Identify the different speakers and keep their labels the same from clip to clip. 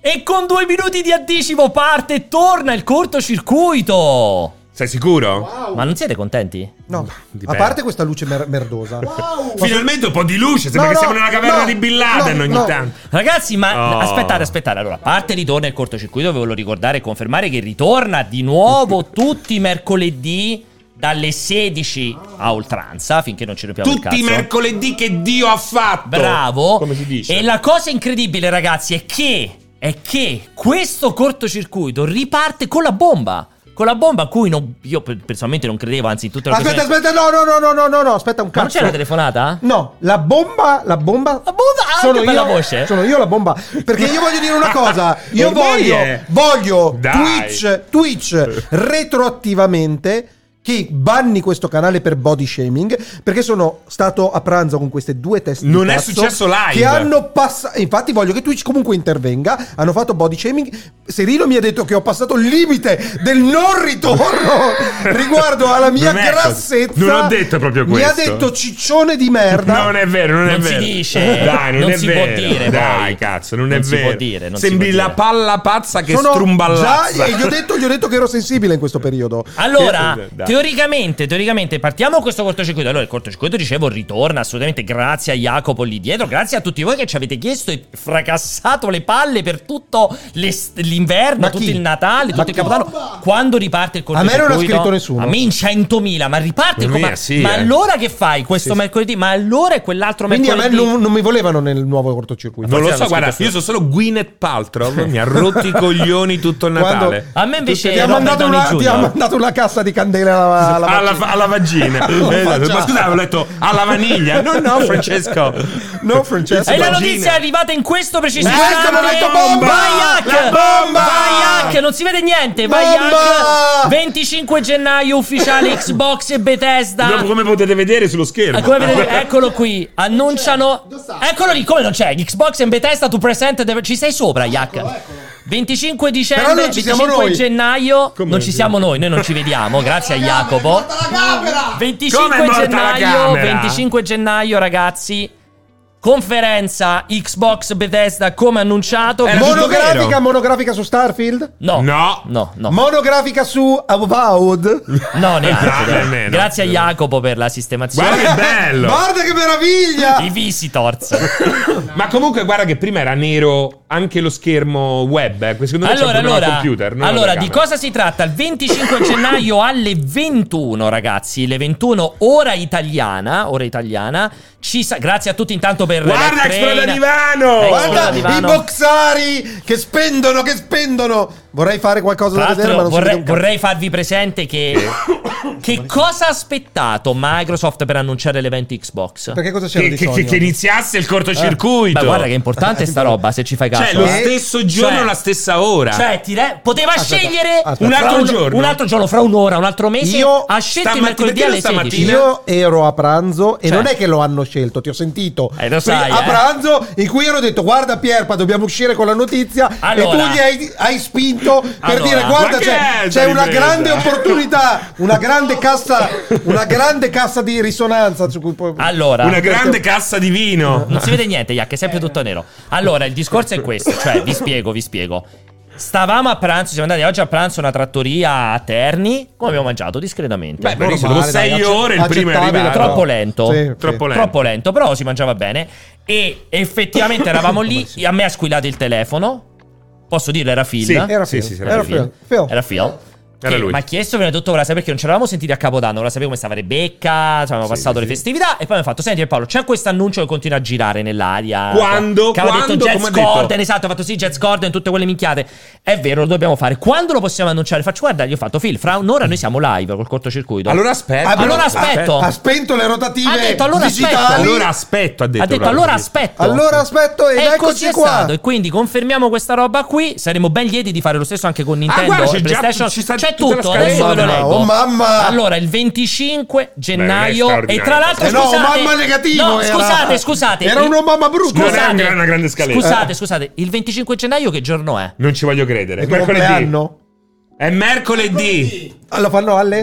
Speaker 1: E con due minuti di anticipo parte e torna il cortocircuito!
Speaker 2: Sei sicuro?
Speaker 3: Wow.
Speaker 1: Ma non siete contenti?
Speaker 3: No, a
Speaker 2: Dipende.
Speaker 3: parte questa luce mer- merdosa. Wow.
Speaker 2: Finalmente un po' di luce, sembra
Speaker 3: No,
Speaker 2: che
Speaker 3: no,
Speaker 2: siamo nella caverna
Speaker 3: no,
Speaker 2: di Bin Laden
Speaker 3: no,
Speaker 2: ogni
Speaker 3: no.
Speaker 2: tanto.
Speaker 1: Ragazzi, ma
Speaker 2: Oh.
Speaker 1: aspettate, aspettate. Allora, parte e ritorna il cortocircuito, ve lo ricordare e confermare che ritorna di nuovo tutti i mercoledì dalle 16 a oltranza, finché non ci rompiamo il
Speaker 2: Tutti i
Speaker 1: cazzo.
Speaker 2: mercoledì che Dio ha fatto.
Speaker 1: Bravo.
Speaker 2: Come si dice?
Speaker 1: E la cosa incredibile, ragazzi, è che, è che questo cortocircuito riparte con la bomba. Con la bomba a cui non- io per- personalmente non credevo, anzi, in tutta la
Speaker 3: Aspetta,
Speaker 1: questione-
Speaker 3: aspetta, no, no, no, no, no, no, no, aspetta un
Speaker 1: Ma non
Speaker 3: cazzo.
Speaker 1: c'è una telefonata?
Speaker 3: No, la bomba, la bomba. La
Speaker 1: bomba? Ah, che bella voce.
Speaker 3: Sono io la bomba. Perché io voglio dire una cosa. Io
Speaker 2: Ormai
Speaker 3: voglio,
Speaker 2: è.
Speaker 3: voglio
Speaker 2: Dai.
Speaker 3: Twitch, Twitch retroattivamente che banni questo canale per body shaming. Perché sono stato a pranzo con queste due teste. di
Speaker 2: Non è
Speaker 3: cazzo
Speaker 2: successo live.
Speaker 3: Che hanno passato. Infatti, voglio che Twitch comunque intervenga. Hanno fatto body shaming. Serino mi ha detto che ho passato il limite del non ritorno riguardo alla mia
Speaker 2: Non è così.
Speaker 3: grassezza.
Speaker 2: Non ho detto proprio
Speaker 3: Mi ha
Speaker 2: questo.
Speaker 3: detto ciccione di merda.
Speaker 2: Non è vero, non, è
Speaker 1: Non si
Speaker 2: vero.
Speaker 1: dice.
Speaker 2: Dai, non,
Speaker 1: Non
Speaker 2: è
Speaker 1: si
Speaker 2: vero.
Speaker 1: può dire,
Speaker 2: Dai,
Speaker 1: poi.
Speaker 2: cazzo, non, è
Speaker 1: Non si
Speaker 2: vero.
Speaker 1: può dire, non si
Speaker 2: Sembri
Speaker 1: può
Speaker 2: la
Speaker 1: dire.
Speaker 2: palla pazza che
Speaker 3: Sono
Speaker 2: strumballazza.
Speaker 3: già- e gli ho, detto, gli ho detto che ero sensibile in questo periodo.
Speaker 1: Allora,
Speaker 2: Dai.
Speaker 1: teoricamente, teoricamente, partiamo con questo cortocircuito. Allora, il cortocircuito, dicevo, ritorna assolutamente grazie a Jacopo lì dietro, grazie a tutti voi che ci avete chiesto e fracassato le palle per tutto l'est- l'inverno,
Speaker 3: Ma
Speaker 1: tutto
Speaker 3: chi?
Speaker 1: il Natale, tutto
Speaker 3: Ma
Speaker 1: il
Speaker 3: chi?
Speaker 1: Capodanno. Quando riparte il
Speaker 3: me non ha
Speaker 1: cortocircuito?
Speaker 3: scritto nessuno.
Speaker 1: A me in 100.000, ma riparte il
Speaker 2: A me
Speaker 1: cortocircuito.
Speaker 2: sì,
Speaker 1: ma
Speaker 2: eh.
Speaker 1: allora che fai questo mercoledì? Ma allora è quell'altro
Speaker 3: Quindi a me
Speaker 1: mercoledì?
Speaker 3: non, non mi volevano nel nuovo cortocircuito. Cioè,
Speaker 2: Non lo
Speaker 1: Forse
Speaker 2: so,
Speaker 1: l'hanno
Speaker 2: guarda,
Speaker 1: scritto
Speaker 2: io sono solo Gwyneth Paltrow, mi ha rotto i coglioni tutto il
Speaker 3: Quando-
Speaker 2: Natale.
Speaker 1: A me invece
Speaker 3: ti, ha
Speaker 1: Robert
Speaker 3: mandato
Speaker 1: Downey
Speaker 3: una, ti
Speaker 1: Jr.
Speaker 3: ha mandato una cassa di candela alla, alla
Speaker 2: alla,
Speaker 3: macchina.
Speaker 2: alla vagina. Esatto.
Speaker 3: faccia.
Speaker 2: Ma scusa, avevo letto alla vaniglia. No, no, Francesco.
Speaker 3: No, Francesco.
Speaker 1: E la
Speaker 2: Vagina.
Speaker 1: notizia è arrivata in questo preciso
Speaker 3: Ma
Speaker 1: istante.
Speaker 3: Cioè, questo non è bomba!
Speaker 1: Vai Hack!
Speaker 3: La bomba!
Speaker 1: Vai Hack! Non si vede niente! Vai
Speaker 3: Bomba!
Speaker 1: Hack! 25 gennaio ufficiale Xbox e Bethesda.
Speaker 2: Dopo, come potete vedere sullo schermo.
Speaker 1: Eh, Ah. come vedete- eccolo qui, annunciano.
Speaker 3: Dove sta?
Speaker 1: Eccolo lì, come non c'è? Xbox in Bethesda, tu present. deve- Ci sei sopra, Yak. 25 dicembre,
Speaker 3: Però non ci siamo
Speaker 1: 25
Speaker 3: noi.
Speaker 1: gennaio.
Speaker 2: Come
Speaker 1: non ci
Speaker 2: non
Speaker 1: siamo noi, noi non ci vediamo, grazie a Jacopo. 25
Speaker 2: Come è morta la
Speaker 1: gennaio,
Speaker 2: camera?
Speaker 1: 25 gennaio, ragazzi. Conferenza Xbox Bethesda come annunciato.
Speaker 2: Era giusto
Speaker 3: Monografica,
Speaker 2: vero.
Speaker 3: monografica su Starfield?
Speaker 1: No,
Speaker 2: No.
Speaker 1: no, no.
Speaker 3: Monografica su Avowed?
Speaker 1: No, neanche.
Speaker 2: No,
Speaker 1: dai.
Speaker 2: nemmeno.
Speaker 1: Grazie a Jacopo per la sistemazione.
Speaker 2: Guarda che bello.
Speaker 3: Guarda che meraviglia!
Speaker 1: I visitors.
Speaker 2: Ma comunque, guarda che prima era nero anche lo schermo web. eh. Secondo me c'è
Speaker 1: Allora,
Speaker 2: un problema
Speaker 1: allora,
Speaker 2: al computer. non
Speaker 1: allora,
Speaker 2: alla
Speaker 1: di
Speaker 2: camera.
Speaker 1: cosa si tratta? Il 25 gennaio alle 21, ragazzi, le 21 ora italiana, ora italiana. Ci sa- grazie a tutti intanto per
Speaker 2: Guarda,
Speaker 1: Electrain.
Speaker 2: esploda divano!
Speaker 1: Eh,
Speaker 3: Guarda
Speaker 1: Guarda,
Speaker 3: i
Speaker 1: divano.
Speaker 3: boxari che spendono, che spendono! Vorrei fare qualcosa
Speaker 1: Tra
Speaker 3: da vedere, ma
Speaker 1: l'altro
Speaker 3: non si
Speaker 1: vorrei,
Speaker 3: vede un cazzo.
Speaker 1: vorrei farvi presente che che cosa ha aspettato Microsoft per annunciare l'evento Xbox?
Speaker 3: Perché cosa c'era
Speaker 2: Che,
Speaker 3: di
Speaker 2: che- che-
Speaker 3: Sony?
Speaker 2: che iniziasse il cortocircuito.
Speaker 1: Eh. Ma guarda che è importante sta roba, se ci fai caso.
Speaker 2: Cioè, lo
Speaker 1: eh.
Speaker 2: stesso giorno,
Speaker 1: Cioè-
Speaker 2: la stessa ora.
Speaker 1: Cioè, ti re- poteva
Speaker 3: Aspetta,
Speaker 1: scegliere
Speaker 3: aspetta.
Speaker 1: un altro
Speaker 2: Fra un-
Speaker 1: giorno, un altro giorno, fra un'ora, un altro mese.
Speaker 3: Io
Speaker 1: ha scelto il
Speaker 2: stamattina-
Speaker 1: mercoledì
Speaker 2: perché
Speaker 1: alle
Speaker 2: non
Speaker 1: 16.
Speaker 2: stamattina?
Speaker 3: Io ero a pranzo e
Speaker 1: Cioè.
Speaker 3: non è che lo hanno scelto, ti ho sentito.
Speaker 1: Eh, lo sai,
Speaker 3: a
Speaker 1: eh.
Speaker 3: pranzo in cui ero detto guarda Pierpa dobbiamo uscire con la notizia e
Speaker 1: Allora.
Speaker 3: tu gli hai, hai spinto per
Speaker 1: Allora.
Speaker 3: dire
Speaker 2: Ma
Speaker 3: guarda
Speaker 2: che
Speaker 3: c'è,
Speaker 2: è
Speaker 3: c'è
Speaker 2: sta
Speaker 3: una
Speaker 2: ripresa?"
Speaker 3: grande opportunità, una grande cassa, una grande cassa di risonanza su cui poi...
Speaker 1: Allora,
Speaker 2: Una grande cassa di vino.
Speaker 1: non si vede niente, Iac, è sempre tutto nero. Allora, il discorso è questo, cioè, vi spiego, vi spiego. Stavamo a pranzo, siamo andati oggi a pranzo a una trattoria a Terni, come abbiamo mangiato discretamente.
Speaker 2: Beh,
Speaker 1: Normale.
Speaker 2: benissimo, sei
Speaker 3: dai,
Speaker 2: ore, il primo è
Speaker 3: accettabile,
Speaker 2: arrivato.
Speaker 3: però.
Speaker 1: Troppo lento.
Speaker 3: Sì, sì.
Speaker 2: Troppo lento.
Speaker 1: Troppo lento, però si mangiava bene. E effettivamente eravamo lì, a me ha squillato il telefono. Posso dirlo, era Phil.
Speaker 2: Sì,
Speaker 3: Era
Speaker 2: sì,
Speaker 3: Phil.
Speaker 2: sì, sì,
Speaker 3: era
Speaker 2: era
Speaker 3: Phil. Phil.
Speaker 1: Era Phil.
Speaker 2: Era lui.
Speaker 1: Mi ha chiesto prima di tutto, voleva sapere perché non ci eravamo sentiti a Capodanno, voleva sapere come stava Rebecca, cioè, avevamo
Speaker 2: Sì, sì.
Speaker 1: passato le festività e poi mi ha fatto, senti Paolo, c'è questo annuncio che continua a girare nell'aria.
Speaker 2: Quando?
Speaker 1: Che aveva detto
Speaker 2: Quando?
Speaker 1: Jets
Speaker 2: Come ha detto?
Speaker 1: Gordon, esatto, ha fatto sì, Jets Gordon, tutte quelle minchiate. È vero, lo dobbiamo fare. Quando lo possiamo annunciare? Faccio, guarda, gli ho fatto, Phil, fra un'ora noi siamo live col cortocircuito.
Speaker 2: Allora aspetta.
Speaker 3: Abbiamo-
Speaker 1: Allora aspetto.
Speaker 3: Ha spento le rotative
Speaker 1: Ha detto, allora
Speaker 3: digitali.
Speaker 1: aspetta.
Speaker 2: Allora aspetto, ha detto.
Speaker 1: ha detto
Speaker 2: proprio.
Speaker 1: allora aspetto.
Speaker 3: Allora aspetto ed
Speaker 1: e così
Speaker 3: Eh, eccoci
Speaker 1: è
Speaker 3: qua.
Speaker 1: stato. E quindi confermiamo questa roba qui. Saremo ben lieti di fare lo stesso anche con Nintendo
Speaker 2: Ah, guarda, c'è
Speaker 1: e
Speaker 2: già-
Speaker 1: PlayStation.
Speaker 2: ci sta
Speaker 1: c'è
Speaker 2: tutta la
Speaker 1: tutto.
Speaker 2: scaletta.
Speaker 1: Adesso
Speaker 3: Oh,
Speaker 1: ve lo
Speaker 3: mamma,
Speaker 1: leggo.
Speaker 3: oh, mamma.
Speaker 1: Allora, il 25
Speaker 2: Beh,
Speaker 1: gennaio.
Speaker 2: non è
Speaker 1: e tra l'altro,
Speaker 3: Eh no,
Speaker 1: scusate,
Speaker 3: mamma negativo
Speaker 1: No,
Speaker 3: era.
Speaker 1: scusate, scusate.
Speaker 3: Era
Speaker 1: il-
Speaker 3: un mamma brutto.
Speaker 2: Non è una grande scaletta.
Speaker 1: Scusate, scusate. Il 25 gennaio che giorno è?
Speaker 2: Non ci voglio credere.
Speaker 3: È
Speaker 2: È
Speaker 3: tuo
Speaker 2: mercoledì.
Speaker 3: compleanno?
Speaker 2: È mercoledì.
Speaker 3: Ah, Lo fanno alle?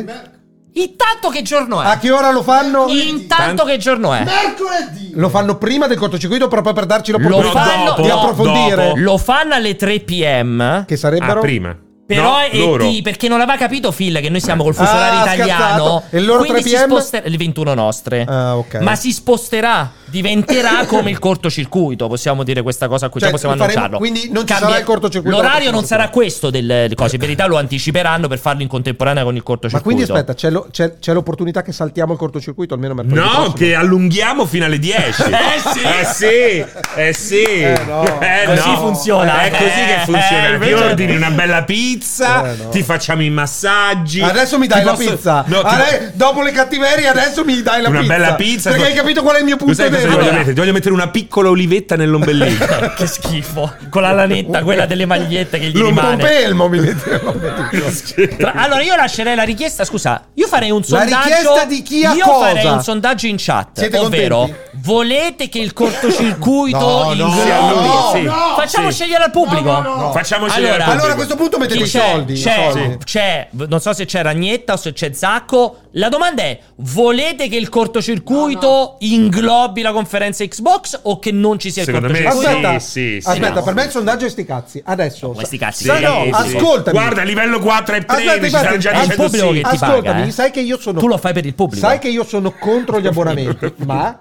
Speaker 1: Intanto che giorno è?
Speaker 3: A Ah, che ora lo fanno?
Speaker 1: Intanto che giorno è?
Speaker 4: Mercoledì!
Speaker 3: Lo fanno prima del cortocircuito proprio per darci
Speaker 1: Lo
Speaker 3: l'opportunità
Speaker 1: fanno,
Speaker 2: dopo,
Speaker 3: di
Speaker 1: no,
Speaker 3: approfondire.
Speaker 2: dopo.
Speaker 1: lo fanno alle 3 pm.
Speaker 3: Che
Speaker 2: Ah,
Speaker 3: sarebbero...
Speaker 2: prima.
Speaker 1: Però
Speaker 2: No,
Speaker 1: è
Speaker 2: loro.
Speaker 1: di- perché non aveva capito Phil che noi siamo col fuso
Speaker 3: Ah,
Speaker 1: orario
Speaker 3: ha
Speaker 1: italiano.
Speaker 3: scherzato. E loro
Speaker 1: quindi
Speaker 3: 3
Speaker 1: si
Speaker 3: PM?
Speaker 1: sposterà il 21 nostre.
Speaker 3: Ah, ok.
Speaker 1: Ma si sposterà, diventerà come il cortocircuito, possiamo dire questa cosa qui,
Speaker 3: Cioè,
Speaker 1: già possiamo
Speaker 3: faremo-
Speaker 1: annunciarlo.
Speaker 3: quindi non ci sarà il cortocircuito cioè.
Speaker 1: L'orario non
Speaker 3: del
Speaker 1: sarà questo del del coso, in verità lo anticiperanno per farlo in contemporanea con il cortocircuito.
Speaker 3: Ma quindi aspetta, c'è, lo- c'è- c'è l'opportunità che saltiamo il cortocircuito almeno mercoledì
Speaker 2: No,
Speaker 3: prossimo?
Speaker 2: che allunghiamo fino alle 10.
Speaker 1: Eh sì.
Speaker 2: eh sì, eh sì.
Speaker 3: Eh no.
Speaker 2: Eh
Speaker 1: Così
Speaker 2: no.
Speaker 1: funziona.
Speaker 2: È così che
Speaker 1: Eh,
Speaker 2: funziona. Ti
Speaker 1: invece-
Speaker 2: ordini una bella pizza,
Speaker 3: Eh no.
Speaker 2: ti facciamo i massaggi.
Speaker 3: Adesso mi dai
Speaker 2: Ti
Speaker 3: la
Speaker 2: posso-
Speaker 3: pizza.
Speaker 2: No, ti-
Speaker 3: Adè- dopo le cattiverie, adesso mi dai la
Speaker 2: Una
Speaker 3: pizza.
Speaker 2: bella pizza.
Speaker 3: Perché
Speaker 2: Tu-
Speaker 3: hai capito qual è il mio
Speaker 2: Lo
Speaker 3: punto
Speaker 2: sai cosa ti
Speaker 3: debole?
Speaker 2: voglio mettere? Ti voglio mettere una piccola olivetta nell'ombelico.
Speaker 1: che schifo, con la lanetta, quella delle magliette che gli
Speaker 3: Non
Speaker 1: rimane.
Speaker 3: pompelmo mi mette- lo metti.
Speaker 1: Tra- allora io lascerei la richiesta, scusa, io farei un
Speaker 3: La
Speaker 1: sondaggio.
Speaker 3: richiesta di chi a
Speaker 1: Io
Speaker 3: cosa?
Speaker 1: farei un sondaggio in chat,
Speaker 3: Siete
Speaker 1: ovvero
Speaker 3: contenti?
Speaker 1: volete che il cortocircuito
Speaker 3: No,
Speaker 1: in
Speaker 3: no,
Speaker 2: Sia
Speaker 3: no,
Speaker 2: lui,
Speaker 3: no,
Speaker 2: sì.
Speaker 1: Facciamo
Speaker 2: Sì.
Speaker 1: scegliere al pubblico.
Speaker 4: No, no, no.
Speaker 2: Facciamo
Speaker 1: Allora-
Speaker 2: scegliere al pubblico.
Speaker 3: Allora a questo punto mettete
Speaker 1: Chi
Speaker 3: i
Speaker 1: c'è?
Speaker 3: soldi. i
Speaker 1: C'è,
Speaker 3: soldi.
Speaker 1: c'è- non so se c'è Ragnetta o se c'è Zacco. La domanda è: volete che il cortocircuito inglobi la conferenza Xbox o che non ci sia
Speaker 2: Secondo
Speaker 1: il
Speaker 2: me
Speaker 1: cortocircuito?
Speaker 3: Aspetta,
Speaker 2: sì, sì,
Speaker 3: aspetta
Speaker 1: no.
Speaker 3: per me il sondaggio è sti cazzi. Adesso.
Speaker 1: questi cazzi,
Speaker 3: Sai,
Speaker 1: sì,
Speaker 3: no,
Speaker 1: sì, sì.
Speaker 3: ascoltami.
Speaker 2: Guarda, livello 4 e 13,
Speaker 3: Aspetta,
Speaker 2: ci stanno già
Speaker 3: aspetta,
Speaker 1: Al
Speaker 2: dicendo
Speaker 1: pubblico
Speaker 2: sì.
Speaker 1: che ti paga,
Speaker 3: Ascoltami,
Speaker 1: eh.
Speaker 3: sai che io sono
Speaker 1: Tu lo fai per il pubblico.
Speaker 3: Sai che io sono contro gli abbonamenti, ma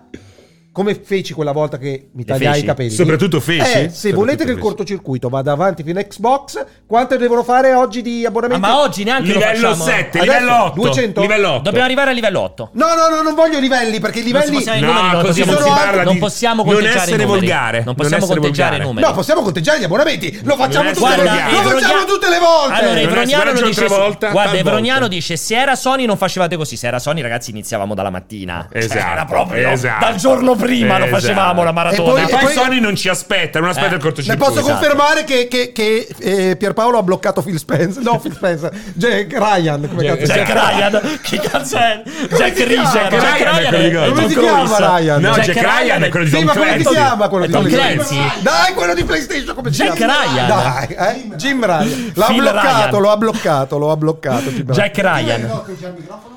Speaker 3: come feci quella volta che mi tagliai
Speaker 1: feci?
Speaker 3: i capelli?
Speaker 2: Soprattutto feci?
Speaker 3: Eh, se
Speaker 2: Soprattutto
Speaker 3: volete che il
Speaker 2: feci.
Speaker 3: cortocircuito vada avanti fino a Xbox, quanto devono fare oggi di
Speaker 1: Ah,
Speaker 3: abbonamenti?
Speaker 1: ma oggi neanche lo
Speaker 2: Livello
Speaker 1: facciamo.
Speaker 2: 7,
Speaker 3: Adesso,
Speaker 2: livello 8.
Speaker 3: 200.
Speaker 2: Livello 8.
Speaker 1: Dobbiamo arrivare al livello 8.
Speaker 3: No, no, no, non voglio i livelli perché i
Speaker 1: non
Speaker 3: livelli
Speaker 1: si possiamo- i
Speaker 2: No,
Speaker 1: numeri non
Speaker 2: così
Speaker 1: possiamo-
Speaker 2: non si parla
Speaker 1: non
Speaker 2: di-
Speaker 1: possiamo
Speaker 2: non
Speaker 1: conteggiare
Speaker 2: essere
Speaker 1: i numeri.
Speaker 2: volgare,
Speaker 1: Non
Speaker 2: non
Speaker 1: possiamo
Speaker 2: essere
Speaker 1: conteggiare i
Speaker 2: volgare.
Speaker 1: numeri.
Speaker 3: No, possiamo conteggiare gli abbonamenti, lo facciamo
Speaker 2: è
Speaker 3: tutte le
Speaker 2: solo
Speaker 3: volte.
Speaker 2: chiaro.
Speaker 3: Lo facciamo
Speaker 1: Evronia-
Speaker 3: tutte le volte.
Speaker 1: Allora,
Speaker 2: Non è-
Speaker 1: Evroniano
Speaker 2: guarda, c'è
Speaker 1: lo dice.
Speaker 2: un'altra volta,
Speaker 1: guarda,
Speaker 2: tal
Speaker 1: Evroniano
Speaker 2: volta.
Speaker 1: dice: Se era Sony non facevate così. Se era Sony, ragazzi, iniziavamo dalla mattina. Cioè,
Speaker 2: Esatto,
Speaker 1: era proprio
Speaker 2: esatto.
Speaker 1: dal giorno prima lo
Speaker 2: Esatto.
Speaker 1: facevamo la maratona.
Speaker 3: E
Speaker 2: E
Speaker 3: poi-
Speaker 2: poi Sony non ci aspetta, non aspetta
Speaker 1: Eh.
Speaker 2: il
Speaker 3: Ne
Speaker 2: cortocircuito.
Speaker 3: posso confermare che, che- che, eh, Pierpaolo ha bloccato Phil Spencer. No, Phil Spencer. Jack Ryan, come cazzo si
Speaker 1: Jack
Speaker 3: chiama?
Speaker 1: Ryan, chi cazzo è? Jack
Speaker 3: si chiama?
Speaker 1: Ryan,
Speaker 2: Jack Ryan
Speaker 1: Jack
Speaker 2: è
Speaker 1: Ryan,
Speaker 2: quello di Ghost.
Speaker 1: è Tom
Speaker 3: Come si chiama
Speaker 1: Cruise.
Speaker 3: Ryan?
Speaker 2: No,
Speaker 1: Jack
Speaker 2: Jack Ryan è quello di
Speaker 3: Sì,
Speaker 2: Tom
Speaker 3: ma come si
Speaker 2: Clancy.
Speaker 3: chiama quello
Speaker 1: È
Speaker 3: di
Speaker 1: Tom
Speaker 3: Tom Clancy?
Speaker 1: Clancy.
Speaker 3: Dai, quello di PlayStation come si
Speaker 1: Jack
Speaker 3: chiama?
Speaker 1: Ryan.
Speaker 3: Dai, eh? Jim Ryan. L'ha
Speaker 1: Phil
Speaker 3: bloccato,
Speaker 1: Ryan.
Speaker 3: lo ha bloccato, lo ha bloccato. Jim Ryan.
Speaker 1: Jack Ryan.
Speaker 4: No, che c'è il microfono?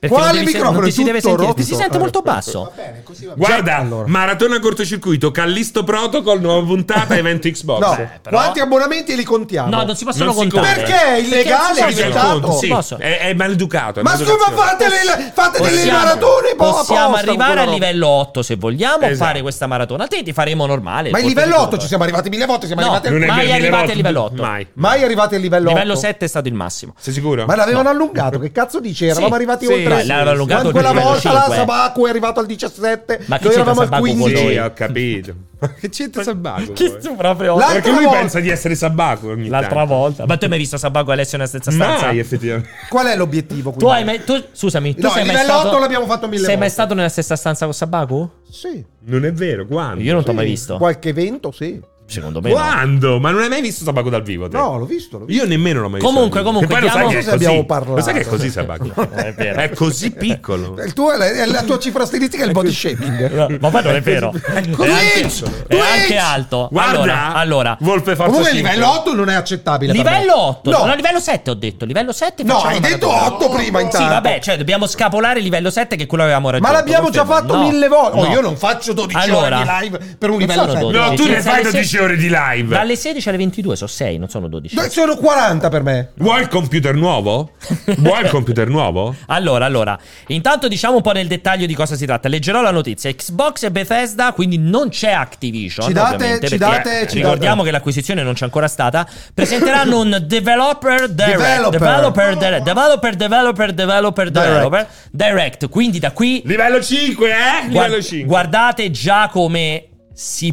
Speaker 1: Perché
Speaker 3: Quale
Speaker 1: non devi se-
Speaker 3: microfono?
Speaker 1: non ti si
Speaker 3: Tutto
Speaker 1: deve sentire, ti
Speaker 3: rotto.
Speaker 1: si sente
Speaker 3: Eh,
Speaker 1: molto basso.
Speaker 4: Bene, così va bene.
Speaker 2: Guarda,
Speaker 3: Allora.
Speaker 2: maratona cortocircuito, Callisto Protocol, nuova puntata, evento Xbox.
Speaker 3: Eh. No,
Speaker 1: eh, però-
Speaker 3: quanti abbonamenti li contiamo?
Speaker 1: No, non si possono
Speaker 2: Non si
Speaker 1: contare.
Speaker 2: conta.
Speaker 3: Perché è illegale
Speaker 1: Perché
Speaker 3: è
Speaker 1: non si
Speaker 3: diventato?
Speaker 1: conta,
Speaker 2: Sì, Eh,
Speaker 1: Posso?
Speaker 2: è, è maleducato. è
Speaker 3: Esatto. Ma
Speaker 2: maleducazione.
Speaker 3: scusa, fate, le, fate delle maratone po-
Speaker 1: possiamo
Speaker 3: apposta con
Speaker 1: arrivare
Speaker 3: quella
Speaker 1: al
Speaker 3: roba.
Speaker 1: livello 8 se vogliamo
Speaker 2: Esatto.
Speaker 1: fare questa maratona. Te ti faremo normale.
Speaker 3: Ma il
Speaker 1: il
Speaker 3: livello 8
Speaker 1: siamo
Speaker 3: ci siamo arrivati mille volte, siamo
Speaker 1: No,
Speaker 3: arrivati
Speaker 2: Non
Speaker 3: al...
Speaker 2: è
Speaker 1: Mai
Speaker 2: vero,
Speaker 1: arrivati al livello otto.
Speaker 2: Mai.
Speaker 3: Mai arrivati al livello 8.
Speaker 1: livello 7 è stato il massimo.
Speaker 2: Sei sicuro?
Speaker 3: Ma l'avevano allungato, che cazzo dici? Eravamo
Speaker 1: Sì,
Speaker 3: arrivati
Speaker 2: sì,
Speaker 3: oltre.
Speaker 2: ma l'avevano
Speaker 1: allungato
Speaker 3: Ma quella
Speaker 1: il livello
Speaker 3: volta la
Speaker 1: cinque.
Speaker 3: Sabaku è arrivato al 17,
Speaker 1: Ma chi
Speaker 3: noi
Speaker 1: c'entra
Speaker 3: eravamo al
Speaker 1: Sabaku con
Speaker 3: 15.
Speaker 1: noi?
Speaker 2: Sì, ho capito. Ma che c'entra Sabaco?
Speaker 1: Che
Speaker 2: poi?
Speaker 1: tu proprio
Speaker 3: La-
Speaker 2: Perché
Speaker 3: L'altra
Speaker 2: lui
Speaker 3: volta-
Speaker 2: pensa di essere Sabaco ogni
Speaker 1: l'altra
Speaker 2: tanto.
Speaker 1: volta. Ma tu hai mai visto Sabago e Alessio nella stessa stanza?
Speaker 2: Mai, effettivamente.
Speaker 3: Qual è l'obiettivo?
Speaker 1: tu hai
Speaker 3: quindi?
Speaker 1: mai tu, scusami, tu
Speaker 3: No,
Speaker 1: sei
Speaker 3: il
Speaker 1: mai
Speaker 3: livello
Speaker 1: stato
Speaker 3: 8 l'abbiamo fatto mille
Speaker 1: Sei mai
Speaker 3: volte.
Speaker 1: stato nella stessa stanza con Sabago?
Speaker 3: Sì.
Speaker 2: Non è vero, quando?
Speaker 1: Io non t'ho mai visto.
Speaker 3: Eh, Qualche evento, sì.
Speaker 1: Secondo me no.
Speaker 2: Quando? Ma non hai mai visto Sabaco dal vivo? Te?
Speaker 3: No, l'ho visto. l'ho visto.
Speaker 2: Io nemmeno l'ho mai
Speaker 1: Comunque,
Speaker 2: visto. dal
Speaker 1: comunque,
Speaker 2: vivo. E poi
Speaker 1: diamo-
Speaker 2: lo sai che è
Speaker 3: Forse abbiamo
Speaker 2: così.
Speaker 3: parlato.
Speaker 2: Lo sai che è così Sabaco?
Speaker 1: È vero.
Speaker 2: È così piccolo.
Speaker 3: Il tuo- la, la tua cifra stilistica è il body shaming.
Speaker 1: No, ma poi non è vero. È anche,
Speaker 3: Twitch!
Speaker 1: è anche
Speaker 3: Twitch!
Speaker 1: alto.
Speaker 2: Guarda,
Speaker 1: allora, allora
Speaker 2: Volpe Forza
Speaker 3: Comunque il
Speaker 2: 5.
Speaker 3: livello 8 non è accettabile. per me.
Speaker 1: livello 8.
Speaker 3: No,
Speaker 1: No. livello 7 ho detto. Livello 7
Speaker 3: no
Speaker 1: facciamo
Speaker 3: hai
Speaker 1: una
Speaker 3: detto
Speaker 1: maratona.
Speaker 3: 8 prima intanto.
Speaker 1: Sì, vabbè, certo, cioè dobbiamo scapolare il livello 7 che è quello che avevamo
Speaker 3: Ma
Speaker 1: raggiunto.
Speaker 3: l'abbiamo già
Speaker 1: Confermo?
Speaker 3: fatto
Speaker 1: No.
Speaker 3: mille volte. Oh,
Speaker 1: No.
Speaker 3: io non faccio 12
Speaker 1: Allora.
Speaker 3: ore di live per
Speaker 1: Non
Speaker 3: un livello
Speaker 1: sono
Speaker 3: 7.
Speaker 1: 12.
Speaker 2: No, tu
Speaker 1: Sì,
Speaker 2: ne fai
Speaker 1: sì.
Speaker 2: 12 ore di live.
Speaker 1: Dalle 16 alle 22 sono 6, non sono 12.
Speaker 3: Dai, Sono 40 per me.
Speaker 2: Vuoi il computer nuovo? Vuoi il computer nuovo?
Speaker 1: Allora, allora, intanto diciamo un po' nel dettaglio di cosa si tratta. Leggerò la notizia. Xbox e Bethesda, quindi non c'è Activision.
Speaker 3: Ci date-
Speaker 1: ovviamente,
Speaker 3: ci
Speaker 1: perché
Speaker 3: date- ci
Speaker 1: ricordiamo
Speaker 3: date.
Speaker 1: che l'acquisizione non c'è ancora stata. Presenteranno un developer direct.
Speaker 3: Developer.
Speaker 1: Developer direct. Developer, developer, developer,
Speaker 3: Direct.
Speaker 1: developer. Direct. Quindi da qui
Speaker 2: Livello 5, eh?
Speaker 1: guard-
Speaker 2: Livello 5.
Speaker 1: guardate già come si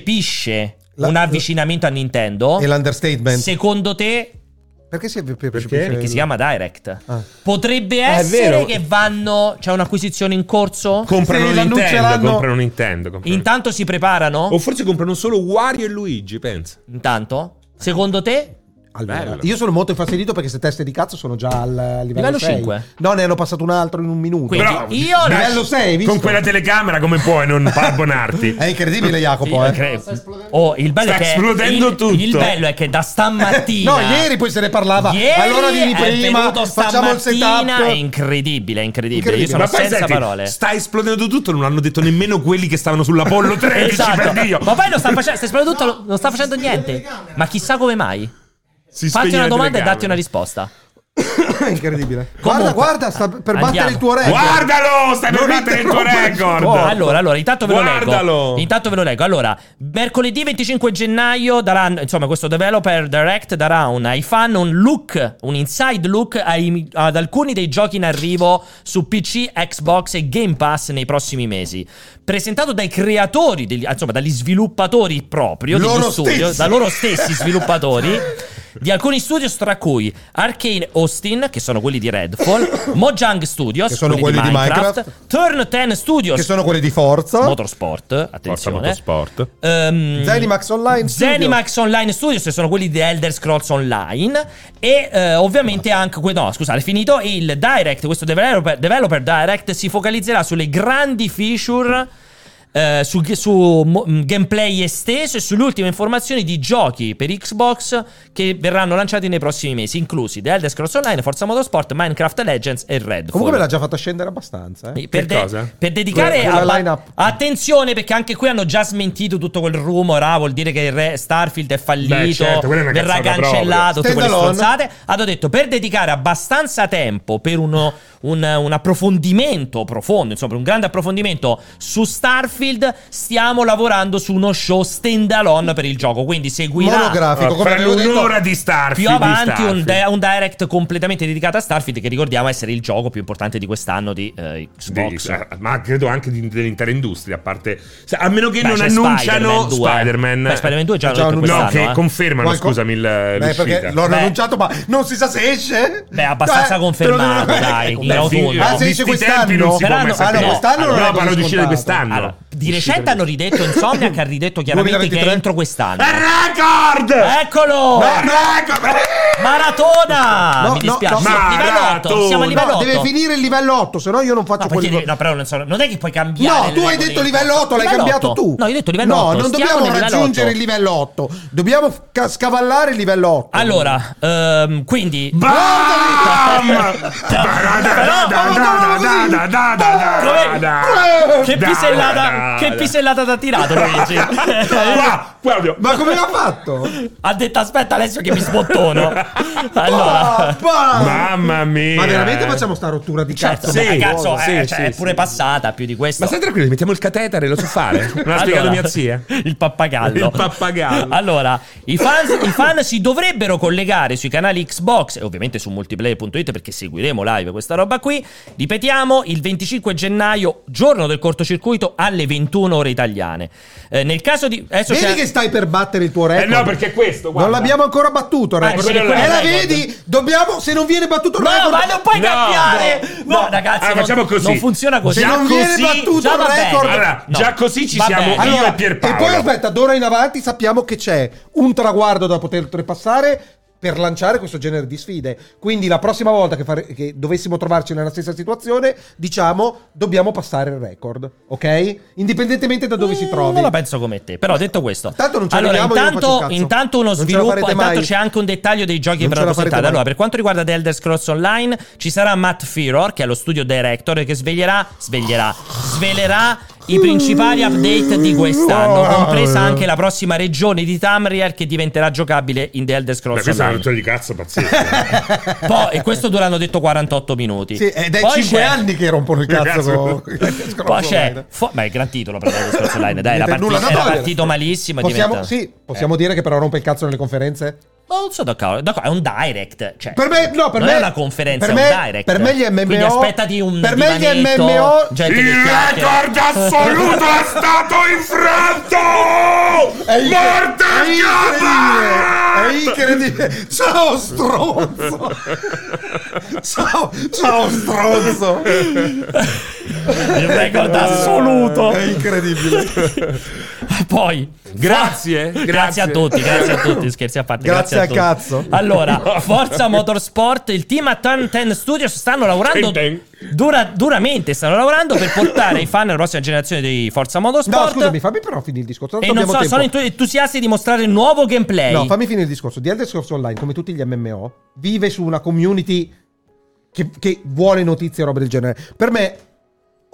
Speaker 1: percepisce
Speaker 3: La-
Speaker 1: un avvicinamento a Nintendo.
Speaker 3: E l'understatement.
Speaker 1: Secondo te
Speaker 3: Perché si è più
Speaker 1: che si chiama Direct.
Speaker 3: Ah.
Speaker 1: Potrebbe
Speaker 2: è
Speaker 1: essere
Speaker 2: vero.
Speaker 1: che vanno. C'è un'acquisizione in corso?
Speaker 2: comprano Nintendo,
Speaker 3: se l'annunceranno-
Speaker 2: comprano Nintendo. comprano-
Speaker 1: Intanto
Speaker 3: Oh.
Speaker 1: si preparano?
Speaker 2: O forse comprano solo Wario e Luigi, pensa.
Speaker 1: Intanto? Secondo te?
Speaker 3: Allora,
Speaker 2: Bello.
Speaker 3: io sono molto infastidito perché se teste di cazzo sono già al eh, livello,
Speaker 1: Livello
Speaker 3: 6.
Speaker 1: 5.
Speaker 3: No, ne hanno passato un altro in un minuto.
Speaker 1: Quindi
Speaker 2: Però-
Speaker 1: io
Speaker 2: Dai,
Speaker 3: Livello 6, visto?
Speaker 2: Con quella telecamera come puoi non
Speaker 1: Eh,
Speaker 2: abbonarti?
Speaker 3: È incredibile Jacopo,
Speaker 1: Io
Speaker 3: eh.
Speaker 1: cre- Oh, il bello
Speaker 2: Sta
Speaker 1: è che
Speaker 2: esplodendo
Speaker 1: il,
Speaker 2: tutto.
Speaker 1: Il bello è che da stamattina.
Speaker 3: No, ieri poi se ne parlava.
Speaker 1: Ieri
Speaker 3: allora vieni
Speaker 1: è
Speaker 3: prima,
Speaker 1: venuto
Speaker 3: facciamo il
Speaker 1: stamattina. È
Speaker 3: setup.
Speaker 1: incredibile, è incredibile.
Speaker 3: Incredibile.
Speaker 1: Io sono
Speaker 2: Ma poi
Speaker 1: senza
Speaker 2: senti,
Speaker 1: parole.
Speaker 2: sta esplodendo tutto, non hanno detto nemmeno quelli che stavano sull'Apollo 13,
Speaker 1: Esatto.
Speaker 2: per Dio.
Speaker 1: Ma poi non sta facendo, sta esplodendo tutto, non sta facendo niente. Ma chissà come mai.
Speaker 2: Si
Speaker 1: Fatti
Speaker 2: spegne
Speaker 1: una
Speaker 2: la
Speaker 1: domanda e
Speaker 2: telecamera.
Speaker 1: datti una risposta.
Speaker 3: È incredibile.
Speaker 1: Comunque,
Speaker 3: guarda, guarda, sta per
Speaker 1: andiamo.
Speaker 3: battere il tuo record.
Speaker 2: Eh, Guardalo, stai per
Speaker 3: Non
Speaker 2: battere il tuo
Speaker 3: interrompere il
Speaker 2: record.
Speaker 3: corpo.
Speaker 1: Oh, Allora, allora, intanto ve lo
Speaker 2: Guardalo.
Speaker 1: leggo. Intanto ve lo leggo. Allora, mercoledì 25 gennaio daranno, insomma, questo developer direct darà un- ai fan un look, un inside look ai- ad alcuni dei giochi in arrivo su PC, Xbox e Game Pass nei prossimi mesi. Presentato dai creatori, degli- insomma, dagli sviluppatori proprio, degli
Speaker 3: Loro
Speaker 1: studio,
Speaker 3: stessi.
Speaker 1: da loro stessi sviluppatori. Di alcuni studios, tra cui Arcane Austin, che sono quelli di Redfall, Mojang Studios,
Speaker 3: Che sono quelli di Minecraft,
Speaker 1: Turn 10 Studios,
Speaker 3: Che sono quelli di Forza.
Speaker 1: Motorsport, attenzione.
Speaker 2: Motorsport.
Speaker 1: Ehm,
Speaker 3: Zenimax Online Studio.
Speaker 1: Zenimax Online Studios, che sono quelli di Elder Scrolls Online. E eh, ovviamente anche. que- No, scusate, è finito. E il direct, questo developer, developer direct, si focalizzerà sulle grandi feature. eh, su, su mo- mh, gameplay esteso e sulle ultime informazioni di giochi per Xbox che verranno lanciati nei prossimi mesi, inclusi The Elder Scrolls Online, Forza Motorsport, Minecraft Legends e Redfall.
Speaker 3: Comunque me l'ha già fatta scendere abbastanza. Eh.
Speaker 1: Per,
Speaker 2: Che cosa?
Speaker 1: per dedicare
Speaker 3: Quella- quella
Speaker 1: a-
Speaker 3: lineup.
Speaker 1: attenzione perché anche qui hanno già smentito tutto quel rumore ah, vuol dire che il re Starfield è fallito
Speaker 2: Beh, certo, quella è una
Speaker 1: verrà
Speaker 2: cazzata
Speaker 1: cancellato tutte quelle
Speaker 3: Standalone.
Speaker 1: stronzate hanno detto per dedicare abbastanza tempo per uno- un, un approfondimento profondo insomma per un grande approfondimento su Starfield stiamo lavorando su uno show standalone per il gioco quindi seguirà
Speaker 3: Monografico, come
Speaker 2: Fra
Speaker 3: avevo detto.
Speaker 2: un'ora Eh, di Starfield.
Speaker 1: più
Speaker 2: di
Speaker 1: avanti un,
Speaker 2: Starfield.
Speaker 1: di- un direct completamente dedicato a Starfield che ricordiamo essere il gioco più importante di quest'anno di eh, Xbox
Speaker 2: Di- eh, ma credo anche di- dell'intera industria, a parte se- a meno che
Speaker 1: Beh,
Speaker 2: non
Speaker 1: c'è
Speaker 2: annunciano
Speaker 1: Spider-Man 2.
Speaker 2: Spider-Man,
Speaker 1: Beh, Spider-Man 2 già l'ho
Speaker 3: Già
Speaker 1: detto
Speaker 2: no,
Speaker 1: quest'anno,
Speaker 2: che
Speaker 1: eh.
Speaker 2: confermano,
Speaker 3: Qualco-
Speaker 2: scusami, il, eh,
Speaker 3: Beh,
Speaker 2: l'uscita.
Speaker 3: perché l'hanno
Speaker 1: Beh.
Speaker 3: annunciato, ma non si sa se esce.
Speaker 1: Beh, abbastanza
Speaker 3: Eh,
Speaker 1: confermato,
Speaker 3: te lo devono-
Speaker 1: dai, in
Speaker 2: Beh,
Speaker 1: autunno.
Speaker 2: fin-
Speaker 1: Ah,
Speaker 3: se
Speaker 2: visti
Speaker 3: dice
Speaker 2: i tempi non si può
Speaker 1: quest'anno?
Speaker 2: mai
Speaker 1: Però
Speaker 3: Ah, no,
Speaker 2: sapere.
Speaker 1: no,
Speaker 3: quest'anno non
Speaker 2: Allora,
Speaker 3: l'hanno
Speaker 2: parlo di uscita di
Speaker 3: scontato.
Speaker 2: quest'anno.
Speaker 1: Allora, di recente hanno ridetto Insomnia che ha ridetto chiaramente che è
Speaker 3: 2023.
Speaker 1: entro quest'anno.
Speaker 2: Eh, È record!
Speaker 1: Eccolo!
Speaker 2: È record!
Speaker 1: Maratona!
Speaker 3: No,
Speaker 1: Mi
Speaker 3: no,
Speaker 1: dispiace.
Speaker 3: no.
Speaker 1: Siamo a livello 8, siamo a livello
Speaker 3: No,
Speaker 1: 8.
Speaker 3: deve finire il livello 8, se no io non faccio
Speaker 1: No,
Speaker 3: quelli.
Speaker 1: perché, no, però non, so, non è che puoi cambiare.
Speaker 3: No,
Speaker 1: le
Speaker 3: tu hai
Speaker 1: regole.
Speaker 3: detto livello 8, l'hai
Speaker 1: Livello
Speaker 3: cambiato
Speaker 1: 8.
Speaker 3: tu.
Speaker 1: No, io ho detto livello 8.
Speaker 3: No, non
Speaker 1: Stiamo
Speaker 3: dobbiamo
Speaker 1: nel livello
Speaker 3: raggiungere
Speaker 1: 8.
Speaker 3: il livello 8. Dobbiamo ca- scavallare il livello 8.
Speaker 1: Allora, ehm, quindi
Speaker 2: Bam!
Speaker 1: Però- Come- che
Speaker 2: Da-
Speaker 1: pisellata,
Speaker 2: da-
Speaker 1: che
Speaker 2: da-
Speaker 1: pisellata t'ha tirato Luigi.
Speaker 2: Qua, Claudio,
Speaker 3: Ma come l'ha fatto?
Speaker 1: ha detto aspetta Alessio che mi sbottono.
Speaker 3: Ah,
Speaker 1: Allora,
Speaker 3: bah!
Speaker 2: Mamma mia.
Speaker 3: Ma veramente
Speaker 2: eh.
Speaker 3: facciamo sta rottura di
Speaker 1: certo,
Speaker 3: cazzo?
Speaker 1: beh,
Speaker 2: Sì,
Speaker 1: cazzo, eh,
Speaker 2: sì,
Speaker 1: cioè,
Speaker 2: sì,
Speaker 1: è pure
Speaker 2: sì.
Speaker 1: passata più di questo.
Speaker 2: Ma stai tranquillo, mettiamo il catetere, lo so fare. Me l'ha spiegato
Speaker 1: Allora,
Speaker 2: mia zia.
Speaker 3: Ecco.
Speaker 1: Il pappagallo.
Speaker 2: Il pappagallo.
Speaker 1: Allora, i fan, i fan si dovrebbero collegare sui canali Xbox e ovviamente su multiplayer.it perché seguiremo live questa roba qui. Ripetiamo, il 25 gennaio, giorno del cortocircuito, alle 21 ore italiane. Eh, nel caso di... Adesso
Speaker 3: Vedi
Speaker 1: c'è-
Speaker 3: che stai per battere il tuo
Speaker 2: Eh
Speaker 3: record.
Speaker 2: no, perché è questo,
Speaker 3: Non
Speaker 2: guarda.
Speaker 3: l'abbiamo ancora battuto, il record.
Speaker 1: sì, Ah, quello
Speaker 3: Eh,
Speaker 1: è
Speaker 3: la
Speaker 1: il record.
Speaker 3: vedi? Dobbiamo, se non viene battuto il
Speaker 1: No,
Speaker 3: record,
Speaker 1: ma non puoi
Speaker 2: No,
Speaker 1: cambiare!
Speaker 2: no,
Speaker 1: No,
Speaker 2: no.
Speaker 1: ragazzi,
Speaker 2: Allora,
Speaker 1: non,
Speaker 2: facciamo così.
Speaker 1: non funziona così.
Speaker 3: Se non viene battuto
Speaker 1: già
Speaker 3: il
Speaker 1: va bene.
Speaker 3: record-
Speaker 2: Allora,
Speaker 1: No,
Speaker 2: già così ci
Speaker 1: va
Speaker 2: siamo
Speaker 1: bene.
Speaker 2: io
Speaker 3: Allora,
Speaker 2: e Pierpaolo.
Speaker 3: poi aspetta, d'ora in avanti sappiamo che c'è un traguardo da poter oltrepassare per lanciare questo genere di sfide. Quindi la prossima volta che, fare- che dovessimo trovarci nella stessa situazione, diciamo, dobbiamo passare il record, ok? Indipendentemente da dove si
Speaker 1: Mm,
Speaker 3: trovi.
Speaker 1: Non la penso come te, però detto questo.
Speaker 3: Tanto non ci
Speaker 1: allora,
Speaker 3: arriviamo, io non
Speaker 1: intanto,
Speaker 3: faccio un cazzo.
Speaker 1: intanto uno
Speaker 3: Non ce la
Speaker 1: sviluppo,
Speaker 3: farete
Speaker 1: intanto
Speaker 3: mai.
Speaker 1: c'è anche un dettaglio dei giochi
Speaker 3: Non
Speaker 1: che
Speaker 3: ce
Speaker 1: verranno
Speaker 3: la farete
Speaker 1: presentati.
Speaker 3: mai.
Speaker 1: Allora, per quanto riguarda The Elder Scrolls Online, ci sarà Matt Firor, che è lo studio director, che sveglierà, sveglierà, svelerà i principali update di quest'anno, compresa anche la prossima regione di Tamriel che diventerà giocabile in The Elder
Speaker 2: Beh,
Speaker 1: Scrolls
Speaker 2: questa è una
Speaker 1: Online.
Speaker 2: rottura di cazzo pazzesca.
Speaker 1: Poi, e questo durano detto 48 minuti.
Speaker 3: Sì, ed è
Speaker 1: Poi
Speaker 3: 5
Speaker 1: c'è-
Speaker 3: anni che rompono il
Speaker 2: Cazzo.
Speaker 3: cazzo. con-
Speaker 1: Poi c'è. Fo- Beh, è gran titolo per The Elder Scrolls Online. Dai, era,
Speaker 3: Niente, nulla
Speaker 1: partito,
Speaker 3: da
Speaker 1: era
Speaker 3: togliere.
Speaker 1: partito malissimo. Eh. e
Speaker 3: Possiamo,
Speaker 1: diventa-
Speaker 3: sì, possiamo dire che però rompe il cazzo nelle conferenze?
Speaker 1: Ma Eh, non so da cavolo, da cavolo, è un direct. Cioè,
Speaker 3: Per me, no, per
Speaker 1: non
Speaker 3: me
Speaker 1: è una conferenza,
Speaker 3: per
Speaker 1: è
Speaker 3: me-
Speaker 1: un direct.
Speaker 3: per me gli MMO
Speaker 1: Quindi aspettati un
Speaker 3: per me gli
Speaker 1: divanetto,
Speaker 3: MMO
Speaker 1: gente che
Speaker 2: Il
Speaker 1: chiacchiera.
Speaker 2: record assoluto è stato infranto! Morte al
Speaker 3: È incre- è incredibile! È incredibile! Ciao stronzo! Ciao, ciao stronzo! Eh,
Speaker 1: Il record assoluto.
Speaker 3: È incredibile!
Speaker 1: Poi,
Speaker 2: Grazie,
Speaker 1: Grazie,
Speaker 2: grazie.
Speaker 1: a tutti, grazie a tutti, scherzi a parte.
Speaker 4: Grazie
Speaker 1: a tutti.
Speaker 4: al cazzo.
Speaker 1: Allora, Forza Motorsport, il team a Tan Ten Studios stanno lavorando
Speaker 2: Ten
Speaker 1: dura- duramente, stanno lavorando per portare ai fan la prossima generazione di Forza
Speaker 3: No,
Speaker 1: Motorsport.
Speaker 3: scusami, fammi però finire il discorso.
Speaker 1: e non so,
Speaker 3: abbiamo
Speaker 1: sono
Speaker 3: tempo.
Speaker 1: entu- entusiasti di mostrare il nuovo gameplay.
Speaker 3: No, fammi finire il discorso. The Elder Scrolls Online, come tutti gli MMO, vive su una community che, che vuole notizie e robe del genere. Per me,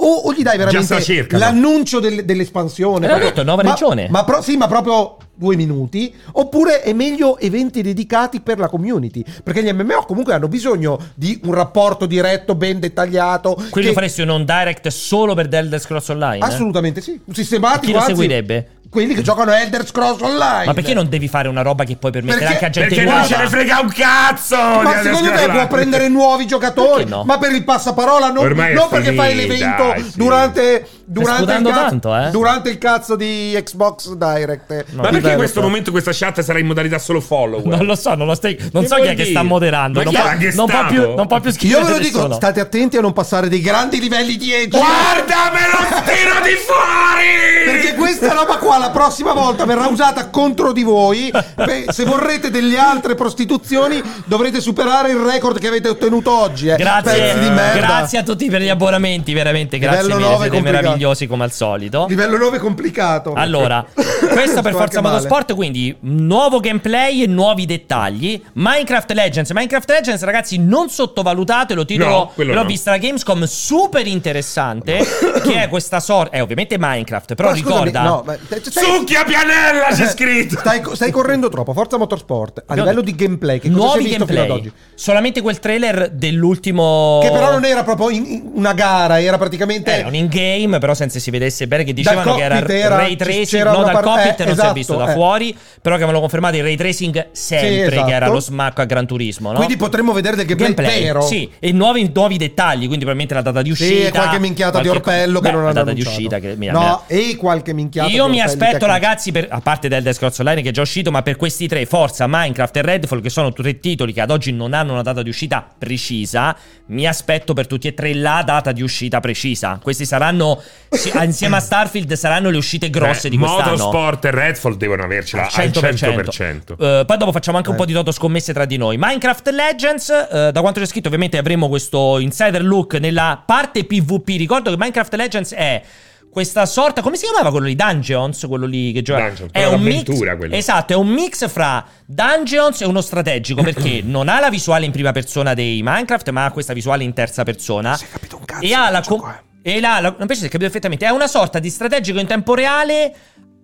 Speaker 3: o, o gli dai
Speaker 2: se la
Speaker 3: veramente
Speaker 2: cercano.
Speaker 3: l'annuncio del- dell'espansione.
Speaker 1: Te l'ho
Speaker 3: proprio-
Speaker 1: detto, nuova
Speaker 3: ma-
Speaker 1: regione.
Speaker 3: Ma, pro- sì, ma proprio due minuti. Oppure è meglio eventi dedicati per la community. Perché gli MMO comunque hanno bisogno di un rapporto diretto, ben dettagliato.
Speaker 1: Quindi
Speaker 3: che-
Speaker 1: lo faresti un on direct solo per The Elder Scrolls Online? eh?
Speaker 3: Assolutamente sì. Sistematico.
Speaker 1: Chi lo
Speaker 3: anzi,
Speaker 1: seguirebbe?
Speaker 3: Quelli che giocano a Elder Scrolls Online.
Speaker 1: Ma perché non devi fare una roba che puoi permettere
Speaker 3: Perché-
Speaker 1: anche a gente
Speaker 2: Perché non ce
Speaker 1: nuova?
Speaker 2: ne frega un cazzo! di
Speaker 3: Ma
Speaker 2: Elder
Speaker 3: secondo te
Speaker 2: Scrolls.
Speaker 3: può prendere nuovi giocatori?
Speaker 1: Perché no?
Speaker 3: Ma per il passaparola non,
Speaker 2: Ormai è
Speaker 3: non perché
Speaker 2: finita,
Speaker 3: fai l'evento
Speaker 2: dai, sì.
Speaker 3: durante, durante, il
Speaker 1: sputando
Speaker 3: cazzo,
Speaker 1: tanto, eh.
Speaker 3: durante il cazzo di Xbox Direct. eh,
Speaker 2: Ma
Speaker 3: di
Speaker 2: perché in questo
Speaker 3: developer.
Speaker 2: momento questa chat sarà in modalità solo follower?
Speaker 1: Non lo so, non, lo stai, non
Speaker 2: Che
Speaker 1: so chi
Speaker 2: vuol
Speaker 1: è che
Speaker 2: dire?
Speaker 1: sta moderando.
Speaker 2: Ma
Speaker 1: Non,
Speaker 2: chi è?
Speaker 1: può-
Speaker 2: La Gestapo?
Speaker 1: non può più, non può più
Speaker 3: Io
Speaker 1: scrivere
Speaker 3: ve lo dico,
Speaker 1: nessuno.
Speaker 3: state attenti a non passare dei grandi livelli 10.
Speaker 2: Guarda, me lo tiro di fuori!
Speaker 3: Perché questa roba qua la prossima volta verrà usata contro di voi. Beh, se vorrete delle altre prostituzioni dovrete superare il record che avete ottenuto oggi. eh. Pezzi di
Speaker 1: Grazie,
Speaker 3: merda.
Speaker 1: grazie a tutti per gli abbonamenti, veramente grazie
Speaker 3: Livello
Speaker 1: mille,
Speaker 3: nove
Speaker 1: siete
Speaker 3: complicato.
Speaker 1: meravigliosi come al solito.
Speaker 3: Livello 9 complicato.
Speaker 1: Allora, questo
Speaker 3: Sto
Speaker 1: per
Speaker 3: anche
Speaker 1: Forza
Speaker 3: male.
Speaker 1: Motorsport, quindi nuovo gameplay e nuovi dettagli. Minecraft Legends, Minecraft Legends ragazzi non sottovalutate, lo titolo
Speaker 2: No, quello
Speaker 1: l'ho
Speaker 2: no.
Speaker 1: vista la Gamescom, super interessante, che è questa sorta, è ovviamente Minecraft, però
Speaker 3: Ma scusami,
Speaker 1: ricorda...
Speaker 3: no, ma te- te- stai-
Speaker 2: Succhia pianella, c'è scritto!
Speaker 3: Eh, Stai, stai correndo troppo. Forza Motorsport, a livello di gameplay, che cosa
Speaker 1: nuovi
Speaker 3: si è visto
Speaker 1: gameplay.
Speaker 3: fino ad oggi?
Speaker 1: Solamente quel trailer dell'ultimo.
Speaker 3: Che però non era proprio in- in una gara, era praticamente.
Speaker 1: Era Eh, un in-game, però senza si vedesse bene, che
Speaker 3: Dal
Speaker 1: dicevano che era,
Speaker 3: cockpit era-
Speaker 1: ray tracing,
Speaker 3: c'era
Speaker 1: no,
Speaker 3: una
Speaker 1: dal
Speaker 3: par-
Speaker 1: cockpit
Speaker 3: eh,
Speaker 1: non si è
Speaker 3: esatto,
Speaker 1: visto da
Speaker 3: eh.
Speaker 1: fuori, però che avevano confermato il ray tracing sempre,
Speaker 3: Sì, esatto.
Speaker 1: che era lo smacco a Gran Turismo, no?
Speaker 3: Quindi potremmo vedere del gameplay, vero.
Speaker 1: Sì, e nuovi, nuovi dettagli, quindi probabilmente la data di
Speaker 3: Sì,
Speaker 1: uscita.
Speaker 3: e qualche minchiata di
Speaker 1: qualche-
Speaker 3: orpello
Speaker 1: Beh,
Speaker 3: che non hanno
Speaker 1: La data
Speaker 3: annunciato.
Speaker 1: di uscita che mi-
Speaker 3: No, e qualche minchiata
Speaker 1: io
Speaker 3: di
Speaker 1: mi
Speaker 3: orpelli
Speaker 1: aspetto,
Speaker 3: tecnici.
Speaker 1: ragazzi, per- a parte del Scrolls Online che è già uscito, ma per questi tre, Forza, Minecraft e Redfall, che sono tre titoli che ad oggi non hanno una data di uscita precisa, mi aspetto per tutti e tre la data di uscita precisa. Questi saranno, sì, insieme a Starfield, saranno le uscite grosse
Speaker 2: Beh,
Speaker 1: di quest'anno.
Speaker 2: Motorsport e Redfall devono avercela Ah, al 100%. Cioè,
Speaker 1: Eh, poi dopo facciamo anche un po' di toto scommesse tra di noi. Minecraft Legends, eh, da quanto c'è scritto, ovviamente avremo questo insider look nella parte PvP. Ricordo che Minecraft Legends è. Questa sorta, come si chiamava quello lì? Dungeons? Quello lì che gioca.
Speaker 2: Dungeons, però l'avventura
Speaker 1: mix.
Speaker 2: quello.
Speaker 1: Esatto, è un mix fra Dungeons e uno strategico. Perché non ha la visuale in prima persona dei Minecraft, ma ha questa visuale in terza persona.
Speaker 3: Si è capito un cazzo
Speaker 1: E ha
Speaker 3: di
Speaker 1: la.
Speaker 3: gioco,
Speaker 1: com-
Speaker 3: eh.
Speaker 1: e la, la- invece si è capito perfettamente. È una sorta di strategico in tempo reale.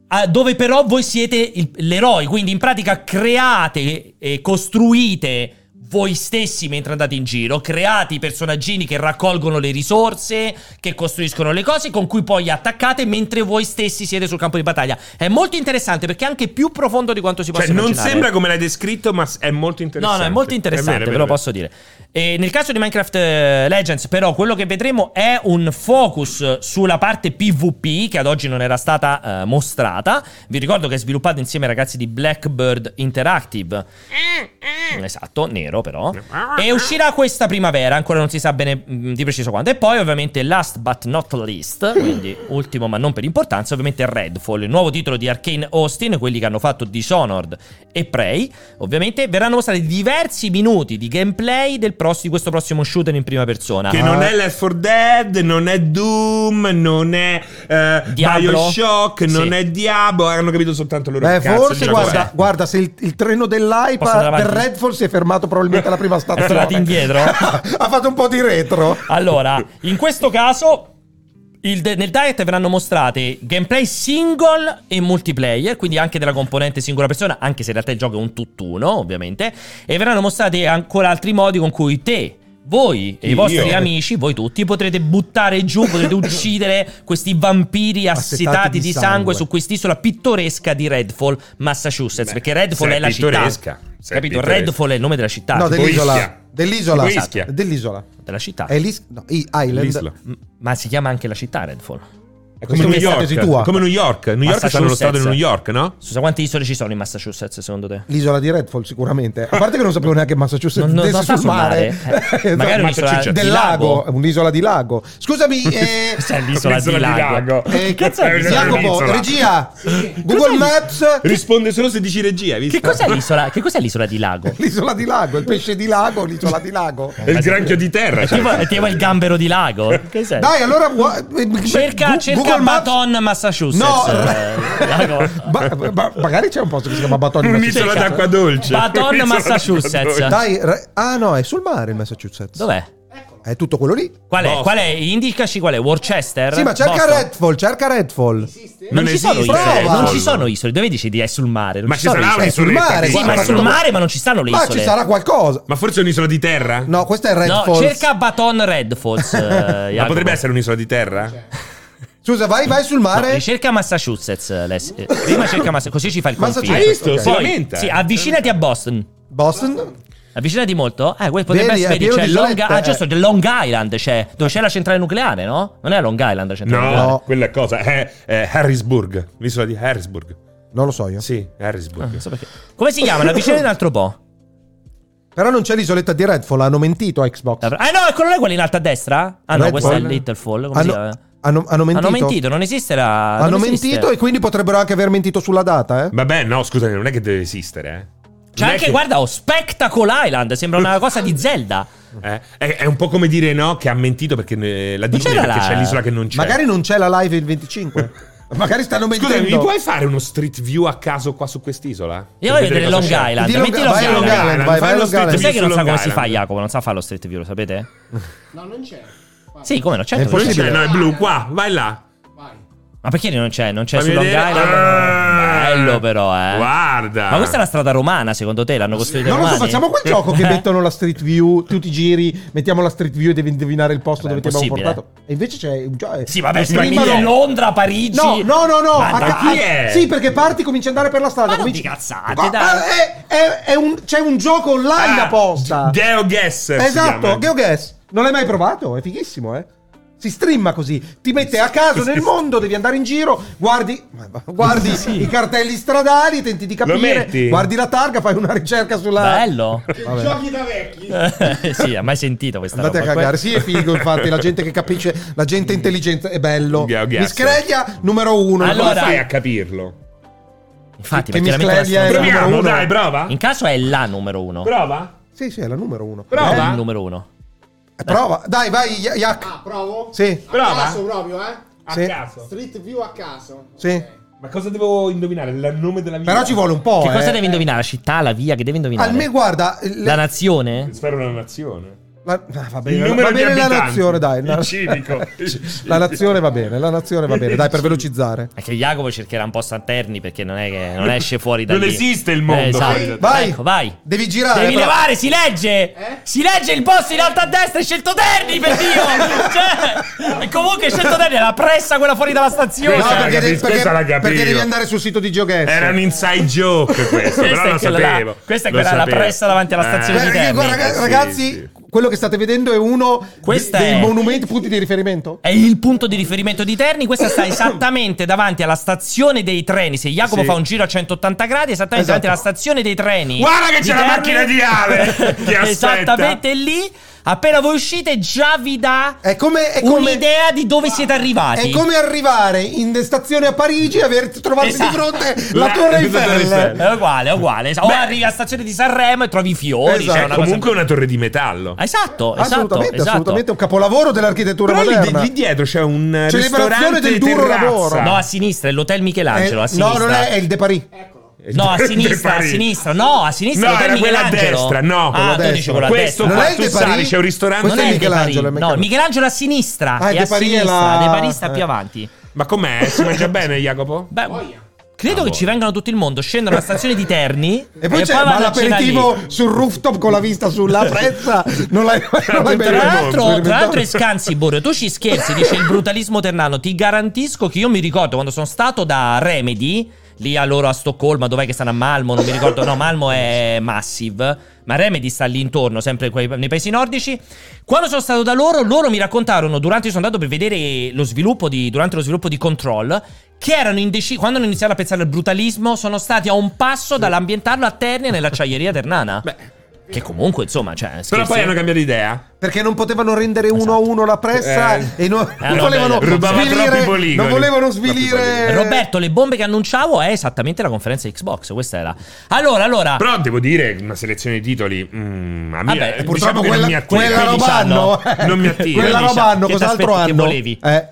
Speaker 1: ah, Dove però voi siete il- l'eroe, quindi in pratica create e costruite voi stessi mentre andate in giro, create i personaggini che raccolgono le risorse, che costruiscono le cose con cui poi attaccate mentre voi stessi siete sul campo di battaglia. È molto interessante perché è anche più profondo di quanto si possa
Speaker 2: Cioè, non
Speaker 1: immaginare.
Speaker 2: sembra come l'hai descritto, ma s- è molto
Speaker 1: No,
Speaker 2: interessante.
Speaker 1: no, è molto interessante,
Speaker 2: vero,
Speaker 1: ve
Speaker 2: vero,
Speaker 1: lo posso dire. E nel caso di Minecraft eh, Legends, però, quello che vedremo è un focus sulla parte PvP che ad oggi non era stata eh, mostrata. Vi ricordo che è sviluppato insieme ai ragazzi di Blackbird Interactive. Esatto, nero però. E uscirà questa primavera, ancora non si sa bene mh, di preciso quando. E poi, ovviamente, last but not least, quindi ultimo ma non per importanza, ovviamente Redfall, il nuovo titolo di Arkane Austin, quelli che hanno fatto Dishonored e Prey. Ovviamente verranno mostrati diversi minuti di gameplay del pross- di questo prossimo shooter in prima persona.
Speaker 2: Che non è Left 4 Dead, non è Doom, non è eh,
Speaker 1: Diablo?
Speaker 2: Bioshock, non
Speaker 1: Sì.
Speaker 2: è Diablo. Eh, Hanno capito soltanto loro
Speaker 3: Beh,
Speaker 2: il cazzo
Speaker 3: forse
Speaker 2: di
Speaker 3: guarda,
Speaker 2: giocare.
Speaker 3: guarda, se il, il treno dell'AIPA
Speaker 1: Posso andare
Speaker 3: del
Speaker 1: avanti?
Speaker 3: Redfall si è fermato probabilmente alla prima stazione.
Speaker 1: tornato indietro?
Speaker 3: ha fatto un po' di retro.
Speaker 1: Allora, in questo caso. il de- nel direct verranno mostrate gameplay single e multiplayer, quindi anche della componente singola persona, anche se in realtà il gioco è un tutt'uno, ovviamente. E verranno mostrati ancora altri modi con cui te, voi e i
Speaker 2: Io.
Speaker 1: vostri amici, voi tutti, potrete buttare giù, potrete uccidere questi vampiri assetati di, sangue. su quest'isola pittoresca di Redfall, Massachusetts.
Speaker 2: Beh,
Speaker 1: perché Redfall
Speaker 2: se
Speaker 1: è
Speaker 2: è
Speaker 1: la città.
Speaker 2: pittoresca, se è
Speaker 1: Capito?
Speaker 2: pittoresca.
Speaker 1: Redfall è il nome della
Speaker 2: Ah,
Speaker 1: città.
Speaker 3: No,
Speaker 1: tipo-
Speaker 2: Ischia.
Speaker 3: dell'isola. Dell'isola. Esatto.
Speaker 2: Tipo Ischia.
Speaker 3: Dell'isola.
Speaker 1: della città.
Speaker 3: È l'is- no, I- Island.
Speaker 2: Ah. L'Isla.
Speaker 1: M- Ma si chiama anche la città Redfall.
Speaker 2: È come
Speaker 3: Questa è
Speaker 2: New
Speaker 3: un'estate
Speaker 2: York.
Speaker 3: di tua.
Speaker 2: è Come New York. New York stanno lo stato di
Speaker 1: Massachusetts.
Speaker 2: New York, no?
Speaker 1: Scusa, quante isole ci sono in Massachusetts secondo te?
Speaker 3: L'isola di Redfall sicuramente. A parte che non sapevo neanche che Massachusetts
Speaker 1: Non- non-
Speaker 3: stesse
Speaker 1: non sta
Speaker 3: sul
Speaker 1: sul
Speaker 3: mare.
Speaker 1: mare. Eh, magari
Speaker 3: Esatto.
Speaker 1: un'isola
Speaker 3: Massachusetts.
Speaker 1: di
Speaker 3: del lago.
Speaker 1: lago.
Speaker 3: un'isola di lago. Scusami, eh,
Speaker 1: Cos'è l'isola,
Speaker 2: L'isola
Speaker 1: di
Speaker 2: di
Speaker 1: Lago?
Speaker 2: Lago.
Speaker 3: eh,
Speaker 1: Che cazzo è l'isola di
Speaker 3: Jacopo,
Speaker 2: Isola?
Speaker 3: regia, Google Maps,
Speaker 2: Risponde solo se dici regia, hai visto?
Speaker 1: Che cos'è l'isola? Che cos'è l'isola di Lago?
Speaker 3: l'isola di lago, il pesce di lago, l'isola di lago.
Speaker 1: Eh.
Speaker 2: È il granchio di terra. cioè.
Speaker 1: È tipo, è tipo il gambero di Lago? Che cos'è?
Speaker 3: Cioè, eh. Dai, allora gua-
Speaker 1: Cerca,
Speaker 3: Gu-
Speaker 1: cerca
Speaker 3: Google Maps-
Speaker 1: Baton, Massachusetts.
Speaker 3: No,
Speaker 1: Eh, Lago.
Speaker 3: Ba- ba- magari c'è un posto che si chiama Baton in Massachusetts.
Speaker 2: Un'isola
Speaker 1: Cerca.
Speaker 2: d'acqua dolce.
Speaker 1: Baton,
Speaker 2: Un'isola
Speaker 1: Massachusetts.
Speaker 2: d'acqua dolce.
Speaker 3: Dai, re- ah no, è sul mare il Massachusetts.
Speaker 1: Dov'è?
Speaker 3: È tutto quello lì.
Speaker 1: Qual è?
Speaker 2: Boston.
Speaker 1: Qual è? Indicaci qual è? Worcester?
Speaker 3: Sì, ma cerca
Speaker 1: Boston?
Speaker 3: Redfall, cerca Redfall.
Speaker 1: Non,
Speaker 2: Non
Speaker 1: ci sono
Speaker 2: esiste.
Speaker 1: isole,
Speaker 3: Prova.
Speaker 1: non ci sono isole. Dove dici di è sul mare? Non
Speaker 2: Ma ci sarà
Speaker 1: isole.
Speaker 3: È sul
Speaker 2: un'isoletta,
Speaker 3: mare,
Speaker 2: sì,
Speaker 1: Sì,
Speaker 3: guarda,
Speaker 1: ma è sul
Speaker 3: guarda.
Speaker 1: mare, ma non ci stanno le
Speaker 3: Ma
Speaker 1: isole.
Speaker 3: Ah, ci sarà qualcosa.
Speaker 2: Ma forse è un'isola di terra? Ma
Speaker 3: No, questo è Red
Speaker 1: No,
Speaker 3: Falls.
Speaker 1: cerca Baton Red Falls. eh, Jacopo.
Speaker 2: potrebbe essere un'isola di terra?
Speaker 1: Cioè,
Speaker 3: Scusa, vai, vai sul
Speaker 1: No,
Speaker 3: mare.
Speaker 1: cerca Massachusetts, Alessi. Eh, Prima cerca Massachusetts, così ci fa il confine.
Speaker 3: Massachusetts,
Speaker 2: Hai visto?
Speaker 3: ok.
Speaker 2: Sì.
Speaker 1: Poi,
Speaker 2: Veramente?
Speaker 1: sì, avvicinati a Boston.
Speaker 3: Boston.
Speaker 1: Avvicinati molto? Eh, quel potrebbe
Speaker 3: Vedi, è
Speaker 1: essere. Vedi,
Speaker 3: pieno
Speaker 1: c'è
Speaker 3: di
Speaker 1: Long,
Speaker 3: isolette,
Speaker 1: ah,
Speaker 3: eh.
Speaker 1: giusto, c'è Long Island, c'è, dove c'è la centrale nucleare, no? Non è Long Island la centrale
Speaker 2: No,
Speaker 1: nucleare.
Speaker 3: No.
Speaker 2: quella cosa è, è Harrisburg, l'isola di Harrisburg.
Speaker 3: Non lo so io.
Speaker 2: Sì,
Speaker 1: Ah,
Speaker 2: Harrisburg.
Speaker 1: non so perché. Come si chiama? L'avvicinati un altro po'.
Speaker 3: Però non c'è l'isoletta di Redfall, hanno mentito a Xbox.
Speaker 1: Ah no, è quello là, quello in alto a destra? Ah no,
Speaker 3: Red
Speaker 1: questo è
Speaker 3: Bull.
Speaker 1: Little Fall. Come si
Speaker 3: Hanno,
Speaker 1: chiama?
Speaker 3: hanno- hanno mentito.
Speaker 1: eh. Hanno mentito, non esiste la...
Speaker 3: Hanno
Speaker 1: non esiste. Certo.
Speaker 3: mentito e quindi potrebbero anche aver mentito sulla data, eh?
Speaker 2: Vabbè, no, scusami, non è che deve esistere, eh.
Speaker 1: C'è
Speaker 2: Non è
Speaker 1: anche,
Speaker 2: che-
Speaker 1: guarda, oh, Spectacle Island, sembra una cosa di Zelda.
Speaker 2: eh, è, è un po' come dire no che ha mentito perché eh, la Disney
Speaker 1: c'era
Speaker 2: perché
Speaker 1: la-
Speaker 2: c'è l'isola che non c'è.
Speaker 3: Magari non c'è la live il 25. Magari stanno mentendo.
Speaker 2: Scusami, mi puoi fare uno street view a caso qua su quest'isola?
Speaker 1: Io
Speaker 2: Per
Speaker 1: voglio vedere Long
Speaker 2: cosa c'è?
Speaker 1: Island.
Speaker 3: Di Long-
Speaker 1: Metti Long
Speaker 3: vai a Long
Speaker 1: Island.
Speaker 3: Island,
Speaker 2: Fai
Speaker 3: vai, vai a
Speaker 2: lo
Speaker 3: Long
Speaker 2: street
Speaker 3: Island.
Speaker 1: Sai che non
Speaker 2: su
Speaker 1: sa
Speaker 2: Long
Speaker 1: come si fa
Speaker 2: Island.
Speaker 1: Jacopo, non sa fare lo street view, lo sapete?
Speaker 4: No, non c'è. Guarda.
Speaker 1: Sì, come no, certo
Speaker 3: È
Speaker 1: che
Speaker 2: Non
Speaker 1: c'è.
Speaker 2: c'è, no, è blu qua, vai là.
Speaker 4: Vai.
Speaker 1: Ma perché non c'è? Non c'è
Speaker 2: Fammi
Speaker 1: su Long
Speaker 2: vedere.
Speaker 1: Island?
Speaker 2: Ah.
Speaker 1: Bello però, eh.
Speaker 2: Guarda.
Speaker 1: Ma questa è la strada romana, secondo te? L'hanno costruita i
Speaker 3: Non lo so,
Speaker 1: romani?
Speaker 3: facciamo quel gioco che
Speaker 1: Eh?
Speaker 3: mettono la street view, tu ti giri, mettiamo la street view e devi indovinare il posto
Speaker 1: Vabbè,
Speaker 3: dove ti abbiamo
Speaker 1: impossibile.
Speaker 3: portato. E invece c'è un gioco.
Speaker 1: Sì, vabbè,
Speaker 2: Ma
Speaker 1: quindi
Speaker 2: chi
Speaker 1: è
Speaker 2: è?
Speaker 1: Londra, Parigi...
Speaker 3: No, no, no, no.
Speaker 1: Ma
Speaker 3: a
Speaker 1: da
Speaker 3: ca-
Speaker 2: chi
Speaker 3: a-
Speaker 2: è?
Speaker 3: Sì, perché parti, cominci ad andare per la strada.
Speaker 1: Ma non
Speaker 3: cominci...
Speaker 1: di cazzate,
Speaker 3: Ah,
Speaker 1: dai.
Speaker 3: è- è- è un- c'è un gioco online
Speaker 2: Ah,
Speaker 3: apposta.
Speaker 2: GeoGuess. si
Speaker 3: Esatto,
Speaker 2: chiama.
Speaker 3: GeoGuess. Non l'hai mai provato? È fighissimo, eh. Si streama così, ti mette a caso nel mondo, devi andare in giro, guardi, guardi i cartelli stradali, tenti di capire,
Speaker 2: metti?
Speaker 3: guardi la targa, fai una ricerca sulla...
Speaker 1: Bello.
Speaker 4: Che giochi da vecchi.
Speaker 1: Eh, sì, ha mai sentito questa
Speaker 3: Andate a
Speaker 1: roba?
Speaker 3: cagare, sì è figo infatti, la gente che capisce, la gente
Speaker 2: Mm.
Speaker 3: intelligente è bello.
Speaker 2: GeoGuess.
Speaker 3: Miscreglia numero uno.
Speaker 1: Allora,
Speaker 2: Come fai a capirlo?
Speaker 1: Infatti,
Speaker 3: Che
Speaker 1: perché la metto la
Speaker 3: miscleglia è-
Speaker 1: sinistra.
Speaker 3: Esatto, numero
Speaker 2: Proviamo,
Speaker 3: uno.
Speaker 2: dai, prova.
Speaker 1: In caso è la numero uno.
Speaker 2: Prova.
Speaker 3: Sì, sì, è la numero uno.
Speaker 2: Bravo.
Speaker 1: Non
Speaker 2: Prova.
Speaker 1: il numero uno.
Speaker 3: Eh, Prova, dai, vai, Ya- Yak.
Speaker 4: Ah, provo?
Speaker 3: Sì.
Speaker 4: A
Speaker 2: Prova.
Speaker 4: caso proprio, eh?
Speaker 2: A
Speaker 3: Sì.
Speaker 2: caso.
Speaker 4: Street view a caso.
Speaker 3: Sì.
Speaker 4: Ok.
Speaker 2: Ma cosa devo indovinare? Il nome della mia.
Speaker 3: Però ci vuole un po'.
Speaker 1: che cosa
Speaker 3: eh.
Speaker 1: devi indovinare? La città, la via, che devi indovinare?
Speaker 3: Almeno guarda, le-
Speaker 1: La nazione?
Speaker 2: Spero una nazione.
Speaker 3: la- ah, va
Speaker 2: Il
Speaker 3: bene,
Speaker 2: numero di
Speaker 3: va bene la
Speaker 2: abitanti.
Speaker 3: nazione, dai.
Speaker 2: Il
Speaker 3: la-
Speaker 2: civico.
Speaker 3: La nazione va bene, la nazione va bene, dai, per velocizzare.
Speaker 1: È che Jacopo cercherà un po' Santerni perché non è che non esce fuori da
Speaker 2: Non
Speaker 1: lì. Eh,
Speaker 2: esiste il mondo fuori da-
Speaker 3: Vai.
Speaker 1: Ecco, vai.
Speaker 3: Devi girare.
Speaker 1: Devi
Speaker 3: Ah, però.
Speaker 1: levare, si legge!
Speaker 4: Eh?
Speaker 1: Si legge il boss in alto a destra, hai scelto Terni per Dio! cioè, e comunque hai scelto Terni, è la pressa quella fuori dalla stazione!
Speaker 3: No,
Speaker 2: Questa cioè, la
Speaker 3: perché,
Speaker 2: capisco,
Speaker 3: perché-
Speaker 2: questa la
Speaker 3: perché
Speaker 2: capivo.
Speaker 3: devi andare sul sito di GeoGuess. Eh,
Speaker 2: Era un inside joke questo, però
Speaker 1: è
Speaker 2: lo
Speaker 1: quella là-
Speaker 2: sapevo.
Speaker 1: questa è
Speaker 2: Lo
Speaker 1: quella alla
Speaker 2: sapevo. Eh,
Speaker 1: pressa davanti alla stazione
Speaker 3: Guarda-
Speaker 1: di Terni.
Speaker 3: Eh, guarda, raga-
Speaker 2: sì,
Speaker 3: ragazzi,
Speaker 2: sì.
Speaker 3: quello che state vedendo è uno
Speaker 1: Questa
Speaker 3: dei
Speaker 1: è-
Speaker 3: monumenti, punti di riferimento.
Speaker 1: È il punto di riferimento di Terni. Questa sta esattamente davanti alla stazione dei treni. Se Jacopo
Speaker 2: Sì.
Speaker 1: fa un giro a 180 gradi, esattamente davanti
Speaker 3: Esatto.
Speaker 1: alla stazione dei treni.
Speaker 2: Guarda che
Speaker 1: di
Speaker 2: c'è la macchina di Ale che aspetta.
Speaker 1: esattamente lì. Appena voi uscite, già vi dà
Speaker 3: È come, è come-
Speaker 1: un'idea di dove siete arrivati.
Speaker 3: è come arrivare in destazione a Parigi e aver trovato
Speaker 1: Esatto.
Speaker 3: di fronte la,
Speaker 2: La-
Speaker 3: Torre
Speaker 2: la Torre
Speaker 3: Eiffel.
Speaker 2: Eiffel.
Speaker 1: È uguale, è uguale. O arrivi alla stazione di Sanremo e trovi i fiori.
Speaker 3: Esatto.
Speaker 1: cioè
Speaker 2: È
Speaker 1: una cosa-
Speaker 2: comunque una torre di metallo.
Speaker 1: Esatto, esatto,
Speaker 3: Assolutamente,
Speaker 1: esatto.
Speaker 3: assolutamente, è un capolavoro dell'architettura
Speaker 2: Però lì,
Speaker 3: moderna.
Speaker 2: lì dietro c'è un
Speaker 3: Celebrazione
Speaker 2: ristorante
Speaker 3: del duro
Speaker 2: terrazza.
Speaker 3: lavoro.
Speaker 1: No, a sinistra, è l'hotel
Speaker 3: Eh,
Speaker 1: Michelangelo. a
Speaker 3: no,
Speaker 1: sinistra.
Speaker 3: non è, è il De Paris.
Speaker 4: Eccolo.
Speaker 1: No, a
Speaker 2: De
Speaker 1: sinistra, a
Speaker 2: Parigi.
Speaker 1: sinistra, no, a sinistra.
Speaker 2: No,
Speaker 1: l'hotel
Speaker 2: era quella a
Speaker 1: Michelangelo.
Speaker 2: destra, no, quella
Speaker 1: Ah,
Speaker 2: a
Speaker 1: tu
Speaker 3: destra.
Speaker 1: dici quella a
Speaker 2: Questo
Speaker 1: destra.
Speaker 3: Non
Speaker 2: qua,
Speaker 3: è il
Speaker 2: tu
Speaker 3: De Paris?
Speaker 2: sali, c'è un ristorante.
Speaker 1: Non è il De Paris,
Speaker 3: Michelangelo, è
Speaker 1: no, il Michelangelo è a sinistra
Speaker 3: Ah, il
Speaker 1: e
Speaker 3: De
Speaker 1: a
Speaker 3: Paris è
Speaker 1: sinistra,
Speaker 3: la-
Speaker 1: De Paris sta
Speaker 3: eh.
Speaker 1: più avanti.
Speaker 2: Ma com'è? Si mangia bene, Jacopo?
Speaker 1: Beh,
Speaker 4: Voglia.
Speaker 1: credo che ci vengano tutto il mondo, scendono alla stazione di Terni
Speaker 3: Ah, boh. E poi c'è
Speaker 1: vanno a cena lì.
Speaker 3: l'aperitivo sul rooftop con la vista sulla prezza. Non l'hai mai non l'hai mai
Speaker 1: Tra l'altro,
Speaker 3: sperimentato.
Speaker 1: tra l'altro è Scansibor, tu ci scherzi, dice il brutalismo ternano. Ti garantisco che io mi ricordo quando sono stato da Remedy. lì a loro a Stoccolma, dov'è che stanno a Malmo, non mi ricordo, no, Malmo è Massive, ma Remedy sta lì intorno, sempre quei- nei paesi nordici. Quando sono stato da loro, loro mi raccontarono, durante, io sono andato per vedere lo sviluppo di, durante lo sviluppo di Control, che erano indecisi, quando hanno iniziato a pensare al brutalismo, sono stati a un passo dall'ambientarlo a Ternia nell'acciaieria ternana. Che comunque, insomma, cioè,
Speaker 2: Però
Speaker 1: scherzi.
Speaker 2: poi hanno cambiato idea.
Speaker 3: Perché non potevano rendere uno a uno la pressa
Speaker 2: Eh.
Speaker 3: e non, non
Speaker 1: no,
Speaker 3: volevano
Speaker 1: beh, rubava
Speaker 2: troppi
Speaker 3: svilire.
Speaker 2: poligoni.
Speaker 3: Non volevano
Speaker 2: Troppi
Speaker 3: svilire.
Speaker 1: Roberto, le bombe che annunciavo è esattamente la conferenza Xbox, questa era. Allora, allora,
Speaker 2: Però devo dire, una selezione di titoli. mm, a me,
Speaker 1: Vabbè,
Speaker 2: diciamo
Speaker 3: Purtroppo
Speaker 2: che non mi
Speaker 3: quella,
Speaker 2: attira. diciamo,
Speaker 3: quella
Speaker 1: Quindi
Speaker 3: roba
Speaker 1: sanno.
Speaker 3: hanno. eh.
Speaker 2: Non mi attira.
Speaker 1: Quindi
Speaker 3: Quella roba
Speaker 1: sanno.
Speaker 3: hanno.
Speaker 1: Che
Speaker 3: Cos'altro
Speaker 1: t'aspetti, che
Speaker 3: hanno?
Speaker 1: volevi?
Speaker 3: Eh.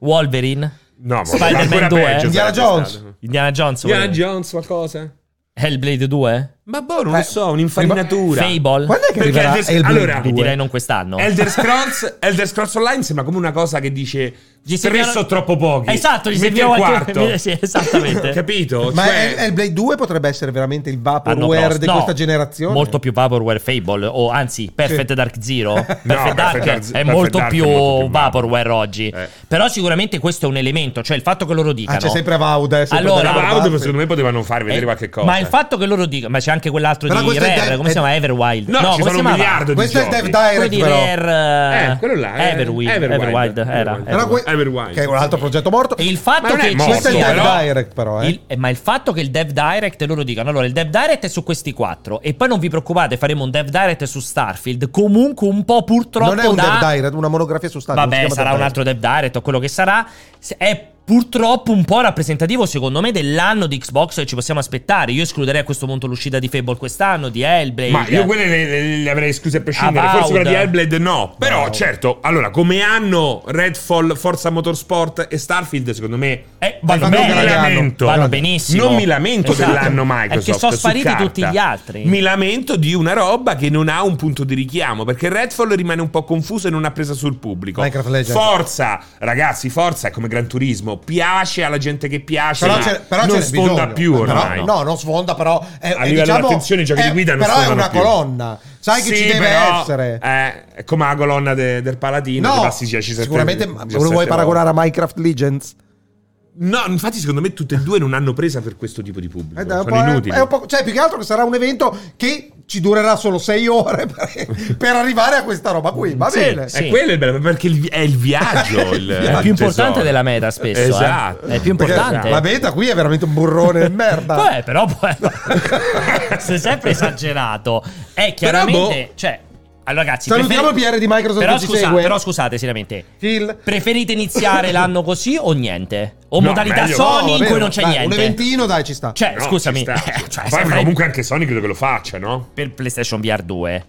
Speaker 1: Wolverine,
Speaker 2: diciamo, No, ma
Speaker 1: Spider-Man
Speaker 2: ancora
Speaker 1: 2,
Speaker 2: peggio
Speaker 1: eh?
Speaker 3: Indiana
Speaker 2: sarebbe
Speaker 3: Jones.
Speaker 2: stato.
Speaker 1: Indiana Jones,
Speaker 2: Indiana
Speaker 1: volevi?
Speaker 2: Jones qualcosa?
Speaker 1: Hellblade 2,
Speaker 2: Ma boh, non
Speaker 3: Eh,
Speaker 2: lo so, un'infarinatura.
Speaker 1: Fable.
Speaker 3: Quando è che
Speaker 2: Perché
Speaker 3: arriverà
Speaker 2: adesso-
Speaker 3: Hellblade
Speaker 2: allora,
Speaker 1: Vi
Speaker 3: 2?
Speaker 1: direi non quest'anno.
Speaker 2: Elder Scrolls, Elder Scrolls Online sembra come una cosa che dice
Speaker 1: Gli
Speaker 2: tre
Speaker 1: servivano-
Speaker 2: sono troppo pochi.
Speaker 1: Esatto, gli
Speaker 2: Metti il
Speaker 1: serviva qualche-
Speaker 2: quarto.
Speaker 1: Sì, esattamente.
Speaker 2: Capito?
Speaker 3: Ma
Speaker 2: Cioè-
Speaker 3: è- Hellblade 2 potrebbe essere veramente il
Speaker 1: L'anno
Speaker 3: vaporware di
Speaker 1: prossimo.
Speaker 3: questa
Speaker 1: Ah, No,
Speaker 3: generazione.
Speaker 1: Molto più Vaporware Fable, o anzi, Perfect
Speaker 3: Sì.
Speaker 1: Dark Zero. Perfect
Speaker 2: Perfect Dark-
Speaker 1: Dark è
Speaker 2: Perfect
Speaker 1: molto
Speaker 2: Dark è
Speaker 1: più
Speaker 2: molto più
Speaker 1: Vaporware
Speaker 2: Vaporware.
Speaker 1: oggi.
Speaker 2: Eh.
Speaker 1: Però sicuramente questo è un elemento, cioè il fatto che loro
Speaker 3: Ah,
Speaker 1: dicano.
Speaker 3: c'è sempre Avauda. eh, sempre
Speaker 1: Allora,
Speaker 3: della
Speaker 2: Bravo,
Speaker 1: Bravo,
Speaker 3: parte.
Speaker 2: Audio, secondo me potevano far vedere
Speaker 1: eh,
Speaker 2: qualche cosa.
Speaker 1: Ma il fatto che loro dicano, ma c'è anche quell'altro
Speaker 3: Però
Speaker 1: di
Speaker 3: questo è
Speaker 1: Rare,
Speaker 3: Dev-
Speaker 1: come si
Speaker 3: è-
Speaker 1: chiama? Everwild.
Speaker 2: No, ci sono
Speaker 1: come si
Speaker 2: un
Speaker 1: chiamava?
Speaker 2: miliardo di
Speaker 3: Questo è
Speaker 2: giochi.
Speaker 3: Dev
Speaker 1: Quello
Speaker 3: Direct
Speaker 1: di
Speaker 3: però.
Speaker 1: Rare.
Speaker 2: Eh, quello là. eh,
Speaker 1: Everwild.
Speaker 2: Everwild.
Speaker 1: Everwild, era.
Speaker 2: Everwild.
Speaker 3: Però que-
Speaker 2: Everwild.
Speaker 3: Che è un altro progetto morto.
Speaker 1: E il fatto
Speaker 2: Ma non
Speaker 1: che
Speaker 2: è
Speaker 1: ci
Speaker 2: morto,
Speaker 1: sia-
Speaker 3: Questo è il Dev
Speaker 2: però-
Speaker 3: Direct però, eh.
Speaker 1: Il- eh, ma il fatto che il dev direct loro dicano allora il dev direct è su questi quattro e poi non vi preoccupate faremo un dev direct su Starfield comunque un po' purtroppo
Speaker 3: non è un
Speaker 1: da
Speaker 3: Dev Direct, una monografia su Stadio.
Speaker 1: vabbè sarà un altro dev direct o quello che sarà Se- è purtroppo un po' rappresentativo secondo me dell'anno di Xbox che ci possiamo aspettare io escluderei a questo punto l'uscita di Fable quest'anno di Hellblade
Speaker 2: Ma io quelle le, le- le avrei escluse a prescindere.
Speaker 1: Avowed.
Speaker 2: Forse quella di Hellblade no. Però,
Speaker 1: Bravo.
Speaker 2: certo, allora, come hanno Redfall, Forza Motorsport e Starfield, secondo me.
Speaker 1: Eh, vanno,
Speaker 3: Dai, fanno
Speaker 2: non
Speaker 1: bene,
Speaker 2: mi
Speaker 3: grande anno.
Speaker 2: lamento.
Speaker 1: vanno benissimo
Speaker 2: Non mi lamento
Speaker 1: Esatto.
Speaker 2: dell'anno Microsoft.
Speaker 1: è che sono
Speaker 2: su
Speaker 1: spariti
Speaker 2: carta.
Speaker 1: tutti gli altri
Speaker 2: Mi lamento di una roba che non ha un punto di richiamo. Perché Redfall rimane un po' confuso e non ha presa sul pubblico.
Speaker 3: Minecraft Legends.
Speaker 2: Forza, ragazzi, forza è come Gran Turismo. Piace alla gente che piace.
Speaker 3: Però,
Speaker 2: ma
Speaker 3: c'è, però
Speaker 2: non
Speaker 3: ce n'è
Speaker 2: sfonda
Speaker 3: bisogno.
Speaker 2: più
Speaker 3: Però-
Speaker 2: ormai.
Speaker 3: no, non sfonda, però. È,
Speaker 2: A
Speaker 3: è,
Speaker 2: livello
Speaker 3: diciamo,
Speaker 2: attenzione, i giochi di
Speaker 3: è-
Speaker 2: guida non
Speaker 3: Però è
Speaker 2: sfondano
Speaker 3: una
Speaker 2: più.
Speaker 3: colonna. Sai che
Speaker 2: Sì,
Speaker 3: ci deve
Speaker 2: però,
Speaker 3: essere.
Speaker 2: eh, è come la colonna de- del Paladino. che
Speaker 3: no,
Speaker 2: passi 10, 17,
Speaker 3: sicuramente ma
Speaker 2: 17
Speaker 3: lo vuoi
Speaker 2: volte.
Speaker 3: paragonare a Minecraft Legends?
Speaker 2: No, infatti, secondo me tutte e due non hanno presa per questo tipo di pubblico.
Speaker 3: Eh, dai,
Speaker 2: sono
Speaker 3: un po' è-
Speaker 2: inutili.
Speaker 3: è un po'- cioè, più che altro che sarà un evento che ci durerà solo sei ore per, per arrivare a questa roba qui. Va
Speaker 1: Sì,
Speaker 3: bene.
Speaker 1: sì.
Speaker 2: È quello il bello, perché il vi- è il viaggio. il,
Speaker 1: è
Speaker 2: il
Speaker 1: più importante
Speaker 2: tesoro.
Speaker 1: della meta spesso eh.
Speaker 2: Esatto.
Speaker 1: è più
Speaker 3: Perché
Speaker 1: importante
Speaker 3: La beta qui è veramente un burrone di merda.
Speaker 1: Vabbè, però poi se è sempre esagerato. È chiaramente,
Speaker 2: Però, boh.
Speaker 1: cioè allora ragazzi,
Speaker 3: Salutiamo
Speaker 1: preferi-
Speaker 3: il PR di Microsoft
Speaker 1: Però,
Speaker 3: che ci
Speaker 1: scusa-
Speaker 3: segue.
Speaker 1: però scusate, seriamente.
Speaker 3: Phil.
Speaker 1: Preferite iniziare l'anno così o niente? O
Speaker 2: No,
Speaker 1: modalità
Speaker 2: meglio-
Speaker 1: Sony
Speaker 3: No,
Speaker 1: in
Speaker 3: vabbè,
Speaker 1: cui non c'è
Speaker 3: dai,
Speaker 1: niente?
Speaker 3: Un eventino, dai, ci sta.
Speaker 1: Cioè,
Speaker 2: Eh, No, ci
Speaker 1: scusami,
Speaker 2: sta.
Speaker 1: cioè,
Speaker 2: Poi,
Speaker 1: sarebbe
Speaker 2: comunque anche Sony credo che lo faccia, no?
Speaker 1: per PlayStation VR 2.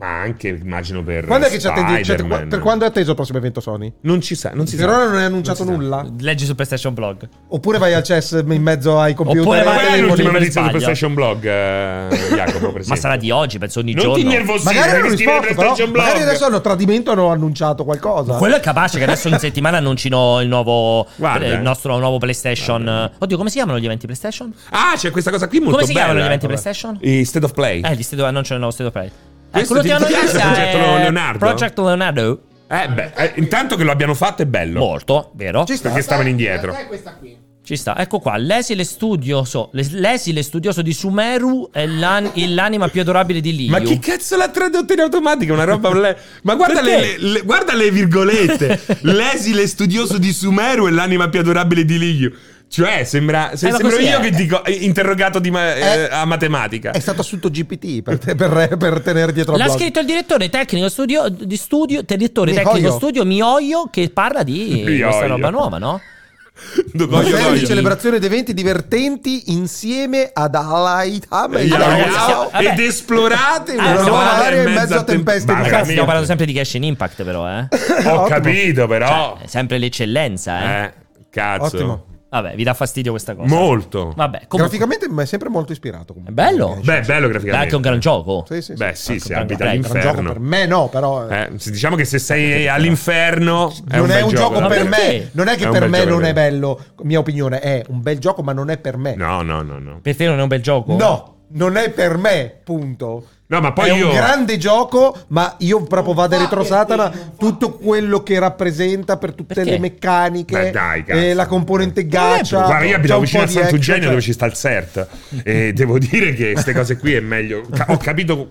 Speaker 2: Ma anche immagino per.
Speaker 3: Quando è che ci attendi? cioè,
Speaker 2: Spider-Man.
Speaker 3: per quando è atteso il prossimo evento Sony?
Speaker 2: Non ci sa, non si
Speaker 3: Per
Speaker 2: sa.
Speaker 3: ora non hai annunciato
Speaker 2: Non si sa.
Speaker 3: nulla.
Speaker 1: Leggi su PlayStation Blog.
Speaker 3: Oppure vai al CES in mezzo ai computer.
Speaker 1: Oppure vai-
Speaker 3: ai
Speaker 2: Qual è
Speaker 3: telefoni.
Speaker 2: l'ultima
Speaker 1: mi
Speaker 2: notizia su
Speaker 1: sbaglio.
Speaker 2: PlayStation Blog, eh, Jacopo? per
Speaker 1: Ma
Speaker 2: esempio?
Speaker 1: sarà di oggi, penso ogni
Speaker 2: Non ti
Speaker 1: giorno.
Speaker 2: innervosire,
Speaker 3: Magari hanno
Speaker 2: perché scrivere
Speaker 3: risposto, però.
Speaker 2: PlayStation Blog.
Speaker 3: Magari adesso hanno tradimento e hanno annunciato qualcosa.
Speaker 1: Quello è capace che adesso in settimana annuncino il nuovo
Speaker 2: Guarda,
Speaker 1: eh, il
Speaker 2: eh.
Speaker 1: nostro nuovo PlayStation. Oddio, come si chiamano gli eventi PlayStation?
Speaker 2: Ah, c'è questa cosa qui molto
Speaker 1: Come si
Speaker 2: bella.
Speaker 1: chiamano gli eventi
Speaker 2: Vabbè.
Speaker 1: PlayStation?
Speaker 2: I State of Play.
Speaker 1: Eh, gli state annunciano il nuovo State of Play.
Speaker 2: Questo
Speaker 1: Ecco, l'ultima
Speaker 2: ti- ti piace
Speaker 1: notizia
Speaker 2: Project
Speaker 1: è
Speaker 2: Leonardo?
Speaker 1: Project Leonardo.
Speaker 2: Eh, beh, eh, intanto che lo abbiano fatto è bello.
Speaker 1: Molto, vero?
Speaker 3: Ci sta.
Speaker 2: Perché stavano indietro.
Speaker 4: Questa è questa qui.
Speaker 1: Ci sta. Ecco qua, l'esile studioso, les- l'esile studioso di Sumeru è l'an- il- l'anima più adorabile di Liu.
Speaker 2: Ma chi cazzo l'ha tradotto in automatica? Una roba. le- Ma guarda
Speaker 1: Perché?
Speaker 2: le, le- guarda le virgolette. L'esile studioso di Sumeru e l'anima più adorabile di Liu. Cioè, sembra. se-
Speaker 1: Eh, ma
Speaker 2: sembro
Speaker 1: così
Speaker 2: io
Speaker 1: è.
Speaker 2: che dico eh, interrogato di ma- eh,
Speaker 3: Eh.
Speaker 2: a matematica.
Speaker 3: È stato assunto GPT per, te- per- per tenere dietro al
Speaker 1: L'ha
Speaker 3: blog.
Speaker 1: scritto il direttore tecnico studio, di studio, direttore
Speaker 3: Mihoyo.
Speaker 1: tecnico studio Mioio che parla di
Speaker 2: Mihoyo.
Speaker 1: questa roba nuova, no?
Speaker 3: Voglio
Speaker 1: Voglio-
Speaker 3: di celebrazione di eventi divertenti insieme ad Alaitam e
Speaker 2: Io-
Speaker 1: Vabbè,
Speaker 3: Yao
Speaker 1: ragazzi,
Speaker 2: Yao,
Speaker 1: siamo- vabbè.
Speaker 2: ed esplorate
Speaker 1: Ah,
Speaker 2: una
Speaker 1: siamo
Speaker 2: nuova
Speaker 1: alla
Speaker 2: area
Speaker 3: in mezzo a
Speaker 2: temp-
Speaker 3: tempeste di
Speaker 2: Ma
Speaker 3: cazzo.
Speaker 1: Ragazzi, stiamo
Speaker 2: veramente.
Speaker 1: parlando sempre di Cash in Impact, però, eh.
Speaker 2: Ho
Speaker 3: Ottimo.
Speaker 2: capito, però.
Speaker 1: Cioè, sempre l'eccellenza, eh.
Speaker 2: Eh, cazzo.
Speaker 3: Ottimo.
Speaker 1: Vabbè, vi dà fastidio questa cosa.
Speaker 2: Molto.
Speaker 1: Vabbè, comunque.
Speaker 3: Graficamente mi è sempre molto ispirato. comunque.
Speaker 1: È bello.
Speaker 2: Beh, bello graficamente.
Speaker 1: È anche un gran gioco.
Speaker 3: Sì, sì, sì.
Speaker 2: Beh, sì, se
Speaker 1: gran-
Speaker 2: abita
Speaker 1: gran
Speaker 3: Gran gioco per
Speaker 2: all'inferno.
Speaker 3: me no, però... eh.
Speaker 2: Eh, se- diciamo che se sei all'inferno è
Speaker 3: non
Speaker 2: un
Speaker 3: è
Speaker 2: bel
Speaker 3: un gioco,
Speaker 1: Ma
Speaker 3: per
Speaker 1: perché?
Speaker 3: me. Non è che
Speaker 2: È un
Speaker 3: per
Speaker 2: bel
Speaker 3: me
Speaker 2: gioco
Speaker 3: non
Speaker 2: per
Speaker 3: è
Speaker 2: me.
Speaker 3: bello. Mia opinione è un bel gioco, ma non è per me.
Speaker 2: No, no, no, no.
Speaker 1: Per te non è un bel gioco?
Speaker 3: No, non è per me, punto.
Speaker 2: No, ma poi
Speaker 3: è
Speaker 2: io.
Speaker 3: un grande gioco, ma io proprio vado
Speaker 4: fa
Speaker 3: retro
Speaker 4: per te,
Speaker 3: Satana
Speaker 4: non fa
Speaker 3: tutto quello che rappresenta per tutte
Speaker 1: Perché?
Speaker 3: le meccaniche,
Speaker 2: Beh, dai, cazzo.
Speaker 3: eh, la componente gacha.
Speaker 2: Guarda, io abito
Speaker 3: c'è
Speaker 2: vicino
Speaker 3: un
Speaker 2: a
Speaker 3: po' di cioè,
Speaker 2: Sant'Eugenio
Speaker 3: action,
Speaker 2: dove ci sta il CERT e devo dire che queste cose qui è meglio. Ca- ho capito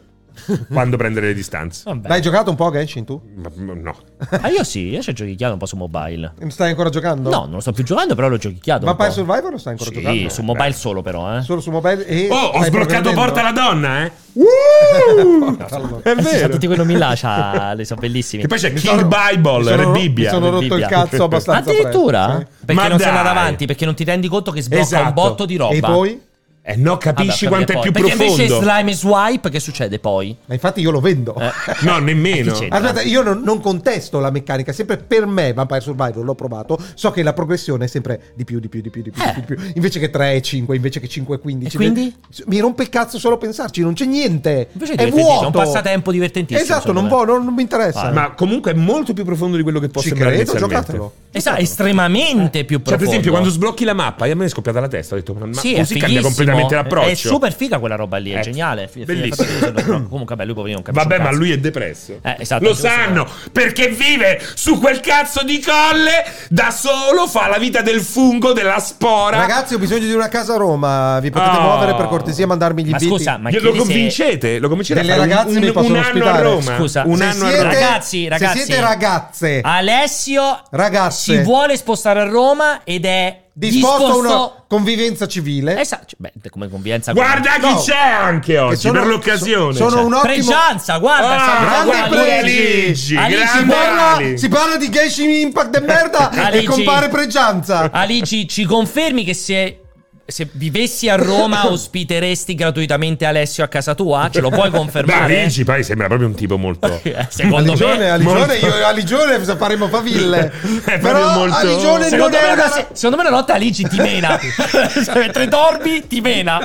Speaker 2: quando prendere le distanze.
Speaker 3: cioè-
Speaker 1: Vabbè.
Speaker 3: L'hai giocato un po' Genshin tu?
Speaker 2: Ma- ma- No.
Speaker 1: Ah, io sì, io ci ho giochichiato un po' su mobile.
Speaker 3: Stai ancora giocando?
Speaker 1: No, non lo sto più giocando, però l'ho giochichiato.
Speaker 3: Ma
Speaker 1: un po'.
Speaker 3: Vampire Survivor lo stai ancora
Speaker 1: Sì,
Speaker 3: giocando?
Speaker 1: su mobile solo, però, eh.
Speaker 3: Solo su mobile e
Speaker 2: Oh, ho
Speaker 3: stai
Speaker 2: sbloccato
Speaker 3: progredendo?
Speaker 2: Porta la donna, eh. Uh! è
Speaker 1: Eh sì, sa,
Speaker 2: vero.
Speaker 1: tutti quelli là c'ha, le sono bellissimi.
Speaker 2: E poi c'è
Speaker 3: Mi
Speaker 2: King
Speaker 3: sono- mi
Speaker 2: Bible,
Speaker 3: sono-
Speaker 2: Re
Speaker 3: Mi
Speaker 2: Bibbia.
Speaker 3: sono
Speaker 1: Re
Speaker 3: rotto il
Speaker 1: Bibbia.
Speaker 3: cazzo abbastanza
Speaker 1: Addirittura?
Speaker 3: presto, sì.
Speaker 1: Perché
Speaker 2: Ma
Speaker 1: non sei andato
Speaker 2: dai.
Speaker 1: avanti, perché non ti rendi conto che sblocca
Speaker 2: Esatto.
Speaker 1: un botto di roba.
Speaker 3: E poi?
Speaker 2: Eh, no, capisci
Speaker 1: Vabbè,
Speaker 2: quanto
Speaker 1: per
Speaker 2: è
Speaker 1: me
Speaker 2: più
Speaker 1: poi. perché
Speaker 2: profondo. Oh.
Speaker 1: invece slime e swipe, che succede poi?
Speaker 3: Ma infatti io lo vendo.
Speaker 1: Eh.
Speaker 2: No, nemmeno.
Speaker 1: Chi c'è?
Speaker 3: Aspetta, io non, non contesto la meccanica, sempre per me Vampire Survivor l'ho provato, so che la progressione è sempre di più, di più, di più, di più,
Speaker 1: Eh.
Speaker 3: di più, invece che 3 e 5, invece che 5 e 15.
Speaker 1: E quindi?
Speaker 3: Mi rompe il cazzo solo pensarci, non c'è niente.
Speaker 1: Invece è
Speaker 3: è
Speaker 1: divertentissimo,
Speaker 3: vuoto.
Speaker 1: un passatempo divertentissimo,
Speaker 3: Esatto,
Speaker 1: secondo
Speaker 3: non,
Speaker 1: me.
Speaker 3: vo- non, non mi interessa.
Speaker 1: Ah,
Speaker 2: Cioè, Ma comunque è molto più profondo di quello che può
Speaker 3: Ci
Speaker 2: sembrare
Speaker 3: credo,
Speaker 2: inizialmente.
Speaker 3: giocatelo.
Speaker 1: E sa, estremamente più
Speaker 2: Cioè,
Speaker 1: profondo.
Speaker 2: per esempio, quando sblocchi la mappa, a me è scoppiata la testa. Ho detto, ma ma
Speaker 1: Sì,
Speaker 2: così
Speaker 1: è
Speaker 2: cambia
Speaker 1: fighissimo.
Speaker 2: completamente l'approccio.
Speaker 1: È super figa quella roba lì, è
Speaker 2: Ecco.
Speaker 1: geniale. È figa- figa-
Speaker 2: Bellissimo.
Speaker 1: infatti io sono- no, Comunque, vabbè, lui poverino non capisce
Speaker 2: Vabbè,
Speaker 1: un
Speaker 2: ma
Speaker 1: cazzo.
Speaker 2: lui è depresso.
Speaker 1: Eh, esatto,
Speaker 2: Lo
Speaker 1: giusto.
Speaker 2: sanno perché vive su quel cazzo di colle da solo, fa la vita del fungo, della spora.
Speaker 3: Ragazzi, ho bisogno di una casa a Roma, vi potete
Speaker 2: Oh.
Speaker 3: muovere per cortesia e mandarmi gli
Speaker 1: Ma
Speaker 3: inviti?
Speaker 1: scusa, ma
Speaker 2: Glielo
Speaker 1: chiedi
Speaker 2: lo
Speaker 1: se-
Speaker 2: convincete, lo convincete a
Speaker 3: Delle
Speaker 2: fare un-
Speaker 3: ragazze
Speaker 2: un,
Speaker 3: mi possono
Speaker 2: un anno a
Speaker 3: ospitare.
Speaker 2: Roma.
Speaker 1: Scusa,
Speaker 2: un
Speaker 3: Se
Speaker 2: anno a
Speaker 3: siete-
Speaker 2: Roma.
Speaker 1: Ragazzi, ragazzi.
Speaker 3: Se siete ragazze,
Speaker 1: Alessio
Speaker 3: Ragazze.
Speaker 1: si vuole spostare a Roma ed è
Speaker 3: disposto a una
Speaker 1: disposto-
Speaker 3: convivenza civile,
Speaker 1: Esatto, cioè, beh, come convivenza con-
Speaker 2: Guarda chi
Speaker 3: No.
Speaker 2: c'è anche oggi
Speaker 3: sono-
Speaker 2: per l'occasione.
Speaker 3: sono
Speaker 2: Cioè.
Speaker 3: un ottimo-
Speaker 1: Pregianza, guarda,
Speaker 2: Ah,
Speaker 1: sta-
Speaker 3: grande
Speaker 1: guarda,
Speaker 3: Pregi.
Speaker 2: Aligi,
Speaker 1: Aligi,
Speaker 2: grande
Speaker 3: si
Speaker 2: Ali.
Speaker 3: parla, si parla di Genshin Impact e merda e
Speaker 1: Aligi.
Speaker 3: compare Pregianza.
Speaker 1: Alici, ci confermi che se, se vivessi a Roma ospiteresti gratuitamente Alessio a casa tua? Ce lo puoi confermare?
Speaker 2: Beh, Rigi poi sembra proprio un tipo molto.
Speaker 1: Eh, Secondo
Speaker 3: Aligione,
Speaker 1: me,
Speaker 3: Aligione,
Speaker 2: molto-
Speaker 3: io e Aligione faremo faville.
Speaker 2: È proprio
Speaker 3: Però
Speaker 2: molto-
Speaker 3: Aligione non
Speaker 1: Eh, secondo
Speaker 3: è
Speaker 1: me,
Speaker 3: una...
Speaker 1: una, se- secondo me una notte Alici ti mena. Se tre dormi, ti mena.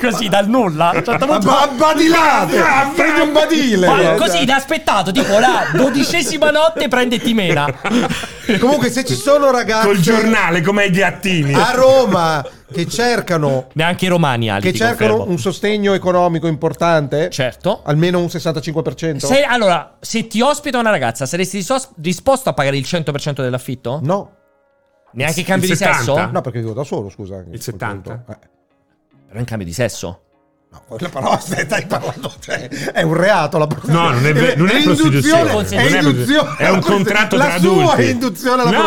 Speaker 1: Così, dal nulla. A un certo punto-
Speaker 3: Badilate! Prendi un badile! Cioè,
Speaker 1: Ma
Speaker 3: guarda.
Speaker 1: Ah, così ti ha aspettato, tipo la dodicesima notte prende e ti mena.
Speaker 3: Comunque se ci sono ragazzi
Speaker 2: Col giornale come i gattini.
Speaker 3: a Roma che cercano,
Speaker 1: Neanche i romani, Ali,
Speaker 3: che
Speaker 1: ti
Speaker 3: cercano
Speaker 1: confermo.
Speaker 3: un sostegno economico importante,
Speaker 1: Certo.
Speaker 3: almeno un 65%,
Speaker 1: Se- allora, se ti ospita una ragazza, saresti disos- disposto a pagare il 100% dell'affitto?
Speaker 3: no.
Speaker 1: Neanche in
Speaker 2: Il
Speaker 1: cambio di
Speaker 2: 70?
Speaker 1: sesso?
Speaker 3: No, perché vivo da solo, scusa.
Speaker 2: Il 70?
Speaker 3: Eh,
Speaker 1: Però in cambio di sesso.
Speaker 3: No, quella parola stai parlando te. È un reato la
Speaker 2: No, non è, ve- non è prostituzione.
Speaker 3: induzione,
Speaker 1: non
Speaker 3: È
Speaker 2: è,
Speaker 3: induzione.
Speaker 2: prostitu- è un contratto
Speaker 3: la
Speaker 2: tra
Speaker 3: sua
Speaker 2: adulti.
Speaker 3: è induzione alla
Speaker 2: no,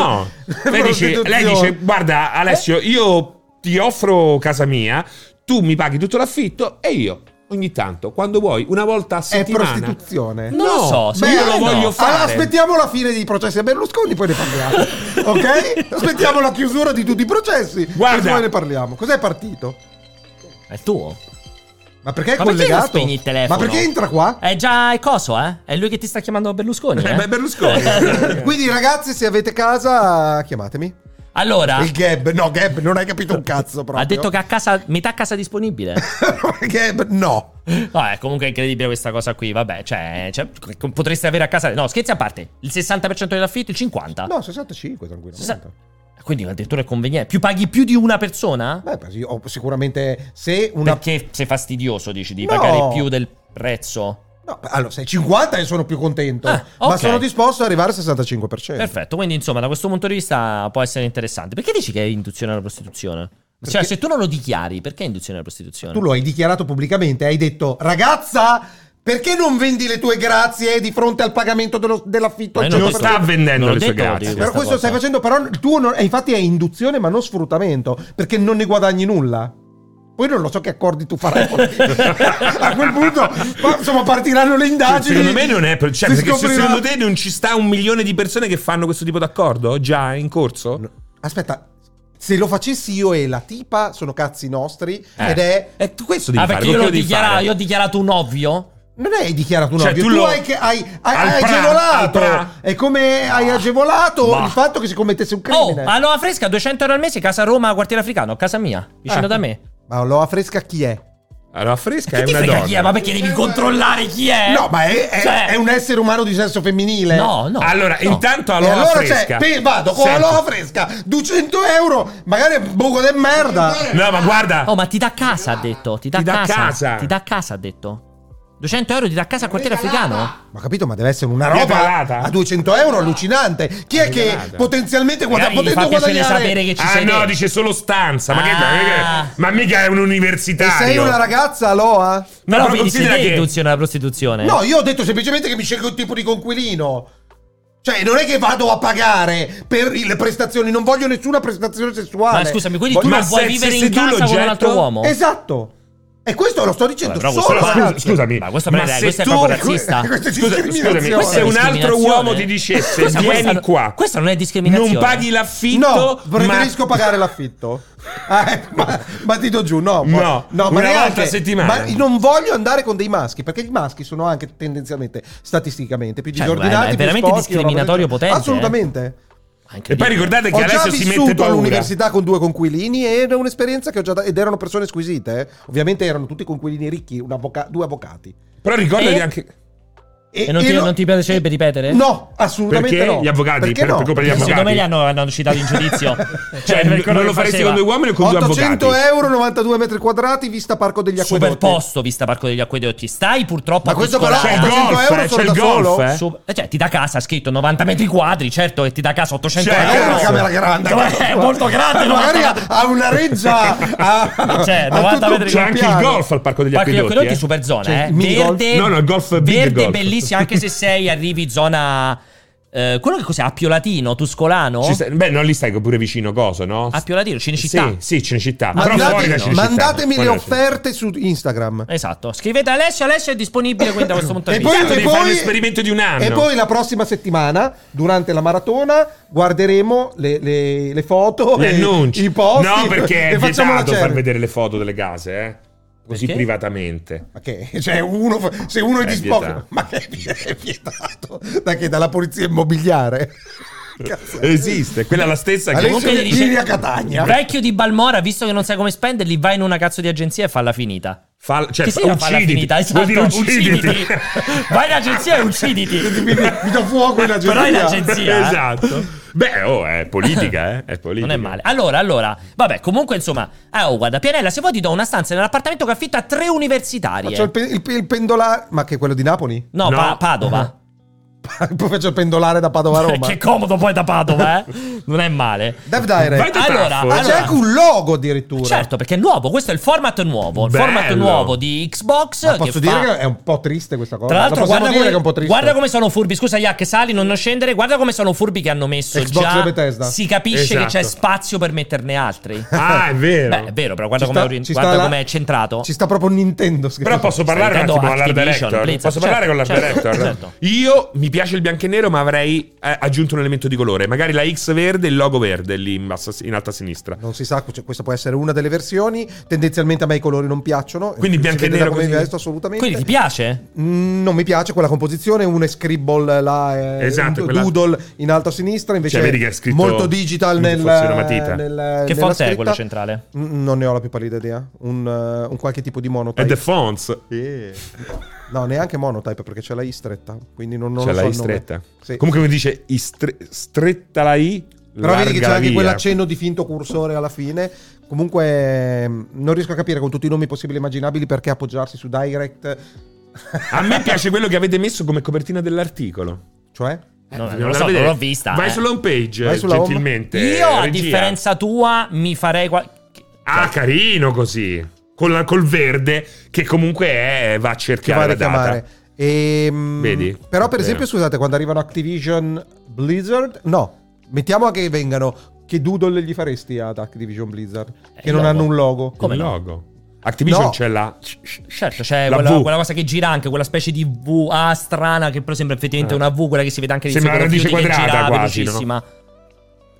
Speaker 3: pro-
Speaker 2: lei dice,
Speaker 3: prostituzione.
Speaker 2: lei dice, guarda
Speaker 1: Eh?
Speaker 2: Alessio, io ti offro casa mia, tu mi paghi tutto l'affitto e io ogni tanto, quando vuoi, una volta a
Speaker 3: è
Speaker 2: settimana.
Speaker 3: prostituzione.
Speaker 1: Non lo so,
Speaker 2: Beh, io lo
Speaker 1: secondo me no.
Speaker 2: voglio
Speaker 3: Allora,
Speaker 2: fare.
Speaker 3: aspettiamo la fine dei processi a Berlusconi, poi ne parliamo. ok? Aspettiamo la chiusura di tutti i processi.
Speaker 2: Guarda.
Speaker 3: E poi ne parliamo. Cos'è partito?
Speaker 1: È il tuo?
Speaker 3: Ma perché è
Speaker 1: Ma perché non
Speaker 3: collegato?
Speaker 1: spegni il telefono?
Speaker 3: Ma perché entra qua?
Speaker 1: È già è coso, eh? È lui che ti sta chiamando Berlusconi.
Speaker 2: Eh,
Speaker 1: eh?
Speaker 2: beh, Berlusconi.
Speaker 3: Quindi, ragazzi, se avete casa, chiamatemi.
Speaker 1: Allora,
Speaker 3: Il Gab, no, Gab, non hai capito un cazzo proprio.
Speaker 1: Ah. ha detto che a casa, metà casa disponibile.
Speaker 3: Gab, no.
Speaker 1: Vabbè, comunque è incredibile questa cosa qui. Vabbè, cioè, cioè, co- potresti avere a casa. No, scherzi a parte. Il 60% dell'affitto, il 50%.
Speaker 3: No, 65 tranquillamente.
Speaker 1: Ah. Sessa- Quindi addirittura è conveniente. Più paghi più di una persona?
Speaker 3: Beh, perché io ho sicuramente se una
Speaker 1: Perché sei fastidioso, dici, di
Speaker 3: No.
Speaker 1: pagare più del prezzo?
Speaker 3: no, allora, se è 50 e sono più contento,
Speaker 1: Ah,
Speaker 3: ma
Speaker 1: ok.
Speaker 3: sono disposto ad arrivare al 65%.
Speaker 1: Perfetto, quindi insomma da questo punto di vista può essere interessante. Perché dici che è induzione alla prostituzione? Cioè,
Speaker 3: Perché-
Speaker 1: se tu non lo dichiari, perché è induzione alla prostituzione?
Speaker 3: Tu lo hai dichiarato pubblicamente, hai detto "Ragazza, perché non vendi le tue grazie di fronte al pagamento dello- dell'affitto?"
Speaker 1: Ma
Speaker 3: al
Speaker 1: io
Speaker 2: non
Speaker 3: 100%?
Speaker 1: ho
Speaker 2: sta vendendo
Speaker 1: non ho
Speaker 2: le sue
Speaker 1: detto che lo
Speaker 2: grazie.
Speaker 1: dico
Speaker 3: Però
Speaker 1: questa
Speaker 3: questo stai
Speaker 1: cosa.
Speaker 3: facendo, però tu non, e infatti è induzione ma non sfruttamento, perché non ne guadagni nulla. Poi non lo so che accordi tu farai. con- a quel punto, ma, insomma, partiranno le indagini.
Speaker 2: Secondo me non è, pro- cioè,
Speaker 3: Si
Speaker 2: perché se-
Speaker 3: scoprirà-
Speaker 2: secondo te non ci sta un milione di persone che fanno questo tipo d'accordo già in corso?
Speaker 3: No. Aspetta, se lo facessi io e la tipa sono cazzi nostri
Speaker 2: Eh.
Speaker 3: ed è...
Speaker 2: Eh, tu questo devi
Speaker 1: Ah,
Speaker 2: fare,
Speaker 1: perché io, l'ho
Speaker 2: quello devi
Speaker 1: dichiara-
Speaker 2: fare.
Speaker 1: io ho dichiarato un ovvio?
Speaker 3: Non hai dichiarato un
Speaker 2: Cioè,
Speaker 3: ovvio,
Speaker 2: tu
Speaker 3: tu,
Speaker 2: lo-
Speaker 3: hai, che- hai, hai-
Speaker 2: Al
Speaker 3: hai
Speaker 2: pra-
Speaker 3: agevolato.
Speaker 2: al pra- Ah.
Speaker 3: È come hai agevolato
Speaker 2: Ma-
Speaker 3: il fatto che si commettesse un
Speaker 1: Oh,
Speaker 3: crimine.
Speaker 1: a Loa Fresca 200 euro al mese, casa a Roma, quartiere africano, casa mia, vicino
Speaker 2: Eh.
Speaker 1: da me.
Speaker 3: Ma Loa Fresca chi è?
Speaker 2: Allora, fresca
Speaker 1: Che
Speaker 2: è
Speaker 1: ti
Speaker 2: una
Speaker 1: frega
Speaker 2: donna.
Speaker 1: chi è? Ma perché devi controllare chi
Speaker 2: Eh.
Speaker 1: è?
Speaker 3: No, ma è, è-
Speaker 1: Cioè-
Speaker 3: è un essere umano di sesso femminile.
Speaker 1: No, no.
Speaker 2: allora,
Speaker 1: no.
Speaker 2: intanto
Speaker 3: E
Speaker 2: allora,
Speaker 3: allora cioè,
Speaker 2: fresca.
Speaker 3: pe- vado con
Speaker 2: Senti.
Speaker 3: Aloha fresca, 200 euro, magari è buco di merda.
Speaker 2: No, ma guarda,
Speaker 1: Oh, ma ti dà casa, ha detto. Ti dà
Speaker 2: Ti dà
Speaker 1: casa.
Speaker 2: casa.
Speaker 1: Ti dà casa, ha detto. 200 euro ti dà a casa al quartiere
Speaker 4: Regalata.
Speaker 1: africano?
Speaker 3: Ma capito, ma deve essere una roba
Speaker 2: Regalata.
Speaker 3: a 200 euro allucinante. Chi è che
Speaker 2: Regalata.
Speaker 3: potenzialmente guarda,
Speaker 1: Magari gli fa
Speaker 3: potendo
Speaker 1: piacere
Speaker 3: guadagnare
Speaker 1: sapere che ci
Speaker 2: Ah
Speaker 1: sei
Speaker 2: no,
Speaker 1: dentro.
Speaker 2: dice solo stanza. Ma che
Speaker 1: Ah.
Speaker 2: ma mica è
Speaker 3: e
Speaker 2: un'università.
Speaker 3: sei una ragazza, Loa?
Speaker 2: No,
Speaker 1: Però
Speaker 2: però
Speaker 1: vedi se
Speaker 2: considera
Speaker 1: te
Speaker 2: che-
Speaker 1: riduzione alla prostituzione.
Speaker 3: No, io ho detto semplicemente che mi scelgo un tipo di conquilino. Cioè, non è che vado a pagare per le prestazioni, non voglio nessuna prestazione sessuale.
Speaker 1: Ma scusami, quindi
Speaker 3: Voglio-
Speaker 1: tu
Speaker 2: Ma
Speaker 1: non vuoi
Speaker 2: se-
Speaker 1: vivere
Speaker 2: se-
Speaker 1: in
Speaker 2: se tu
Speaker 1: casa con un
Speaker 2: l'oggetto-
Speaker 1: altro uomo?
Speaker 3: Esatto. E questo lo sto dicendo
Speaker 1: Vabbè, però
Speaker 3: solo.
Speaker 1: questo-
Speaker 3: a-
Speaker 2: Scusa- scusami,
Speaker 1: Ma questo,
Speaker 2: ma
Speaker 1: ma
Speaker 2: se
Speaker 1: questo è
Speaker 2: tu-
Speaker 1: proprio razzista.
Speaker 3: Questa è
Speaker 2: Scusa-
Speaker 3: discriminazione.
Speaker 2: scusami, se
Speaker 1: è
Speaker 2: un altro
Speaker 1: discriminazione.
Speaker 2: uomo ti dicesse
Speaker 1: Questa-
Speaker 2: vieni
Speaker 1: questa-
Speaker 2: qua,
Speaker 1: questa non è discriminazione.
Speaker 2: non paghi l'affitto,
Speaker 3: No,
Speaker 2: ma
Speaker 3: preferisco pagare l'affitto. Eh, ma, ma ti do giù, no. ma-
Speaker 2: No,
Speaker 3: ma
Speaker 2: una
Speaker 3: neanche.
Speaker 2: volta a settimana.
Speaker 3: Ma non voglio andare con dei maschi, perché i maschi sono anche tendenzialmente, statisticamente, più
Speaker 1: Cioè,
Speaker 3: disordinati.
Speaker 1: è
Speaker 3: più
Speaker 1: veramente
Speaker 3: sporchi, roba del
Speaker 1: discriminatorio
Speaker 3: genere.
Speaker 1: potente, eh.
Speaker 3: Assolutamente.
Speaker 1: Anche
Speaker 2: E poi ricordate che
Speaker 3: Ho già
Speaker 2: adesso si mette
Speaker 3: vissuto
Speaker 2: paura.
Speaker 3: all'università con due conquilini e era un'esperienza che ho già da- ed erano persone squisite. eh. Ovviamente erano tutti conquilini ricchi, un avvoca- due avvocati.
Speaker 2: Però ricordati
Speaker 3: Eh?
Speaker 1: E-
Speaker 2: anche
Speaker 1: E non ti,
Speaker 3: lo-
Speaker 1: non ti piacerebbe ripetere?
Speaker 3: No, assolutamente
Speaker 2: Perché
Speaker 3: no.
Speaker 2: gli avvocati?
Speaker 3: Perché
Speaker 2: Per-
Speaker 3: no?
Speaker 2: per colpa degli
Speaker 3: Perché
Speaker 1: Secondo me
Speaker 2: avvocati.
Speaker 1: li hanno, hanno citato in giudizio.
Speaker 2: cioè,
Speaker 1: per quello
Speaker 2: non
Speaker 1: che
Speaker 2: lo faresti
Speaker 1: faceva.
Speaker 2: con due uomini o con due
Speaker 3: 800
Speaker 2: avvocati?
Speaker 3: euro, 92 metri quadrati, vista Parco degli Acquedotti.
Speaker 1: Super posto, vista Parco degli Acquedotti. Stai purtroppo
Speaker 3: Ma
Speaker 1: a
Speaker 3: questo con
Speaker 1: Tuscolana.
Speaker 2: C'è il
Speaker 3: 800
Speaker 2: golf, eh,
Speaker 3: euro sono
Speaker 2: c'è il
Speaker 3: da solo?
Speaker 2: golf, eh.
Speaker 1: Su- eh, cioè, ti dà casa, ha scritto 90 metri quadri, certo che ti dà casa 800
Speaker 2: Cioè,
Speaker 3: Ma
Speaker 2: Eh,
Speaker 3: è una
Speaker 1: euro.
Speaker 2: cazzo.
Speaker 3: camera grande.
Speaker 1: Ma
Speaker 3: cazzo.
Speaker 1: è molto grande,
Speaker 3: Ma magari
Speaker 1: 90
Speaker 3: ha una reggia. a-
Speaker 1: Cioè,
Speaker 3: a
Speaker 1: 90
Speaker 3: tutto un
Speaker 1: metri
Speaker 2: C'è anche il
Speaker 3: piano.
Speaker 2: golf al parco degli
Speaker 1: Parco degli
Speaker 2: acquedotti.
Speaker 1: Acquedotti,
Speaker 2: eh.
Speaker 1: super zona,
Speaker 3: Cioè,
Speaker 1: eh.
Speaker 3: il mini golf?
Speaker 1: Verde,
Speaker 2: No, no, il golf, big
Speaker 1: verde
Speaker 2: golf.
Speaker 1: bellissimo, anche se sei arrivi zona... eh, quello che cos'è? Appiolatino, Tuscolano?
Speaker 2: Ci sta- Beh, non lì stai pure vicino Coso, no?
Speaker 1: Appiolatino, Cinecittà.
Speaker 2: Sì, sì, Cinecittà. Però fuori da
Speaker 3: Mandate-
Speaker 2: Cinecittà.
Speaker 3: mandatemi
Speaker 2: Fuori
Speaker 3: le
Speaker 2: da
Speaker 3: offerte su Instagram.
Speaker 1: Esatto. Scrivete Alessio, Alessio è disponibile quindi da questo punto di
Speaker 3: E
Speaker 1: vista.
Speaker 3: poi,
Speaker 2: Tanto
Speaker 3: e
Speaker 2: Eh, certo, devi fare
Speaker 3: poi-
Speaker 2: l'esperimento di un anno.
Speaker 3: E poi la prossima settimana, durante la maratona, guarderemo le, le- le foto,
Speaker 2: Le
Speaker 3: e
Speaker 2: annunci.
Speaker 3: i post.
Speaker 2: no, perché è
Speaker 3: e facciamo la
Speaker 2: vietato far
Speaker 3: cerca.
Speaker 2: vedere le foto delle case, eh. Così
Speaker 1: Perché?
Speaker 2: privatamente.
Speaker 3: Ma che? Cioè, uno, fa- se uno è,
Speaker 1: Eh,
Speaker 2: È
Speaker 3: disposto,
Speaker 2: vietato.
Speaker 3: ma che è vietato? Da che? Dalla polizia immobiliare? Cazzo.
Speaker 1: Eh,
Speaker 2: Esiste, quella è la stessa che...
Speaker 3: Alessio
Speaker 1: comunque gli dice-
Speaker 3: Virgili a Catania.
Speaker 1: Vecchio di Balmora, visto che non sai come spenderli, vai in una cazzo di agenzia e falla finita.
Speaker 2: Fa, cioè,
Speaker 1: che
Speaker 2: fa-
Speaker 1: si chiama falla
Speaker 2: ucciditi.
Speaker 1: finita? Esatto,
Speaker 2: Vuol dire ucciditi.
Speaker 1: vai in agenzia e ucciditi.
Speaker 3: Mi, mi do fuoco in agenzia.
Speaker 1: Però in agenzia. eh.
Speaker 2: esatto. Beh, oh, è politica, eh. È politica.
Speaker 1: Non è male. Allora, allora, vabbè, comunque insomma, ah, oh, guarda, Pianella, se vuoi ti do una stanza nell'appartamento che affitta a tre universitarie.
Speaker 3: Faccio il, pe- il pe- il pendolare. Ma che quello di Napoli?
Speaker 1: No,
Speaker 2: No.
Speaker 1: Pa- Padova.
Speaker 3: Poi faccio il pendolare da Padova a Roma.
Speaker 1: che comodo poi da Padova, eh? Non è male.
Speaker 3: Dev Direct.
Speaker 2: Vai da
Speaker 1: Allora,
Speaker 2: Taffo, eh.
Speaker 3: Ma ah, c'è
Speaker 1: allora-
Speaker 3: anche un logo addirittura.
Speaker 1: Certo, perché è nuovo, questo è il format nuovo, il
Speaker 2: Bello.
Speaker 1: format nuovo di Xbox
Speaker 3: Ma posso
Speaker 1: che
Speaker 3: dire
Speaker 1: fa-
Speaker 3: che è un po' triste questa cosa.
Speaker 1: Tra l'altro,
Speaker 3: La possiamo
Speaker 1: guarda come,
Speaker 3: dire che è un po' triste.
Speaker 1: guarda come sono furbi. Scusa, Iac, sali, non non scendere. Guarda come sono furbi che hanno messo
Speaker 3: Xbox
Speaker 1: già.
Speaker 3: e Bethesda.
Speaker 1: Si capisce che
Speaker 2: Esatto.
Speaker 1: c'è spazio per metterne altri.
Speaker 2: Ah, è vero.
Speaker 1: Beh, è vero, però guarda
Speaker 3: Ci
Speaker 1: come
Speaker 3: sta-
Speaker 1: ori-
Speaker 3: ci
Speaker 1: guarda
Speaker 3: sta la-
Speaker 1: com'è centrato.
Speaker 3: Ci sta proprio Nintendo. scritto.
Speaker 2: Però posso parlare un
Speaker 1: Nintendo
Speaker 2: attimo all'art
Speaker 1: Activision,
Speaker 2: director?
Speaker 1: Blizzard,
Speaker 2: posso parlare
Speaker 1: certo,
Speaker 2: con l'art
Speaker 1: certo,
Speaker 2: director?
Speaker 1: certo.
Speaker 2: Io mi piace il bianco e nero, ma avrei eh, aggiunto un elemento di colore. Magari la X verde e il logo verde lì in, basso- in alto a sinistra.
Speaker 3: Non si sa, cioè, questa può essere una delle versioni. Tendenzialmente a me i colori non piacciono.
Speaker 2: Quindi
Speaker 3: Si
Speaker 2: bianco e
Speaker 3: vede da
Speaker 2: nero
Speaker 3: come
Speaker 2: così.
Speaker 3: mi vesto, assolutamente.
Speaker 1: Quindi ti piace?
Speaker 3: Mm, non mi piace quella composizione, un scribble là, eh,
Speaker 2: Esatto,
Speaker 3: un
Speaker 2: quella-
Speaker 3: doodle in alto a sinistra, invece
Speaker 2: Cioè, vedi che è scritto
Speaker 3: molto digital
Speaker 2: come se
Speaker 3: nel,
Speaker 2: fosse una matita.
Speaker 3: nel-
Speaker 1: Che
Speaker 3: nella
Speaker 1: fonte è
Speaker 3: scritta.
Speaker 1: quello centrale?
Speaker 3: Mm, Non ne ho la più pallida idea. Un, eh, un qualche tipo di
Speaker 2: E
Speaker 3: monotype.
Speaker 2: The Fonts.
Speaker 3: No, neanche monotype perché c'è la I stretta, quindi non, non
Speaker 2: C'è
Speaker 3: lo so
Speaker 2: la I
Speaker 3: il nome.
Speaker 2: stretta.
Speaker 3: Sì.
Speaker 2: Comunque come dice I stre- stretta la I.
Speaker 3: Però vedi
Speaker 2: larga
Speaker 3: che c'è
Speaker 2: la
Speaker 3: anche
Speaker 2: via.
Speaker 3: quell'accenno di finto cursore alla fine. Comunque, ehm, non riesco a capire con tutti i nomi possibili e immaginabili perché appoggiarsi su Direct.
Speaker 2: A me piace quello che avete messo come copertina dell'articolo.
Speaker 3: Cioè,
Speaker 4: Eh,
Speaker 1: No, non,
Speaker 2: Andiamo
Speaker 1: lo
Speaker 2: a
Speaker 1: so,
Speaker 2: vedere.
Speaker 1: non l'ho vista.
Speaker 2: Vai
Speaker 1: eh.
Speaker 2: sulla home page,
Speaker 3: Vai sulla home.
Speaker 2: gentilmente.
Speaker 1: Io, a
Speaker 2: Eh, regia.
Speaker 1: differenza tua, mi farei. qual-
Speaker 2: Ah, carino così. Con la- col verde che comunque è- va a
Speaker 3: che va a
Speaker 2: cercare la data.
Speaker 3: richiamare. Ehm,
Speaker 2: Vedi?
Speaker 3: Però, per
Speaker 2: Vero.
Speaker 3: esempio, scusate, quando arrivano Activision Blizzard, no, mettiamo anche che vengano. Che doodle gli faresti ad Activision Blizzard?
Speaker 1: Eh,
Speaker 3: Che non
Speaker 1: logo.
Speaker 3: hanno un logo.
Speaker 2: Come
Speaker 1: Come no?
Speaker 2: logo. Activision
Speaker 3: No.
Speaker 2: c'è la.
Speaker 1: Certo, c'è
Speaker 2: La
Speaker 1: quella,
Speaker 2: V.
Speaker 1: quella cosa che gira anche, quella specie di V ah, strana che però sembra effettivamente
Speaker 3: Eh.
Speaker 1: una V, quella che si vede anche di
Speaker 2: Sembra una
Speaker 1: sicuro,
Speaker 2: radice
Speaker 1: chiudi che
Speaker 2: quadrata
Speaker 1: gira
Speaker 2: quasi, no?
Speaker 1: velocissima.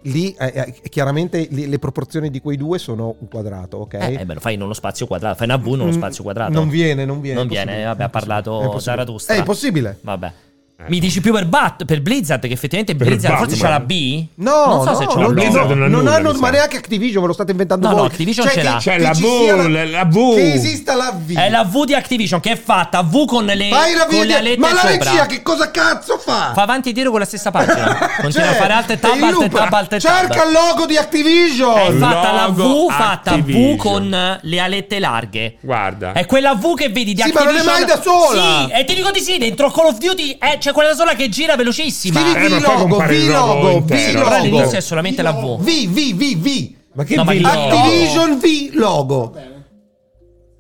Speaker 3: Lì, eh, eh, chiaramente, lì le proporzioni di quei due sono un quadrato, ok?
Speaker 1: Eh, eh, beh, lo fai in uno spazio quadrato, fai una V in uno
Speaker 3: Mm,
Speaker 1: spazio quadrato.
Speaker 3: Non viene, non viene.
Speaker 1: Non
Speaker 3: è
Speaker 1: viene,
Speaker 3: possibile.
Speaker 1: vabbè, ha
Speaker 3: È
Speaker 1: parlato
Speaker 3: possibile.
Speaker 1: Zaratustra.
Speaker 3: È impossibile.
Speaker 1: Vabbè.
Speaker 2: Eh.
Speaker 1: Mi dici più per, Bat- per Blizzard che effettivamente
Speaker 2: Per
Speaker 1: Blizzard forse
Speaker 2: Batman.
Speaker 1: c'ha la B?
Speaker 3: No,
Speaker 1: non so
Speaker 3: no,
Speaker 1: se c'ha
Speaker 3: non,
Speaker 1: la B.
Speaker 2: Blizzard
Speaker 3: no,
Speaker 2: non ha
Speaker 3: non
Speaker 2: nulla,
Speaker 3: hanno,
Speaker 2: mi
Speaker 3: ma
Speaker 2: sa.
Speaker 3: neanche Activision, ve lo state inventando
Speaker 1: No,
Speaker 3: voi.
Speaker 1: no, Activision
Speaker 3: Cioè
Speaker 1: ce
Speaker 3: che-
Speaker 1: l'ha.
Speaker 2: C'è
Speaker 3: che
Speaker 2: la
Speaker 3: ci
Speaker 2: V,
Speaker 3: sia
Speaker 2: la- la V.
Speaker 3: Che esista la V.
Speaker 1: È la V di Activision che è fatta, V con le,
Speaker 3: Fai la
Speaker 1: con le
Speaker 3: video.
Speaker 1: alette
Speaker 3: Ma la
Speaker 1: sopra.
Speaker 3: regia che cosa cazzo fa?
Speaker 1: Fa avanti e dietro con la stessa pagina. Continua
Speaker 3: Cioè,
Speaker 1: a fare alte
Speaker 3: il
Speaker 1: tab, alte
Speaker 3: loop,
Speaker 1: tab, alte Eh, tab.
Speaker 3: Cerca il logo di
Speaker 1: È
Speaker 3: Activision.
Speaker 1: fatta la V
Speaker 2: Logo
Speaker 1: fatta V
Speaker 2: Activision.
Speaker 1: con eh, le alette larghe.
Speaker 2: Guarda.
Speaker 1: È quella V che vedi di
Speaker 3: Sì, ma non è
Speaker 1: Activision.
Speaker 3: mai da sola!
Speaker 1: Sì, e ti dico di sì, dentro Call of Duty eh, c'è quella sola che gira velocissima.
Speaker 3: Scrivi
Speaker 1: Eh,
Speaker 2: Eh,
Speaker 3: V
Speaker 2: ma poi
Speaker 3: logo,
Speaker 2: compare
Speaker 3: V
Speaker 2: il logo
Speaker 3: logo, V
Speaker 2: intero.
Speaker 1: Però
Speaker 3: logo.
Speaker 1: all'inizio è solamente la V.
Speaker 3: V, V, V, V.
Speaker 2: Ma che
Speaker 1: No, ma
Speaker 2: vi-
Speaker 1: chi-
Speaker 2: No.
Speaker 3: Activision V logo.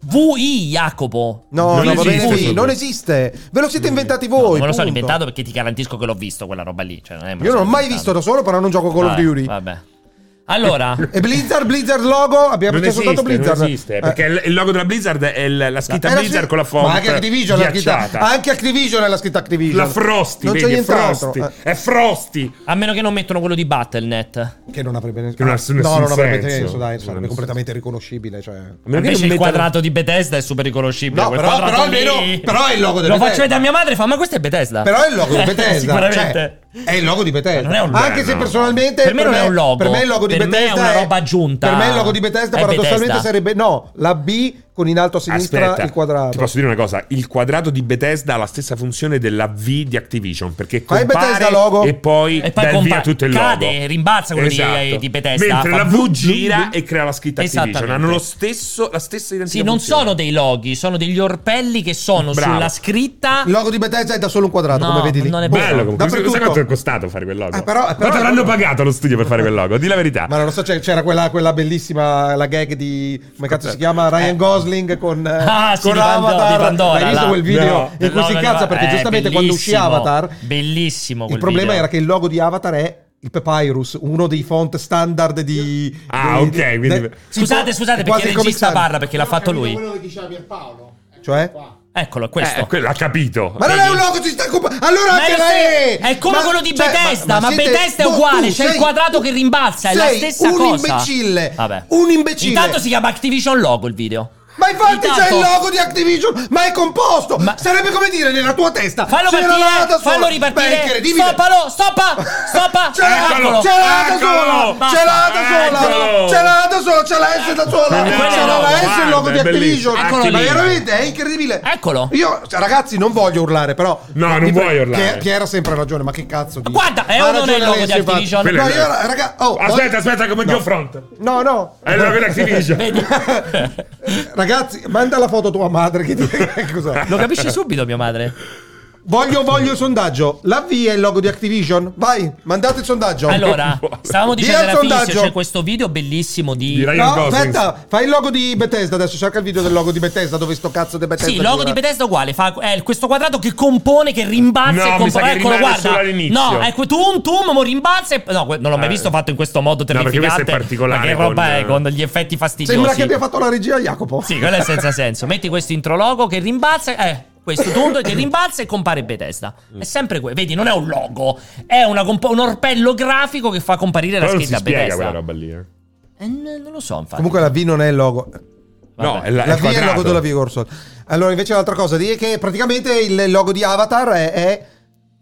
Speaker 1: VI Jacopo.
Speaker 3: No,
Speaker 2: Non
Speaker 3: no, va bene,
Speaker 2: esiste
Speaker 3: V,
Speaker 2: proprio.
Speaker 3: non esiste. Ve lo siete inventati voi.
Speaker 1: Mm. No, me lo sono
Speaker 3: punto.
Speaker 1: inventato perché ti garantisco che l'ho visto quella roba lì. Cioè, non è me lo
Speaker 3: Io
Speaker 1: sono
Speaker 3: non l'ho mai visto
Speaker 1: inventato.
Speaker 3: da solo, però non gioco Call of
Speaker 1: Vabbè,
Speaker 3: Duty.
Speaker 1: Vabbè. Allora,
Speaker 3: E Blizzard, Blizzard logo, abbiamo
Speaker 2: Non
Speaker 3: c'è soltanto
Speaker 2: esiste,
Speaker 3: Blizzard.
Speaker 2: non esiste,
Speaker 3: Eh,
Speaker 2: perché il- il logo della Blizzard è il- Eh, la scritta
Speaker 3: è la
Speaker 2: Blizzard
Speaker 3: scritta-
Speaker 2: con la font
Speaker 3: Ma anche Activision, è la scritta,
Speaker 2: ghiacciata.
Speaker 3: anche Activision è la scritta Activision.
Speaker 2: La Frosty,
Speaker 3: non
Speaker 2: vedi,
Speaker 3: c'è
Speaker 2: è
Speaker 3: nient'altro.
Speaker 2: Frosty.
Speaker 3: Eh,
Speaker 2: È Frosty.
Speaker 1: a meno che non mettono quello di Battle.net.
Speaker 3: Che non avrebbe eh,
Speaker 2: Che non ha nessun
Speaker 3: no, non avrebbe
Speaker 2: senso. Non ha
Speaker 3: senso, dai, sarebbe
Speaker 2: nessun
Speaker 3: completamente riconoscibile, cioè.
Speaker 2: A meno che non
Speaker 1: Invece il
Speaker 2: mettano-
Speaker 1: quadrato di Bethesda è super riconoscibile.
Speaker 3: No,
Speaker 1: quel
Speaker 3: però-
Speaker 1: quadrato
Speaker 3: però
Speaker 1: lì.
Speaker 3: almeno- però è il logo della
Speaker 1: Lo faccio
Speaker 3: Bethesda.
Speaker 1: vedere a mia madre e fa: Ma questo è Bethesda.
Speaker 3: Però è il logo di
Speaker 1: Eh,
Speaker 3: Bethesda.
Speaker 1: Sicuramente.
Speaker 3: cioè, è il logo di Bethesda.
Speaker 1: Ma non è un-
Speaker 3: Anche
Speaker 2: eh,
Speaker 3: se
Speaker 2: no.
Speaker 3: personalmente.
Speaker 1: Per me non è un logo.
Speaker 3: Per me il logo di
Speaker 1: Per me è
Speaker 3: Bethesda.
Speaker 1: una roba aggiunta.
Speaker 3: Per me il logo di Bethesda,
Speaker 1: È
Speaker 3: paradossalmente,
Speaker 1: Bethesda.
Speaker 3: sarebbe. No, la B con in alto a sinistra
Speaker 2: Aspetta,
Speaker 3: il quadrato.
Speaker 2: Ti posso dire una cosa: il quadrato di Bethesda ha la stessa funzione della V di Activision. Perché
Speaker 3: Fai
Speaker 2: compare
Speaker 3: Bethesda logo.
Speaker 2: e poi,
Speaker 1: E poi
Speaker 2: dà il
Speaker 1: compa-
Speaker 2: via tutto il
Speaker 1: cade,
Speaker 2: logo. Esatto.
Speaker 1: rimbalza quello di- di Bethesda,
Speaker 2: Mentre
Speaker 1: fa
Speaker 2: la
Speaker 1: vu-
Speaker 2: V gira e crea la scritta Activision.
Speaker 1: Esattamente.
Speaker 2: Hanno lo stesso, la stessa identità.
Speaker 1: Sì, non sono dei loghi, sono degli orpelli che sono
Speaker 2: Bravo.
Speaker 1: sulla scritta.
Speaker 3: Il logo di Bethesda è da solo un quadrato,
Speaker 1: No,
Speaker 3: come vedi lì. Boh,
Speaker 1: non è
Speaker 2: Bello comunque.
Speaker 3: Dappertutto.
Speaker 2: Sai quanto è costato fare quel logo?
Speaker 3: Eh, però- però-
Speaker 2: Quanto avranno pagato lo studio per fare quel logo? Di la verità. Eh,
Speaker 3: Ma non lo so, c'è- c'era quella, quella bellissima la gag di come cazzo si chiama Ryan Gosling con, eh,
Speaker 1: Ah, sì,
Speaker 3: con
Speaker 1: di Pandora, di Pandora,
Speaker 3: Hai visto
Speaker 1: là.
Speaker 3: quel video
Speaker 2: No.
Speaker 3: in cui si incazza? Perché
Speaker 1: Eh,
Speaker 3: giustamente quando uscì
Speaker 1: bellissimo,
Speaker 3: Avatar,
Speaker 1: Bellissimo.
Speaker 3: il
Speaker 1: quel
Speaker 3: problema
Speaker 1: video.
Speaker 3: era che il logo di Avatar è il Papyrus, uno dei font standard di.
Speaker 2: Ah,
Speaker 3: dei-
Speaker 2: ok, quindi-
Speaker 3: dei-
Speaker 1: Scusate,
Speaker 3: tipo-
Speaker 1: scusate,
Speaker 3: quasi
Speaker 1: perché il
Speaker 3: come
Speaker 1: regista
Speaker 3: Xavier.
Speaker 1: parla perché l'ha
Speaker 4: Però ho
Speaker 1: fatto
Speaker 4: capito
Speaker 1: lui.
Speaker 4: quello che diceva Pierpaolo. Ecco
Speaker 3: Cioè?
Speaker 4: qua.
Speaker 1: Eccolo, questo.
Speaker 2: Eh, quello ha capito.
Speaker 3: Ma non è un logo, ci sta compa- Allora
Speaker 1: Ma
Speaker 3: anche
Speaker 1: lo
Speaker 3: la
Speaker 1: sei-
Speaker 3: E!
Speaker 1: è come
Speaker 3: Ma-
Speaker 1: quello di
Speaker 3: cioè,
Speaker 1: Bethesda, ma,
Speaker 3: siete-
Speaker 1: Bethesda è
Speaker 3: boh,
Speaker 1: uguale,
Speaker 3: tu
Speaker 1: c'è il
Speaker 3: sei
Speaker 1: quadrato
Speaker 3: un-
Speaker 1: che rimbalza, è la
Speaker 3: sei
Speaker 1: stessa
Speaker 3: un
Speaker 1: cosa.
Speaker 3: Imbecille,
Speaker 1: Vabbè.
Speaker 3: Un imbecille!
Speaker 1: Intanto si chiama Activision Logo il video.
Speaker 3: Ma infatti c'è
Speaker 1: Intanto-
Speaker 3: il logo di Activision, ma è composto!
Speaker 1: Ma-
Speaker 3: Sarebbe come dire nella tua testa.
Speaker 1: Fallo
Speaker 3: c'era
Speaker 1: partire,
Speaker 3: la data sola.
Speaker 1: fallo ripartire.
Speaker 3: Becchere, divide.
Speaker 1: Stoppalo, stoppa, stoppa.
Speaker 3: C'è
Speaker 1: Eccolo.
Speaker 3: la
Speaker 2: Eccolo.
Speaker 3: c'è la data
Speaker 2: Eccolo.
Speaker 3: sola! C'è la data sola!
Speaker 2: Eccolo.
Speaker 3: C'è la data sola, c'è la S da sola!
Speaker 2: Eh,
Speaker 3: C'è
Speaker 1: no,
Speaker 3: la S il
Speaker 2: guarda,
Speaker 3: logo di
Speaker 2: è bellissimo.
Speaker 3: Activision!
Speaker 1: Eccolo lì.
Speaker 3: Ma veramente è incredibile!
Speaker 1: Eccolo.
Speaker 3: Io, ragazzi, non voglio urlare, però.
Speaker 2: No, non
Speaker 3: Mi pre-
Speaker 2: vuoi urlare.
Speaker 3: Chi- Chi era sempre ragione, ma che cazzo di.
Speaker 1: Guarda, è o
Speaker 3: Ha
Speaker 1: non
Speaker 3: ragione
Speaker 1: è il logo di
Speaker 3: Alessio, infatti.
Speaker 1: Activision?
Speaker 2: Quello è
Speaker 3: No,
Speaker 2: il
Speaker 3: io,
Speaker 2: logo.
Speaker 3: raga. Oh,
Speaker 2: Aspetta, aspetta, come Geo Front. Eh,
Speaker 3: No, no.
Speaker 2: È il logo di Activision.
Speaker 3: Ragazzi, manda la foto a tua madre che ti che cos'è.
Speaker 1: Lo capisce subito mia madre.
Speaker 3: Voglio, voglio il sondaggio. La V è il logo di Activision? Vai, mandate il sondaggio.
Speaker 1: Allora, stavamo
Speaker 3: Dia il
Speaker 1: dicendo alla Fizio,
Speaker 3: sondaggio.
Speaker 1: c'è questo video bellissimo
Speaker 2: Di
Speaker 1: di
Speaker 2: Ryan
Speaker 3: No,
Speaker 2: Gosling.
Speaker 3: aspetta, fai il logo di Bethesda adesso, cerca il video del logo di Bethesda dove sto cazzo di Bethesda.
Speaker 1: Sì, il logo
Speaker 3: gira.
Speaker 1: di Bethesda è uguale, fa è questo quadrato che compone, che rimbalza
Speaker 2: No, mi
Speaker 1: e
Speaker 2: sa
Speaker 1: compone.
Speaker 2: che
Speaker 1: Eccolo,
Speaker 2: rimane
Speaker 1: guarda.
Speaker 2: solo all'inizio.
Speaker 1: No, ecco tum tum, mo rimbalza e no, que- non l'ho mai
Speaker 2: Eh.
Speaker 1: visto fatto in questo modo
Speaker 2: perché questo
Speaker 1: terrificante.
Speaker 2: è particolare
Speaker 1: Ma che roba
Speaker 2: con-
Speaker 1: è con gli effetti fastidiosi.
Speaker 3: Sembra che abbia fatto la regia Jacopo.
Speaker 1: Sì, quello è senza senso. Metti questo intrologo che rimbalza eh questo tutto che rimbalza e compare Bethesda. È sempre quello. Vedi, non è un logo, è una compo- un orpello grafico che fa comparire la
Speaker 2: Però non si
Speaker 1: scritta
Speaker 2: spiega quella
Speaker 1: Bethesda.
Speaker 2: roba lì. eh.
Speaker 1: Eh, n- non lo so, infatti.
Speaker 3: Comunque la V non è il logo.
Speaker 2: No,
Speaker 1: Vabbè.
Speaker 2: è la,
Speaker 3: La V è il
Speaker 2: quadrato.
Speaker 3: logo della V Corsol. Allora, invece l'altra cosa è che praticamente il logo di Avatar è... è-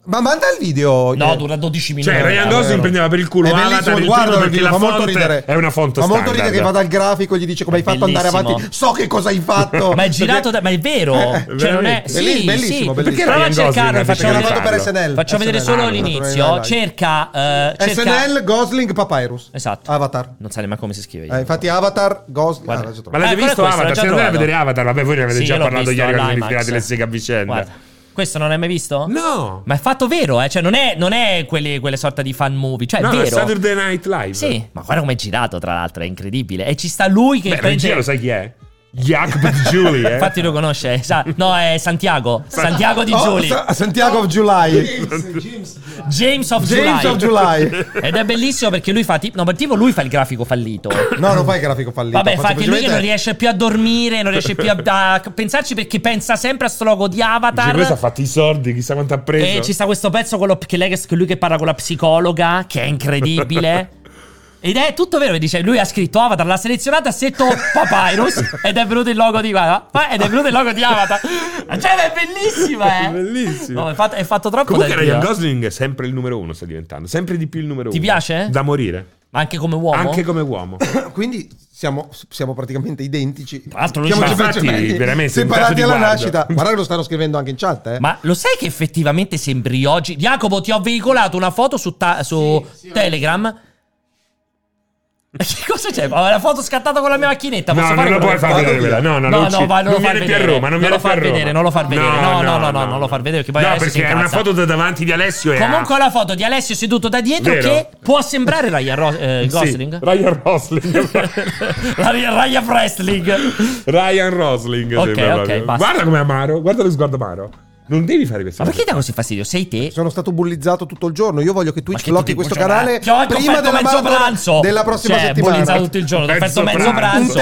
Speaker 3: Ma manda il video. eh.
Speaker 1: No, dura 12 minuti.
Speaker 2: Cioè, Ryan
Speaker 1: davvero.
Speaker 2: Gosling prendeva per il culo
Speaker 3: È
Speaker 2: Avatar
Speaker 3: bellissimo,
Speaker 2: il
Speaker 3: guarda
Speaker 2: titolo
Speaker 3: perché
Speaker 2: perché la
Speaker 3: fa molto
Speaker 2: font
Speaker 3: ridere.
Speaker 2: è una font
Speaker 3: Fa molto
Speaker 2: standard.
Speaker 3: ridere che va dal grafico e gli dice come hai fatto ad andare
Speaker 1: Bellissimo.
Speaker 3: avanti. So che cosa hai fatto.
Speaker 1: Ma è girato da. Ma è vero!
Speaker 2: Eh,
Speaker 1: cioè, non è.
Speaker 2: veramente.
Speaker 1: Sì,
Speaker 3: Bellissimo, bellissimo.
Speaker 1: sì.
Speaker 3: Perché
Speaker 1: Prova a
Speaker 2: Ryan Gosling
Speaker 1: cercarlo.
Speaker 2: ha
Speaker 1: Facciamo
Speaker 2: detto
Speaker 3: Era
Speaker 2: che
Speaker 1: vedere,
Speaker 3: fatto per
Speaker 2: farlo.
Speaker 3: SNL.
Speaker 1: facciamo vedere
Speaker 3: SNL,
Speaker 1: solo
Speaker 3: ah,
Speaker 1: l'inizio.
Speaker 3: naturalmente, dai.
Speaker 1: Cerca. eh, cerca-
Speaker 3: SNL Gosling Papyrus.
Speaker 1: Esatto.
Speaker 3: Avatar.
Speaker 1: Non sa nemmeno come si scrive.
Speaker 3: Eh, infatti Avatar Gosling.
Speaker 1: Guarda.
Speaker 3: Ah, l'ho già
Speaker 2: Ma
Speaker 3: trovato.
Speaker 2: l'avete
Speaker 1: Eh, quello è
Speaker 2: visto
Speaker 1: questo, l'ho
Speaker 2: Avatar?
Speaker 1: già
Speaker 2: Se andate a
Speaker 1: trovato.
Speaker 2: vedere Avatar, vabbè, voi ne avete
Speaker 1: Sì,
Speaker 2: già
Speaker 1: io l'ho
Speaker 2: parlato
Speaker 1: visto
Speaker 2: ieri quando vi
Speaker 1: all'IMAX.
Speaker 2: tirate le seghe a vicenda.
Speaker 1: Guarda. Questo non l'hai mai visto?
Speaker 2: No.
Speaker 1: Ma è fatto vero, eh? Cioè, non è, non è quelle, quelle sorta di fan movie. Cioè, è
Speaker 2: No, no, è
Speaker 1: vero.
Speaker 2: Saturday Night Live.
Speaker 1: Sì, ma guarda com'è girato, tra l'altro, è incredibile. E ci sta lui che
Speaker 2: Beh,
Speaker 1: prende-
Speaker 2: regia lo sai chi è? Jacob di Julie, eh.
Speaker 1: Infatti lo conosce, sa- no, è Santiago. Santiago di
Speaker 3: Oh,
Speaker 1: Giuli.
Speaker 3: Sa- Santiago of July.
Speaker 4: James, James Blunt.
Speaker 1: James of
Speaker 3: James
Speaker 1: July.
Speaker 3: of July.
Speaker 1: Ed è bellissimo perché lui fa tipo, no, per tipo lui fa il grafico fallito.
Speaker 3: No, non fai il grafico fallito.
Speaker 1: Vabbè,
Speaker 3: fa
Speaker 1: fa che lui che
Speaker 3: semplicemente-
Speaker 1: non riesce più a dormire, non riesce più a, a pensarci perché pensa sempre a sto logo di
Speaker 2: Dice, questo ha
Speaker 1: Avatar.
Speaker 2: fatto i soldi, chissà quanto ha
Speaker 1: Eh,
Speaker 2: preso.
Speaker 1: E ci sta questo pezzo con lo- che lei che- che lui che parla con la psicologa, che è incredibile. Ed è tutto vero, dice, lui ha scritto Avatar, l'ha selezionata, ha setto Papyrus ed è venuto il logo di Avatar, ed è venuto il logo di Avatar. Cioè, ma è bellissima, eh!
Speaker 2: Bellissimo.
Speaker 1: No, è, fatto, è fatto troppo
Speaker 2: Comunque
Speaker 1: da
Speaker 2: Ryan
Speaker 1: Dio.
Speaker 2: Gosling è sempre il numero uno, sta diventando. Sempre di più il numero
Speaker 1: Ti
Speaker 2: uno.
Speaker 1: piace?
Speaker 2: Da morire.
Speaker 1: Ma Anche come uomo?
Speaker 2: Anche come uomo.
Speaker 3: Quindi siamo, siamo praticamente identici.
Speaker 1: Tra l'altro lui
Speaker 3: Siamo
Speaker 1: ci-
Speaker 2: ma infatti,
Speaker 3: gemelli,
Speaker 2: veramente, un caso
Speaker 3: separati
Speaker 2: di
Speaker 3: alla
Speaker 2: guardo.
Speaker 3: nascita. Guarda che lo stanno scrivendo anche in chat, eh.
Speaker 1: Ma lo sai che effettivamente sembri oggi? Jacopo, ti ho veicolato una foto su, ta- su
Speaker 4: Sì, sì,
Speaker 1: Telegram. Che cosa c'è? Ma la foto scattata con la mia macchinetta.
Speaker 2: No,
Speaker 1: posso
Speaker 2: non
Speaker 1: fare
Speaker 2: lo puoi
Speaker 1: quello che
Speaker 2: far
Speaker 1: voglio?
Speaker 2: vedere quella. No, no,
Speaker 1: no,
Speaker 2: lo uccidi.
Speaker 1: no, vai, non, lo
Speaker 2: non
Speaker 1: far
Speaker 2: viene più a
Speaker 1: vedere.
Speaker 2: Roma. Non
Speaker 1: non
Speaker 2: viene
Speaker 1: lo
Speaker 2: più a
Speaker 1: far
Speaker 2: Roma.
Speaker 1: vedere, non lo far vedere. No, no, no, no, non lo far vedere, perché poi
Speaker 2: No,
Speaker 1: Alessio si
Speaker 2: perché è una
Speaker 1: incazza.
Speaker 2: foto da davanti di Alessio. e
Speaker 1: Comunque la foto di Alessio seduto da dietro
Speaker 2: Vero?
Speaker 1: che può sembrare Ryan Ro- eh,
Speaker 2: Sì,
Speaker 1: Gosling.
Speaker 2: Ryan Rosling.
Speaker 1: la Ryan Wrestling.
Speaker 2: Ryan Rosling.
Speaker 1: Ok,
Speaker 2: sembra
Speaker 1: ok,
Speaker 2: proprio.
Speaker 1: basta.
Speaker 2: Guarda come è amaro. Guarda lo sguardo amaro. Non devi fare questa
Speaker 1: Ma perché
Speaker 2: cosa.
Speaker 1: dà così fastidio? Sei te?
Speaker 3: Sono stato bullizzato tutto il giorno. Io voglio che
Speaker 1: Ma
Speaker 3: Twitch
Speaker 1: che
Speaker 3: blocchi
Speaker 1: tipo
Speaker 3: questo
Speaker 1: giornata?
Speaker 3: canale
Speaker 1: Ti ho anche
Speaker 3: prima
Speaker 1: offerto
Speaker 3: della
Speaker 1: mezzo
Speaker 3: maratona
Speaker 1: pranzo.
Speaker 3: della prossima
Speaker 1: Cioè, bullizzato
Speaker 3: settimana.
Speaker 1: tutto il giorno, ti ho
Speaker 2: Mezzo
Speaker 1: offerto mezzo
Speaker 2: pranzo.
Speaker 1: pranzo.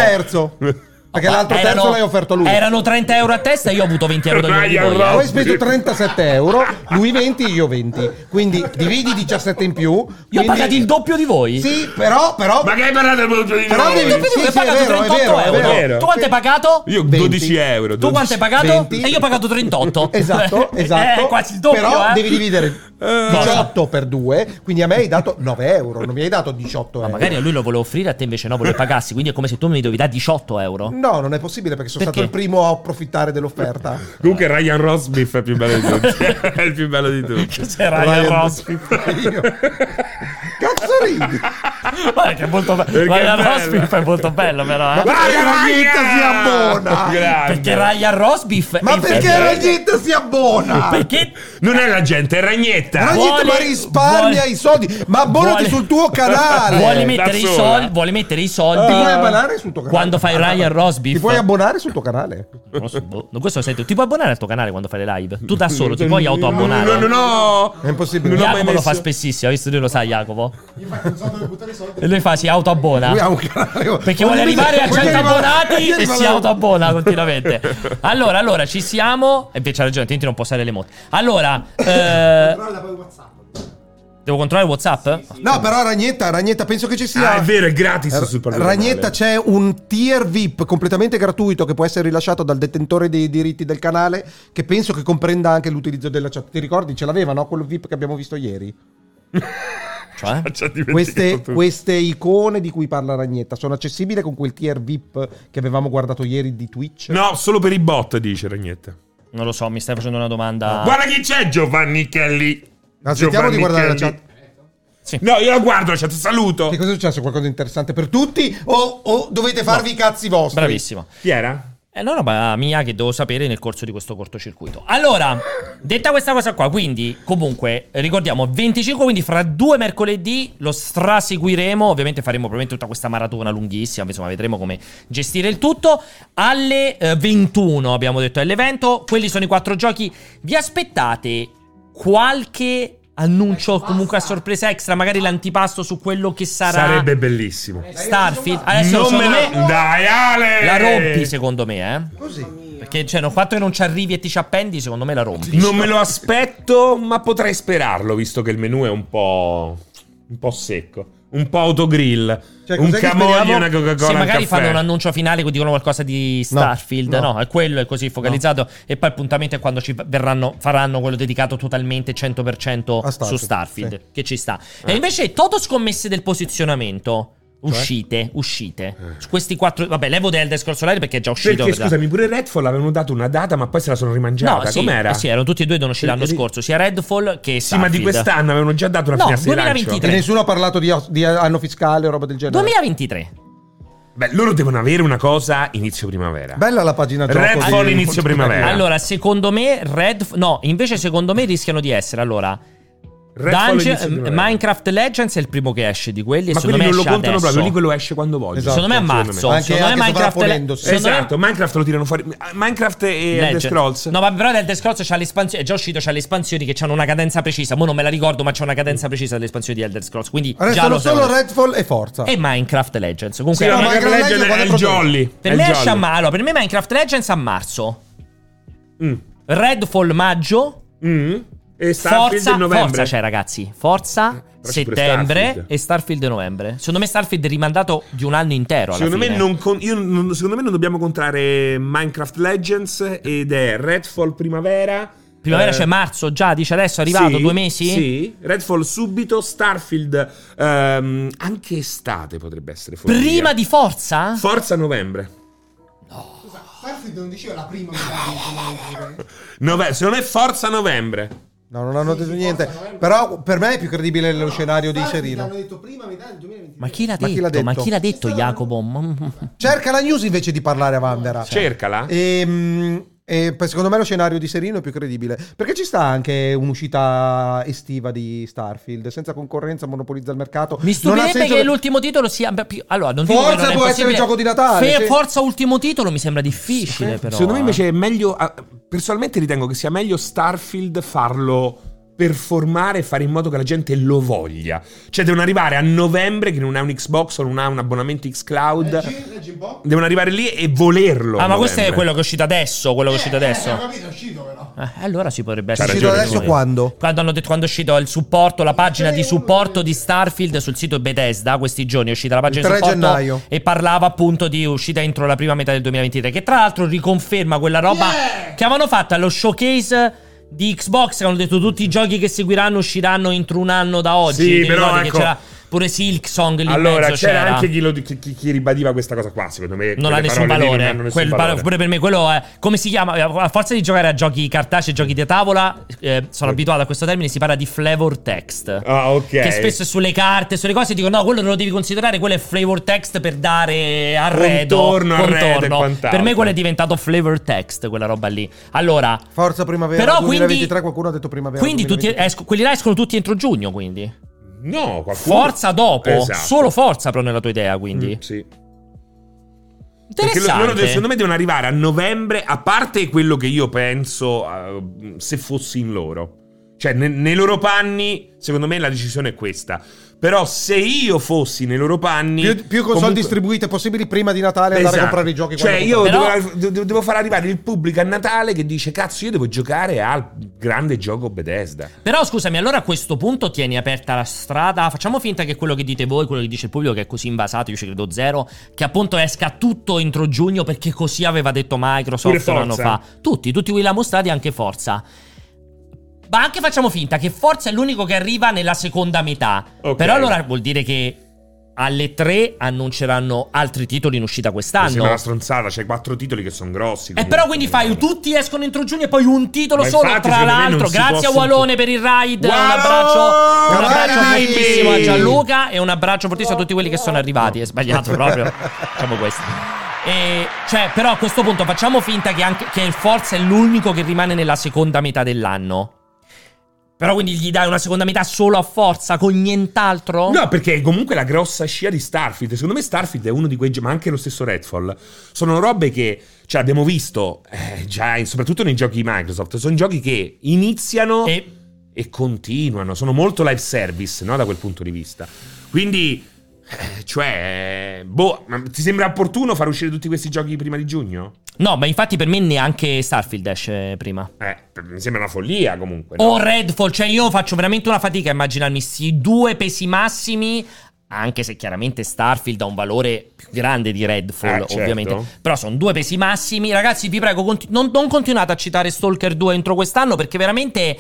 Speaker 3: Un terzo. Perché l'altro
Speaker 1: Erano-
Speaker 3: terzo l'hai offerto a lui.
Speaker 1: Erano 30 euro a testa e io ho avuto 20 euro da
Speaker 2: Ryan
Speaker 1: voi. eh.
Speaker 2: Ross-
Speaker 3: Poi hai speso 37 euro, lui 20, io 20. Quindi dividi 17 in più.
Speaker 1: Io ho
Speaker 3: quindi-
Speaker 1: pagato il doppio di voi.
Speaker 3: Sì, però, però,
Speaker 2: Ma che hai parlato del punto di
Speaker 3: Però
Speaker 2: noi?
Speaker 1: Il
Speaker 3: devi-
Speaker 1: doppio di voi,
Speaker 3: Sì,
Speaker 1: ho
Speaker 3: sì, è
Speaker 1: pagato
Speaker 3: vero, è
Speaker 1: 38
Speaker 3: vero,
Speaker 2: è
Speaker 1: euro.
Speaker 2: vero.
Speaker 1: Tu quanto hai pagato?
Speaker 2: Io
Speaker 3: 20.
Speaker 2: 12 euro.
Speaker 1: Tu
Speaker 2: 12.
Speaker 1: quanto hai pagato?
Speaker 3: 20.
Speaker 1: E io ho pagato 38.
Speaker 3: Esatto, esatto.
Speaker 1: Eh, quasi il doppio.
Speaker 3: Però
Speaker 1: eh.
Speaker 3: devi dividere 18 per 2, quindi a me hai dato 9 euro, non mi hai dato 18
Speaker 1: Ma
Speaker 3: euro.
Speaker 1: magari a lui lo volevo offrire, a te invece no, volevo pagarsi. Quindi è come se tu mi dovevi dare 18 euro.
Speaker 3: No, non è possibile perché sono
Speaker 1: Perché?
Speaker 3: stato il primo a approfittare dell'offerta.
Speaker 2: Comunque Ryan Rosbiff è il più bello di tutti. è il più bello di tutti.
Speaker 1: Cos'è Ryan Ross?
Speaker 3: Io. Cazzo ridi?
Speaker 1: Guarda che è molto
Speaker 2: Perché
Speaker 1: bello. Ryan
Speaker 2: è bello.
Speaker 1: Ross è molto bello, però. Eh.
Speaker 3: Perché
Speaker 2: Ryan!
Speaker 3: la vita si abbona!
Speaker 2: Grande.
Speaker 1: Perché Ryan Rosbiff
Speaker 3: Ma perché la gente si abbona?
Speaker 1: perché
Speaker 2: Non è la gente, è Ragnetta.
Speaker 3: La
Speaker 1: Vuole-
Speaker 3: gente ma risparmia
Speaker 1: vuole-
Speaker 3: i soldi, ma abbonati
Speaker 1: vuole-
Speaker 3: sul tuo canale.
Speaker 1: vuole Eh.
Speaker 2: da
Speaker 1: mettere, i
Speaker 2: sola.
Speaker 1: soldi, vuole mettere i soldi
Speaker 3: Eh, Ti puoi abbonare sul tuo canale?
Speaker 1: quando fai Ryan Rosbiff
Speaker 3: Ti puoi abbonare sul tuo canale?
Speaker 1: Non lo so, boh. No, questo lo sento. Ti puoi abbonare al tuo canale quando fai le live? Tu da solo ti puoi autoabbonare.
Speaker 2: No, no, no.
Speaker 3: È impossibile.
Speaker 2: Non ho mai
Speaker 1: Jacopo lo fa
Speaker 2: messo.
Speaker 1: spessissimo, hai visto lui lo sa Jacopo.
Speaker 4: Io faccio un sacco di buttare i soldi.
Speaker 1: E lui fa si autoabbona.
Speaker 3: Lui ha un canale.
Speaker 1: Ah. Perché vuole arrivare a 100 abbonati e si
Speaker 3: auto
Speaker 1: autoabbona continuamente. Allora, allora, ci siamo. E invece ha ragione, Tinti non può stare le moto. Allora, eh,
Speaker 4: Però la poi WhatsApp.
Speaker 1: devo controllare WhatsApp?
Speaker 3: No, però Ragnetta, Ragnetta, penso che ci sia.
Speaker 2: Ah, è vero, è gratis sul proprio
Speaker 3: Ragnetta
Speaker 2: canale.
Speaker 3: c'è un tier VIP completamente gratuito che può essere rilasciato dal detentore dei diritti del canale che penso che comprenda anche l'utilizzo della chat. Ti ricordi? Ce l'aveva, no? Quello VIP che abbiamo visto ieri.
Speaker 1: Cioè?
Speaker 2: Ci ha dimenticato
Speaker 3: Queste,
Speaker 2: tutto.
Speaker 3: queste icone di cui parla Ragnetta sono accessibili con quel tier VIP che avevamo guardato ieri di Twitch?
Speaker 2: No, solo per i bot, dice Ragnetta.
Speaker 1: Non lo so, mi stai facendo una domanda.
Speaker 2: Guarda chi c'è, Giovanni Kelly.
Speaker 3: Aspettiamo di
Speaker 2: Giovanni
Speaker 3: guardare la
Speaker 2: Kelly.
Speaker 3: chat.
Speaker 2: No, io la guardo la chat, saluto.
Speaker 3: Che cosa è successo? Qualcosa di interessante per tutti? O, o dovete farvi i cazzi vostri?
Speaker 1: Bravissimo.
Speaker 2: Chi era?
Speaker 1: È una roba mia che devo sapere nel corso di questo cortocircuito. Allora, detta questa cosa qua, quindi comunque eh, ricordiamo 25, quindi fra due mercoledì lo straseguiremo, ovviamente faremo probabilmente tutta questa maratona lunghissima, insomma vedremo come gestire il tutto. Alle eh, 21 abbiamo detto è l'evento, quelli sono i quattro giochi. Vi aspettate qualche annuncio comunque a sorpresa extra, magari l'antipasto su quello che sarà
Speaker 2: Sarebbe bellissimo.
Speaker 1: Starfield? Adesso
Speaker 2: non me
Speaker 1: secondo
Speaker 2: la...
Speaker 1: me
Speaker 2: Dai, Ale!
Speaker 1: la rompi secondo me, eh.
Speaker 3: Così.
Speaker 1: Perché cioè, no, il fatto che non ci arrivi e ti ci appendi, secondo me la rompi.
Speaker 2: Non me lo aspetto, ma potrei sperarlo, visto che il menù è un po'... un po' secco. Un po' autogrill.
Speaker 3: Cioè,
Speaker 2: un
Speaker 3: cos'è che
Speaker 2: camogli e
Speaker 3: speriamo?
Speaker 2: una Coca-Cola
Speaker 1: Se
Speaker 2: al
Speaker 1: magari
Speaker 2: caffè.
Speaker 1: fanno un annuncio finale che dicono qualcosa di Starfield, no,
Speaker 3: no.
Speaker 1: è quello, è così focalizzato. E poi appuntamento è quando ci verranno, faranno quello dedicato totalmente 100%
Speaker 3: A Starfield,
Speaker 1: su Starfield, che ci sta.
Speaker 2: Eh.
Speaker 1: E invece Toto scommesse del posizionamento.
Speaker 2: Cioè?
Speaker 1: Uscite, uscite. Su questi quattro. Vabbè, levo del Elder Solari perché è già uscito.
Speaker 2: Eh. Perché,
Speaker 1: per-
Speaker 2: scusami, pure Redfall avevano dato una data, ma poi se la sono rimangiata.
Speaker 1: No, sì,
Speaker 2: Com'era?
Speaker 1: eh sì, erano tutti e due dono
Speaker 2: Sì,
Speaker 1: l'anno
Speaker 2: sì.
Speaker 1: scorso, sia Redfall che
Speaker 2: Sì, ma
Speaker 1: Starfield.
Speaker 2: di quest'anno avevano già dato una
Speaker 1: No,
Speaker 2: finestra di lancio.
Speaker 1: 2023.
Speaker 3: E nessuno ha parlato di, di anno fiscale o roba del genere.
Speaker 1: 2023.
Speaker 2: Beh, loro devono avere una cosa inizio primavera.
Speaker 3: Bella la pagina gioco.
Speaker 2: Redfall
Speaker 3: di-
Speaker 2: inizio primavera.
Speaker 1: Allora, secondo me, Red. No, invece, secondo me rischiano di essere. Allora,
Speaker 2: Redfall
Speaker 1: Dungeon- eh,
Speaker 2: inizio primavera.
Speaker 1: Minecraft Legends è il primo che esce di quelli. e
Speaker 2: Ma
Speaker 1: secondo
Speaker 2: quelli non
Speaker 1: me
Speaker 2: lo
Speaker 1: esce
Speaker 2: contano
Speaker 1: adesso.
Speaker 2: proprio, lì quello esce quando voglio.
Speaker 3: Esatto.
Speaker 1: Secondo me a
Speaker 2: Secondo me.
Speaker 1: marzo.
Speaker 3: Anche-
Speaker 1: secondo me
Speaker 3: anche
Speaker 1: Minecraft.
Speaker 3: sovrapponendosi.
Speaker 1: secondo me-
Speaker 2: Esatto, Minecraft lo tirano fuori. Ah, Minecraft e Elder
Speaker 1: Legend.
Speaker 2: Scrolls.
Speaker 1: No, ma però Elder Scrolls c'ha le espansioni. È già uscito, c'ha le espansioni che hanno una cadenza precisa. Mo non me la ricordo, ma c'è una cadenza precisa delle espansioni di Elder Scrolls. Quindi già
Speaker 3: Restano
Speaker 1: lo
Speaker 3: solo
Speaker 1: so. Eh.
Speaker 3: Redfall e Forza.
Speaker 1: E Minecraft Legends. Comunque,
Speaker 2: Sì, no,
Speaker 3: no,
Speaker 2: Minecraft
Speaker 3: Minecraft
Speaker 2: Legend è
Speaker 3: Legend
Speaker 2: il
Speaker 3: quando
Speaker 2: jolly.
Speaker 1: per
Speaker 2: È
Speaker 1: me
Speaker 2: il
Speaker 1: esce a
Speaker 2: jolly.
Speaker 1: ma- allora, per me Minecraft Legends a marzo.
Speaker 2: Mm.
Speaker 1: Redfall maggio.
Speaker 2: Mm. E Starfield
Speaker 1: Forza,
Speaker 2: in novembre. Eh,
Speaker 1: forza certo, c'è ragazzi, forza
Speaker 2: però c'è pure
Speaker 1: settembre
Speaker 2: Starfield.
Speaker 1: e Starfield novembre. Secondo me Starfield è rimandato di un anno intero. alla
Speaker 2: Secondo me,
Speaker 1: fine.
Speaker 2: non con- io non- secondo me non dobbiamo contrare Minecraft Legends ed è Redfall primavera.
Speaker 1: Primavera
Speaker 2: eh,
Speaker 1: c'è marzo, già dice adesso è arrivato
Speaker 2: sì,
Speaker 1: due mesi?
Speaker 2: Sì, Redfall subito, Starfield ehm, anche estate potrebbe essere follia.
Speaker 1: Prima di Forza?
Speaker 2: Forza novembre.
Speaker 4: Scusa, Starfield non diceva la prima metà di
Speaker 2: Nove- secondo me Forza novembre.
Speaker 3: No, non hanno
Speaker 4: Sì,
Speaker 3: detto
Speaker 4: sì,
Speaker 3: niente.
Speaker 4: forza, novembre.
Speaker 3: Però per me è più credibile lo scenario di
Speaker 4: Starfield
Speaker 3: Serino.
Speaker 4: Hanno detto prima metà del 2023.
Speaker 1: Ma chi l'ha
Speaker 3: Ma
Speaker 1: detto?
Speaker 3: chi l'ha
Speaker 1: Ma
Speaker 3: detto?
Speaker 1: chi l'ha detto,
Speaker 4: Sì,
Speaker 1: Jacobo?
Speaker 3: Cerca la news invece di parlare a Vandera.
Speaker 2: Cercala.
Speaker 3: Ehm, E, per- secondo me lo scenario di Serino è più credibile. Perché ci sta anche un'uscita estiva di Starfield. Senza concorrenza monopolizza il mercato.
Speaker 1: Mi
Speaker 3: Non ha
Speaker 1: stupirebbe
Speaker 3: senso-
Speaker 1: che l'ultimo titolo sia. beh, più- Allora, non dico
Speaker 3: Forza
Speaker 1: che non è
Speaker 3: può essere il
Speaker 1: possibile.
Speaker 3: gioco di Natale,
Speaker 1: Fe-
Speaker 3: sì.
Speaker 1: Forza ultimo titolo mi sembra difficile, però.
Speaker 2: Secondo me
Speaker 1: eh.
Speaker 2: invece è meglio. ah, Personalmente ritengo che sia meglio Starfield farlo performare e fare in modo che la gente lo voglia. Cioè, devono arrivare a novembre che non ha un Xbox o non ha un abbonamento Xcloud.
Speaker 4: Leggi, leggi un po'.
Speaker 2: Devono arrivare lì e volerlo.
Speaker 1: Ah,
Speaker 2: a
Speaker 1: ma questo è
Speaker 2: novembre.
Speaker 1: quello che è uscito adesso. Quello che è uscito
Speaker 4: Eh, ho
Speaker 1: adesso.
Speaker 4: capito, è uscito però.
Speaker 1: Eh, allora si potrebbe
Speaker 2: C'ha
Speaker 1: essere.
Speaker 2: ragione
Speaker 1: per
Speaker 3: adesso
Speaker 1: noi.
Speaker 3: quando?
Speaker 1: Quando hanno detto quando è uscito il supporto, la pagina di supporto di Starfield sul sito Bethesda questi giorni, è uscita la pagina di
Speaker 3: 3
Speaker 1: supporto
Speaker 3: gennaio.
Speaker 1: e parlava appunto di uscita entro la prima metà del 2023, che tra l'altro riconferma quella roba
Speaker 4: Yeah!
Speaker 1: che avevano fatto allo showcase di Xbox, che hanno detto tutti i giochi che seguiranno usciranno entro un anno da oggi.
Speaker 2: Sì,
Speaker 1: Ti
Speaker 2: però,
Speaker 1: ricordi che
Speaker 2: ecco-
Speaker 1: c'era pure Silksong lì in
Speaker 2: Allora,
Speaker 1: mezzo,
Speaker 2: c'era, anche chi, lo- chi- chi- chi ribadiva questa cosa qua, secondo me.
Speaker 1: non
Speaker 2: quelle
Speaker 1: ha nessun
Speaker 2: parole lì non
Speaker 1: valore.
Speaker 2: hanno nessun
Speaker 1: Quel valo-
Speaker 2: valore.
Speaker 1: pure per me, quello è. Come si chiama? A forza di giocare a giochi cartacei, giochi di tavola, eh, sono abituato a questo termine. Si parla di flavor text.
Speaker 2: Ah, ok.
Speaker 1: Che spesso è sulle carte, sulle cose, dicono: no, quello non lo devi considerare, quello è flavor text per dare arredo.
Speaker 2: Contorno, arredo e quant'altro.
Speaker 1: per me quello è diventato flavor text, quella roba lì. Allora,
Speaker 3: Forza primavera
Speaker 1: Però quindi-
Speaker 3: 2023 qualcuno ha detto primavera.
Speaker 1: quindi tutti
Speaker 3: 2023.
Speaker 1: esco- quelli là escono tutti entro giugno, quindi.
Speaker 2: No, qualcuno.
Speaker 1: Forza dopo,
Speaker 2: Esatto.
Speaker 1: solo forza però nella tua idea, quindi.
Speaker 2: Mm, sì. Mm. Perché lo-
Speaker 1: Interessante.
Speaker 2: loro, secondo me devono arrivare a novembre, a parte quello che io penso eh, se fossi in loro. Cioè, ne- nei loro panni, secondo me la decisione è questa. Però se io fossi nei loro panni...
Speaker 3: più, più console
Speaker 2: comunque-
Speaker 3: distribuite possibili prima di Natale andare
Speaker 2: Esatto.
Speaker 3: a comprare i giochi.
Speaker 2: Cioè,
Speaker 3: quando
Speaker 2: io
Speaker 3: comprare.
Speaker 1: comprare.
Speaker 2: devo, de- devo far arrivare il pubblico a Natale che dice: Cazzo, io devo giocare al grande gioco Bethesda.
Speaker 1: Però scusami, allora a questo punto tieni aperta la strada. Facciamo finta che quello che dite voi, quello che dice il pubblico, che è così invasato, io ci credo zero, che appunto esca tutto entro giugno perché così aveva detto Microsoft
Speaker 2: Pure
Speaker 1: un anno
Speaker 2: Forza.
Speaker 1: fa. Tutti, tutti quelli là mostrati, anche Forza. Ma anche facciamo finta che Forza è l'unico che arriva nella seconda metà.
Speaker 2: Ok.
Speaker 1: Però allora vuol dire che alle 3 annunceranno altri titoli in uscita
Speaker 2: Mi sembra
Speaker 1: quest'anno.
Speaker 2: una stronzata, c'è quattro titoli che sono grossi.
Speaker 1: E
Speaker 2: comunque,
Speaker 1: Ah, Eh, però quindi fai
Speaker 2: comunque.
Speaker 1: tutti escono entro giugno e poi un titolo
Speaker 2: Ma
Speaker 1: solo
Speaker 2: infatti,
Speaker 1: tra
Speaker 2: secondo me non
Speaker 1: l'altro.
Speaker 2: si
Speaker 1: Grazie a
Speaker 2: possono-
Speaker 1: Walone per il ride. Un
Speaker 2: Walone!
Speaker 1: abbraccio, un abbraccio
Speaker 3: Walone!
Speaker 1: fortissimo a Gianluca e un abbraccio fortissimo a tutti quelli che sono arrivati. È sbagliato proprio. Facciamo questo. E cioè, però a questo punto facciamo finta che, anche, che il Forza è l'unico che rimane nella seconda metà dell'anno. Però quindi gli dai una seconda metà solo a Forza con nient'altro?
Speaker 2: No, perché comunque la grossa scia di Starfield. Secondo me Starfield è uno di quei giochi, ma anche lo stesso Redfall. Sono robe che cioè, abbiamo visto eh, già, in- soprattutto nei giochi di Microsoft. Sono giochi che iniziano e,
Speaker 1: E
Speaker 2: continuano. Sono molto live service, no? Da quel punto di vista. Quindi, eh, cioè, boh, ma ti sembra opportuno far uscire tutti questi giochi prima di giugno?
Speaker 1: No, ma infatti per me neanche Starfield esce prima.
Speaker 2: Eh, mi sembra una follia comunque. no?
Speaker 1: O Redfall, cioè io faccio veramente una fatica a immaginarmi sti due pesi massimi, anche se chiaramente Starfield ha un valore più grande di Redfall,
Speaker 2: Ah, certo.
Speaker 1: ovviamente. Però sono due pesi massimi. Ragazzi, vi prego, conti- non, non continuate a citare Stalker 2 entro quest'anno perché veramente...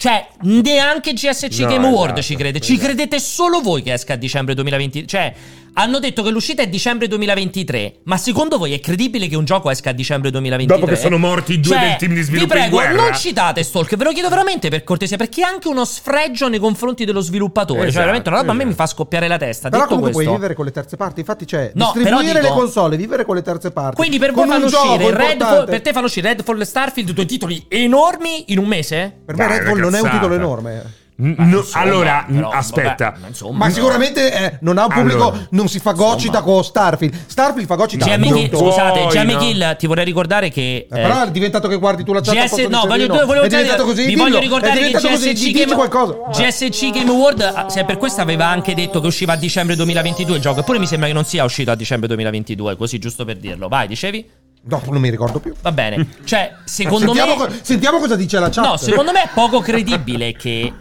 Speaker 1: Cioè, neanche GSC
Speaker 2: No,
Speaker 1: Game Award
Speaker 2: esatto,
Speaker 1: ci crede. Ci
Speaker 2: esatto.
Speaker 1: credete solo voi che esca a dicembre 2023. Cioè, hanno detto che l'uscita è dicembre 2023. Ma secondo voi è credibile che un gioco esca a dicembre 2023?
Speaker 2: Dopo che sono morti i due del team di sviluppo
Speaker 1: Vi
Speaker 2: in
Speaker 1: prego,
Speaker 2: guerra?
Speaker 1: non citate Stalk, ve lo chiedo veramente per cortesia, perché è anche uno sfregio nei confronti dello sviluppatore.
Speaker 2: Esatto,
Speaker 1: cioè, veramente una roba a me
Speaker 2: esatto.
Speaker 1: mi fa scoppiare la testa.
Speaker 3: Però
Speaker 1: Detto
Speaker 3: comunque
Speaker 1: questo,
Speaker 3: puoi vivere con le terze parti. Infatti, c'è
Speaker 1: No, però
Speaker 3: distribuire le
Speaker 1: dico-
Speaker 3: console, vivere con le terze parti.
Speaker 1: quindi per voi
Speaker 3: Con
Speaker 1: fanno
Speaker 3: un
Speaker 1: uscire
Speaker 3: gioco
Speaker 1: Redfall,
Speaker 3: importante.
Speaker 1: per te fanno uscire Redfall e Starfield, due titoli enormi in un mese?
Speaker 3: Per me
Speaker 2: Dai,
Speaker 3: Redfall non è un
Speaker 2: ragazzata.
Speaker 3: titolo enorme.
Speaker 2: N-
Speaker 1: Ma
Speaker 2: no,
Speaker 1: insomma,
Speaker 2: allora, n-
Speaker 1: però, vabbè,
Speaker 2: aspetta.
Speaker 1: ma insomma,
Speaker 3: Ma
Speaker 1: no.
Speaker 3: sicuramente eh, non ha un pubblico,
Speaker 2: Allora,
Speaker 3: non si fa gocita
Speaker 1: insomma.
Speaker 3: con Starfield. Starfield fa gocita
Speaker 1: GM
Speaker 3: con
Speaker 2: non
Speaker 1: Kill,
Speaker 2: puoi,
Speaker 1: scusate, GM
Speaker 2: no?
Speaker 1: Kill, ti vorrei ricordare che eh,
Speaker 3: però è diventato che guardi tu la chat al
Speaker 1: GS,
Speaker 3: posto di
Speaker 1: no, voglio,
Speaker 3: Serino.
Speaker 1: volevo
Speaker 3: è
Speaker 1: dire-
Speaker 3: diventato così,
Speaker 1: vi
Speaker 3: dillo.
Speaker 1: voglio ricordare
Speaker 3: è
Speaker 1: che
Speaker 3: diventato così,
Speaker 1: GSC
Speaker 3: dici
Speaker 1: Game,
Speaker 3: qualcosa.
Speaker 1: GSC Game Award, se per questo aveva anche detto che usciva a dicembre 2022 il gioco, eppure mi sembra che non sia uscito a dicembre 2022, così giusto per dirlo. Vai, dicevi?
Speaker 3: No, non mi ricordo più.
Speaker 1: Va bene. Cioè, secondo
Speaker 3: sentiamo,
Speaker 1: me...
Speaker 3: co- sentiamo cosa dice la chat.
Speaker 1: No, secondo me è poco credibile che...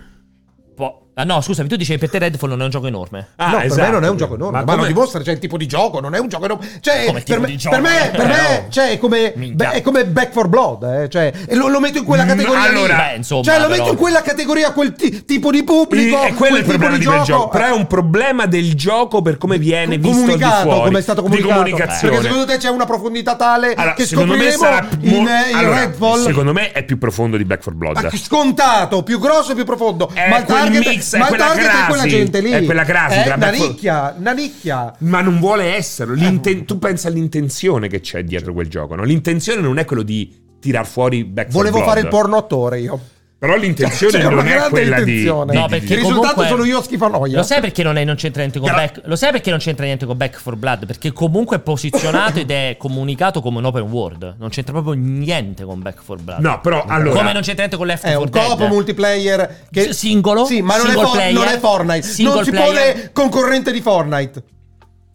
Speaker 1: po- Ah no, scusami, tu dicevi per te Redfall non è un gioco enorme.
Speaker 2: Ah,
Speaker 3: no, per me
Speaker 2: esatto.
Speaker 3: non è un gioco enorme. Ma,
Speaker 2: come-
Speaker 3: lo dimostra, cioè il tipo di gioco, non è un gioco enorme. Cioè,
Speaker 1: Come tipo
Speaker 3: per, me,
Speaker 1: di gioco?
Speaker 3: per me, per
Speaker 1: Eh,
Speaker 3: me,
Speaker 1: no.
Speaker 3: cioè, è come,
Speaker 1: Minchia.
Speaker 3: beh, è come Back for Blood. eh, cioè, e lo, lo metto in quella
Speaker 2: Mm,
Speaker 3: categoria. lì.
Speaker 2: allora,
Speaker 1: beh, insomma,
Speaker 3: cioè, lo
Speaker 1: però.
Speaker 3: metto in quella categoria, quel ti- tipo di pubblico.
Speaker 2: e quello è
Speaker 3: quel
Speaker 2: il
Speaker 3: tipo
Speaker 2: problema di quel gioco. Eh, Però è
Speaker 3: Eh,
Speaker 2: un problema del gioco per come viene visto al di
Speaker 3: comunicato,
Speaker 2: fuori.
Speaker 3: come è stato comunicato.
Speaker 2: Di comunicazione.
Speaker 3: Perché secondo te c'è una profondità tale
Speaker 2: Allora,
Speaker 3: che
Speaker 2: secondo me
Speaker 3: scopriremo
Speaker 2: sarà
Speaker 3: in,
Speaker 2: mo-
Speaker 3: eh, in
Speaker 2: allora,
Speaker 3: Redfall.
Speaker 2: Secondo me è più profondo di Back 4 Blood.
Speaker 3: Ma scontato, più grosso e più profondo.
Speaker 2: È
Speaker 3: ma il
Speaker 2: Eh, quel
Speaker 3: target,
Speaker 2: mix, è
Speaker 3: ma il
Speaker 2: quella
Speaker 3: target
Speaker 2: crasi,
Speaker 3: è quella gente lì. Eh,
Speaker 2: è quella crasi
Speaker 3: È
Speaker 2: tra
Speaker 3: una
Speaker 2: Back for-
Speaker 3: nicchia, una nicchia.
Speaker 2: Ma non vuole esserlo. L'inten- tu pensa all'intenzione che c'è dietro quel gioco. No? L'intenzione non è quello di tirar fuori Back 4
Speaker 3: Volevo
Speaker 2: Blood.
Speaker 3: fare il porno attore io.
Speaker 2: Però l'intenzione
Speaker 3: C'era una
Speaker 2: non è
Speaker 3: grande
Speaker 2: quella di,
Speaker 3: intenzione.
Speaker 2: di-
Speaker 1: No,
Speaker 2: di-
Speaker 1: perché
Speaker 2: di-
Speaker 3: Il risultato
Speaker 1: comunque-
Speaker 3: sono io schifanoia.
Speaker 1: Lo sai perché non, è- non c'entra niente con
Speaker 2: Però-
Speaker 1: Back? Lo sai perché non c'entra niente con Back for Blood? Perché comunque è posizionato ed è comunicato come un open world. Non c'entra proprio niente con Back for Blood.
Speaker 2: No, però allora
Speaker 1: Come non c'entra niente con Left
Speaker 3: È
Speaker 1: 4
Speaker 3: un
Speaker 1: Dead.
Speaker 3: copo multiplayer che...
Speaker 1: S- singolo?
Speaker 3: Sì, ma non, è,
Speaker 1: Single
Speaker 3: for-
Speaker 1: player?
Speaker 3: non è Fortnite.
Speaker 1: Single
Speaker 3: Non si
Speaker 1: player?
Speaker 3: pone concorrente di Fortnite.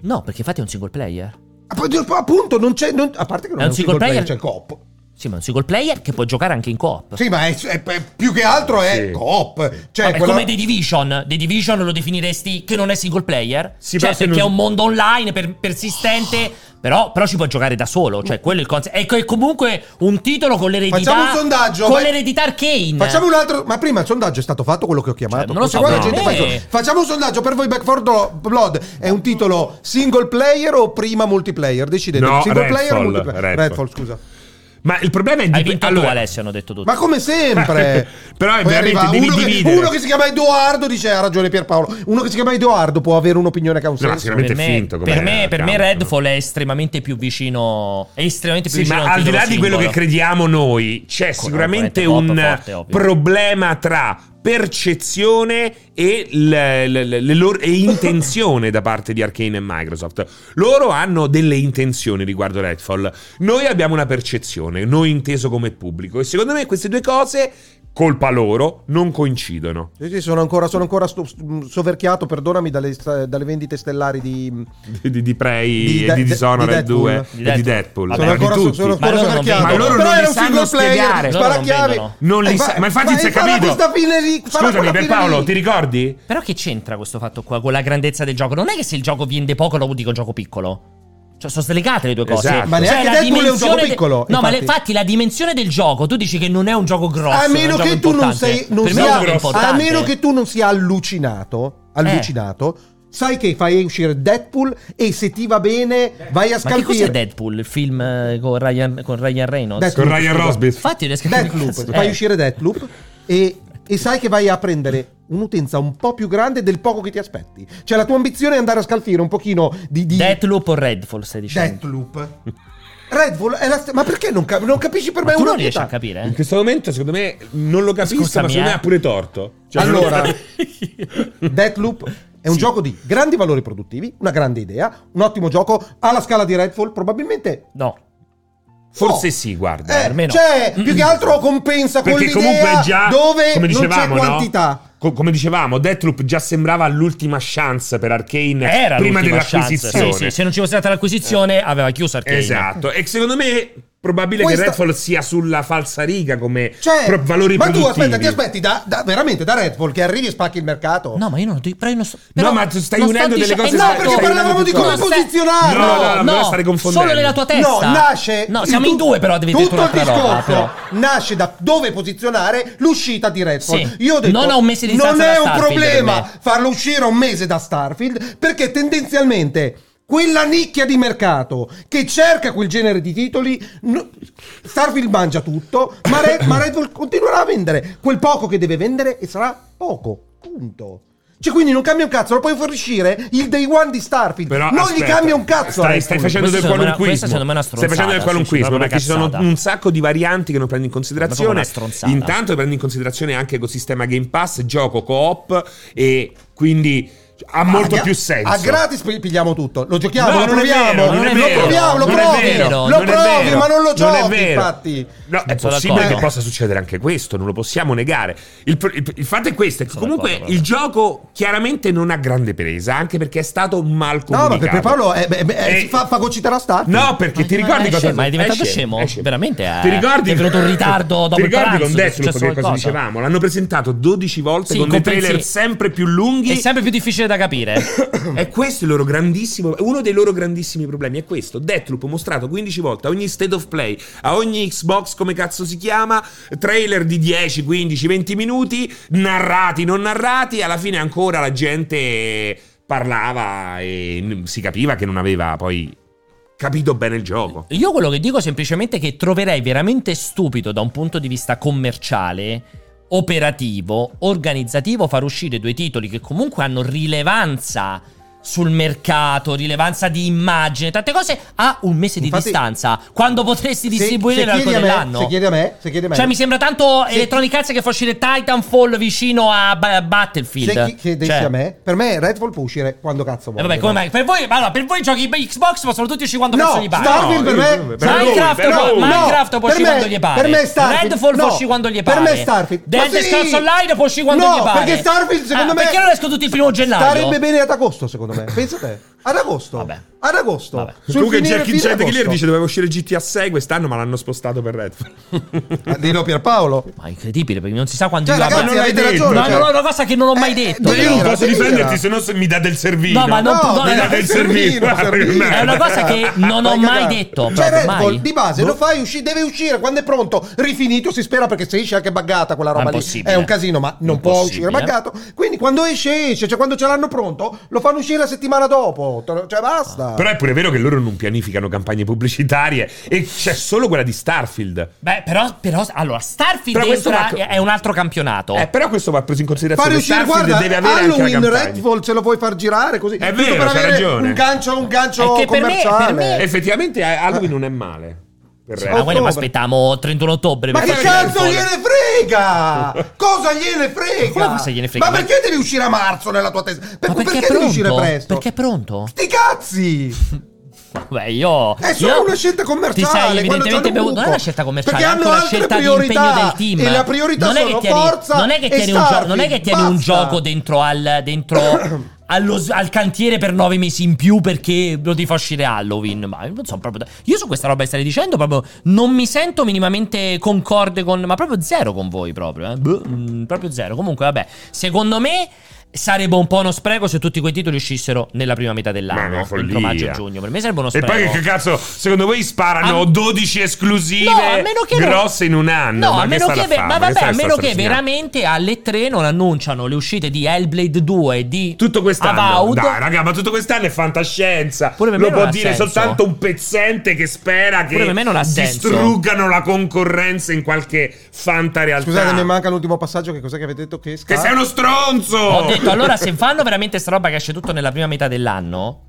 Speaker 1: No, perché infatti è un single player.
Speaker 3: Ah, poi- poi Appunto, non c'è. non- a parte che non è un single, player, c'è il coop.
Speaker 1: Sì, ma è un single player che può giocare anche in coop.
Speaker 3: Sì, ma è, è- è- più che altro è
Speaker 2: Sì.
Speaker 3: coop. Cioè,
Speaker 1: Vabbè,
Speaker 3: quella-
Speaker 1: come The Division, The Division lo definiresti che non è single player?
Speaker 2: Sì,
Speaker 1: cioè,
Speaker 2: però se
Speaker 1: perché
Speaker 2: non-
Speaker 1: è un mondo online per- persistente, però, però ci può giocare da solo. Cioè, quello è il concetto. Ecco, è comunque un titolo con l'eredità.
Speaker 3: Facciamo un sondaggio.
Speaker 1: Con
Speaker 3: vai-
Speaker 1: l'eredità arcane.
Speaker 3: Facciamo un altro. Ma prima il sondaggio è stato fatto quello che ho chiamato.
Speaker 1: eh. Cioè, non lo so,
Speaker 3: Poi la
Speaker 1: no.
Speaker 3: gente fa il
Speaker 1: Eh.
Speaker 3: sondaggio. Facciamo un sondaggio per voi. Back 4 Blood è un titolo single player o prima multiplayer? Decidete.
Speaker 2: No,
Speaker 3: single
Speaker 2: Redfall,
Speaker 3: player o multiplayer?
Speaker 2: Redfall.
Speaker 3: Redfall. scusa.
Speaker 2: Ma il problema è di
Speaker 1: Hai vinto
Speaker 2: allora,
Speaker 1: tu, Alessio, hanno detto tutti.
Speaker 3: Ma come sempre.
Speaker 2: Però è
Speaker 3: Poi
Speaker 2: veramente,
Speaker 3: arriva
Speaker 2: devi
Speaker 3: uno che,
Speaker 2: dividere.
Speaker 3: uno che si chiama Edoardo dice ha ragione Pierpaolo. Uno che si chiama Edoardo può avere un'opinione che ha un
Speaker 2: No,
Speaker 3: senso.
Speaker 2: sicuramente è finto. come
Speaker 1: per me, per me
Speaker 2: account.
Speaker 1: Redfall è estremamente più vicino. È estremamente più
Speaker 2: Sì,
Speaker 1: vicino.
Speaker 2: ma
Speaker 1: a un
Speaker 2: al di
Speaker 1: titolo
Speaker 2: là di quello che
Speaker 1: singolo.
Speaker 2: crediamo noi, c'è sicuramente
Speaker 1: componente
Speaker 2: un
Speaker 1: pop forte, ovvio.
Speaker 2: problema tra percezione e, l- l- l- le loro- e intenzione da parte di Arkane e Microsoft. Loro hanno delle intenzioni riguardo Redfall. Noi abbiamo una percezione, noi inteso come pubblico. E secondo me queste due cose, colpa loro, non coincidono.
Speaker 3: Sì, sì, sono ancora, sono ancora sto- mm, soverchiato, perdonami, dalle, dalle vendite stellari di... mm,
Speaker 2: Di, di, di Prey
Speaker 3: Di
Speaker 2: e
Speaker 3: De-
Speaker 2: di Dishonored
Speaker 3: Di Deadpool.
Speaker 2: 2
Speaker 1: Di
Speaker 2: e di Deadpool.
Speaker 1: Deadpool. Vabbè,
Speaker 3: Sono
Speaker 1: Vabbè,
Speaker 3: ancora,
Speaker 2: Di
Speaker 3: sono
Speaker 2: tutti.
Speaker 1: Ma
Speaker 3: ancora
Speaker 1: loro non vendono. Ma
Speaker 3: soverchiato.
Speaker 2: loro
Speaker 3: Però
Speaker 2: non
Speaker 3: era
Speaker 2: li
Speaker 3: un
Speaker 2: sanno
Speaker 3: single
Speaker 2: spiegare.
Speaker 3: player,
Speaker 1: Loro non
Speaker 3: sparachiavi.
Speaker 1: vendono.
Speaker 2: Non li
Speaker 3: Eh,
Speaker 2: sa-
Speaker 3: fa-
Speaker 2: ma infatti
Speaker 3: fa-
Speaker 2: si è
Speaker 3: fa la
Speaker 2: capito.
Speaker 3: questa fine lì, fa la-
Speaker 2: Scusami,
Speaker 3: quella fine
Speaker 2: Pierpaolo,
Speaker 3: lì.
Speaker 2: ti ricordi?
Speaker 1: Però che c'entra questo fatto qua con la grandezza del gioco? Non è che se il gioco vende poco, allora vuol dire che è un gioco piccolo. Cioè, sono slegate le due cose. Cioè,
Speaker 2: Esatto.
Speaker 3: Ma neanche
Speaker 1: la
Speaker 3: Deadpool è un gioco
Speaker 1: dimensione de-
Speaker 3: piccolo,
Speaker 1: No, ma le-
Speaker 3: infatti.
Speaker 1: infatti la dimensione del gioco, tu dici che non è un gioco grosso.
Speaker 3: a
Speaker 1: è un
Speaker 3: meno
Speaker 1: gioco
Speaker 3: che tu non
Speaker 1: importante.
Speaker 3: sei non
Speaker 1: Per me è un
Speaker 3: sia,
Speaker 1: gioco
Speaker 3: a
Speaker 1: importante.
Speaker 3: meno che tu non sia allucinato
Speaker 1: Eh.
Speaker 3: allucinato sai che fai uscire Deadpool e se ti va bene vai a
Speaker 1: Ma che cos'è
Speaker 3: scalpire
Speaker 1: Deadpool? Il film eh, con Ryan, con Ryan Reynolds?
Speaker 3: Deadpool,
Speaker 2: Con Ryan
Speaker 3: scusa.
Speaker 2: Rosbith.
Speaker 1: Infatti, riesco a
Speaker 3: Deathloop
Speaker 1: Eh.
Speaker 3: fai uscire Deathloop e, e sai che vai a prendere un'utenza un po' più grande del poco che ti aspetti cioè la tua ambizione è andare a scalfire un pochino di, di
Speaker 1: Deathloop o Redfall, stai dicendo?
Speaker 3: Deathloop Red Bull è la st- ma perché non, cap- non capisci per
Speaker 1: Ma
Speaker 3: me
Speaker 1: tu
Speaker 3: una
Speaker 1: non riesci
Speaker 3: pietà?
Speaker 1: a capire,
Speaker 2: In
Speaker 1: eh?
Speaker 2: questo momento, secondo me, non lo capisco,
Speaker 1: Scusami,
Speaker 2: ma secondo
Speaker 1: eh.
Speaker 2: me ha pure torto. Cioè,
Speaker 3: Allora,
Speaker 2: non-
Speaker 3: Deathloop è un gioco di grandi valori produttivi, una grande idea, un ottimo gioco alla scala di Redfall, probabilmente.
Speaker 1: No.
Speaker 2: forse
Speaker 3: no.
Speaker 2: sì, guarda.
Speaker 3: Eh,
Speaker 1: me no.
Speaker 3: cioè, più che altro compensa con
Speaker 2: Perché
Speaker 3: l'idea
Speaker 2: comunque già,
Speaker 3: dove
Speaker 2: come dicevamo,
Speaker 3: non c'è
Speaker 2: no?
Speaker 3: quantità.
Speaker 2: Co- come dicevamo, Deathloop già sembrava l'ultima chance per Arkane
Speaker 1: Era
Speaker 2: prima
Speaker 1: l'ultima
Speaker 2: dell'acquisizione.
Speaker 1: chance. Sì, sì, se non ci fosse stata l'acquisizione, aveva chiuso Arcane.
Speaker 2: Esatto, e secondo me probabile
Speaker 3: Questa-
Speaker 2: che Redfall sia sulla falsa riga come
Speaker 3: Cioè,
Speaker 2: pro- valori
Speaker 3: ma tu
Speaker 2: produttivi.
Speaker 3: aspetta, ti aspetti da, da- veramente da Redfall che arrivi e spacchi il mercato?
Speaker 1: No, ma io non ti prego, non sto- però
Speaker 2: ma tu stai
Speaker 1: non sto
Speaker 2: unendo delle
Speaker 1: dicendo-
Speaker 2: cose
Speaker 1: eh,
Speaker 3: no,
Speaker 2: stai-
Speaker 1: no,
Speaker 3: perché
Speaker 2: stai
Speaker 3: parlavamo
Speaker 2: unendo
Speaker 3: di
Speaker 2: tutto.
Speaker 1: No,
Speaker 3: come posizionarlo.
Speaker 2: No, no, no, me la stare confondendo.
Speaker 1: Solo nella tua testa.
Speaker 3: No, nasce.
Speaker 1: No, siamo in
Speaker 3: tu-
Speaker 1: due, però devi dire
Speaker 3: tutto il
Speaker 1: un'altra roba.
Speaker 3: discorso
Speaker 1: però.
Speaker 3: nasce da dove posizionare l'uscita di Redfall.
Speaker 1: Sì.
Speaker 3: Io ho detto,
Speaker 1: Non a un mese di
Speaker 3: non
Speaker 1: distanza da
Speaker 3: è un
Speaker 1: Starfield, per
Speaker 3: problema
Speaker 1: me.
Speaker 3: farlo uscire a un mese da Starfield perché tendenzialmente. Quella nicchia di mercato che cerca quel genere di titoli, no- Starfield mangia tutto, ma, Red, ma Redfall continuerà a vendere quel poco che deve vendere e sarà poco, punto. Cioè, quindi non cambia un cazzo, lo puoi far uscire il day one di Starfield,
Speaker 2: Però,
Speaker 3: non gli
Speaker 2: aspetta,
Speaker 3: cambia un cazzo. a
Speaker 2: Stai,
Speaker 3: Redfall.
Speaker 2: stai facendo del
Speaker 1: Questo secondo me è una-
Speaker 2: qualunquismo.
Speaker 1: questa secondo me è una
Speaker 2: stai facendo
Speaker 1: stronzata,
Speaker 2: del
Speaker 1: sì,
Speaker 2: qualunquismo
Speaker 1: proprio una
Speaker 2: perché ci sono
Speaker 1: cazzata.
Speaker 2: un sacco di varianti che non prendi in
Speaker 1: Ma proprio una
Speaker 2: considerazione.
Speaker 1: stronzata.
Speaker 2: Intanto prendi in considerazione anche ecosistema Game Pass, gioco coop e quindi Cioè, ha molto
Speaker 3: a-
Speaker 2: più senso.
Speaker 3: A gratis pi- pigliamo tutto. Lo giochiamo,
Speaker 2: No,
Speaker 3: lo
Speaker 2: non è
Speaker 3: proviamo.
Speaker 2: vero, non
Speaker 1: è
Speaker 3: lo
Speaker 1: vero,
Speaker 3: proviamo, lo
Speaker 1: non è
Speaker 3: provi.
Speaker 1: vero,
Speaker 3: lo
Speaker 1: non è
Speaker 3: provi,
Speaker 2: vero,
Speaker 3: ma non lo
Speaker 2: non è
Speaker 3: giochi,
Speaker 2: vero.
Speaker 3: infatti.
Speaker 2: No, è
Speaker 1: Non sono
Speaker 2: possibile che
Speaker 1: d'accordo.
Speaker 2: possa succedere anche questo, non lo possiamo negare. Il, pr- il- il fatto è questo: è che
Speaker 1: Sono
Speaker 2: comunque
Speaker 1: d'accordo,
Speaker 2: il gioco chiaramente non ha grande presa, anche perché è stato mal
Speaker 3: No,
Speaker 2: comunicato.
Speaker 3: ma perché Paolo è, è- è-
Speaker 2: Eh,
Speaker 3: si fa fagocitare a start.
Speaker 2: No, perché
Speaker 1: Ma
Speaker 2: ti
Speaker 1: no,
Speaker 2: ricordi
Speaker 1: è
Speaker 2: cosa
Speaker 1: scemo, ma è diventato
Speaker 2: eh,
Speaker 1: scemo?
Speaker 2: è scemo.
Speaker 1: Veramente, eh.
Speaker 2: Ti ricordi?
Speaker 1: È venuto in ritardo dopo
Speaker 2: Ti
Speaker 1: il
Speaker 2: ricordi
Speaker 1: pranzo,
Speaker 2: con
Speaker 1: che è
Speaker 2: Deathloop
Speaker 1: successo
Speaker 2: che cosa
Speaker 1: qualcosa?
Speaker 2: dicevamo? L'hanno presentato 12 volte
Speaker 1: Sì, Eh
Speaker 2: con dei
Speaker 1: compensi-
Speaker 2: trailer sempre più lunghi.
Speaker 1: È sempre più difficile da capire.
Speaker 3: Mm.
Speaker 2: È questo il loro grandissimo. Uno dei loro grandissimi problemi è questo. Deathloop mostrato 15 volte a ogni state of play, a ogni Xbox, come cazzo si chiama. Trailer di 10, 15, 20 minuti, narrati, non narrati. Alla fine ancora la gente parlava e n- si capiva che non aveva poi capito bene il gioco.
Speaker 1: Io quello che dico semplicemente è che troverei veramente stupido da un punto di vista commerciale, operativo, organizzativo far uscire due titoli che comunque hanno rilevanza sul mercato, rilevanza di immagine, tante cose a un mese di
Speaker 3: Infatti-
Speaker 1: distanza, quando potresti
Speaker 3: Se-
Speaker 1: distribuire
Speaker 3: se
Speaker 1: l'arco
Speaker 3: chiedi a me-
Speaker 1: dell'anno.
Speaker 3: Se chiedi a me, se chiedi a me.
Speaker 1: Cioè, mi sembra tanto
Speaker 3: Se-
Speaker 1: Electronic Arts che fa uscire Titanfall vicino a Ba- Battlefield.
Speaker 3: se chi- chiedessi
Speaker 1: Cioè-
Speaker 3: a me, per me Redfall può uscire quando cazzo
Speaker 1: Eh,
Speaker 3: vuole.
Speaker 1: vabbè, come mai? Per voi, allora, per voi i giochi Xbox possono tutti uscire quando cazzo
Speaker 3: No,
Speaker 1: gli pare.
Speaker 3: Starfield per me
Speaker 2: No,
Speaker 3: per lui,
Speaker 1: Minecraft,
Speaker 2: per
Speaker 1: no,
Speaker 2: lui.
Speaker 1: Minecraft può
Speaker 3: per
Speaker 1: uscire
Speaker 3: me-
Speaker 1: quando gli pare.
Speaker 3: Per me Starfield.
Speaker 1: Redfall
Speaker 3: no,
Speaker 1: può uscire quando gli pare.
Speaker 3: Per me Starfield. Ma
Speaker 1: Dead
Speaker 3: sì!
Speaker 1: Scrolls Online può uscire quando
Speaker 3: no,
Speaker 1: gli pare.
Speaker 3: perché Starfield secondo
Speaker 1: Ah,
Speaker 3: me
Speaker 1: Perché non esco tutti il primo gennaio?
Speaker 3: Starebbe bene ad agosto, secondo me. Pensa te. Ad agosto.
Speaker 1: Vabbè.
Speaker 3: Ad agosto.
Speaker 1: Vabbè.
Speaker 3: Sul
Speaker 2: tu che
Speaker 3: finire,
Speaker 2: Jack
Speaker 3: fine
Speaker 2: Jack
Speaker 3: agosto.
Speaker 2: Killer dice doveva uscire GTA 6 quest'anno, ma l'hanno spostato per Redfall.
Speaker 3: Ah, Dillo Pierpaolo.
Speaker 1: Ma è incredibile, perché non si sa quando
Speaker 3: Cioè,
Speaker 1: gli va-
Speaker 3: ragazzi,
Speaker 2: non l'hai
Speaker 3: avete
Speaker 2: detto,
Speaker 3: ragione.
Speaker 1: Ma
Speaker 3: cioè.
Speaker 1: no, no, è una cosa che non ho mai
Speaker 3: Eh,
Speaker 1: detto.
Speaker 3: eh,
Speaker 2: Io non
Speaker 3: Era,
Speaker 2: posso
Speaker 3: sì,
Speaker 2: difenderti,
Speaker 3: era.
Speaker 2: se no se mi date il servizio.
Speaker 1: No, ma non-
Speaker 3: No,
Speaker 1: no,
Speaker 3: mi
Speaker 1: no,
Speaker 3: date
Speaker 1: no.
Speaker 3: il servino, servino.
Speaker 1: È una cosa che non ho
Speaker 3: Dai,
Speaker 1: mai
Speaker 3: dai.
Speaker 1: detto,
Speaker 3: Cioè,
Speaker 1: proprio,
Speaker 3: Red Bull
Speaker 1: mai.
Speaker 3: di base lo fai, usci- deve uscire quando è pronto. Rifinito, si spera perché se esce anche buggata quella roba lì
Speaker 1: impossibile.
Speaker 3: è un casino, ma non può
Speaker 1: Impossibile.
Speaker 3: uscire buggato. Quindi quando esce, esce, cioè quando ce l'hanno pronto, lo fanno uscire la settimana dopo. Te- Cioè,
Speaker 1: Ah.
Speaker 3: basta.
Speaker 2: Però è pure vero che loro non pianificano campagne pubblicitarie e c'è solo quella di Starfield.
Speaker 1: Beh, però, però, allora, Starfield
Speaker 2: Però questo
Speaker 1: entra-
Speaker 2: va-
Speaker 1: è un altro campionato.
Speaker 2: Eh, però questo va preso in
Speaker 3: Fare
Speaker 2: considerazione.
Speaker 3: uscire,
Speaker 2: Starfield
Speaker 3: guarda,
Speaker 2: deve avere anche
Speaker 3: Halloween
Speaker 2: una campagna.
Speaker 3: Redfall ce lo puoi far girare così.
Speaker 2: È
Speaker 3: Tutto
Speaker 2: vero,
Speaker 3: per
Speaker 2: c'hai
Speaker 3: avere
Speaker 2: ragione.
Speaker 3: un gancio, un gancio
Speaker 1: È che per me- per
Speaker 3: commerciale.
Speaker 1: me-
Speaker 2: Effettivamente eh, Halloween non è male. Per
Speaker 1: Ma
Speaker 2: Redfall.
Speaker 1: quello
Speaker 3: ottobre.
Speaker 1: ma aspettiamo 31 ottobre.
Speaker 3: Ma
Speaker 1: per
Speaker 3: che
Speaker 1: fare
Speaker 3: cazzo
Speaker 1: Redfall.
Speaker 3: gliene frega? Cosa gliene frega?
Speaker 1: Come cosa gliene frega?
Speaker 3: Ma perché devi uscire a marzo nella tua testa? Per-
Speaker 1: Ma perché,
Speaker 3: perché
Speaker 1: è
Speaker 3: devi
Speaker 1: pronto?
Speaker 3: uscire presto?
Speaker 1: Perché è pronto?
Speaker 3: Sti cazzi!
Speaker 1: Vabbè, io.
Speaker 3: È solo
Speaker 1: io-
Speaker 3: una scelta commerciale.
Speaker 1: Ti sei
Speaker 3: quando
Speaker 1: evidentemente
Speaker 3: c'hanno
Speaker 1: bevuto. Non
Speaker 3: un
Speaker 1: è una
Speaker 3: buco.
Speaker 1: scelta commerciale,
Speaker 3: Perché
Speaker 1: è anche
Speaker 3: hanno
Speaker 1: una
Speaker 3: altre
Speaker 1: scelta di
Speaker 3: priorità,
Speaker 1: impegno del team.
Speaker 3: E la priorità
Speaker 1: non è
Speaker 3: sono
Speaker 1: che tieni,
Speaker 3: forza
Speaker 1: non è che
Speaker 3: e
Speaker 1: tieni un gioco, non è che
Speaker 3: Starfield,
Speaker 1: tieni un
Speaker 3: basta.
Speaker 1: gioco dentro al dentro allo s- al cantiere per nove mesi in più perché lo ti fa uscire Halloween. Ma non so proprio. Io su questa roba che stai dicendo proprio non mi sento minimamente concorde con. Ma proprio zero con voi, proprio. eh. Boh, mm, proprio zero. Comunque, vabbè, secondo me. Sarebbe un po' uno spreco se tutti quei titoli uscissero nella prima metà
Speaker 2: Ma è
Speaker 1: dell'anno,
Speaker 2: una follia.
Speaker 1: entro maggio e giugno. Per me sarebbe uno
Speaker 2: E
Speaker 1: spreco.
Speaker 2: poi che cazzo, secondo voi sparano
Speaker 1: A-
Speaker 2: 12 esclusive
Speaker 1: No, a meno che non-
Speaker 2: grosse in un anno?
Speaker 1: No,
Speaker 2: ma
Speaker 1: a
Speaker 2: che
Speaker 1: meno
Speaker 2: sta
Speaker 1: che,
Speaker 2: da
Speaker 1: ve-
Speaker 2: fare?
Speaker 1: ma
Speaker 2: Ma che
Speaker 1: vabbè,
Speaker 2: sta
Speaker 1: a
Speaker 2: da
Speaker 1: meno
Speaker 2: sta
Speaker 1: che
Speaker 2: segnando?
Speaker 1: veramente alle 3 non annunciano le uscite di Hellblade 2 e di
Speaker 2: Tutto quest'anno.
Speaker 1: Avowed.
Speaker 2: Dai, raga, ma tutto quest'anno è fantascienza.
Speaker 1: Pure per
Speaker 2: Lo
Speaker 1: me
Speaker 2: può
Speaker 1: non ha
Speaker 2: dire
Speaker 1: senso.
Speaker 2: soltanto un pezzente che spera
Speaker 1: Pure
Speaker 2: che
Speaker 1: per me non ha senso.
Speaker 2: distruggano la concorrenza in qualche fanta realtà.
Speaker 3: Scusate, mi manca l'ultimo passaggio. Che cos'è che avete detto? Ah. Che,
Speaker 2: Che
Speaker 3: sca-
Speaker 2: sei uno stronzo!
Speaker 1: Ho detto allora se fanno veramente sta roba che esce tutto nella prima metà dell'anno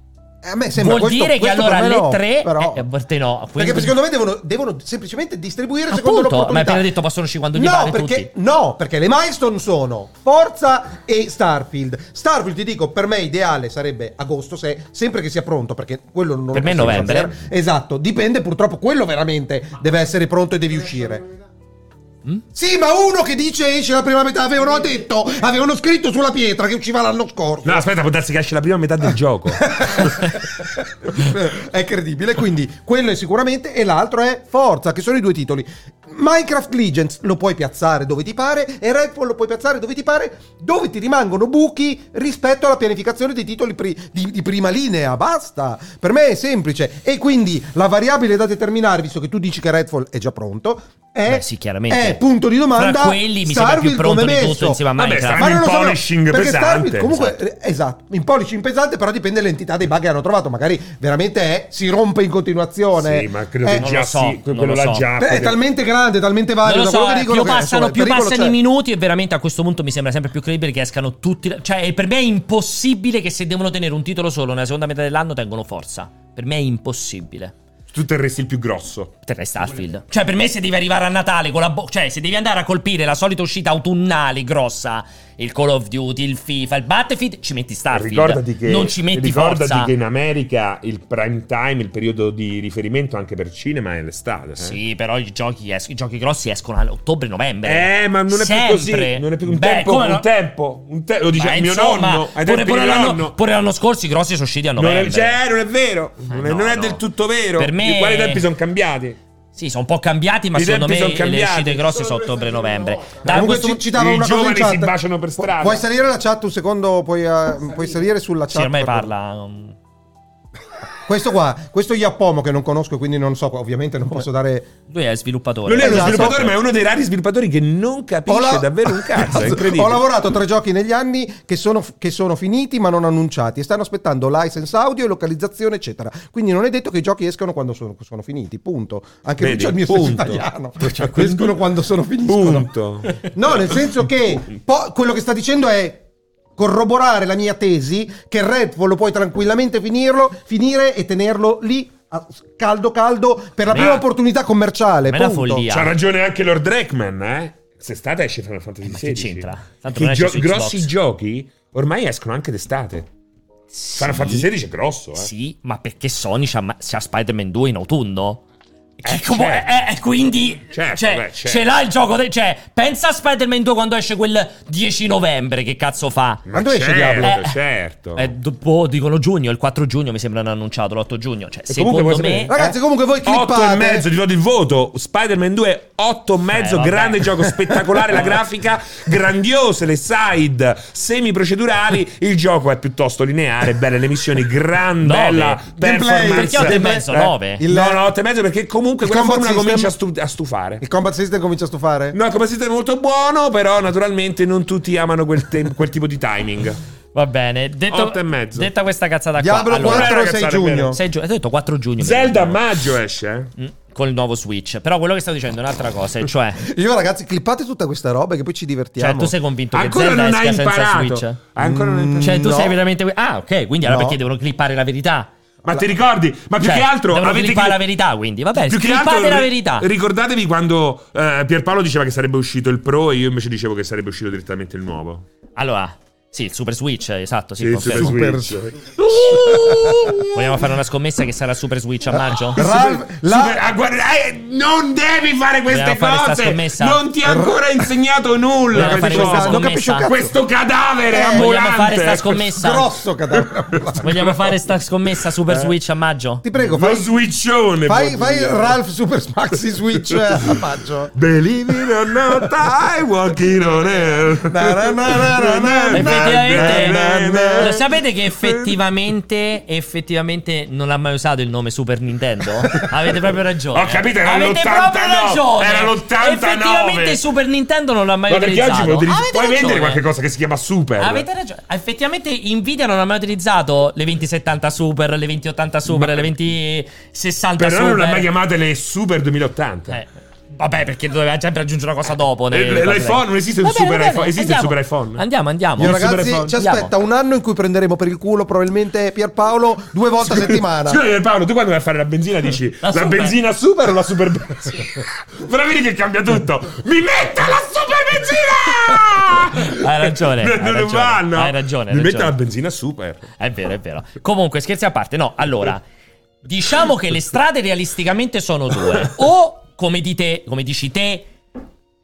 Speaker 3: Eh, A me sembra
Speaker 1: vuol
Speaker 3: questo-
Speaker 1: dire che
Speaker 3: questo
Speaker 1: allora
Speaker 3: per me
Speaker 1: alle
Speaker 3: no,
Speaker 1: 3
Speaker 3: però-
Speaker 1: eh, a volte no, quindi-
Speaker 3: Perché secondo me devono, devono semplicemente distribuire secondo
Speaker 1: Appunto,
Speaker 3: l'opportunità.
Speaker 1: ma hai appena detto possono uscire quando gli
Speaker 3: no,
Speaker 1: pare
Speaker 3: perché, No, perché le milestone sono Forza e Starfield. Starfield, ti dico, per me ideale sarebbe agosto, se, sempre che sia pronto, perché quello non
Speaker 1: Per me è
Speaker 3: possiamo
Speaker 1: novembre.
Speaker 3: sapere. Esatto, dipende purtroppo, quello veramente deve essere pronto e devi uscire.
Speaker 1: Mm?
Speaker 3: Sì, ma uno che dice esce la prima metà, avevano detto, avevano scritto sulla pietra che usciva l'anno scorso.
Speaker 2: No, aspetta, può darsi che esce la prima metà del gioco.
Speaker 3: è credibile. Quindi quello è sicuramente. E l'altro è Forza, che sono i due titoli. Minecraft Legends lo puoi piazzare dove ti pare e Redfall lo puoi piazzare dove ti pare, dove ti rimangono buchi rispetto alla pianificazione dei titoli pri- di, di prima linea. Basta. Per me è semplice. E quindi la variabile da determinare, visto che tu dici che Redfall è già pronto,
Speaker 2: Eh,
Speaker 3: è,
Speaker 1: Beh, sì, chiaramente.
Speaker 3: è punto di domanda.
Speaker 1: Fra quelli mi sembra più
Speaker 3: Starfield
Speaker 1: pronto
Speaker 3: come
Speaker 1: di tutto
Speaker 3: messo.
Speaker 1: insieme a
Speaker 2: Vabbè,
Speaker 1: Minecraft.
Speaker 2: Starfield-
Speaker 3: Ma non lo
Speaker 2: In
Speaker 3: so,
Speaker 2: Cioè, polishing
Speaker 3: perché
Speaker 2: pesante, Cioè.
Speaker 3: Starfield comunque eh, esatto, in polishing pesante, però dipende dall'entità dei bug che hanno trovato. Magari veramente è- si rompe in continuazione.
Speaker 2: sì, ma credo
Speaker 3: Eh,
Speaker 2: che
Speaker 1: non
Speaker 2: già
Speaker 1: lo so,
Speaker 2: sì,
Speaker 1: non
Speaker 2: quello
Speaker 1: lo
Speaker 2: là
Speaker 1: so.
Speaker 2: già.
Speaker 3: beh, è talmente grande, talmente vario
Speaker 1: non lo
Speaker 3: da
Speaker 1: so,
Speaker 3: quello che
Speaker 1: eh,
Speaker 3: dicono
Speaker 1: più
Speaker 3: che,
Speaker 1: passano,
Speaker 3: insomma, il
Speaker 1: più
Speaker 3: pericolo cioè,
Speaker 1: passano
Speaker 3: c'è.
Speaker 1: i minuti e veramente a questo punto mi sembra sempre più credibile che escano tutti. Cioè, per me è impossibile che se devono tenere un titolo solo nella seconda metà dell'anno tengono forza. Per me è impossibile.
Speaker 2: tu terresti il più grosso.
Speaker 1: Terrei Starfield. Cioè, per me, se devi arrivare a Natale con la. bo- cioè, se devi andare a colpire la solita uscita autunnale grossa, il Call of Duty, il FIFA, il Battlefield, ci metti Starfield.
Speaker 2: Ricordati che,
Speaker 1: Ah, non ci metti
Speaker 2: ricordati
Speaker 1: forza.
Speaker 2: che in America il prime time, il periodo di riferimento anche per cinema è l'estate. eh.
Speaker 1: Sì, però i giochi, es- i giochi grossi escono a ottobre-novembre.
Speaker 2: Eh, ma non è più
Speaker 1: Sempre.
Speaker 2: così. Non è più un
Speaker 1: Beh,
Speaker 2: tempo.
Speaker 1: come
Speaker 2: Un
Speaker 1: no?
Speaker 2: tempo. Un te- lo diceva
Speaker 1: Ma
Speaker 2: mio
Speaker 1: insomma,
Speaker 2: nonno. Ai
Speaker 1: pure,
Speaker 2: tempi
Speaker 1: pure
Speaker 2: del
Speaker 1: l'anno,
Speaker 2: nonno.
Speaker 1: pure l'anno scorso i grossi sono usciti a
Speaker 2: Non
Speaker 1: novembre.
Speaker 2: è, cioè, non è vero. non è,
Speaker 1: no,
Speaker 2: non è
Speaker 1: no.
Speaker 2: del tutto vero.
Speaker 1: Per me-
Speaker 2: I quali tempi sono cambiati?
Speaker 1: Sì, sono un po' cambiati, ma
Speaker 2: I
Speaker 1: secondo me
Speaker 2: tempi son
Speaker 1: le
Speaker 2: cambiati.
Speaker 1: uscite grosse
Speaker 4: Sono
Speaker 1: sono
Speaker 4: due stagioni
Speaker 1: ottobre-novembre.
Speaker 4: una volta.
Speaker 1: Da
Speaker 3: Comunque
Speaker 1: questo-
Speaker 3: ci, ci dava
Speaker 2: i
Speaker 3: una cosa in
Speaker 2: giovani si
Speaker 3: chat.
Speaker 2: baciano per strada.
Speaker 3: Puoi salire la chat un secondo, puoi, eh, puoi salire sulla chat.
Speaker 1: Sì, ormai
Speaker 3: per-
Speaker 1: parla. mm.
Speaker 3: Questo qua, questo Iappomo che non conosco e quindi non so, ovviamente non posso dare...
Speaker 1: Lui è sviluppatore.
Speaker 2: Non è uno
Speaker 3: Esatto.
Speaker 2: sviluppatore, ma è uno dei rari sviluppatori che non capisce
Speaker 3: la-
Speaker 2: davvero un cazzo. È incredibile.
Speaker 3: Ho lavorato tre giochi negli anni che sono, che sono finiti ma non annunciati e stanno aspettando license audio e localizzazione eccetera. Quindi non è detto che i giochi escono quando sono, sono finiti, punto. Anche
Speaker 2: Vedi,
Speaker 3: lui c'è il mio stesso
Speaker 2: punto.
Speaker 3: italiano.
Speaker 2: Cioè, quel-
Speaker 3: escono quando sono finiscono.
Speaker 2: Punto.
Speaker 3: No, nel senso che po- quello che sta dicendo è corroborare la mia tesi che Redfall lo puoi tranquillamente finirlo, finire e tenerlo lì a- caldo caldo per la
Speaker 1: Ma-
Speaker 3: prima opportunità commerciale.
Speaker 1: ma è una
Speaker 3: punto.
Speaker 1: follia.
Speaker 2: C'ha ragione anche Lord Drakman, eh? Quest'estate esce Final Fantasy
Speaker 1: Eh, Ma che
Speaker 2: XVI.
Speaker 1: c'entra? Tanto
Speaker 2: Che
Speaker 1: non esce
Speaker 2: gio-
Speaker 1: su Xbox.
Speaker 2: grossi giochi ormai escono anche d'estate.
Speaker 1: Sì,
Speaker 2: Final Fantasy XVI è grosso, eh?
Speaker 1: Sì, ma perché Sony c'ha, ma- c'ha Spider-Man 2 in autunno?
Speaker 2: Eh,
Speaker 1: Che come-
Speaker 2: certo.
Speaker 1: eh, eh, quindi
Speaker 2: Certo,
Speaker 1: cioè,
Speaker 2: beh, certo.
Speaker 1: ce l'ha il gioco. de- cioè, pensa a Spider-Man 2 quando esce quel 10 novembre. Che cazzo fa?
Speaker 2: Ma
Speaker 3: Quando
Speaker 2: certo,
Speaker 3: esce Diablo?
Speaker 1: Eh,
Speaker 2: certo.
Speaker 1: Eh, dopo dicono giugno, il 4 giugno mi sembra hanno annunciato, l'8 giugno. Cioè,
Speaker 2: comunque
Speaker 1: secondo
Speaker 2: puoi
Speaker 1: me.
Speaker 2: sapere-
Speaker 3: Ragazzi, comunque voi
Speaker 2: 8 e mezzo,
Speaker 3: clippate.
Speaker 2: ti do il voto. Spider-Man 2, 8 e mezzo,
Speaker 1: Eh, vabbè.
Speaker 2: grande gioco, spettacolare la grafica, grandiose le side semi-procedurali. Il gioco è piuttosto lineare, belle le missioni, gran
Speaker 1: Nove.
Speaker 2: bella
Speaker 3: Gameplay.
Speaker 2: performance. Eh,
Speaker 3: Perché otto e
Speaker 1: mezzo, nove?
Speaker 3: Il-
Speaker 2: No, no, 8 e mezzo perché comunque
Speaker 3: Il
Speaker 2: quella
Speaker 3: combat
Speaker 2: formula comincia a,
Speaker 3: system-
Speaker 2: stu- a stufare.
Speaker 3: Il combat system comincia a stufare?
Speaker 2: No, il combat system è molto buono, però naturalmente non tutti amano quel, te- quel tipo di timing.
Speaker 1: Va bene. Detto,
Speaker 2: "Ah!" Otto e mezzo.
Speaker 1: Detta questa cazzata qua.
Speaker 3: Diablo
Speaker 1: allora,
Speaker 2: guarda-
Speaker 3: 4
Speaker 2: ragazzi,
Speaker 3: 6
Speaker 2: era
Speaker 3: giugno.
Speaker 2: vero.
Speaker 1: 6 giugno, hai detto 4 giugno. mi
Speaker 2: Zelda a
Speaker 1: ricordo.
Speaker 2: maggio esce, eh?
Speaker 1: Mm, Col nuovo Switch. Però quello che stavo dicendo è un'altra cosa. e Cioè,
Speaker 3: Io ragazzi, clippate tutta questa roba che poi ci divertiamo.
Speaker 1: cioè tu sei convinto
Speaker 2: Ancora
Speaker 1: che Zelda
Speaker 2: non hai
Speaker 1: esca senza
Speaker 2: imparato.
Speaker 1: Switch?
Speaker 2: Ancora non hai imparato.
Speaker 1: Cioè, tu
Speaker 3: No.
Speaker 1: sei veramente. Ah, ok. Quindi allora
Speaker 3: No.
Speaker 1: perché devono clippare la verità?
Speaker 2: Ma ti ricordi? Ma più
Speaker 1: Cioè,
Speaker 2: che altro
Speaker 1: devono
Speaker 2: avete
Speaker 1: clippare
Speaker 2: cli-
Speaker 1: la verità, quindi. Vabbè,
Speaker 2: Più che
Speaker 1: clippate
Speaker 2: altro,
Speaker 1: la
Speaker 2: ri-
Speaker 1: verità.
Speaker 2: Ricordatevi quando eh, Pierpaolo diceva che sarebbe uscito il Pro e io invece dicevo che sarebbe uscito direttamente il nuovo.
Speaker 1: Allora, sì, il Super Switch, esatto. Sì,
Speaker 2: Sì, il
Speaker 1: confermo.
Speaker 2: Super
Speaker 3: Super
Speaker 2: Switch. Uh!
Speaker 1: Vogliamo fare una scommessa che sarà il Super Switch a
Speaker 2: Ah,
Speaker 1: maggio?
Speaker 3: Ralph, la-
Speaker 2: Super- ah, guarda, eh, non devi fare queste
Speaker 1: Vogliamo fare sta
Speaker 2: cose.
Speaker 1: scommessa?
Speaker 2: Non ti ha ancora insegnato nulla.
Speaker 1: Vogliamo fare
Speaker 2: questo
Speaker 1: questa
Speaker 2: uomo.
Speaker 3: Non capisco un
Speaker 1: scommessa?
Speaker 3: cazzo.
Speaker 2: Questo cadavere
Speaker 1: Eh,
Speaker 2: ambulante.
Speaker 1: vogliamo fare sta scommessa?
Speaker 3: grosso cadavere.
Speaker 1: Vogliamo fare sta scommessa
Speaker 2: Eh.
Speaker 1: Super Switch a maggio?
Speaker 3: Ti prego,
Speaker 2: Lo
Speaker 3: fai,
Speaker 2: switchone.
Speaker 3: fai,
Speaker 2: porco
Speaker 3: fai
Speaker 2: Dio.
Speaker 3: Ralph Super Maxi Switch eh, a maggio.
Speaker 2: Believe it or not, I walking on air.
Speaker 3: Na, na, na, na, na, na.
Speaker 1: Effettivamente, lo sapete che effettivamente, effettivamente non ha mai usato il nome Super Nintendo? Avete proprio ragione.
Speaker 2: Ho capito, era
Speaker 1: Avete
Speaker 2: l'89,
Speaker 1: proprio ragione.
Speaker 2: era l'89.
Speaker 1: Effettivamente Super Nintendo non l'ha mai
Speaker 2: Guarda che
Speaker 1: utilizzato.
Speaker 2: oggi puoi, utilizzare-
Speaker 1: Avete
Speaker 2: puoi vendere
Speaker 1: ragione.
Speaker 2: qualche cosa che si chiama Super.
Speaker 1: Avete ragione. Effettivamente Nvidia non ha mai utilizzato le 2070 Super, le 2080 Super, le 2060
Speaker 2: Però
Speaker 1: Super.
Speaker 2: non le ha mai chiamate le Super 2080.
Speaker 1: Eh, Vabbè, perché doveva sempre aggiungere una cosa dopo. nel-
Speaker 2: Eh, L'iPhone non esiste un
Speaker 1: Va bene,
Speaker 2: super
Speaker 1: va bene,
Speaker 2: iPhone. Esiste
Speaker 1: andiamo.
Speaker 2: il super iPhone.
Speaker 1: Andiamo, andiamo.
Speaker 3: Io,
Speaker 2: Il super
Speaker 3: ragazzi,
Speaker 2: iPhone.
Speaker 3: ci
Speaker 1: Andiamo.
Speaker 3: aspetta un anno in cui prenderemo per il culo probabilmente Pierpaolo due volte a settimana.
Speaker 2: Scusa eh, Paolo, tu quando vai a fare la benzina dici
Speaker 1: La
Speaker 2: la,
Speaker 1: super.
Speaker 2: benzina super o la super benzina? Però vedi che cambia tutto. Mi metta la super benzina!
Speaker 1: Hai ragione,
Speaker 2: Non,
Speaker 1: hai
Speaker 2: non
Speaker 1: ragione,
Speaker 2: vanno.
Speaker 1: hai ragione, hai
Speaker 2: Mi metta
Speaker 1: ragione.
Speaker 2: la benzina super.
Speaker 1: È vero, è vero. Comunque, scherzi a parte, no, allora, diciamo che le strade realisticamente sono due. O, come, dite, come dici te,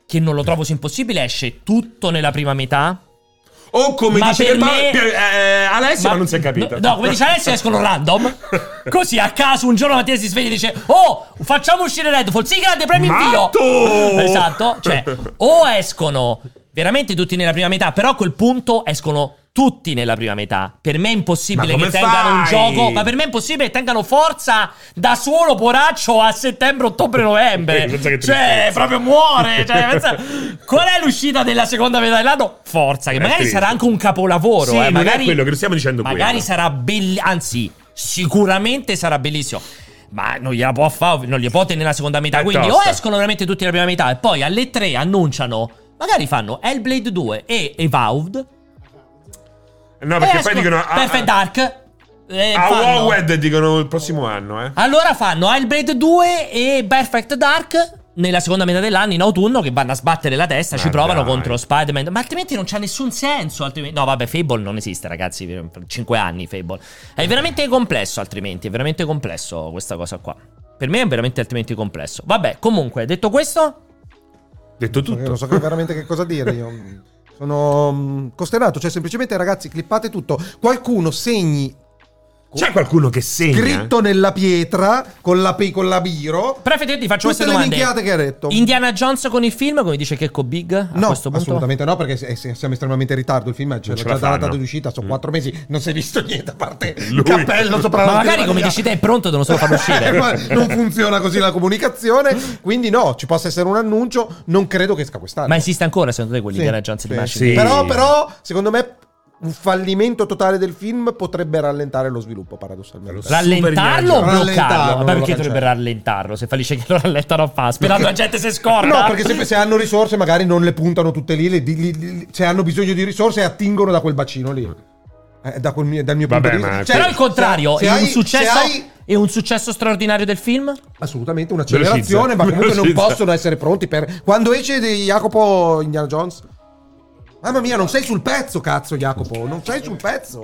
Speaker 1: che non lo trovo impossibile, esce tutto nella prima metà.
Speaker 2: O come
Speaker 1: Ma
Speaker 2: dice
Speaker 1: per
Speaker 2: Pierpa-
Speaker 1: me-
Speaker 2: Pier- eh, Alessio, ma, non si è capito.
Speaker 1: No, no, come dice Alessio, escono random. Così a caso un giorno la mattina si sveglia e dice: Oh, facciamo uscire Redfall. Sì, grande premio invio.
Speaker 2: Matto!
Speaker 1: Esatto. Cioè, o escono veramente tutti nella prima metà, però a quel punto escono. Tutti nella prima metà. Per me è
Speaker 2: Ma
Speaker 1: impossibile che
Speaker 2: come
Speaker 1: tengano
Speaker 2: fai?
Speaker 1: un gioco. Ma per me è impossibile che tengano forza da solo poraccio a settembre, ottobre, novembre.
Speaker 2: Pensa che
Speaker 1: cioè,
Speaker 2: tristezza.
Speaker 1: proprio muore. Cioè, pensa- qual è l'uscita della seconda metà dell'anno? Forza, che
Speaker 2: È
Speaker 1: magari
Speaker 2: triste.
Speaker 1: sarà anche un capolavoro.
Speaker 2: Sì,
Speaker 1: eh,
Speaker 2: non
Speaker 1: magari-
Speaker 2: è quello che non stiamo dicendo
Speaker 1: Magari
Speaker 2: quello.
Speaker 1: sarà bellissimo, anzi, sicuramente sarà bellissimo. Ma non gliela può fare, non gliela può tenere la seconda metà.
Speaker 2: È
Speaker 1: Quindi
Speaker 2: tosta.
Speaker 1: o escono veramente tutti la prima metà e poi alle tre annunciano, magari fanno Hellblade 2 e Evolved.
Speaker 2: No, perché
Speaker 1: e
Speaker 2: poi
Speaker 1: escono
Speaker 2: dicono... ah,
Speaker 1: Perfect
Speaker 2: ah,
Speaker 1: Dark. eh,
Speaker 2: a
Speaker 1: fanno-
Speaker 2: Wowed dicono il prossimo anno, eh.
Speaker 1: Allora fanno Hellblade 2 e Perfect Dark nella seconda metà dell'anno, in autunno, che vanno a sbattere la testa,
Speaker 2: Ma
Speaker 1: ci provano
Speaker 2: Ah, dai.
Speaker 1: contro Spider-Man. Ma altrimenti non c'ha nessun senso. altrimenti- No, vabbè, Fable non esiste, ragazzi. Per 5 anni Fable.
Speaker 2: Eh.
Speaker 1: È veramente complesso, altrimenti. È veramente complesso questa cosa qua. Per me è veramente altrimenti complesso. Vabbè, comunque, detto questo,
Speaker 2: Detto
Speaker 3: Io
Speaker 2: tutto.
Speaker 3: Non so che- veramente che cosa dire. Io mh, sono mh, costernato. Cioè, semplicemente, ragazzi, clippate tutto. Qualcuno segni
Speaker 2: C'è qualcuno che segna?
Speaker 3: scritto nella pietra con la, pe- con la biro.
Speaker 1: prefetto, ti faccio queste
Speaker 3: Tutte le
Speaker 1: domande.
Speaker 3: minchiate che hai detto.
Speaker 1: Indiana Jones con il film, come dice Checco Big? A
Speaker 3: Ah, No,
Speaker 1: questo punto?
Speaker 3: assolutamente no, perché se- se- siamo estremamente in ritardo. Il film
Speaker 2: ce
Speaker 3: c'è
Speaker 2: la
Speaker 3: già dalla
Speaker 2: fanno. Mm.
Speaker 3: data di uscita, sono quattro mesi, non si è visto niente a parte
Speaker 2: Lui.
Speaker 3: il cappello sopra
Speaker 1: Ma
Speaker 3: la
Speaker 1: magari, come
Speaker 3: scrivania.
Speaker 1: dici te, è pronto, non se lo fanno uscire.
Speaker 3: Ma non funziona così la comunicazione, quindi no, ci possa essere un annuncio, non credo che esca quest'anno.
Speaker 1: Ma esiste ancora, secondo te, quelli
Speaker 3: Sì,
Speaker 1: di Indiana Jones di
Speaker 3: sì.
Speaker 1: Machine?
Speaker 2: Sì.
Speaker 3: Però, però, secondo me, un fallimento totale del film potrebbe rallentare lo sviluppo, paradossalmente.
Speaker 2: Lo
Speaker 1: Rallentarlo o
Speaker 3: Super viaggio.
Speaker 1: bloccarlo?
Speaker 3: Rallentarlo,
Speaker 1: Ma perché
Speaker 3: lo
Speaker 1: dovrebbe
Speaker 3: cancella.
Speaker 1: rallentarlo? Se fallisce che lo rallentano a fa. Sperando la gente si scorda.
Speaker 3: No, perché se, se hanno risorse magari non le puntano tutte lì, le- li- li- se hanno bisogno di risorse attingono da quel bacino lì. Eh, da quel mio- dal mio
Speaker 2: Vabbè,
Speaker 3: punto di
Speaker 2: ma
Speaker 3: vista. Cioè,
Speaker 1: Però il contrario
Speaker 3: se-
Speaker 1: è,
Speaker 3: se hai-
Speaker 1: un successo,
Speaker 3: se hai-
Speaker 1: è un successo straordinario del film?
Speaker 3: Assolutamente
Speaker 2: Velocizza.
Speaker 3: un'accelerazione, ma comunque non
Speaker 2: Velocizza.
Speaker 3: possono essere pronti per... Quando esce di Jacopo Indiana Jones? Mamma mia, non sei sul pezzo, cazzo Jacopo, non sei sul pezzo.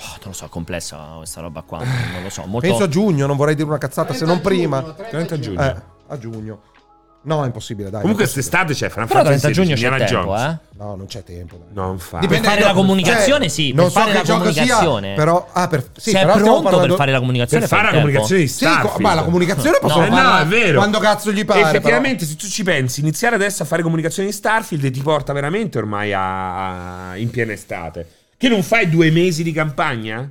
Speaker 1: Oh, non lo so, è complessa questa roba qua. Non lo so. Molto...
Speaker 3: Penso a giugno, non vorrei dire una cazzata,
Speaker 4: Eh,
Speaker 3: se non prima.
Speaker 2: 30 giugno.
Speaker 3: Eh, a giugno. No, è impossibile, dai.
Speaker 2: Comunque
Speaker 3: non possibile.
Speaker 2: quest'estate c'è Fran
Speaker 1: Però 30
Speaker 2: Francis e
Speaker 1: giugno c'è
Speaker 2: Indiana
Speaker 1: tempo,
Speaker 2: Jones.
Speaker 1: eh.
Speaker 3: No, non c'è tempo. dai.
Speaker 2: Non fa.
Speaker 1: Dipende- Per fare la
Speaker 3: da-
Speaker 1: comunicazione, sì, per
Speaker 3: non so
Speaker 1: fare
Speaker 3: che
Speaker 1: la
Speaker 3: gioco sia,
Speaker 1: comunicazione.
Speaker 3: però, ah, per,
Speaker 1: se
Speaker 3: sì,
Speaker 1: è
Speaker 3: però stiamo
Speaker 1: pronto per
Speaker 3: parlando-
Speaker 1: fare la
Speaker 2: Per
Speaker 1: comunicazione,
Speaker 2: fare la
Speaker 1: fa il tempo.
Speaker 2: comunicazione di
Speaker 3: Sì, co-
Speaker 2: Starfield.
Speaker 3: ma la comunicazione possono
Speaker 1: No,
Speaker 2: Eh, no,
Speaker 3: farla
Speaker 2: è vero.
Speaker 3: quando cazzo gli pare. però.
Speaker 2: Effettivamente, se tu ci pensi, iniziare adesso a fare comunicazione di Starfield ti porta veramente ormai a... a- in piena estate. Che non fai due mesi di campagna?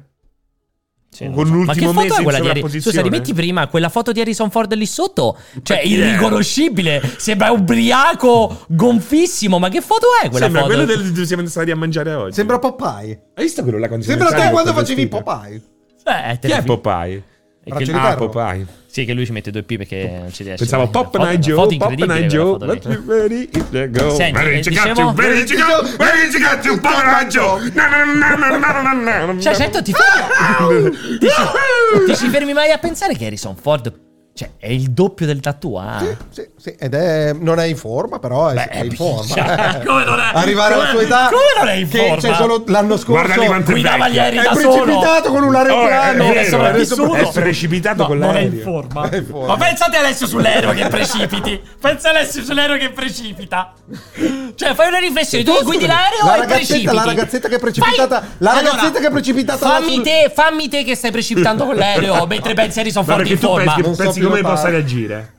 Speaker 1: Sì, non
Speaker 2: Con
Speaker 1: lo so. Ma che
Speaker 2: l'ultimo
Speaker 1: foto
Speaker 2: mese
Speaker 1: è
Speaker 2: in
Speaker 1: quella di Harrison?
Speaker 2: sovrapposizione?
Speaker 1: Scusa, rimetti prima quella foto di Harrison Ford lì sotto. Cioè,
Speaker 2: chi è?
Speaker 1: irriconoscibile. Sembra ubriaco, gonfissimo. Ma che foto è quella
Speaker 2: Sembra
Speaker 1: foto?
Speaker 2: quello del- dove siamo stati a mangiare oggi.
Speaker 3: Sembra Popeye.
Speaker 2: Hai visto quello là quando si
Speaker 3: Sembra
Speaker 1: Esatto,
Speaker 2: mangiava con
Speaker 3: te quando
Speaker 2: quel
Speaker 3: facevi
Speaker 2: vestito?
Speaker 3: Popeye.
Speaker 1: Eh,
Speaker 2: Chi
Speaker 1: te la
Speaker 2: è
Speaker 1: fi-
Speaker 2: Popeye?
Speaker 1: e
Speaker 3: Braccio
Speaker 1: che-
Speaker 3: di
Speaker 2: Ah,
Speaker 3: ferro.
Speaker 2: Popeye.
Speaker 1: Sì, che lui ci mette due P perché non ci riesce.
Speaker 2: Eh, Pensavo
Speaker 1: Una
Speaker 2: Pop
Speaker 1: foto-
Speaker 2: Night
Speaker 1: una foto
Speaker 2: Joe, Pop
Speaker 1: incredibile
Speaker 2: Night Joe,
Speaker 1: quella foto
Speaker 2: let
Speaker 1: lì.
Speaker 2: you
Speaker 1: Cioè,
Speaker 2: very it go.
Speaker 1: Senti,
Speaker 2: Very
Speaker 1: eh,
Speaker 2: chicken,
Speaker 1: dicevo-
Speaker 2: very chicken, very chicken, Pop Night Joe. Na, na, na, na, na, na, na.
Speaker 1: Cioè, certo, ti fermi. ti, ci- ti ci fermi mai a pensare che Harrison Ford. Cioè, è il doppio del ah. tatuaggio.
Speaker 3: Eh, Sì, sì, ed è, non è in forma, però è, è in forma.
Speaker 1: cioè,
Speaker 3: Eh,
Speaker 1: come non è?
Speaker 3: Arrivare alla
Speaker 1: come-
Speaker 3: sua età,
Speaker 1: Come non è in
Speaker 3: che
Speaker 1: forma?
Speaker 3: c'è solo l'anno scorso.
Speaker 2: Guardali quanto è
Speaker 1: Guidava gli
Speaker 2: vecchio.
Speaker 1: aerei
Speaker 3: È
Speaker 1: da solo.
Speaker 3: precipitato con un
Speaker 2: Oh,
Speaker 3: aeroplano.
Speaker 2: è
Speaker 1: È
Speaker 2: vero, adesso-
Speaker 1: sopravvissuto.
Speaker 2: è precipitato
Speaker 1: No,
Speaker 2: con
Speaker 1: non è in
Speaker 2: l'aereo.
Speaker 1: forma.
Speaker 3: È in forma.
Speaker 1: Ma pensate adesso sull'aereo che precipiti. Pensa adesso sull'aereo che precipita. Cioè, fai una riflessione. Tu guidi l'aereo
Speaker 3: La
Speaker 1: e
Speaker 3: ragazzetta-
Speaker 1: precipiti.
Speaker 3: la ragazzetta che è precipitata- la ragazzetta che è precipitata
Speaker 1: Fammi
Speaker 3: sul-
Speaker 1: te, fammi te che stai precipitando con l'aereo mentre pensi a Harrison
Speaker 2: Ma
Speaker 1: Ford
Speaker 2: perché
Speaker 1: in
Speaker 2: tu
Speaker 1: forma.
Speaker 2: pensi,
Speaker 3: Non so
Speaker 2: pensi
Speaker 3: più
Speaker 2: come
Speaker 3: fare.
Speaker 2: possa reagire?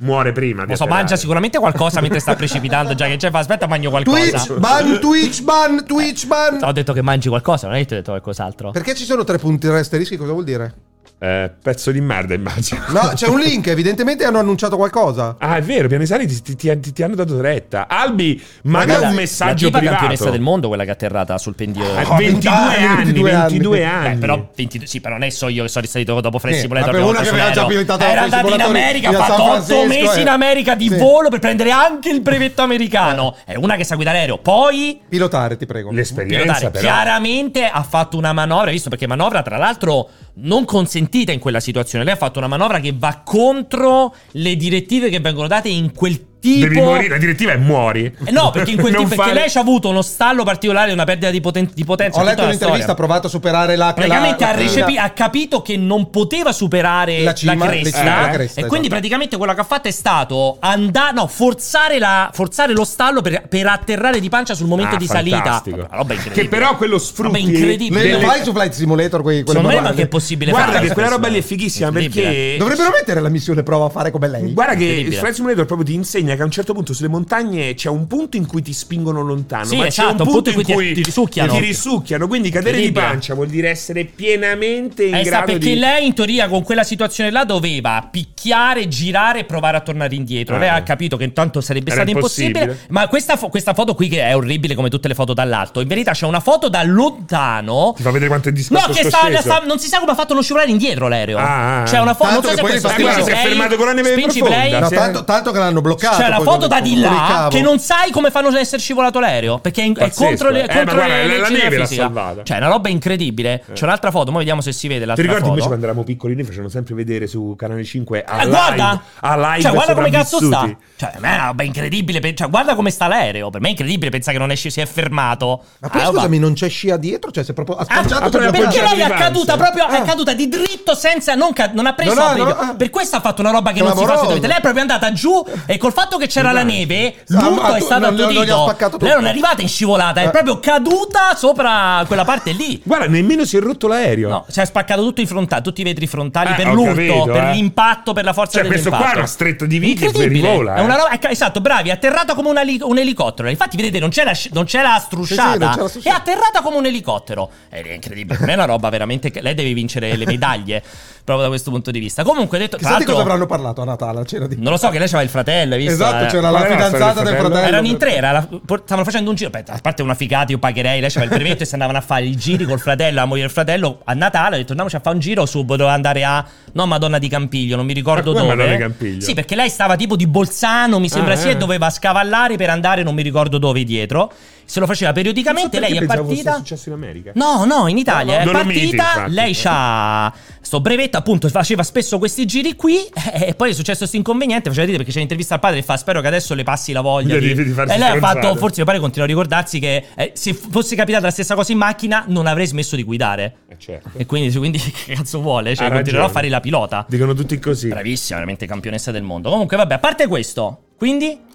Speaker 2: Muore prima. di
Speaker 1: Lo so,
Speaker 2: atterrare.
Speaker 1: mangia sicuramente qualcosa mentre sta precipitando. Già che c'è, fa aspetta, mangio qualcosa.
Speaker 3: Twitch ban, Twitch ban, Twitch ban.
Speaker 1: Ho detto che mangi qualcosa, non è che ti ho detto qualcos'altro.
Speaker 3: Perché ci sono tre punti asterischi? Cosa vuol dire?
Speaker 2: Eh, pezzo di merda, immagino.
Speaker 3: No, c'è un link, evidentemente hanno annunciato qualcosa.
Speaker 2: Ah, è vero, Pianesani ti, ti- ti- ti hanno dato retta. Albi, manda
Speaker 3: Ragazzi,
Speaker 2: un messaggio
Speaker 1: La tipa campionessa
Speaker 2: privato.
Speaker 1: del mondo, quella che è atterrata sul
Speaker 2: Eh,
Speaker 1: pendio.
Speaker 3: Oh,
Speaker 2: 22
Speaker 3: vent'anni,
Speaker 2: anni, 22
Speaker 3: 22
Speaker 2: anni.
Speaker 3: anni.
Speaker 1: Beh, Eh, però 22, sì, però non è so io che sono risalito dopo Flight
Speaker 3: Sì,
Speaker 1: Simulator.
Speaker 3: vabbè,
Speaker 1: abbiamo
Speaker 3: una che aveva
Speaker 1: fatto
Speaker 3: già
Speaker 1: sull'aereo.
Speaker 3: abilitato
Speaker 1: Era
Speaker 3: Flight
Speaker 1: andata in
Speaker 3: Simulator
Speaker 1: America, ha
Speaker 3: in San
Speaker 1: fatto 8
Speaker 3: Francisco,
Speaker 1: mesi
Speaker 3: eh.
Speaker 1: in America di
Speaker 3: Sì.
Speaker 1: volo per prendere anche il brevetto americano. È una che sa guidare aereo. Poi
Speaker 3: Pilotare, ti prego.
Speaker 2: L'esperienza,
Speaker 1: pilotare.
Speaker 2: però.
Speaker 1: chiaramente ha fatto una manovra, hai visto perché manovra tra l'altro non consentita in quella situazione. Lei ha fatto una manovra che va contro le direttive che vengono date in quel tipo
Speaker 2: Devi morire, la direttiva è muori.
Speaker 1: Eh no, perché in quel
Speaker 2: Non
Speaker 1: tipo perché
Speaker 2: fare-
Speaker 1: lei ci ha avuto uno stallo particolare, una perdita di, poten- di potenza.
Speaker 3: Ho
Speaker 1: tutta
Speaker 3: letto
Speaker 1: la
Speaker 3: un'intervista, ha
Speaker 1: storia.
Speaker 3: provato a superare la
Speaker 1: Praticamente
Speaker 3: la-
Speaker 1: ha,
Speaker 3: la-
Speaker 1: recepi- ha capito che non poteva superare la,
Speaker 3: La cima-
Speaker 1: cresta, eh?
Speaker 3: le cime della cresta,
Speaker 1: E quindi
Speaker 3: esatto.
Speaker 1: praticamente quello che ha fatto è stato andare, no, forzare, la- forzare lo stallo per, per atterrare di pancia sul momento
Speaker 2: Ah,
Speaker 1: di
Speaker 2: fantastico.
Speaker 1: salita. Una roba
Speaker 2: Che
Speaker 1: incredibile.
Speaker 2: però quello sfrutti...
Speaker 1: Roba incredibile.
Speaker 3: Le,
Speaker 1: delle-
Speaker 3: le fai su Flight Simulator quei, quelle
Speaker 1: Secondo me, ma
Speaker 3: manuali?
Speaker 1: che è possibile
Speaker 2: Guarda
Speaker 1: fare?
Speaker 2: che quella roba lì è fighissima
Speaker 1: Incredibile.
Speaker 2: perché...
Speaker 3: Dovrebbero mettere la missione prova a fare come lei.
Speaker 2: Guarda che il
Speaker 1: Incredibile.
Speaker 2: Flight Simulator proprio ti insegna che a un certo punto sulle montagne c'è un punto in cui ti spingono lontano,
Speaker 1: Sì,
Speaker 2: ma
Speaker 1: esatto,
Speaker 2: c'è un punto, in cui
Speaker 1: ti risucchiano.
Speaker 2: ti risucchiano, quindi cadere di
Speaker 1: Incredibile.
Speaker 2: pancia vuol dire essere pienamente in
Speaker 1: Eh, sa,
Speaker 2: grado
Speaker 1: perché
Speaker 2: di
Speaker 1: lei in teoria con quella situazione là doveva picchiare, girare e provare a tornare indietro.
Speaker 2: Eh.
Speaker 1: Lei ha capito che intanto sarebbe
Speaker 2: Era
Speaker 1: stato impossibile.
Speaker 2: impossibile.
Speaker 1: Ma questa, fo- questa foto qui che è orribile come tutte le foto dall'alto, in verità c'è una foto da lontano.
Speaker 2: Ti fa vedere quanto è
Speaker 1: No,
Speaker 2: disposto
Speaker 1: che
Speaker 2: sto
Speaker 1: sta,
Speaker 2: sceso.
Speaker 1: sta- non si sa come ha fatto lo scivolare indietro l'aereo.
Speaker 2: Ah, ah,
Speaker 1: c'è una foto,
Speaker 3: Tanto
Speaker 1: non so
Speaker 3: che
Speaker 1: se
Speaker 3: poi
Speaker 1: questo
Speaker 3: infatti
Speaker 1: Spinci
Speaker 3: si è
Speaker 1: Play-
Speaker 2: fermato con la neve
Speaker 1: Spinci
Speaker 2: profonda.
Speaker 1: Play,
Speaker 3: No,
Speaker 2: Sì.
Speaker 3: tanto, tanto che l'hanno bloccata. scivolato.
Speaker 1: C'è Cioè, la
Speaker 3: poi
Speaker 1: foto
Speaker 3: dopo,
Speaker 1: da di
Speaker 3: con il
Speaker 1: là
Speaker 3: cavo.
Speaker 1: che non sai come fanno ad essere scivolato l'aereo. Perché è, in- è
Speaker 2: Pazzesco,
Speaker 1: contro le.
Speaker 2: eh. Eh,
Speaker 1: contro
Speaker 2: ma guarda,
Speaker 1: le
Speaker 2: la- la
Speaker 1: leggi della
Speaker 2: neve l'ha
Speaker 1: fisica.
Speaker 2: salvata. Eh.
Speaker 1: Cioè, è una roba incredibile. C'è un'altra foto, ma vediamo se si vede
Speaker 2: Ti
Speaker 1: l'altra
Speaker 2: ricordi
Speaker 1: foto.
Speaker 2: invece quando eravamo piccoli noi facevano sempre vedere su Canale 5 a
Speaker 1: Eh,
Speaker 2: live,
Speaker 1: guarda,
Speaker 2: a live
Speaker 1: cioè, guarda come cazzo sta.
Speaker 2: sopravvissuti?
Speaker 1: Cioè, a me è una roba incredibile. pe- Cioè, guarda come sta l'aereo. Per me è incredibile pensare che non esce, si è fermato.
Speaker 3: Ma poi
Speaker 1: Ah, roba-
Speaker 3: scusami, non c'è scia dietro? Cioè, se proprio ha
Speaker 1: Ah,
Speaker 3: schiacciato
Speaker 2: ah,
Speaker 3: per
Speaker 2: proprio
Speaker 3: appoggiare-
Speaker 1: perché lei è
Speaker 2: appoggiato di
Speaker 1: caduta
Speaker 2: panza.
Speaker 1: proprio è
Speaker 3: Ah.
Speaker 1: caduta di dritto senza non, ca- non ha preso
Speaker 3: No, no,
Speaker 1: appiglio.
Speaker 3: no, ah.
Speaker 1: per questo ha fatto una roba che non si
Speaker 3: Clamoroso.
Speaker 1: fa solitamente. lei è proprio andata giù e col fatto che c'era la neve l'urto
Speaker 3: Ah, ma
Speaker 1: è
Speaker 3: tu-
Speaker 1: stato
Speaker 3: non- non- non gli ha
Speaker 1: attutito
Speaker 3: spaccato tutto.
Speaker 1: lei non è arrivata in scivolata è
Speaker 3: Eh.
Speaker 1: proprio caduta sopra quella parte lì
Speaker 2: Guarda, nemmeno si è rotto l'aereo.
Speaker 1: No, si è spaccato tutto i frontali, tutti i vetri frontali
Speaker 2: Eh,
Speaker 1: per
Speaker 2: Ecco. ho
Speaker 1: l'urto,
Speaker 2: capito,
Speaker 1: per
Speaker 2: eh.
Speaker 1: l'impatto, per la forza
Speaker 2: Cioè,
Speaker 1: dell'impatto.
Speaker 2: questo qua è una stretta di viti e poi
Speaker 1: Incredibile.
Speaker 2: rivola,
Speaker 1: È
Speaker 2: eh.
Speaker 1: una roba, ecco, esatto, bravi, è atterrata come una li- un elicottero. Infatti, vedete, non c'è la, sci- non c'è la strusciata,
Speaker 3: Sì, sì, non c'è la strusciata.
Speaker 1: è atterrata come un elicottero. Ed È incredibile, non è una roba veramente che lei deve vincere le medaglie proprio da questo punto di vista. Comunque detto, tra
Speaker 3: Chissà di cosa
Speaker 1: l'altro
Speaker 3: avranno parlato a Natale, a cena di...
Speaker 1: non lo so che lei c'aveva il fratello, hai visto?
Speaker 3: Esatto,
Speaker 1: Eh.
Speaker 3: c'era la
Speaker 2: Qual era la
Speaker 3: fidanzata
Speaker 2: storia
Speaker 3: del
Speaker 2: del fratello?
Speaker 3: fratello.
Speaker 1: Erano in tre, era la- por- stavano facendo un giro. Aspetta, a parte una figata, io pagherei. Lei c'aveva il brevetto e si andavano a fare i giri col fratello, la moglie del fratello. A Natale, ho detto andiamoci a fare un giro su. Doveva andare a. No, Madonna di Campiglio, non mi ricordo
Speaker 2: Ma come
Speaker 1: dove.
Speaker 2: Madonna di Campiglio?
Speaker 1: Sì, perché lei stava tipo di Bolzano, mi sembra
Speaker 2: Ah,
Speaker 1: sì,
Speaker 2: eh.
Speaker 1: e doveva scavallare per andare, non mi ricordo dove dietro. Se lo faceva periodicamente, lei è partita.
Speaker 2: successo in America.
Speaker 1: No, no, in Italia
Speaker 2: No, no,
Speaker 1: è
Speaker 2: Dolomiti,
Speaker 1: partita.
Speaker 2: infatti.
Speaker 1: Lei c'ha sto brevetto, appunto, faceva spesso questi giri qui. eh, E poi è successo questo inconveniente. Faceva dire perché c'è l'intervista al padre e fa: Spero che adesso le passi la voglia.
Speaker 2: Di-
Speaker 1: Di...
Speaker 2: di- di
Speaker 1: e
Speaker 2: farsi
Speaker 1: lei ha
Speaker 2: stronzate.
Speaker 1: fatto, forse mi pare, continua a ricordarsi che eh, se f- fosse capitata la stessa cosa in macchina, non avrei smesso di guidare.
Speaker 2: Eh, certo.
Speaker 1: E quindi, quindi che cazzo vuole? Cioè,
Speaker 2: Ha
Speaker 1: continuerò a
Speaker 2: ragione.
Speaker 1: fare la pilota.
Speaker 2: Dicono tutti così.
Speaker 1: Bravissima, veramente campionessa del mondo. Comunque, vabbè, a parte questo, quindi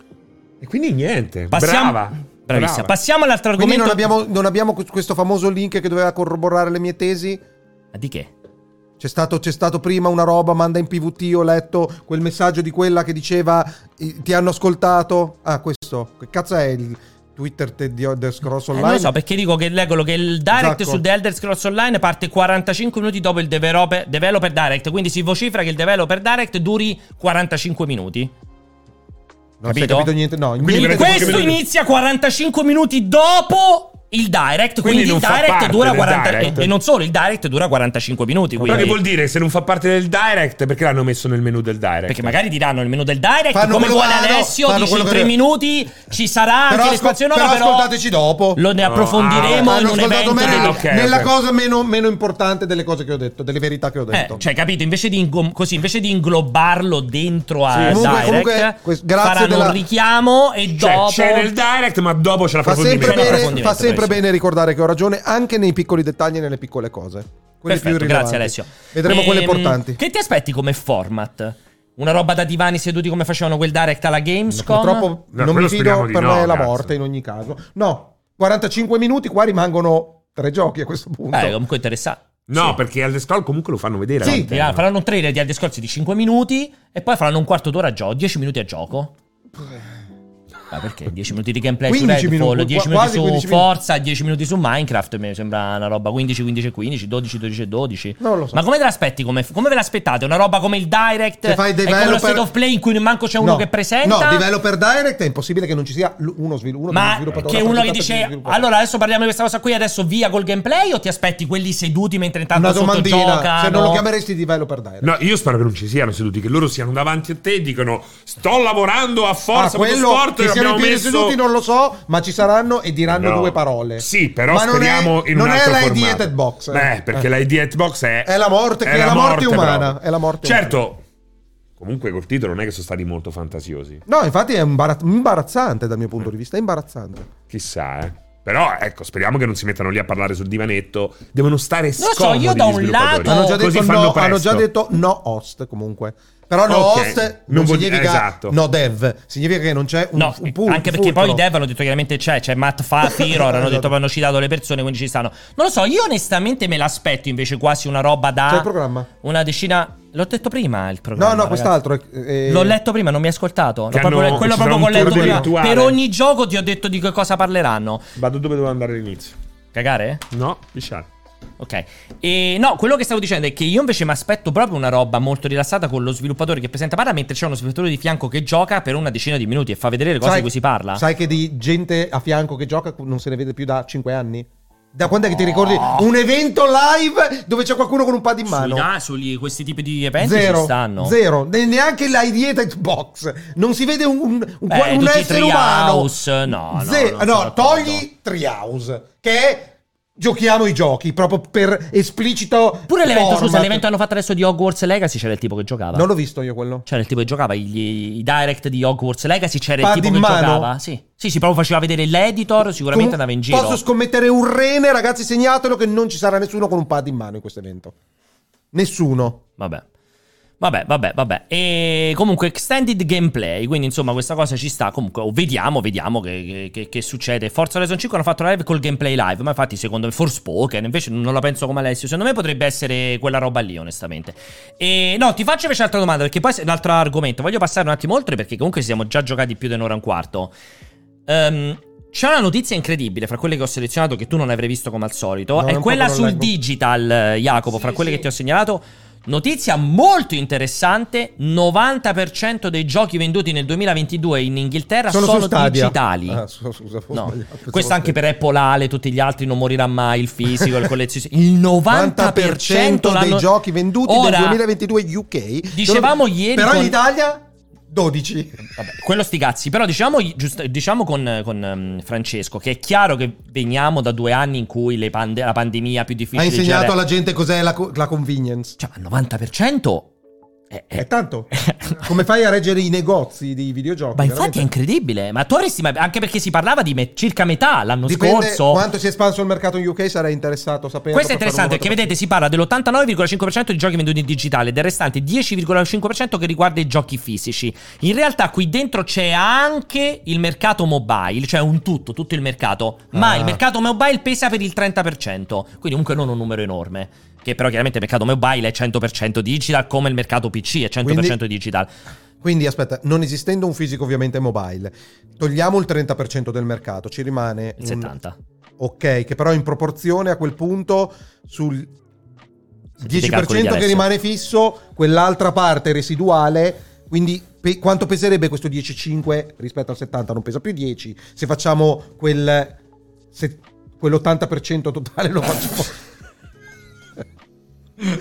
Speaker 2: E quindi niente.
Speaker 1: passiamo.
Speaker 2: Brava.
Speaker 1: Bravissima.
Speaker 2: Brava.
Speaker 1: Passiamo all'altro
Speaker 3: Quindi
Speaker 1: argomento.
Speaker 3: non abbiamo, non abbiamo questo famoso link che doveva corroborare le mie tesi?
Speaker 1: Ma Di che?
Speaker 3: C'è stato, c'è stato prima una roba, manda in PVT, ho letto quel messaggio di quella che diceva "I- ti hanno ascoltato. Ah, questo. Che cazzo è il Twitter te- di The Scrolls
Speaker 1: Eh,
Speaker 3: Online?
Speaker 1: non lo so perché dico che leggo che il direct
Speaker 3: Esatto.
Speaker 1: su The Elder Scrolls Online parte 45 minuti dopo il developer, developer direct, quindi si vocifera che il developer direct duri 45 minuti.
Speaker 3: Non si è
Speaker 1: capito?
Speaker 3: capito niente. No,
Speaker 2: Quindi
Speaker 3: niente
Speaker 2: veramente
Speaker 3: di-
Speaker 1: Questo inizia 45 minuti dopo il direct,
Speaker 2: Quindi
Speaker 1: quindi, il
Speaker 2: non fa
Speaker 1: direct
Speaker 2: parte
Speaker 1: dura
Speaker 2: del
Speaker 1: 40
Speaker 2: direct.
Speaker 1: e, e non solo il direct dura 45 minuti,
Speaker 2: Ma che
Speaker 1: quindi
Speaker 2: vuol dire se non fa parte del direct? Perché l'hanno messo nel menu del direct?
Speaker 1: perché magari diranno nel menu del direct
Speaker 3: Fanno
Speaker 1: come
Speaker 3: quello
Speaker 1: vuole
Speaker 3: che- ah, no,
Speaker 1: Alessio
Speaker 3: fanno
Speaker 1: dice in
Speaker 3: quello
Speaker 1: 3
Speaker 3: che-
Speaker 1: minuti ci sarà
Speaker 3: Però,
Speaker 1: anche
Speaker 3: ascol-
Speaker 1: l'espazione
Speaker 3: però
Speaker 1: nuova però
Speaker 3: ascoltateci dopo.
Speaker 1: lo ne
Speaker 2: No,
Speaker 1: approfondiremo
Speaker 2: ah,
Speaker 1: in
Speaker 3: Hanno
Speaker 1: un
Speaker 3: ascoltato
Speaker 1: evento
Speaker 3: me
Speaker 1: del-
Speaker 3: nella,
Speaker 2: ok,
Speaker 3: nella
Speaker 2: ok.
Speaker 3: cosa meno, meno importante delle cose che ho detto, delle verità che ho
Speaker 1: Eh,
Speaker 3: detto.
Speaker 1: cioè, capito? Invece di, ingom- così, invece di inglobarlo dentro a
Speaker 3: comunque-
Speaker 1: Direct,
Speaker 3: comunque, que- grazie
Speaker 1: faranno
Speaker 3: della-
Speaker 1: un richiamo e
Speaker 2: Cioè,
Speaker 1: dopo.
Speaker 2: c'è nel direct, ma dopo ce la
Speaker 3: fa sempre,
Speaker 1: C'è un
Speaker 3: bene,
Speaker 1: approfondimento,
Speaker 3: fa sempre
Speaker 1: bravissimo.
Speaker 3: bene ricordare che ho ragione anche nei piccoli dettagli e nelle piccole cose. Quelli più
Speaker 1: Perfetto,
Speaker 3: rilevanti.
Speaker 1: grazie Alessio.
Speaker 3: Vedremo quelle
Speaker 1: Ehm,
Speaker 3: importanti.
Speaker 1: Che ti aspetti come format? Una roba da divani seduti come facevano quel Direct alla Gamescom? Eh,
Speaker 3: Purtroppo
Speaker 2: No,
Speaker 3: non
Speaker 2: quello
Speaker 3: mi
Speaker 2: speriamo
Speaker 3: fido,
Speaker 2: di
Speaker 3: per
Speaker 2: no,
Speaker 3: me è la
Speaker 2: cazzo.
Speaker 3: morte in ogni caso. No, 45 minuti, qua rimangono tre giochi a questo punto.
Speaker 1: Beh, comunque interessante.
Speaker 2: No,
Speaker 1: Sì.
Speaker 2: perché al Scroll comunque lo fanno vedere.
Speaker 3: Sì,
Speaker 2: all'interno.
Speaker 1: Diranno- faranno un trailer di al discorso di 5 minuti e poi faranno un quarto d'ora a gioco, 10 minuti a gioco. Ma perché? 10 minuti di gameplay su
Speaker 3: 15
Speaker 1: Redfall,
Speaker 3: minuti,
Speaker 1: 10
Speaker 3: qua- quasi
Speaker 1: minuti
Speaker 3: 15
Speaker 1: su
Speaker 3: minuti.
Speaker 1: Forza, 10 minuti su Minecraft, mi sembra una roba 15, 15 e 15, 12, 12 e 12.
Speaker 3: Non lo so.
Speaker 1: Ma come te l'aaspetti? Come, come ve l'aspettate? Una roba come il Direct?
Speaker 3: Se fai
Speaker 1: è come lo
Speaker 3: developer-
Speaker 1: State of Play in cui manco c'è uno
Speaker 3: No,
Speaker 1: che presenta?
Speaker 3: No, developer direct è impossibile che non ci sia l- uno, svil- uno
Speaker 1: Ma
Speaker 3: sviluppatore.
Speaker 1: che
Speaker 3: una
Speaker 1: uno che
Speaker 3: presentata di
Speaker 1: dice
Speaker 3: sviluppatore.
Speaker 1: allora adesso parliamo di questa cosa qui, adesso via col gameplay o ti aspetti quelli seduti mentre intanto
Speaker 3: una
Speaker 1: sotto
Speaker 3: domandina, se non lo
Speaker 1: giocano?
Speaker 3: chiameresti developer direct.
Speaker 2: No, io spero che non ci siano seduti, che loro siano davanti a te e dicono sto lavorando a
Speaker 3: Ah,
Speaker 2: forza
Speaker 3: quello
Speaker 2: sport
Speaker 3: che siano i piedi seduti non lo so, ma ci saranno e diranno
Speaker 2: No.
Speaker 3: due parole.
Speaker 2: Sì, però
Speaker 3: ma non
Speaker 2: speriamo
Speaker 3: è,
Speaker 2: in
Speaker 3: non
Speaker 2: un
Speaker 3: è
Speaker 2: altro
Speaker 3: la
Speaker 2: formato.
Speaker 3: ideated box. eh.
Speaker 2: Beh, perché
Speaker 3: Eh.
Speaker 2: la ideated box è
Speaker 3: È la morte- è la morte umana,
Speaker 2: proprio.
Speaker 3: è la morte
Speaker 2: Certo. Comunque col titolo non è che sono stati molto fantasiosi.
Speaker 3: No, infatti è imbara- imbarazzante dal mio punto di vista, è imbarazzante.
Speaker 2: Chissà, eh. Però ecco, speriamo che non si mettano lì a parlare sul divanetto. Devono stare
Speaker 1: Non lo so,
Speaker 2: scomodi
Speaker 1: io da
Speaker 2: gli
Speaker 1: un
Speaker 2: sviluppatori.
Speaker 1: lato-
Speaker 3: Hanno già,
Speaker 2: Così
Speaker 3: detto
Speaker 2: fanno
Speaker 3: no,
Speaker 2: presto.
Speaker 3: hanno già detto no host comunque. Però no
Speaker 2: Ok,
Speaker 3: host non,
Speaker 2: non vuol-
Speaker 3: significa
Speaker 2: esatto.
Speaker 3: no dev, significa che non c'è un,
Speaker 1: No, eh,
Speaker 3: un pul-
Speaker 1: anche
Speaker 3: un Esatto.
Speaker 1: perché poi i
Speaker 3: fulcro.
Speaker 1: dev hanno detto chiaramente c'è, c'è Matt Fafiro, hanno detto poi hanno citato le persone, quindi ci stanno. Non lo so, io onestamente me l'aspetto invece quasi una roba da
Speaker 3: C'è il programma?
Speaker 1: una decina L'ho detto prima il
Speaker 3: No, no,
Speaker 1: programma. ragazzi.
Speaker 3: quest'altro è, eh, è-
Speaker 1: L'ho letto prima, non mi hai ascoltato. L'ho
Speaker 2: Che
Speaker 1: proprio-
Speaker 2: hanno-
Speaker 1: quello
Speaker 2: ci sarà
Speaker 1: proprio
Speaker 2: un
Speaker 1: con letto
Speaker 2: tour
Speaker 1: prima.
Speaker 2: virtuale.
Speaker 1: Per ogni gioco ti ho detto di che cosa parleranno.
Speaker 2: Vado dove dovevo andare all'inizio.
Speaker 1: Cagare?
Speaker 2: No, pisciare.
Speaker 1: Ok. E no, quello che stavo dicendo è che io invece mi aspetto proprio una roba molto rilassata con lo sviluppatore che presenta parla mentre c'è uno sviluppatore di fianco che gioca per una decina di minuti e fa vedere le cose di cui si parla.
Speaker 3: Sai che di gente a fianco che gioca non se ne vede più da 5 anni? Da quando è che ti ricordi
Speaker 1: Oh.
Speaker 3: un evento live dove c'è qualcuno con un pad in
Speaker 1: Sui
Speaker 3: mano?
Speaker 1: nasoli, questi tipi di eventi ci
Speaker 3: Zero,
Speaker 1: stanno.
Speaker 3: zero, Ne- neanche la Ideated Box. Non si vede un, un- un-
Speaker 1: Beh,
Speaker 3: un
Speaker 1: tutti i
Speaker 3: essere
Speaker 1: Treehouse,
Speaker 3: umano.
Speaker 1: no, no,
Speaker 3: Ze-
Speaker 1: non sono d'accordo.
Speaker 3: togli Treehouse, che è giochiamo i giochi proprio per esplicito.
Speaker 1: Pure l'evento,
Speaker 3: format.
Speaker 1: scusa, l'evento che hanno fatto adesso di Hogwarts Legacy c'era il tipo che giocava.
Speaker 3: Non l'ho visto io quello.
Speaker 1: C'era il tipo che giocava, gli- i direct di Hogwarts Legacy, c'era
Speaker 3: Pad
Speaker 1: il tipo
Speaker 3: in
Speaker 1: che
Speaker 3: mano?
Speaker 1: giocava. Sì. sì, sì, proprio faceva vedere l'editor, sicuramente
Speaker 3: Com-
Speaker 1: andava in giro.
Speaker 3: Posso scommettere un rene, ragazzi, segnatelo che non ci sarà nessuno con un pad in mano in questo evento. Nessuno.
Speaker 1: Vabbè. Vabbè, vabbè, vabbè. E comunque extended gameplay, quindi insomma questa cosa ci sta. Comunque oh, vediamo, vediamo che, che- che- che succede. Forza Horizon 5 hanno fatto live col gameplay live, ma infatti secondo me Forspoken, invece non la penso come Alessio, secondo me potrebbe essere quella roba lì, onestamente. E no, ti faccio invece altra domanda, perché poi è un altro argomento. Voglio passare un attimo oltre perché comunque ci siamo già giocati più di un'ora e un quarto. Ehm, c'è una notizia incredibile fra quelle che ho selezionato che tu non avrai visto come al solito,
Speaker 3: No,
Speaker 1: è
Speaker 3: è un po'
Speaker 1: quella
Speaker 3: che non
Speaker 1: sul
Speaker 3: leggo.
Speaker 1: digital, eh, Jacopo,
Speaker 4: Sì,
Speaker 1: fra quelle
Speaker 4: sì.
Speaker 1: che ti ho segnalato. Notizia molto interessante, 90% dei giochi venduti nel 2022 in Inghilterra sono,
Speaker 3: su Stadia.
Speaker 1: digitali.
Speaker 3: Ah, su- scusa, ho
Speaker 1: No.
Speaker 3: sbagliato. Pensavo
Speaker 1: Questo anche
Speaker 3: fosse-
Speaker 1: per Apple Ale, tutti gli altri non morirà mai, il fisico, il collezionista. Il 90%
Speaker 3: 90%
Speaker 1: l'hanno-
Speaker 3: dei giochi venduti
Speaker 1: Ora,
Speaker 3: nel 2022 UK.
Speaker 1: dicevamo ieri
Speaker 3: Però
Speaker 1: con-
Speaker 3: in Italia 12.
Speaker 1: Vabbè, quello sti cazzi. Però diciamo, giust- diciamo con, con, ehm, Francesco che è chiaro che veniamo da due anni in cui le pande- la pandemia più difficile
Speaker 3: Ha insegnato
Speaker 1: c'era-
Speaker 3: alla gente cos'è la, co- la convenience.
Speaker 1: Cioè, al 90%? È, è-
Speaker 3: E tanto. Come fai a reggere i negozi di videogiochi?
Speaker 1: Ma infatti è
Speaker 3: veramente?
Speaker 1: incredibile. Ma tu avresti. mai- Anche perché si parlava di me- circa metà l'anno
Speaker 3: Dipende
Speaker 1: scorso.
Speaker 3: quanto si è espanso il mercato in UK, sarei interessato a sapere.
Speaker 1: Questo è interessante perché vedete si parla dell'89,5% di giochi venduti in digitale e del restante 10,5% che riguarda i giochi fisici. In realtà qui dentro c'è anche il mercato mobile, cioè un tutto, tutto il mercato, ma
Speaker 3: Ah.
Speaker 1: il mercato mobile pesa per il 30%, quindi comunque non un numero enorme. Che però chiaramente il mercato mobile è 100% digital come il mercato PC è 100%
Speaker 3: Quindi- Mm.
Speaker 1: digital.
Speaker 3: Quindi aspetta, non esistendo un fisico ovviamente mobile, togliamo il 30% del mercato, ci
Speaker 1: Il
Speaker 3: rimane un-
Speaker 1: 70.
Speaker 3: Ok, che però in proporzione a quel punto sul
Speaker 1: Sentite i calcoli di
Speaker 3: 10% che
Speaker 1: Alessio.
Speaker 3: rimane fisso, quell'altra parte residuale, quindi pe- quanto peserebbe questo 10,5 rispetto al 70? Non pesa più 10. Se facciamo quel se- quell'80% totale lo facciamo.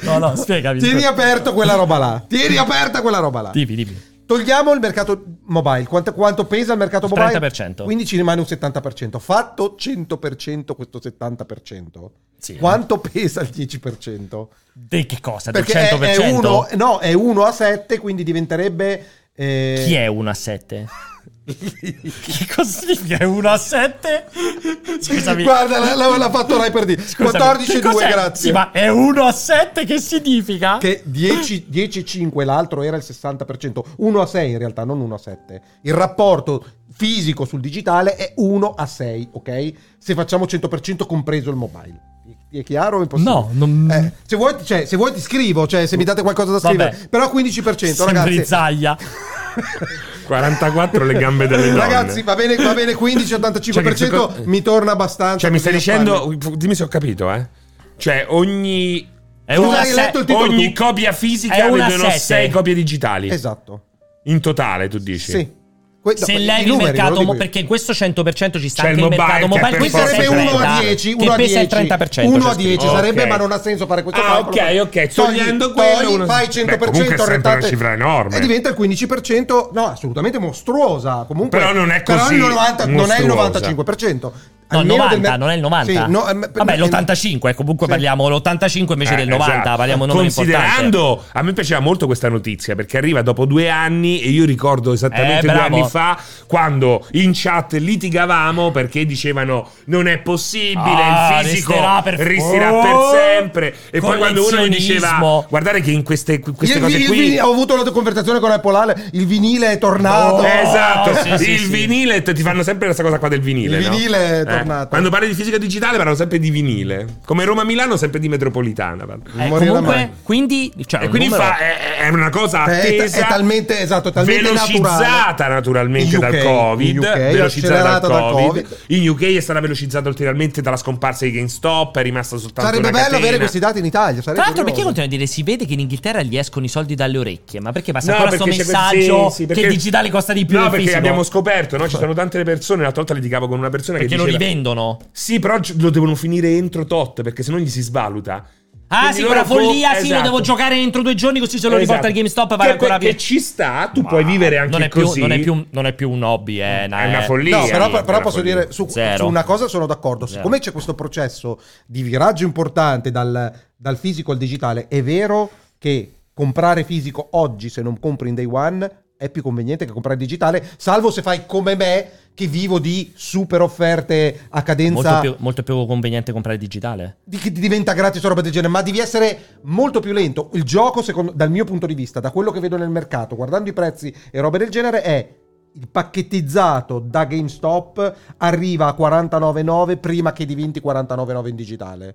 Speaker 1: No, no, spiegami.
Speaker 3: Tieni aperto quella roba là. Tieni aperta quella roba là.
Speaker 1: Tipi, tipi.
Speaker 3: Togliamo il mercato mobile. Quanto, quanto pesa il mercato
Speaker 1: Il
Speaker 3: mobile?
Speaker 1: 30%.
Speaker 3: Quindi ci rimane un 70%. Fatto 100% questo 70%.
Speaker 1: Sì.
Speaker 3: Quanto pesa il 10%?
Speaker 1: De che cosa? Del
Speaker 3: Perché è-
Speaker 1: 100%?
Speaker 3: è 1 no, è 1 a 7, quindi diventerebbe eh,
Speaker 1: Chi è 1 a 7? che cosa significa è 1 a 7? Scusami.
Speaker 3: Guarda, l'ha- l'ha, l'ha fatto Rai per dire.
Speaker 1: Scusami.
Speaker 3: 14 e
Speaker 1: Che
Speaker 3: 2,
Speaker 1: cos'è?
Speaker 3: grazie.
Speaker 1: Sì, ma è 1 a 7 che significa?
Speaker 3: Che 10, 10 5 l'altro era il 60%, 1 a 6 in realtà, non 1 a 7. Il rapporto fisico sul digitale è 1 a 6, ok? Se facciamo 100% compreso il mobile. Ti È chiaro? o È impossibile?
Speaker 1: No, non-
Speaker 3: Eh, se, vuoi, cioè, se vuoi ti scrivo, cioè se mi date qualcosa da scrivere.
Speaker 1: Vabbè.
Speaker 3: Però 15%,
Speaker 1: Sembri
Speaker 3: ragazzi.
Speaker 1: Zaglia.
Speaker 2: 44 le gambe delle donne.
Speaker 3: Ragazzi, va bene, va bene 15-85%,
Speaker 2: Cioè, che se co-
Speaker 3: mi torna abbastanza.
Speaker 2: Cioè, mi
Speaker 3: così
Speaker 2: stai
Speaker 3: a
Speaker 2: dicendo.
Speaker 3: farne.
Speaker 2: Dimmi se ho capito, eh. Cioè, ogni.
Speaker 1: È 1
Speaker 3: Scusa,
Speaker 1: a
Speaker 3: hai
Speaker 1: 7.
Speaker 3: letto il titolo
Speaker 2: ogni
Speaker 3: tu?
Speaker 2: copia fisica
Speaker 1: È una
Speaker 2: vedono
Speaker 1: sette.
Speaker 2: 6 copie digitali.
Speaker 3: Esatto.
Speaker 2: In totale, tu dici.
Speaker 3: Sì. Que-
Speaker 1: Se
Speaker 3: no, i
Speaker 1: levi il
Speaker 3: numeri, ve lo
Speaker 1: mercato
Speaker 3: dico
Speaker 1: mo-
Speaker 3: io.
Speaker 1: perché in questo 100% ci sta
Speaker 2: C'è
Speaker 1: anche
Speaker 2: il
Speaker 1: il
Speaker 2: mobile
Speaker 1: mercato
Speaker 2: che
Speaker 1: mobile,
Speaker 2: per
Speaker 1: questo
Speaker 2: forza
Speaker 1: è
Speaker 3: sarebbe 1
Speaker 1: 30,
Speaker 3: a 10,
Speaker 1: che
Speaker 3: 1 a 10,
Speaker 1: pesa il 30%.
Speaker 3: 1 a
Speaker 1: c'è scritto.
Speaker 3: 10 sarebbe,
Speaker 2: cioè, Ok.
Speaker 3: ma non ha senso fare questo
Speaker 2: Ah,
Speaker 3: calcolo.
Speaker 2: ok, ok,
Speaker 3: Togli-
Speaker 2: togliendo
Speaker 3: togli,
Speaker 2: quello, uno-
Speaker 3: fai
Speaker 2: Beh,
Speaker 3: 100%,
Speaker 2: comunque è sempre
Speaker 3: rentate-
Speaker 2: una cifra enorme.
Speaker 3: E diventa il 15%, no, assolutamente mostruosa, comunque.
Speaker 2: Però non è
Speaker 3: Però
Speaker 2: così
Speaker 3: il 90 non è il
Speaker 2: mostruosa.
Speaker 3: 95%.
Speaker 1: No, il
Speaker 3: almeno
Speaker 1: 90,
Speaker 3: del mer-
Speaker 1: non è il 90.
Speaker 3: Sì, no, eh, per-
Speaker 1: Vabbè,
Speaker 3: eh,
Speaker 1: l'85, comunque
Speaker 3: sì.
Speaker 1: parliamo l'85 invece
Speaker 2: Eh,
Speaker 1: del 90,
Speaker 2: esatto.
Speaker 1: parliamo non importante.
Speaker 2: Considerando, a me piaceva molto questa notizia perché arriva dopo due anni e io ricordo esattamente
Speaker 1: Eh,
Speaker 2: due
Speaker 1: bravo.
Speaker 2: anni fa quando in chat litigavamo perché dicevano non è possibile,
Speaker 1: Ah,
Speaker 2: il fisico
Speaker 1: resterà per-
Speaker 2: resterà
Speaker 1: Oh!
Speaker 2: per sempre. E poi quando uno gli diceva
Speaker 1: Collezionismo.
Speaker 2: guardate che in queste, queste
Speaker 3: il-
Speaker 2: cose
Speaker 3: il-
Speaker 2: qui...
Speaker 3: il- ho avuto una conversazione con Apple Ale, il vinile è tornato. Eh,
Speaker 1: Oh,
Speaker 2: esatto,
Speaker 1: sì, sì,
Speaker 2: il
Speaker 1: sì.
Speaker 2: vinile t- ti fanno sempre questa cosa qua del vinile.
Speaker 3: Il
Speaker 2: no? Eh.
Speaker 3: vinile è tornato.
Speaker 2: Quando parli di fisica digitale parlano sempre di vinile. Come Roma Milano sempre di metropolitana.
Speaker 1: Eh,
Speaker 3: Non morirà mai.
Speaker 1: comunque, quindi, cioè,
Speaker 2: E
Speaker 1: un
Speaker 2: quindi
Speaker 1: numero-
Speaker 2: fa- è, è una cosa
Speaker 3: Beh, è-
Speaker 2: attesa,
Speaker 3: è talmente- esatto, è talmente
Speaker 2: velocizzata
Speaker 3: naturale.
Speaker 2: naturalmente
Speaker 3: In
Speaker 2: dal
Speaker 3: UK,
Speaker 2: Covid,
Speaker 3: in UK,
Speaker 2: velocizzata
Speaker 3: accelerata
Speaker 2: dal
Speaker 3: dal
Speaker 2: COVID.
Speaker 3: Covid.
Speaker 2: In UK è stata velocizzata ulteriormente dalla scomparsa di GameStop, è rimasta soltanto
Speaker 3: Sarebbe
Speaker 2: una
Speaker 3: bello
Speaker 2: catena.
Speaker 3: avere questi dati in Italia. sarebbe
Speaker 1: Tra l'altro, perché
Speaker 3: curioso.
Speaker 1: continuano a dire si vede che in Inghilterra gli escono i soldi dalle orecchie? Ma perché passa
Speaker 2: No,
Speaker 1: ancora questo
Speaker 2: perché c'è quel-
Speaker 1: messaggio
Speaker 2: sì, sì,
Speaker 1: che
Speaker 2: perché-
Speaker 1: il digitale costa di più
Speaker 2: No,
Speaker 1: del
Speaker 2: perché
Speaker 1: fisico? Cioè.
Speaker 2: abbiamo scoperto, no? ci sono tante le persone. L'altra volta litigavo con una persona
Speaker 1: Perché
Speaker 2: che
Speaker 1: lo
Speaker 2: diceva
Speaker 1: scendono.
Speaker 2: Sì, però ci- lo devono finire entro tot, perché sennò gli si svaluta.
Speaker 1: Ah,
Speaker 2: Quindi
Speaker 1: sì,
Speaker 2: loro
Speaker 1: quella
Speaker 2: può-
Speaker 1: follia, sì, lo
Speaker 2: esatto.
Speaker 1: devo giocare entro due giorni, così se lo riporta al
Speaker 2: Esatto.
Speaker 1: GameStop e
Speaker 2: Che-
Speaker 1: vai ancora
Speaker 2: che,
Speaker 1: via.
Speaker 2: ci sta, tu puoi vivere anche
Speaker 1: non è più,
Speaker 2: così.
Speaker 1: Non è, più, non è più un hobby, eh, na-
Speaker 2: È una
Speaker 1: eh.
Speaker 2: follia.
Speaker 3: No, però,
Speaker 2: sì,
Speaker 3: però
Speaker 2: una
Speaker 3: posso
Speaker 2: follia.
Speaker 3: dire su,
Speaker 1: Zero.
Speaker 3: su una cosa sono d'accordo.
Speaker 1: Zero.
Speaker 3: Siccome c'è questo processo di viraggio importante dal, dal fisico al digitale, è vero che comprare fisico oggi, se non compri in day one, è più conveniente che comprare digitale, salvo se fai come me, che vivo di super offerte a
Speaker 1: Molto
Speaker 3: cadenza
Speaker 1: più, molto più conveniente comprare digitale.
Speaker 3: di che ti diventa gratis o roba del genere, ma devi essere molto più lento. Il gioco, secondo- dal mio punto di vista, da quello che vedo nel mercato, guardando i prezzi e roba del genere, è il pacchettizzato da GameStop arriva a 49,9 prima che diventi 49,9 in digitale.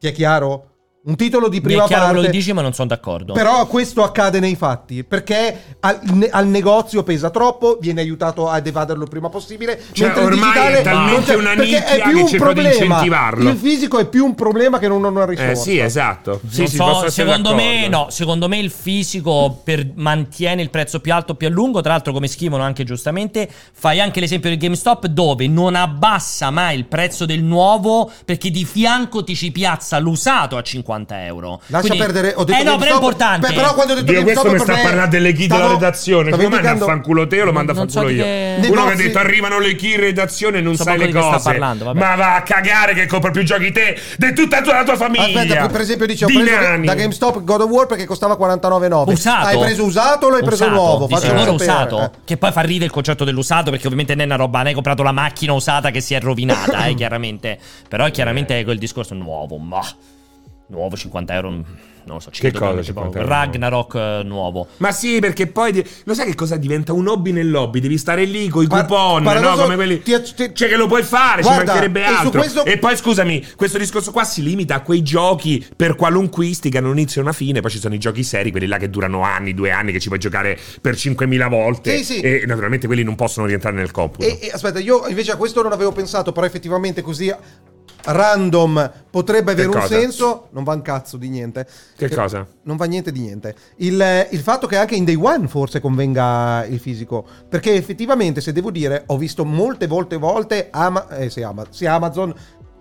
Speaker 3: Ti è chiaro? Un titolo di
Speaker 1: Mi è
Speaker 3: prima
Speaker 1: chiaro quello
Speaker 3: parte.
Speaker 1: che dici, ma non sono d'accordo.
Speaker 3: Però questo accade nei fatti, perché al, ne- al negozio pesa troppo, viene aiutato ad evaderlo il prima possibile,
Speaker 2: Cioè,
Speaker 3: mentre il
Speaker 2: ormai
Speaker 3: digitale
Speaker 2: è talmente
Speaker 3: non c'è-
Speaker 2: una
Speaker 3: perché è
Speaker 2: nicchia
Speaker 3: più
Speaker 2: che
Speaker 3: un
Speaker 2: cerca di
Speaker 3: problema.
Speaker 2: incentivarlo.
Speaker 3: Il fisico è più un problema che non una risorsa.
Speaker 2: Eh, sì, esatto. Sì,
Speaker 1: Non
Speaker 2: sì,
Speaker 1: so,
Speaker 2: posso essere
Speaker 1: secondo me,
Speaker 2: d'accordo.
Speaker 1: no, secondo me il fisico per- mantiene il prezzo più alto più a lungo. Tra l'altro, come scrivono anche giustamente, fai anche l'esempio del GameStop dove non abbassa mai il prezzo del nuovo perché di fianco ti ci piazza l'usato a 50 euro.
Speaker 3: Lascia
Speaker 1: Quindi-
Speaker 3: perdere, ho detto
Speaker 1: eh no, però è
Speaker 3: GameStop,
Speaker 1: importante.
Speaker 3: beh, però quando ho detto
Speaker 2: Dio, questo
Speaker 3: GameStop
Speaker 2: mi
Speaker 3: per
Speaker 2: sta
Speaker 3: me
Speaker 2: parlando delle ghi della
Speaker 3: stavo-
Speaker 2: redazione.
Speaker 3: stavo
Speaker 2: Come manda a
Speaker 3: indicando-
Speaker 2: fanculo te o lo manda a
Speaker 1: Non so
Speaker 2: fanculo
Speaker 1: di
Speaker 2: io?
Speaker 1: che-
Speaker 2: Uno che ha
Speaker 3: Negozi-
Speaker 2: detto arrivano le chi in redazione e non
Speaker 1: So
Speaker 2: sai le
Speaker 1: proprio di che sta
Speaker 2: cose.
Speaker 1: parlando, vabbè.
Speaker 2: Ma va a cagare che compra più giochi te di tutta tua- la tua famiglia.
Speaker 3: Aspetta, per esempio dicevo, ho
Speaker 2: Di
Speaker 3: preso
Speaker 2: nani.
Speaker 3: da GameStop God of War perché costava 49,9.
Speaker 1: Usato.
Speaker 3: Hai preso usato o l'hai preso
Speaker 1: Usato,
Speaker 3: nuovo?
Speaker 1: Di
Speaker 3: Fatemi
Speaker 1: sicuro
Speaker 3: sapere.
Speaker 1: usato.
Speaker 3: Eh.
Speaker 1: Che poi fa ridere il concetto dell'usato, perché ovviamente non è una roba. Non hai comprato la macchina usata che si è rovinata, eh, chiaramente. Però chiaramente è quel discorso nuovo, ma. Nuovo 50 euro. Non lo so, ci
Speaker 2: Che
Speaker 1: credo
Speaker 2: cosa,
Speaker 1: veramente
Speaker 2: 50
Speaker 1: poco.
Speaker 2: euro?
Speaker 1: Ragnarok eh, nuovo.
Speaker 2: Ma sì, perché poi di- lo sai che cosa diventa un hobby nel lobby? Devi stare lì con i
Speaker 3: Par-
Speaker 2: coupon, no?
Speaker 3: paradoso-
Speaker 2: Come quelli.
Speaker 3: ti- ti-
Speaker 2: Cioè, che lo puoi fare,
Speaker 3: Guarda,
Speaker 2: ci mancherebbe
Speaker 3: e su
Speaker 2: altro. E,
Speaker 3: questo-
Speaker 2: poi scusami, questo discorso qua si limita a quei giochi per qualunquisti che hanno un inizio e una fine. Poi ci sono i giochi seri, quelli là che durano anni, due anni, che ci puoi giocare per 5.000 volte.
Speaker 3: Sì, sì.
Speaker 2: E naturalmente quelli non possono rientrare nel computo.
Speaker 3: E, e aspetta, io invece a questo non avevo pensato, però effettivamente così random potrebbe
Speaker 2: Che
Speaker 3: avere un
Speaker 2: cosa?
Speaker 3: senso. Non va un cazzo di niente.
Speaker 2: Che cosa?
Speaker 3: Non va niente di niente. Il, il fatto che anche in day one forse convenga il fisico. Perché effettivamente, se devo dire, ho visto molte volte volte Ama- eh, sì, Ama- sì, Amazon.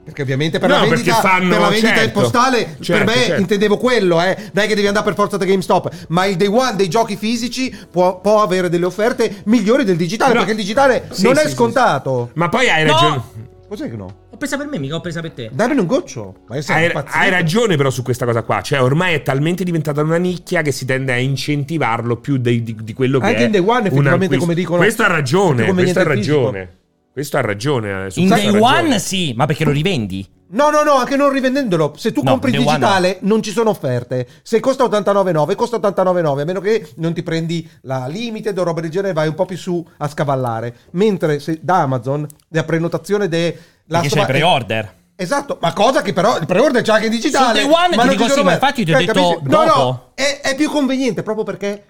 Speaker 3: Perché ovviamente per
Speaker 2: No,
Speaker 3: la vendita,
Speaker 2: perché fanno-
Speaker 3: per la vendita in
Speaker 2: certo.
Speaker 3: postale,
Speaker 2: Certo,
Speaker 3: per me
Speaker 2: certo.
Speaker 3: intendevo quello, eh. Non è che devi andare per forza da GameStop. Ma il day one dei giochi fisici può, può avere delle offerte migliori del digitale.
Speaker 2: No.
Speaker 3: Perché il digitale
Speaker 2: Sì,
Speaker 3: non
Speaker 2: sì,
Speaker 3: è
Speaker 2: sì,
Speaker 3: scontato.
Speaker 2: Ma poi hai
Speaker 1: No!
Speaker 2: ragione.
Speaker 3: Cos'è che no?
Speaker 1: Ho preso per me, mica ho preso per te.
Speaker 3: Dammi un goccio. Ma io sono
Speaker 2: Hai,
Speaker 3: impazzito.
Speaker 2: hai ragione però su questa cosa qua, cioè ormai è talmente diventata una nicchia che si tende a incentivarlo più dei- di, di quello che
Speaker 3: Anche
Speaker 2: è
Speaker 3: in Day One,
Speaker 2: un
Speaker 3: effettivamente,
Speaker 2: acquisto.
Speaker 3: come dicono,
Speaker 2: Questo ha
Speaker 3: è
Speaker 2: ragione,
Speaker 3: più
Speaker 2: questo ha
Speaker 3: conveniente il
Speaker 2: ragione. Questo ha ragione. eh, su
Speaker 1: In
Speaker 2: questo
Speaker 1: day
Speaker 2: ha ragione.
Speaker 1: one sì, ma perché lo rivendi?
Speaker 3: No, no, no, anche non rivendendolo. Se tu
Speaker 1: No,
Speaker 3: compri il
Speaker 1: Day One
Speaker 3: digitale non ci sono offerte. Se costa 89,9, costa 89,9, a meno che non ti prendi la limited o roba del genere, vai un po' più su a scavallare. Mentre se, da Amazon, la prenotazione de... la
Speaker 1: Perché c'è il pre-order.
Speaker 3: Esatto, ma cosa che però il pre-order c'è anche in digitale.
Speaker 1: Su Day One
Speaker 3: ma
Speaker 1: ti
Speaker 3: non
Speaker 1: dico
Speaker 3: ci
Speaker 1: sì, ma
Speaker 3: sono mai- Eh,
Speaker 1: infatti io ti ho detto
Speaker 3: capisci? No,
Speaker 1: dopo.
Speaker 3: no, è, è più conveniente proprio perché,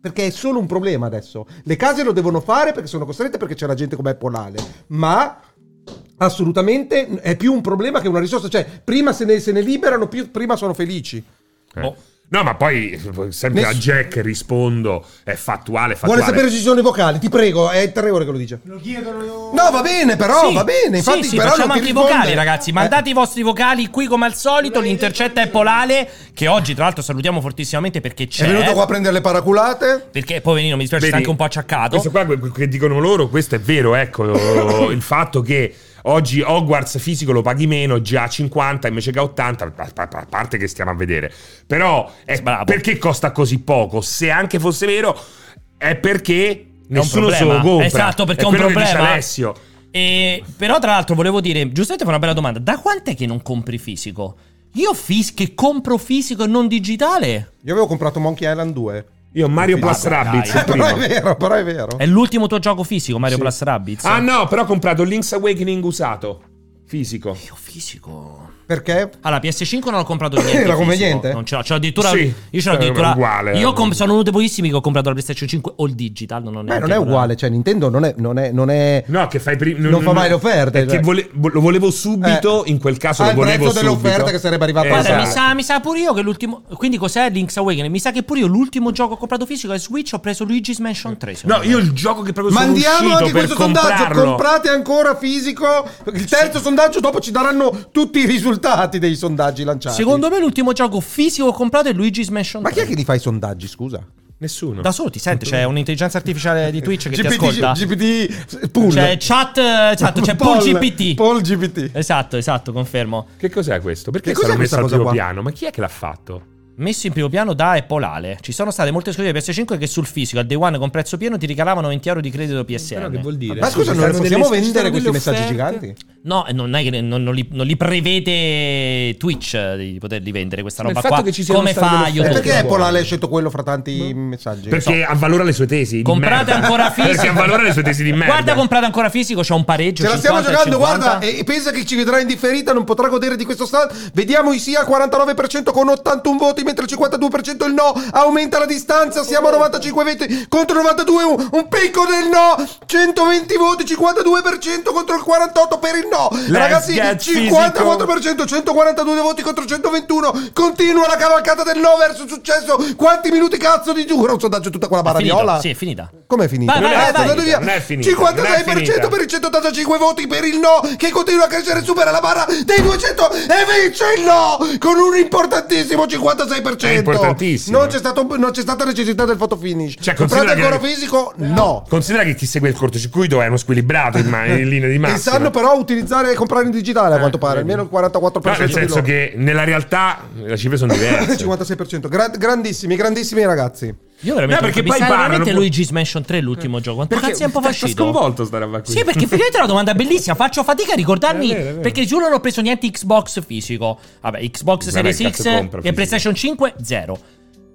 Speaker 3: perché è solo un problema adesso. Le case lo devono fare perché sono costrette perché c'è la gente come Polale, ma assolutamente è più un problema che una risorsa. Cioè, prima se ne, se ne liberano, più prima sono felici.
Speaker 2: Eh.
Speaker 1: Oh.
Speaker 2: No, ma poi eh, sempre
Speaker 3: Ness-
Speaker 2: a Jack rispondo, è fattuale, è fattuale.
Speaker 3: Vuole sapere se ci sono i vocali? Ti prego, è tre ore che lo dice.
Speaker 4: Lo chiedono.
Speaker 3: No, va bene, però,
Speaker 1: Sì,
Speaker 3: va bene.
Speaker 1: sì,
Speaker 3: Infatti,
Speaker 1: sì,
Speaker 3: però
Speaker 1: facciamo
Speaker 3: non ti
Speaker 1: anche i
Speaker 3: risponde. Eh,
Speaker 1: vocali, ragazzi. Mandate i vostri vocali qui come al solito. L'intercetta è Polale, che oggi, tra l'altro, salutiamo fortissimamente perché
Speaker 3: Eh, È venuto qua a
Speaker 1: c'è.
Speaker 3: prendere le paraculate.
Speaker 1: Perché poverino, mi dispiace, sta
Speaker 2: Vedi,
Speaker 1: anche un po' acciaccato.
Speaker 2: Questo qua que- que- che dicono loro, questo è vero, ecco, il fatto che oggi Hogwarts fisico lo paghi meno, già a 50 invece che a 80, a pa- pa- a parte che stiamo a vedere. Però è-
Speaker 1: Bravo.
Speaker 2: perché costa così poco? Se anche fosse vero è perché nessuno se
Speaker 1: problema.
Speaker 2: lo compra.
Speaker 1: Esatto, perché è un
Speaker 2: quello che
Speaker 1: problema.
Speaker 2: dice Alessio.
Speaker 1: E- però, tra l'altro, volevo dire, giustamente fa una bella domanda. Da quant'è che non compri fisico? Io fis- che compro fisico e non digitale?
Speaker 3: Io avevo comprato Monkey Island 2.
Speaker 2: Io Mario
Speaker 3: Sì,
Speaker 2: Plus
Speaker 1: vabbè,
Speaker 2: Rabbids il
Speaker 1: dai.
Speaker 3: però è
Speaker 2: primo.
Speaker 3: vero, però è vero.
Speaker 1: È l'ultimo tuo gioco fisico, Mario Plus Rabbids.
Speaker 2: Ah no, però ho comprato Link's Awakening usato, fisico.
Speaker 1: Io fisico.
Speaker 3: Perché?
Speaker 1: Allora, PS5 non ho comprato niente.
Speaker 3: Era come
Speaker 1: fisico.
Speaker 3: niente?
Speaker 1: Non ce l'ho. Ce l'ho addirittura.
Speaker 2: Sì,
Speaker 1: io ce
Speaker 2: era
Speaker 1: l'ho addirittura.
Speaker 2: uguale, era
Speaker 1: io com-
Speaker 2: uguale.
Speaker 1: sono uno dei pochissimi che ho comprato la PlayStation 5 o il digital. Non, ho
Speaker 3: Beh,
Speaker 1: neanche
Speaker 3: non è
Speaker 1: ancora-
Speaker 3: uguale, cioè Nintendo non è... Non è, non è...
Speaker 2: No, che fai prima.
Speaker 3: Non fa mai le offerte,
Speaker 2: è che
Speaker 3: cioè. Eh.
Speaker 2: vole- vo- lo volevo subito, in quel caso
Speaker 3: Al
Speaker 2: lo volevo
Speaker 3: prezzo
Speaker 2: subito.
Speaker 3: dell'offerta che sarebbe arrivata
Speaker 1: Guarda,
Speaker 3: Esatto.
Speaker 1: mi, sa, mi sa pure io che l'ultimo. Quindi cos'è Link's Awakening? Mi sa che pure io l'ultimo gioco che ho comprato fisico è Switch. Ho preso Luigi's Mansion 3. secondo
Speaker 2: No,
Speaker 1: me.
Speaker 2: io il gioco che proprio sono
Speaker 3: Mandiamo
Speaker 2: uscito
Speaker 3: anche
Speaker 2: per
Speaker 3: questo sondaggio,
Speaker 2: comprarlo.
Speaker 3: comprate ancora fisico. Il terzo sondaggio dopo ci daranno tutti i risultati dei sondaggi lanciati.
Speaker 1: Secondo me l'ultimo gioco fisico che ho comprato è Luigi's Mansion 3.
Speaker 3: Ma chi è che li fa i sondaggi, scusa?
Speaker 2: Nessuno.
Speaker 1: Da solo ti sente, c'è un'intelligenza artificiale di Twitch che ti ascolta.
Speaker 3: GPT Pool.
Speaker 1: C'è chat, eh, esatto, c'è Paul GPT.
Speaker 3: Paul GPT.
Speaker 1: Esatto, esatto, confermo.
Speaker 2: Che cos'è questo? Perché
Speaker 3: Che cos'è
Speaker 2: sono messo
Speaker 3: questa
Speaker 2: al
Speaker 3: cosa
Speaker 2: primo
Speaker 3: qua?
Speaker 2: piano? Ma chi è che l'ha fatto?
Speaker 1: Messo in primo piano da Apple Ale. Ci sono state molte esclusive PS5 che sul fisico al day one con prezzo pieno ti regalavano 20 euro di credito
Speaker 2: Però
Speaker 1: PSN.
Speaker 2: che vuol dire?
Speaker 3: Ma scusa,
Speaker 2: Ci
Speaker 3: non
Speaker 2: saranno
Speaker 3: vogliamo
Speaker 2: delle- ci
Speaker 3: vendere
Speaker 2: saranno
Speaker 3: questi
Speaker 2: delle
Speaker 3: messaggi
Speaker 2: offerte?
Speaker 3: giganti?
Speaker 1: No, non è che non, non li, non li prevede Twitch eh, di poterli vendere questa
Speaker 2: Ma il
Speaker 1: roba
Speaker 2: fatto
Speaker 1: qua.
Speaker 2: che ci siano
Speaker 1: Come
Speaker 2: state
Speaker 1: fa
Speaker 2: delle
Speaker 3: Eh,
Speaker 1: YouTube?
Speaker 2: offerte-
Speaker 3: perché
Speaker 2: Buono.
Speaker 3: Apple ha scelto quello fra tanti
Speaker 1: Boh.
Speaker 3: messaggi?
Speaker 2: Perché avvalora le sue tesi. di
Speaker 1: Comprate
Speaker 2: merda.
Speaker 1: ancora fisico.
Speaker 2: Perché avvalora le sue tesi di merda.
Speaker 1: Guarda, comprate ancora fisico, c'è un pareggio.
Speaker 3: Ce la stiamo
Speaker 1: 50
Speaker 3: giocando,
Speaker 1: 50.
Speaker 3: guarda, e e pensa che ci vedrà in differita, non potrà godere di questo stand. Vediamo i sì al 49% con 81 voti, mentre il 52% è il no. Aumenta la distanza, siamo a 95-20 contro 92, un, un picco del no. 120 voti, 52% contro il 48 per il no. Ragazzi,
Speaker 2: get
Speaker 3: 54%, 142 voti contro 121. Continua la cavalcata del no verso il successo. Quanti minuti cazzo di giuro? Un sondaggio tutta quella
Speaker 1: È finito.
Speaker 3: barabiola.
Speaker 1: Sì, è finita.
Speaker 3: Come è finita?
Speaker 1: Vai, vai,
Speaker 3: Eh,
Speaker 1: vai,
Speaker 3: sta andando
Speaker 1: vai.
Speaker 3: via.
Speaker 2: Non è finita,
Speaker 3: 56%
Speaker 2: non è finita.
Speaker 3: per il 185 voti per il no, che continua a crescere, supera la barra dei 200 e vince il no con un importantissimo 56%.
Speaker 2: È importantissimo.
Speaker 3: Non c'è, stato, non c'è stata necessità del photo finish.
Speaker 2: Cioè,
Speaker 3: Comprate
Speaker 2: considera che-
Speaker 3: ancora fisico? No.
Speaker 2: Considera che chi segue il cortocircuito è uno squilibrato in, ma- in linea di
Speaker 3: E
Speaker 2: massima.
Speaker 3: sanno però utilizzare e comprare in digitale, a quanto pare, almeno il 44%.
Speaker 2: No, Eh, nel
Speaker 3: di
Speaker 2: senso
Speaker 3: loro.
Speaker 2: che nella realtà le cifre sono diverse.
Speaker 3: 56%. Gra- grandissimi, grandissimi ragazzi.
Speaker 1: Io veramente
Speaker 2: No, perché
Speaker 1: mi
Speaker 2: poi
Speaker 1: sa
Speaker 2: parlano-
Speaker 1: veramente Luigi's Mansion 3 è l'ultimo gioco. Quanto
Speaker 2: Perché
Speaker 1: cazzo è un po'
Speaker 2: mi sta
Speaker 1: fascito?
Speaker 2: sconvolto sta roba qui.
Speaker 1: Sì, perché effettivamente è una domanda bellissima. Faccio fatica a ricordarmi.
Speaker 2: È vero, è vero.
Speaker 1: Perché giuro non ho preso niente Xbox fisico. Vabbè, Xbox
Speaker 2: Vabbè,
Speaker 1: Series
Speaker 2: cazzo compra
Speaker 1: X e
Speaker 2: fisico.
Speaker 1: PlayStation 5, zero.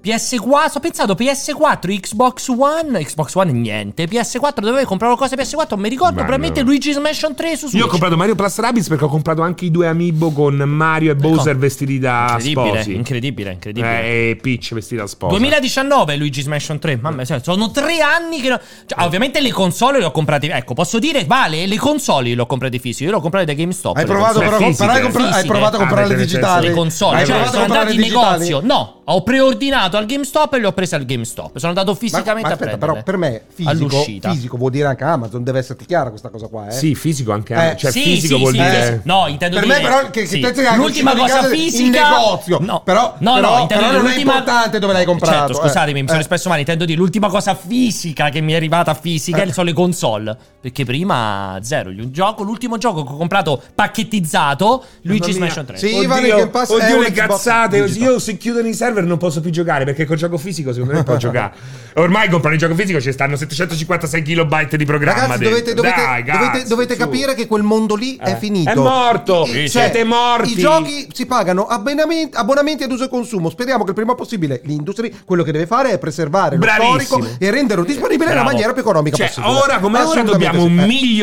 Speaker 1: PS4, ho pensato PS4, Xbox One, Xbox One niente. PS4 dovevo comprare qualcosa PS4, non mi ricordo,
Speaker 2: Ma
Speaker 1: probabilmente
Speaker 2: no.
Speaker 1: Luigi's Mansion 3 su Switch.
Speaker 2: Io ho comprato Mario Plus Rabbids perché ho comprato anche i due amiibo con Mario e Bowser vestiti da
Speaker 1: Ecco. incredibile,
Speaker 2: sposi.
Speaker 1: incredibile, incredibile.
Speaker 2: Eh, e Peach vestita da sposa.
Speaker 1: 2019 Luigi's Mansion 3, mamma mia, cioè, sono tre anni che... no- Cioè,
Speaker 3: Eh.
Speaker 1: ovviamente le console le ho comprate, ecco, posso dire, vale, le console le ho comprate fisiche, io le ho comprate da GameStop.
Speaker 3: Hai
Speaker 1: le
Speaker 3: provato,
Speaker 1: console.
Speaker 3: però, a
Speaker 2: fisiche.
Speaker 3: comprare- hai compra- hai
Speaker 1: Fisiche.
Speaker 3: provato a
Speaker 2: Ah,
Speaker 3: comprare le
Speaker 2: nel senso,
Speaker 3: digitali.
Speaker 1: le console,
Speaker 3: Hai
Speaker 1: cioè,
Speaker 3: provato a
Speaker 1: sono
Speaker 3: comprare
Speaker 1: andato in
Speaker 3: le digitali?
Speaker 1: negozio, no, ho preordinato al GameStop e le ho prese al GameStop, sono andato
Speaker 3: Ma,
Speaker 1: fisicamente
Speaker 3: ma
Speaker 1: a prendere.
Speaker 3: aspetta, però per me fisico,
Speaker 1: all'uscita.
Speaker 3: fisico vuol dire anche Amazon, deve esserti chiara questa cosa qua, eh.
Speaker 2: Sì, fisico anche.
Speaker 3: Eh,
Speaker 2: cioè,
Speaker 1: Sì,
Speaker 2: fisico
Speaker 1: sì,
Speaker 2: vuol
Speaker 1: sì,
Speaker 2: dire.
Speaker 1: sì. No, intendo
Speaker 3: per
Speaker 1: dire
Speaker 3: me però che,
Speaker 1: sì.
Speaker 3: che pensi che anche
Speaker 1: l'ultima
Speaker 3: uscire di
Speaker 1: cosa
Speaker 3: casa
Speaker 1: fisica
Speaker 3: in negozio
Speaker 1: No,
Speaker 3: però,
Speaker 1: no,
Speaker 3: però-
Speaker 1: no, intendo
Speaker 3: però
Speaker 1: dire
Speaker 3: non è
Speaker 1: l'ultima-
Speaker 3: importante dove l'hai comprato
Speaker 1: Certo,
Speaker 3: eh.
Speaker 1: scusatemi, mi sono
Speaker 3: Eh,
Speaker 1: espresso male. Intendo dire l'ultima cosa fisica che mi è arrivata fisica
Speaker 3: Eh.
Speaker 1: sono le console. Perché prima zero. Il gioco- l'ultimo gioco che ho comprato pacchettizzato, Luigi's
Speaker 2: Mamma mia.
Speaker 1: Mansion 3.
Speaker 3: Sì,
Speaker 2: Oddio,
Speaker 3: Ivan, il Game Pass è
Speaker 2: oddio
Speaker 3: un
Speaker 2: le
Speaker 3: eh, Xbox
Speaker 2: cazzate.
Speaker 3: digital.
Speaker 2: Io se chiudono i server non posso più giocare perché col gioco fisico secondo me può giocare. Ormai comprare il gioco fisico ci stanno 756 kilobyte di programma.
Speaker 3: Ragazzi,
Speaker 2: dentro.
Speaker 3: dovete, dovete-
Speaker 2: Dai,
Speaker 3: dovete-
Speaker 2: cazzo,
Speaker 3: dovete
Speaker 2: su.
Speaker 3: capire che quel mondo lì
Speaker 2: Eh.
Speaker 3: è finito.
Speaker 2: È morto.
Speaker 3: E-
Speaker 2: Sì, siete morti.
Speaker 3: I giochi si pagano abbonamenti, abbonamenti ad uso e consumo. Speriamo che il prima possibile l'industria, quello che deve fare è preservare
Speaker 2: Bravissimo.
Speaker 3: lo storico e renderlo disponibile nella
Speaker 1: Bravo.
Speaker 3: maniera più economica
Speaker 2: Cioè,
Speaker 3: possibile.
Speaker 2: ora come ora
Speaker 3: Assolutamente
Speaker 2: dobbiamo
Speaker 3: sì. Eh.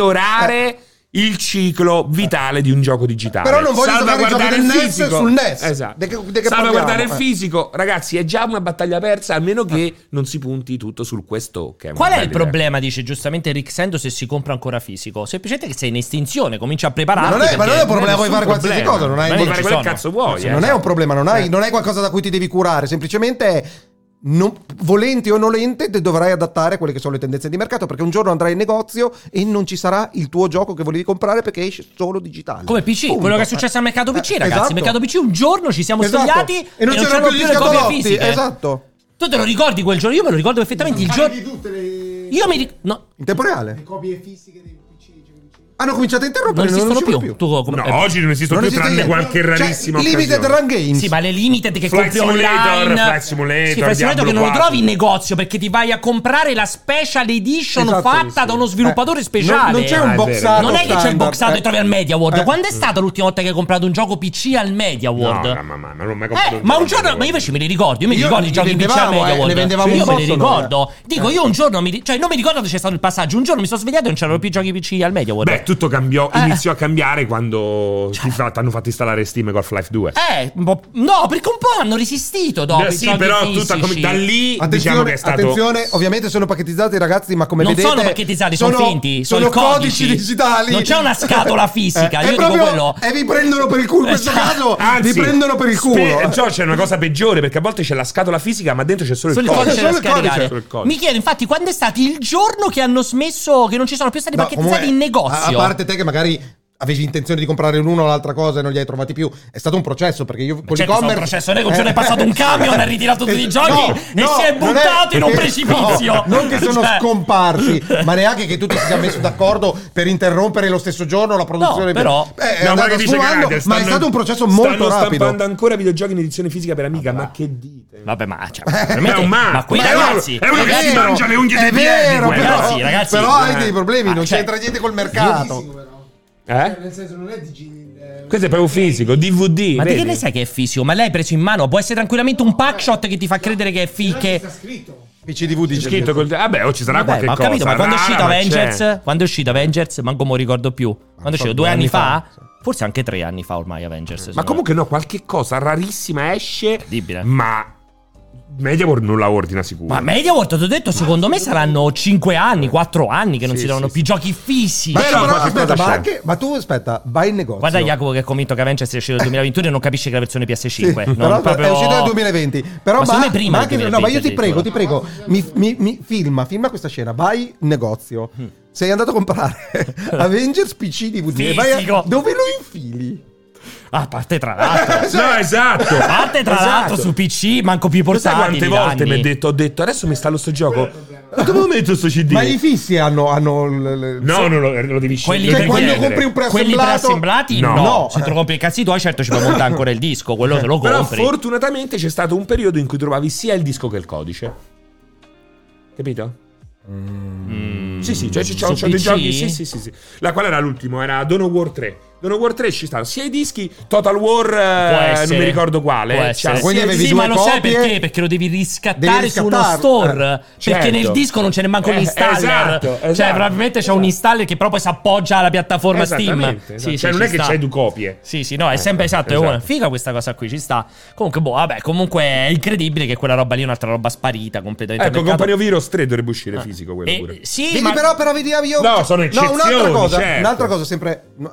Speaker 2: migliorare il ciclo vitale di un gioco digitale.
Speaker 3: Però non voglio giocare ai giochi
Speaker 2: Salvaguardare
Speaker 3: del
Speaker 2: il
Speaker 3: NES
Speaker 2: fisico.
Speaker 3: sul NES.
Speaker 2: Esatto.
Speaker 3: De che- de che
Speaker 2: Salvaguardare il
Speaker 3: parliamo? Eh.
Speaker 2: fisico, ragazzi, è già una battaglia persa, almeno che non si punti tutto sul questo che è una
Speaker 1: Qual è
Speaker 2: bella
Speaker 1: il
Speaker 2: idea.
Speaker 1: problema, dice giustamente Rick Sendo, se si compra ancora fisico? Semplicemente che sei in estinzione, comincia a
Speaker 3: Ma
Speaker 1: prepararti.
Speaker 3: non è, ma non è
Speaker 1: perché-
Speaker 3: un problema, puoi
Speaker 2: nessun
Speaker 3: fare qualsiasi
Speaker 2: problema.
Speaker 3: cosa. Non, hai,
Speaker 1: Ma
Speaker 2: Puoi
Speaker 1: non
Speaker 2: fare
Speaker 1: ci
Speaker 2: quello che
Speaker 1: sono.
Speaker 2: cazzo vuoi,
Speaker 1: Sì,
Speaker 2: eh.
Speaker 3: non è un problema, non hai, non hai qualcosa da cui ti devi curare, semplicemente non, volente o nolente te dovrai adattare a quelle che sono le tendenze di mercato perché un giorno andrai in negozio e non ci sarà il tuo gioco che volevi comprare perché esce solo digitale.
Speaker 1: Come PC,
Speaker 3: Punto.
Speaker 1: quello che è successo al mercato
Speaker 3: Eh,
Speaker 1: PC, ragazzi.
Speaker 3: esatto.
Speaker 1: Al mercato PC un giorno ci siamo
Speaker 3: Esatto.
Speaker 1: svegliati
Speaker 3: e non c'erano più
Speaker 1: più le
Speaker 3: gli
Speaker 1: copie
Speaker 3: scatolotti,
Speaker 1: fisiche.
Speaker 3: esatto,
Speaker 1: Tu te lo ricordi quel giorno? Io me lo ricordo perfettamente. Il
Speaker 4: Carichi
Speaker 1: giorno.
Speaker 4: tutte le,
Speaker 1: Io mi ricordo. No,
Speaker 3: in tempo
Speaker 4: le
Speaker 3: reale.
Speaker 4: copie fisiche dei cioè, PC. dei giochi PC.
Speaker 3: Hanno cominciato a
Speaker 1: non
Speaker 3: interrompere, non,
Speaker 1: esistono
Speaker 3: uscivano
Speaker 1: più.
Speaker 3: più.
Speaker 1: Tu com-
Speaker 2: No,
Speaker 1: eh,
Speaker 2: oggi non esistono
Speaker 3: Non
Speaker 2: più
Speaker 3: esiste
Speaker 2: tranne
Speaker 3: niente.
Speaker 2: qualche rarissima
Speaker 3: cioè, Limited
Speaker 2: occasione.
Speaker 3: Run Games.
Speaker 1: Sì, ma le limited che
Speaker 2: Flight
Speaker 1: compri
Speaker 2: Simulator,
Speaker 1: online.
Speaker 2: Flight Simulator,
Speaker 1: Sì, Flight Simulator che
Speaker 2: Diablo
Speaker 1: non lo
Speaker 2: 4.
Speaker 1: trovi in negozio perché ti vai a comprare la special edition
Speaker 3: Esatto,
Speaker 1: fatta
Speaker 2: sì.
Speaker 1: da uno sviluppatore
Speaker 3: Eh,
Speaker 1: speciale.
Speaker 3: Non, non c'è
Speaker 2: Ah,
Speaker 3: un
Speaker 2: è
Speaker 3: boxato.
Speaker 2: vero.
Speaker 1: Non è che c'è il
Speaker 3: standard,
Speaker 1: boxato e
Speaker 3: eh.
Speaker 1: trovi al Media World.
Speaker 3: Eh.
Speaker 1: Quando è stata l'ultima volta che hai comprato un gioco PC al Media World?
Speaker 2: No, mamma mia, non l'ho mai comprato.
Speaker 1: Eh, ma un giorno, ma io invece me li ricordo, io mi
Speaker 3: Io
Speaker 1: ricordo i
Speaker 3: li
Speaker 1: giochi in PC al
Speaker 3: vendevamo,
Speaker 1: Media
Speaker 3: eh,
Speaker 1: World.
Speaker 3: ne
Speaker 1: io
Speaker 3: vendevamo un
Speaker 1: me li
Speaker 3: botto, no,
Speaker 2: Eh.
Speaker 1: ricordo. Dico, io un giorno mi, ri- cioè non mi ricordo se c'è stato il passaggio, un giorno mi sono svegliato e non c'erano più giochi PC al Media World.
Speaker 2: Beh, tutto cambiò, iniziò a cambiare quando ti fa- t'hanno fatto installare Steam e Half-Life 2.
Speaker 1: Eh, un po'- no, perché un po' hanno resistito dopo.
Speaker 2: Eh,
Speaker 1: i
Speaker 2: sì,
Speaker 1: soldi
Speaker 2: però
Speaker 1: fisici.
Speaker 2: tutta come- da lì
Speaker 3: Attenzione,
Speaker 2: diciamo che è stato
Speaker 3: attenzione, ovviamente sono pacchettizzati ragazzi, ma come
Speaker 1: Non
Speaker 3: vedete
Speaker 1: sono pacchettizzato, sono, finti. Sono,
Speaker 3: Sono
Speaker 1: codici.
Speaker 3: codici digitali.
Speaker 1: Non c'è una scatola fisica.
Speaker 3: Eh,
Speaker 1: Io
Speaker 3: è
Speaker 1: dico
Speaker 3: proprio-
Speaker 1: quello. Eh, cioè,
Speaker 3: E vi prendono per il culo in questo caso.
Speaker 2: Anzi,
Speaker 3: vi prendono per il
Speaker 2: spe-
Speaker 3: culo.
Speaker 2: cioè, c'è una cosa peggiore perché a volte c'è la scatola fisica, ma dentro c'è solo
Speaker 1: Sul
Speaker 2: il codice.
Speaker 1: codice,
Speaker 3: codice,
Speaker 1: da
Speaker 3: solo il codice,
Speaker 1: scaricare.
Speaker 2: solo il codice.
Speaker 1: Mi chiedo infatti quando è stato il giorno che hanno smesso, che non ci sono più stati
Speaker 3: No,
Speaker 1: pacchettizzati
Speaker 3: comunque,
Speaker 1: in
Speaker 3: A,
Speaker 1: negozio.
Speaker 3: a parte te che magari avevi intenzione di comprare l'uno o l'altra cosa e non li hai trovati più, è stato un processo perché io con
Speaker 1: certo, è stato
Speaker 3: l'e-commerce
Speaker 1: un processo, non è che un giorno è passato un camion, ha ritirato tutti i
Speaker 3: Eh,
Speaker 1: giochi e si è
Speaker 3: non
Speaker 1: buttato in un precipizio.
Speaker 3: no, non che sono
Speaker 1: Cioè-
Speaker 3: scomparsi, ma neanche che tutti si siano messi d'accordo per interrompere lo stesso giorno la
Speaker 1: No,
Speaker 3: produzione. per-
Speaker 1: però-
Speaker 3: Eh, è
Speaker 2: No,
Speaker 3: andata
Speaker 2: guarda che dice
Speaker 3: sfumando,
Speaker 2: Grande,
Speaker 3: ma è
Speaker 2: stanno-
Speaker 3: stato un processo molto
Speaker 2: Stanno
Speaker 3: rapido.
Speaker 2: stampando ancora videogiochi in edizione fisica per amica, ma che dite?
Speaker 1: Vabbè, ma cioè,
Speaker 3: Eh,
Speaker 1: veramente-
Speaker 2: un ma-
Speaker 1: ma qui
Speaker 2: ma è uno-
Speaker 1: ragazzi,
Speaker 2: è uno che
Speaker 1: ragazzi,
Speaker 2: si
Speaker 3: vero,
Speaker 2: mangia le unghie
Speaker 3: è
Speaker 2: dei piedi,
Speaker 3: vero,
Speaker 2: guarda.
Speaker 3: però,
Speaker 1: Ragazzi, ragazzi,
Speaker 3: però hai
Speaker 2: eh.
Speaker 3: dei problemi,
Speaker 1: Ah,
Speaker 3: non
Speaker 1: cioè-
Speaker 3: c'entra niente col mercato.
Speaker 4: Fisico, però. Cioè,
Speaker 2: Eh?
Speaker 4: Nel senso, non è digi- eh,
Speaker 2: Questo è proprio fisico, DVD.
Speaker 1: Ma di
Speaker 2: vedi?
Speaker 1: che ne sai che è fisico? Ma lei ha preso in mano, può essere tranquillamente un packshot che ti fa credere che è
Speaker 4: però ci
Speaker 1: fiche.
Speaker 4: sta scritto.
Speaker 3: PCDV
Speaker 2: C'è
Speaker 3: dice
Speaker 2: scritto col. Vabbè, o ci sarà
Speaker 1: Vabbè,
Speaker 2: qualche
Speaker 1: ma ho
Speaker 2: cosa.
Speaker 1: capito, ma quando è
Speaker 2: rara,
Speaker 1: uscito
Speaker 2: ma
Speaker 1: Avengers?
Speaker 2: c'è.
Speaker 1: Quando è uscito Avengers? Manco mi ricordo più. Quando è
Speaker 3: so,
Speaker 1: uscito? Due anni fa? Forse anche tre anni fa ormai Avengers.
Speaker 2: Ma
Speaker 1: secondo
Speaker 2: comunque no, qualche cosa rarissima esce.
Speaker 1: Incredibile.
Speaker 2: Ma MediaWorld non la ordina sicuro.
Speaker 1: me. Ma MediaWorld, ti ho detto, secondo me saranno 5 anni, 4 anni che non
Speaker 2: Sì,
Speaker 1: si trovano
Speaker 2: sì,
Speaker 1: più giochi fisici.
Speaker 3: Ma,
Speaker 2: Però
Speaker 3: però,
Speaker 2: qualche
Speaker 3: aspetta,
Speaker 2: cosa
Speaker 3: ma,
Speaker 2: c'è.
Speaker 3: anche- ma tu aspetta, vai in negozio.
Speaker 1: Guarda Jacopo che è convinto che Avengers sia uscito nel 2021 e non capisce che la versione
Speaker 3: Sì,
Speaker 1: PS5. non
Speaker 3: però
Speaker 1: proprio-
Speaker 3: è uscito nel 2020. Però
Speaker 1: Ma
Speaker 3: ma,
Speaker 1: secondo me prima
Speaker 3: ma
Speaker 1: del
Speaker 3: anche- no, ma io
Speaker 1: 2020
Speaker 3: ti prego, ti prego, mi, mi- mi- filma, filma questa scena. Vai in negozio.
Speaker 1: Mm.
Speaker 3: Sei andato a comprare Avengers PC DVD. e vai a-
Speaker 1: Fisico.
Speaker 3: dove lo infili?
Speaker 1: Ah, a parte tra l'altro.
Speaker 2: No, esatto.
Speaker 1: A parte tra
Speaker 2: Esatto.
Speaker 1: l'altro su PC, manco più i
Speaker 2: Lo sai
Speaker 1: portatili.
Speaker 2: quante volte
Speaker 1: danni.
Speaker 2: mi ha detto, ho detto, adesso mi installo sto gioco. Ma dove metto sto CD?
Speaker 3: Ma i fissi hanno. hanno l- l-
Speaker 2: No, non lo, lo devi
Speaker 1: Quelli
Speaker 2: scegliere.
Speaker 3: Cioè,
Speaker 1: per
Speaker 2: Lo devi
Speaker 3: quando
Speaker 1: chiedere.
Speaker 3: compri un
Speaker 1: Quelli
Speaker 3: preassemblato.
Speaker 1: preassemblati? No.
Speaker 2: No. Eh.
Speaker 3: No.
Speaker 1: Se te lo compri il cazzi tuoi, certo ci puoi montare ancora il disco. Quello te lo
Speaker 2: Però
Speaker 1: compri.
Speaker 2: fortunatamente c'è stato un periodo in cui trovavi sia il disco che il codice. Capito? Sì, sì, cioè, c'è- c'è-
Speaker 1: Mm. Su
Speaker 2: c'è dei
Speaker 1: PC?
Speaker 2: giochi. Sì, sì, sì, sì. La quale era l'ultimo? Era Dono War 3. Dono War 3 ci stanno sia i dischi, Total War, eh, non
Speaker 1: essere.
Speaker 2: mi ricordo quale.
Speaker 1: Può
Speaker 2: eh,
Speaker 1: essere.
Speaker 2: c'ha-
Speaker 3: Quindi
Speaker 1: sì,
Speaker 3: avevi
Speaker 1: sì, ma
Speaker 3: due
Speaker 1: lo sai
Speaker 3: copie?
Speaker 1: perché? Perché lo devi riscattare,
Speaker 3: Devi
Speaker 1: su uno
Speaker 3: riscattarlo,
Speaker 1: store. Perché
Speaker 2: certo.
Speaker 1: nel disco non c'è neanche un
Speaker 2: Eh,
Speaker 1: installer.
Speaker 2: esatto,
Speaker 1: Cioè,
Speaker 2: esatto.
Speaker 1: probabilmente c'è un installer che proprio si appoggia alla piattaforma Steam.
Speaker 2: Esattamente, esatto. Cioè, non è
Speaker 1: ci
Speaker 2: che
Speaker 1: sta.
Speaker 2: c'hai due copie.
Speaker 1: Sì, sì, no, è sempre
Speaker 2: Eh,
Speaker 1: esatto. È
Speaker 2: esatto.
Speaker 1: una figa questa cosa qui, ci sta. Comunque, boh, vabbè, comunque è incredibile che quella roba lì è un'altra roba sparita completamente.
Speaker 2: Ecco,
Speaker 1: mercato.
Speaker 2: Compagno Virus 3 dovrebbe uscire fisico quello
Speaker 1: Eh,
Speaker 2: pure.
Speaker 1: sì,
Speaker 3: Vedi,
Speaker 1: ma...
Speaker 3: però, però, vedi, ah, io. cioè,
Speaker 2: No, sono
Speaker 3: No, un'altra
Speaker 2: eccezioni,
Speaker 3: cosa.
Speaker 2: certo.
Speaker 3: Un'altra cosa, sempre. no,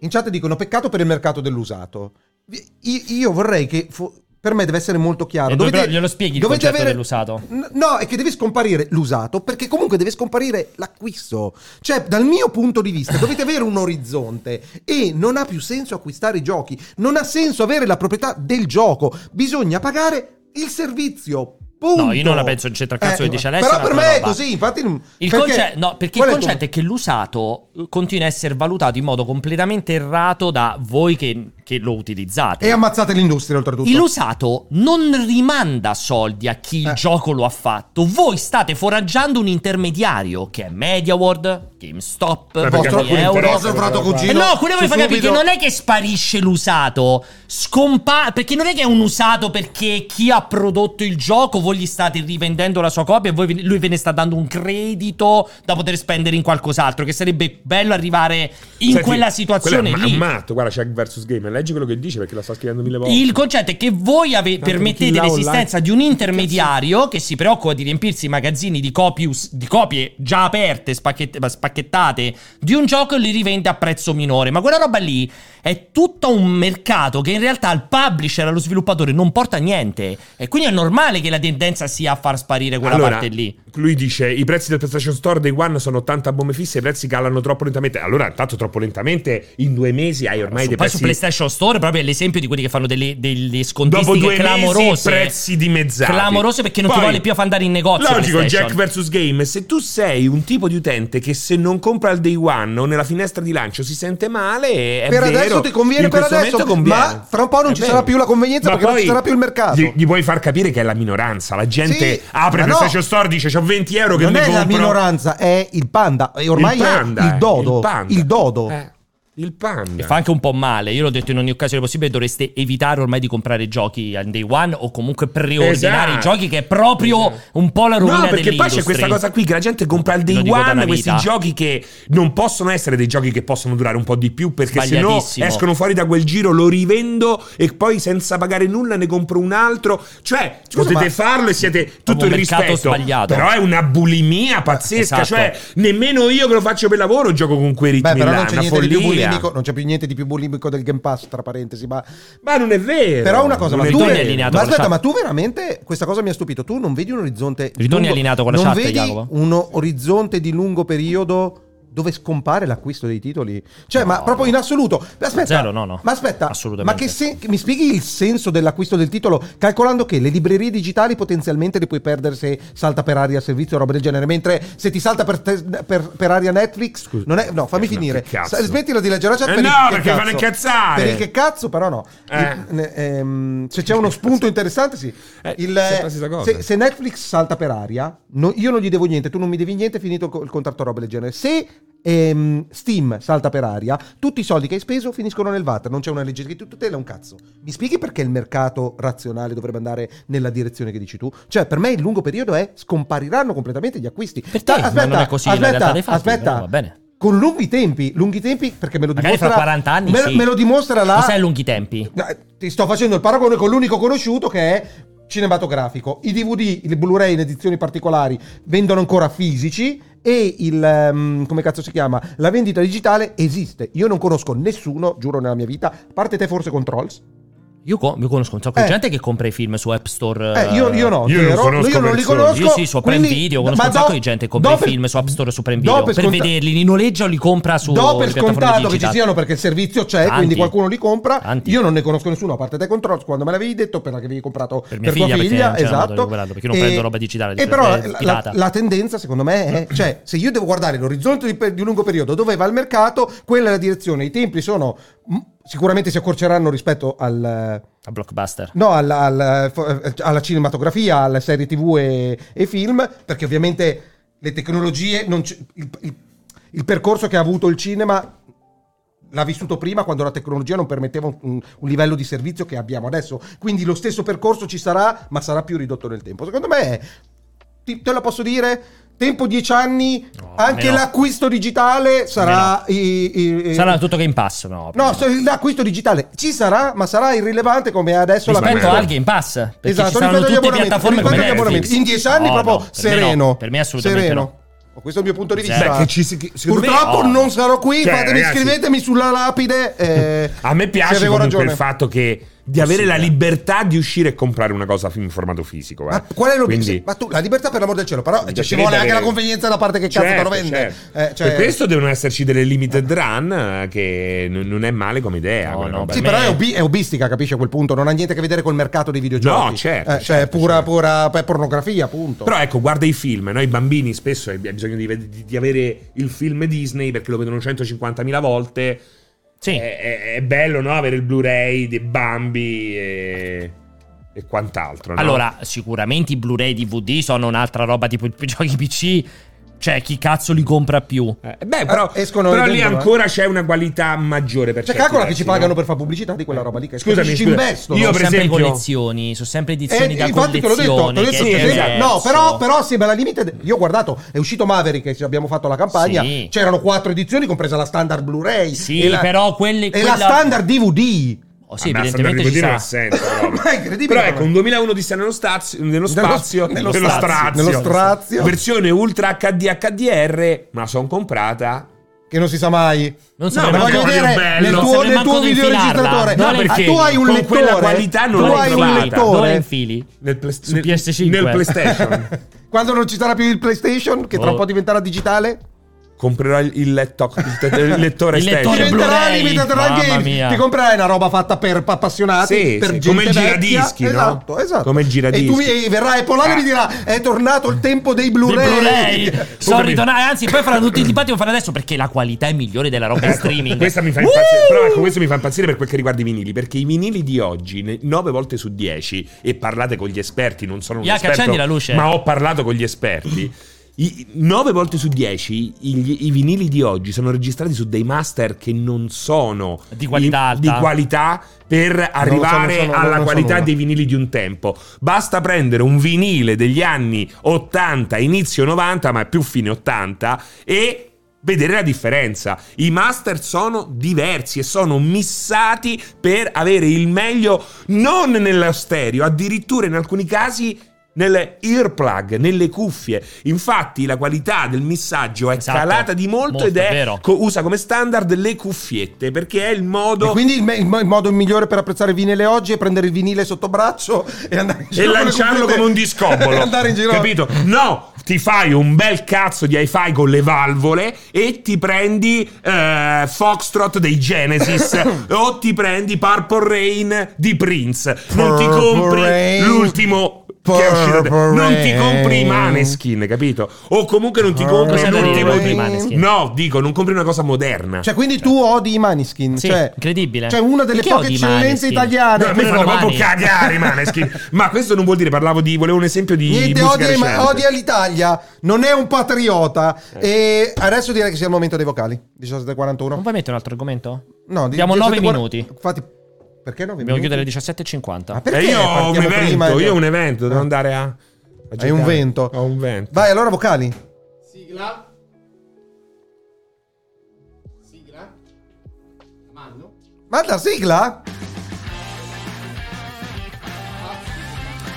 Speaker 3: In chat dicono: peccato per il mercato dell'usato. Vi- Io, io vorrei che. fu- per me deve essere molto chiaro.
Speaker 1: E
Speaker 3: Dovete-
Speaker 1: dove- glielo spieghi il
Speaker 3: dovete
Speaker 1: concetto dell'usato?
Speaker 3: N- No, è che deve scomparire l'usato perché comunque deve scomparire l'acquisto. Cioè, dal mio punto di vista, dovete avere un orizzonte e non ha più senso acquistare i giochi. Non ha senso avere la proprietà del gioco. Bisogna pagare il servizio. Punto. Eh,
Speaker 1: No, io non la penso, non c'entra cazzo che dice Alessio,
Speaker 3: Però
Speaker 1: è
Speaker 3: per
Speaker 1: un'altra
Speaker 3: me è
Speaker 1: roba.
Speaker 3: così, infatti. non-
Speaker 1: Il
Speaker 3: perché-
Speaker 1: concetto, no, perché il
Speaker 3: qual è
Speaker 1: concetto è che l'usato eh, continua a essere valutato in modo completamente errato da voi che, che lo
Speaker 3: E
Speaker 1: utilizzate.
Speaker 3: ammazzate l'industria oltretutto.
Speaker 1: L'usato non rimanda soldi a chi il
Speaker 3: Eh.
Speaker 1: gioco lo ha fatto. Voi state foraggiando un intermediario che è MediaWorld, GameStop,
Speaker 2: perché
Speaker 3: vostro,
Speaker 2: a qualcuno
Speaker 1: Euro.
Speaker 2: interessa
Speaker 3: vostro frato
Speaker 1: Eh
Speaker 3: cugino.
Speaker 1: no, quello
Speaker 2: Cioè,
Speaker 1: voglio
Speaker 3: su
Speaker 1: far capire che
Speaker 3: subito.
Speaker 1: non è che sparisce l'usato, scompa- perché non è che è un usato perché chi ha prodotto il gioco voi gli state rivendendo la sua copia e voi ve- lui ve ne sta dando un credito da poter spendere in qualcos'altro, che sarebbe bello arrivare in
Speaker 2: Senti,
Speaker 1: quella situazione
Speaker 2: quello è
Speaker 1: lì.
Speaker 2: ma- matto, guarda, c'è Versus Game. Leggi quello che dice perché la sta scrivendo mille volte.
Speaker 1: Il concetto è che voi ave-
Speaker 2: Tanto
Speaker 1: permettete
Speaker 2: chi là online-
Speaker 1: l'esistenza di un intermediario che si preoccupa di riempirsi i magazzini di, copius- di copie già aperte, spacchett- spacchettate di un gioco e li rivende a prezzo minore. Ma quella roba lì è tutto un mercato che in realtà al publisher, allo sviluppatore, non porta niente. E quindi è normale che la tendenza sia a far sparire quella
Speaker 2: Allora,
Speaker 1: parte lì.
Speaker 2: Lui dice: I prezzi del PlayStation Store dei One sono 80 bombe fisse. I prezzi calano troppo lentamente. Allora, intanto, troppo lentamente, in due mesi hai ormai
Speaker 1: Su-
Speaker 2: dei
Speaker 1: poi su
Speaker 2: prezzi.
Speaker 1: PlayStation Store proprio è l'esempio di quelli che fanno delle, delle
Speaker 2: Dopo
Speaker 1: scontistiche
Speaker 2: due mesi,
Speaker 1: clamorose.
Speaker 2: prezzi dimezzati.
Speaker 1: Clamorose eh. perché non ti
Speaker 2: Poi,
Speaker 1: vuole più far andare in negozio.
Speaker 2: Logico,
Speaker 1: PlayStation.
Speaker 2: Jack vs. Game. Se tu sei un tipo di utente che se non compra il day one o nella finestra di lancio si sente male, è
Speaker 3: Per
Speaker 2: vero,
Speaker 3: adesso ti conviene,
Speaker 2: in
Speaker 3: per
Speaker 2: questo
Speaker 3: adesso,
Speaker 2: momento conviene.
Speaker 3: ma fra un po' non
Speaker 2: È
Speaker 3: ci sarà più la convenienza perché non
Speaker 2: poi
Speaker 3: ci sarà più il mercato.
Speaker 2: Gli, gli puoi far capire che è la minoranza. La gente
Speaker 3: Sì,
Speaker 2: apre
Speaker 3: ma
Speaker 2: il
Speaker 3: no.
Speaker 2: PlayStation Store, dice c'ho 20 euro che
Speaker 3: non
Speaker 2: mi
Speaker 3: è
Speaker 2: compro.
Speaker 3: la minoranza, è il panda. E ormai
Speaker 2: il panda,
Speaker 3: è il dodo.
Speaker 2: eh, panda.
Speaker 3: il dodo.
Speaker 2: Eh. Il panda.
Speaker 1: E fa anche un po' male. Io l'ho detto in ogni occasione possibile, dovreste evitare ormai di comprare giochi al day one o comunque preordinare
Speaker 2: Esatto.
Speaker 1: i giochi, che è proprio
Speaker 2: Esatto.
Speaker 1: un po' la rovina
Speaker 2: No, perché poi
Speaker 1: dell'industria.
Speaker 2: c'è questa cosa qui che la gente compra al
Speaker 1: Lo
Speaker 2: day
Speaker 1: dico da una
Speaker 2: one questi
Speaker 1: vita.
Speaker 2: giochi che non possono essere dei giochi che possono durare un po' di più perché se no
Speaker 1: Sbagliatissimo.
Speaker 2: escono fuori da quel giro, lo rivendo e poi senza pagare nulla ne compro un altro. Cioè, potete
Speaker 3: ma-
Speaker 2: farlo e siete tutto
Speaker 1: Proprio
Speaker 2: il
Speaker 1: un mercato
Speaker 2: rispetto.
Speaker 1: sbagliato.
Speaker 2: Però è una bulimia pazzesca,
Speaker 1: Esatto.
Speaker 2: cioè nemmeno io che lo faccio per lavoro gioco con quei ritmi
Speaker 3: Beh, però
Speaker 2: là,
Speaker 3: non c'è,
Speaker 2: una
Speaker 3: niente di più
Speaker 2: follia.
Speaker 3: bulimico, non c'è più niente di più bulimico del Game Pass, tra parentesi. Ma,
Speaker 2: Ma non è vero.
Speaker 3: però una cosa,
Speaker 2: non
Speaker 3: ma
Speaker 2: è
Speaker 3: tu,
Speaker 1: Ritorni
Speaker 2: vero.
Speaker 1: allineato
Speaker 3: ma
Speaker 1: con la
Speaker 3: aspetta,
Speaker 1: chat.
Speaker 3: ma tu veramente questa cosa mi ha stupito. Tu non vedi un orizzonte.
Speaker 1: Ritorni allineato con la
Speaker 3: non
Speaker 1: chat,
Speaker 3: vedi
Speaker 1: Jacopo.
Speaker 3: un orizzonte di lungo periodo dove scompare l'acquisto dei titoli? Cioè, ma proprio in assoluto. Aspetta,
Speaker 1: Zero, no, no.
Speaker 3: Ma aspetta,
Speaker 1: Assolutamente.
Speaker 3: ma che se- mi spieghi il senso dell'acquisto del titolo, calcolando che le librerie digitali potenzialmente le puoi perdere se salta per aria il servizio o roba del genere, mentre se ti salta per, te- per- per aria Netflix,
Speaker 2: Scusa.
Speaker 3: non è, no, fammi
Speaker 2: Eh, no,
Speaker 3: finire.
Speaker 2: che cazzo.
Speaker 3: Sa- Smettila di leggere la chat
Speaker 2: Eh
Speaker 3: per
Speaker 2: no,
Speaker 3: il che
Speaker 2: perché
Speaker 3: cazzo.
Speaker 2: fanno incazzare.
Speaker 3: Per il che cazzo, però no.
Speaker 2: Eh.
Speaker 3: Il- ne- ehm, se c'è uno spunto interessante, sì.
Speaker 2: Eh,
Speaker 3: Il-
Speaker 2: sempre la stessa cosa.
Speaker 3: se, se Netflix salta per aria, no- io non gli devo niente, tu non mi devi niente, è finito il co- il contratto roba del genere. Se ehm, Steam salta per aria, tutti i soldi che hai speso finiscono nel VAT, non c'è una legge che tu tutela un cazzo. Mi spieghi perché il mercato razionale dovrebbe andare nella direzione che dici tu? Cioè, per me il lungo periodo è scompariranno completamente gli acquisti.
Speaker 1: Per te,
Speaker 3: Ah,
Speaker 1: ma non è così la realtà dei fatti, però va bene.
Speaker 3: Con lunghi tempi, lunghi tempi perché me lo
Speaker 1: Magari fra
Speaker 3: dimostra
Speaker 1: 40 anni
Speaker 3: me, lo-
Speaker 1: sì.
Speaker 3: me lo dimostra la
Speaker 1: Cos'è lunghi tempi?
Speaker 3: No, eh, ti sto facendo il paragone con l'unico conosciuto che è cinematografico. I DVD, i Blu-ray in edizioni particolari vendono ancora fisici e il ehm, come cazzo si chiama? La vendita digitale esiste. Io non conosco nessuno, giuro nella mia vita, a parte te forse Controls.
Speaker 1: Io, co- io conosco un sacco di
Speaker 3: Eh.
Speaker 1: gente che compra i film su App Store.
Speaker 3: Eh, io, io no,
Speaker 2: Io non
Speaker 3: zero.
Speaker 2: conosco
Speaker 3: io non li
Speaker 2: persone.
Speaker 3: conosco.
Speaker 1: Io sì, su Prime
Speaker 3: quindi-
Speaker 1: Video, conosco
Speaker 3: ma
Speaker 1: un sacco
Speaker 3: do-
Speaker 1: di gente che compra
Speaker 3: do
Speaker 1: i
Speaker 3: per-
Speaker 1: film su App Store o su Prime
Speaker 3: do
Speaker 1: Video. Per,
Speaker 3: sconta-
Speaker 1: vederli, li noleggia o li compra su
Speaker 3: Do per
Speaker 1: le piattaforme
Speaker 3: scontato che ci
Speaker 1: digitali.
Speaker 3: siano perché il servizio c'è,
Speaker 1: Tanti.
Speaker 3: quindi qualcuno li compra.
Speaker 1: Tanti.
Speaker 3: Io non ne conosco nessuno a parte te Controls quando me l'avevi detto perché avevi comprato
Speaker 1: Per
Speaker 3: per,
Speaker 1: mia
Speaker 3: tua
Speaker 1: figlia, perché
Speaker 3: figlia,
Speaker 1: non c'era modo di
Speaker 3: esatto.
Speaker 1: recuperarlo, perché io non prendo roba digitale,
Speaker 3: E
Speaker 1: cioè,
Speaker 3: però
Speaker 1: eh,
Speaker 3: la,
Speaker 1: pirata.
Speaker 3: la tendenza secondo me è, cioè, se io devo guardare l'orizzonte di, di lungo periodo dove va il mercato, quella è la direzione. I tempi sono mh, sicuramente si accorceranno rispetto al
Speaker 1: A Blockbuster.
Speaker 3: No, al- al- eh, alla cinematografia, alle serie tv e, e film, perché ovviamente le tecnologie, non c- il, il- il percorso che ha avuto il cinema l'ha vissuto prima quando la tecnologia non permetteva un, un livello di servizio che abbiamo adesso. Quindi lo stesso percorso ci sarà, ma sarà più ridotto nel tempo. Secondo me, è- ti- te la posso dire, tempo 10 anni,
Speaker 1: No,
Speaker 3: anche
Speaker 1: almeno-
Speaker 3: l'acquisto digitale sarà... i- i- i-
Speaker 1: Sarà tutto che in pass, no?
Speaker 3: Eh. No, so- l'acquisto digitale ci sarà, ma sarà irrilevante come è adesso la
Speaker 1: rispetto
Speaker 2: Vabbè.
Speaker 1: al Game Pass perché
Speaker 3: Esatto,
Speaker 1: ci saranno
Speaker 3: rispetto agli
Speaker 1: tutte
Speaker 3: abbonamenti,
Speaker 1: piattaforme
Speaker 3: rispetto
Speaker 1: come
Speaker 3: agli
Speaker 1: Netflix
Speaker 3: abbonamenti. in dieci anni
Speaker 2: Oh,
Speaker 1: No, no,
Speaker 3: proprio
Speaker 1: per me no.
Speaker 3: sereno
Speaker 1: per me assolutamente
Speaker 3: sereno.
Speaker 1: no
Speaker 3: Questo è il mio punto di
Speaker 1: Zero.
Speaker 3: vista.
Speaker 2: Beh, che ci si- che- secondo me-
Speaker 3: Purtroppo
Speaker 1: no.
Speaker 3: non sarò qui,
Speaker 2: Cioè,
Speaker 3: fatemi,
Speaker 2: ragazzi-
Speaker 3: scrivetemi sulla lapide. eh,
Speaker 2: A me
Speaker 3: se
Speaker 2: piace
Speaker 3: avevo
Speaker 2: comunque
Speaker 3: ragione.
Speaker 2: il fatto che di avere
Speaker 1: Possibile.
Speaker 2: la libertà di uscire e comprare una cosa in formato fisico. eh.
Speaker 3: Ma qual è l'obiettivo?
Speaker 2: Quindi-
Speaker 3: Ma tu, la libertà per l'amor del cielo, però
Speaker 2: Mi
Speaker 3: cioè, ci
Speaker 2: piacerebbe
Speaker 3: vuole anche la
Speaker 2: avere-
Speaker 3: convenienza da parte che cazzo te lo
Speaker 2: Certo,
Speaker 3: vende.
Speaker 2: certo.
Speaker 3: Eh, cioè-
Speaker 2: Per questo devono esserci delle limited run eh, che non, non è male come idea.
Speaker 1: No,
Speaker 2: quella
Speaker 1: no,
Speaker 2: roba. Eh,
Speaker 3: Sì,
Speaker 1: Per
Speaker 3: però
Speaker 1: me-
Speaker 3: è, obi- è obistica, capisci a quel punto? Non ha niente a che vedere col mercato dei videogiochi.
Speaker 2: No, certo,
Speaker 3: Eh, cioè,
Speaker 2: certo,
Speaker 3: pura,
Speaker 2: certo.
Speaker 3: pura beh, pornografia, appunto.
Speaker 2: Però ecco, guarda i film, noi bambini spesso abbiamo bisogno di, di- di avere il film Disney perché lo vedono 150.000 volte.
Speaker 3: Eh,
Speaker 1: sì
Speaker 2: È, è- è bello, no? Avere il Blu-ray dei Bambi e, e quant'altro. no?
Speaker 1: allora sicuramente i Blu-ray DVD sono un'altra roba tipo i giochi PC cioè chi cazzo li compra più
Speaker 2: Eh, beh, però,
Speaker 3: Eh, escono
Speaker 2: però
Speaker 3: e
Speaker 2: lì
Speaker 3: vendono,
Speaker 2: ancora c'è una qualità maggiore. Per
Speaker 3: Cioè,
Speaker 2: certi
Speaker 3: calcola che
Speaker 2: versi,
Speaker 3: ci pagano
Speaker 2: certo, no?
Speaker 3: per fare pubblicità di quella roba lì. Che
Speaker 2: Scusami,
Speaker 3: ci
Speaker 2: scusa.
Speaker 3: investono.
Speaker 2: Io,
Speaker 1: sono
Speaker 2: per
Speaker 1: sempre
Speaker 2: esempio-
Speaker 1: collezioni sono sempre edizioni
Speaker 3: Eh,
Speaker 1: da
Speaker 3: infatti te l'ho detto,
Speaker 1: collezione
Speaker 3: te l'ho detto,
Speaker 1: che
Speaker 2: sì,
Speaker 1: è
Speaker 2: esatto.
Speaker 1: diverso.
Speaker 3: no, però, però sembra la limite. Io ho guardato, è uscito Maverick, che ci abbiamo fatto la campagna.
Speaker 1: Sì.
Speaker 3: C'erano quattro edizioni, compresa la standard Blu-ray.
Speaker 1: Sì,
Speaker 3: e la-
Speaker 1: però quelle-
Speaker 3: E
Speaker 1: quella-
Speaker 3: la standard DVD.
Speaker 1: Oh, sì
Speaker 2: Ah, ma
Speaker 1: evidentemente
Speaker 2: Sandro
Speaker 1: ci
Speaker 2: Nicodino ha
Speaker 1: sarà
Speaker 2: senso, però.
Speaker 3: Ma è incredibile
Speaker 2: Però
Speaker 3: come-
Speaker 2: ecco, un 2001 di nello, stazio, nello spazio,
Speaker 3: nello
Speaker 2: nello,
Speaker 3: stazio,
Speaker 2: strazio.
Speaker 3: nello strazio.
Speaker 2: Versione Ultra HD HDR, ma sono comprata.
Speaker 3: Che non si sa mai.
Speaker 1: Non
Speaker 2: No,
Speaker 1: sapremo
Speaker 2: ma
Speaker 3: voglio
Speaker 1: neanche-
Speaker 2: proprio
Speaker 3: vedere
Speaker 2: bello.
Speaker 3: nel
Speaker 1: Non
Speaker 3: tuo,
Speaker 1: sapremo
Speaker 3: nel
Speaker 1: manco
Speaker 3: tuo
Speaker 1: dove infilarla.
Speaker 3: videoregistratore.
Speaker 2: No,
Speaker 1: Dove la
Speaker 3: Ma
Speaker 2: perché
Speaker 1: infili?
Speaker 3: tu hai un
Speaker 2: con
Speaker 3: lettore.
Speaker 2: quella qualità non
Speaker 3: tu
Speaker 2: l'hai
Speaker 3: hai un
Speaker 2: trovata.
Speaker 1: Dove la
Speaker 3: lettore.
Speaker 1: infili?
Speaker 2: Nel, pla-
Speaker 1: Su
Speaker 2: nel-
Speaker 1: PS5.
Speaker 2: Nel PlayStation.
Speaker 3: Quando non ci sarà più il PlayStation, che tra un
Speaker 1: Oh.
Speaker 3: po' diventerà digitale,
Speaker 2: Comprerò il, il letto- il te- il lettore
Speaker 1: Il lettore
Speaker 2: Station.
Speaker 1: blu.
Speaker 3: diventerà
Speaker 1: Blu-ray,
Speaker 3: limited run
Speaker 1: mamma
Speaker 3: game.
Speaker 1: mia.
Speaker 3: Ti comprerai una roba fatta per pa- appassionati,
Speaker 2: Sì,
Speaker 3: per
Speaker 2: sì,
Speaker 3: gente
Speaker 2: come il
Speaker 3: vecchia.
Speaker 2: giradischi, no?
Speaker 3: Esatto, esatto.
Speaker 2: Come il giradischi.
Speaker 3: E tu mi- verrà e Polare
Speaker 2: Ah.
Speaker 3: mi dirà "È tornato il tempo dei
Speaker 1: Di
Speaker 3: Blu-ray".
Speaker 1: Blu-ray sono
Speaker 2: capito.
Speaker 1: ritornati anzi poi faranno tutti il dibattito fanno adesso perché la qualità è migliore della roba in streaming
Speaker 2: Ecco, Questa mi fa
Speaker 1: Uh!
Speaker 2: impazzire. Però ecco, questo mi fa impazzire per quel che riguarda i vinili. Perché i vinili di oggi, 9 volte su 10, e parlate con gli esperti, non sono un
Speaker 1: Iaca,
Speaker 2: esperto,
Speaker 1: accendi la luce.
Speaker 2: ma ho parlato con gli esperti. i- nove volte su dieci i, i vinili di oggi sono registrati su dei master che non sono
Speaker 1: Di qualità alta.
Speaker 2: di qualità per arrivare
Speaker 3: sono- non lo
Speaker 2: alla
Speaker 3: sono
Speaker 2: qualità
Speaker 3: una.
Speaker 2: dei vinili di un tempo. Basta prendere un vinile degli anni 80, inizio 90, ma più fine 80 e vedere la differenza. I master sono diversi e sono missati per avere il meglio non nello stereo, addirittura in alcuni casi nelle earplug, nelle cuffie. Infatti la qualità del missaggio è
Speaker 1: Esatto.
Speaker 2: calata di molto,
Speaker 1: Molto,
Speaker 2: ed
Speaker 1: è
Speaker 2: è,
Speaker 1: vero.
Speaker 2: co- usa come standard le cuffiette perché è il modo
Speaker 3: E quindi il, me- il mo- il modo migliore per apprezzare il vinile oggi è prendere il vinile sotto braccio e andare in
Speaker 2: e
Speaker 3: giro con le
Speaker 2: lanciarlo
Speaker 3: cuffiette.
Speaker 2: come un discobolo.
Speaker 3: e andare in giro.
Speaker 2: Capito? No! Ti fai un bel cazzo di hi-fi con le valvole e ti prendi eh, Foxtrot dei Genesis o ti prendi Purple Rain di Prince. Non ti
Speaker 3: Purple
Speaker 2: compri
Speaker 3: Rain.
Speaker 2: l'ultimo che è uscito. da-
Speaker 3: Purple
Speaker 2: Non ti
Speaker 3: Rain.
Speaker 2: compri i Maneskin, capito? O comunque non ti compri
Speaker 1: Cosa da dire
Speaker 2: l'ultimo
Speaker 1: contro i
Speaker 2: di
Speaker 1: Maneskin?
Speaker 2: No, dico, non compri una cosa moderna.
Speaker 3: Cioè, quindi tu odi i Maniskin.
Speaker 1: Sì,
Speaker 3: cioè,
Speaker 1: incredibile.
Speaker 3: Cioè, una delle
Speaker 1: Perché
Speaker 3: poche
Speaker 1: odi i Maneskin?
Speaker 3: eccellenze italiane.
Speaker 2: No, a me
Speaker 1: pure
Speaker 2: fanno proprio
Speaker 1: romani.
Speaker 2: cagare i Maneskin. Ma questo non vuol dire, parlavo di, volevo un esempio di
Speaker 3: Niente,
Speaker 2: musica
Speaker 3: odia,
Speaker 2: recente.
Speaker 3: ma odia l'Italia, non è un patriota.
Speaker 2: Eh.
Speaker 3: E adesso direi che sia il momento dei vocali. 17.41.
Speaker 1: Non vuoi mettere un altro argomento?
Speaker 3: No, di-
Speaker 1: Abbiamo
Speaker 3: 17.40
Speaker 1: 9 minuti.
Speaker 3: Infatti, perché 9
Speaker 1: Dobbiamo
Speaker 3: minuti?
Speaker 1: chiudere alle 17.50.
Speaker 3: Ma
Speaker 2: Eh,
Speaker 3: perché?
Speaker 2: io ho un
Speaker 3: partiamo
Speaker 2: evento,
Speaker 3: prima e-
Speaker 2: io ho un evento, devo andare a. a
Speaker 3: Hai
Speaker 2: giocare.
Speaker 3: un vento.
Speaker 2: Ho un vento.
Speaker 3: Vai, allora vocali.
Speaker 4: Sigla. Sigla. Mando.
Speaker 3: Ma la sigla?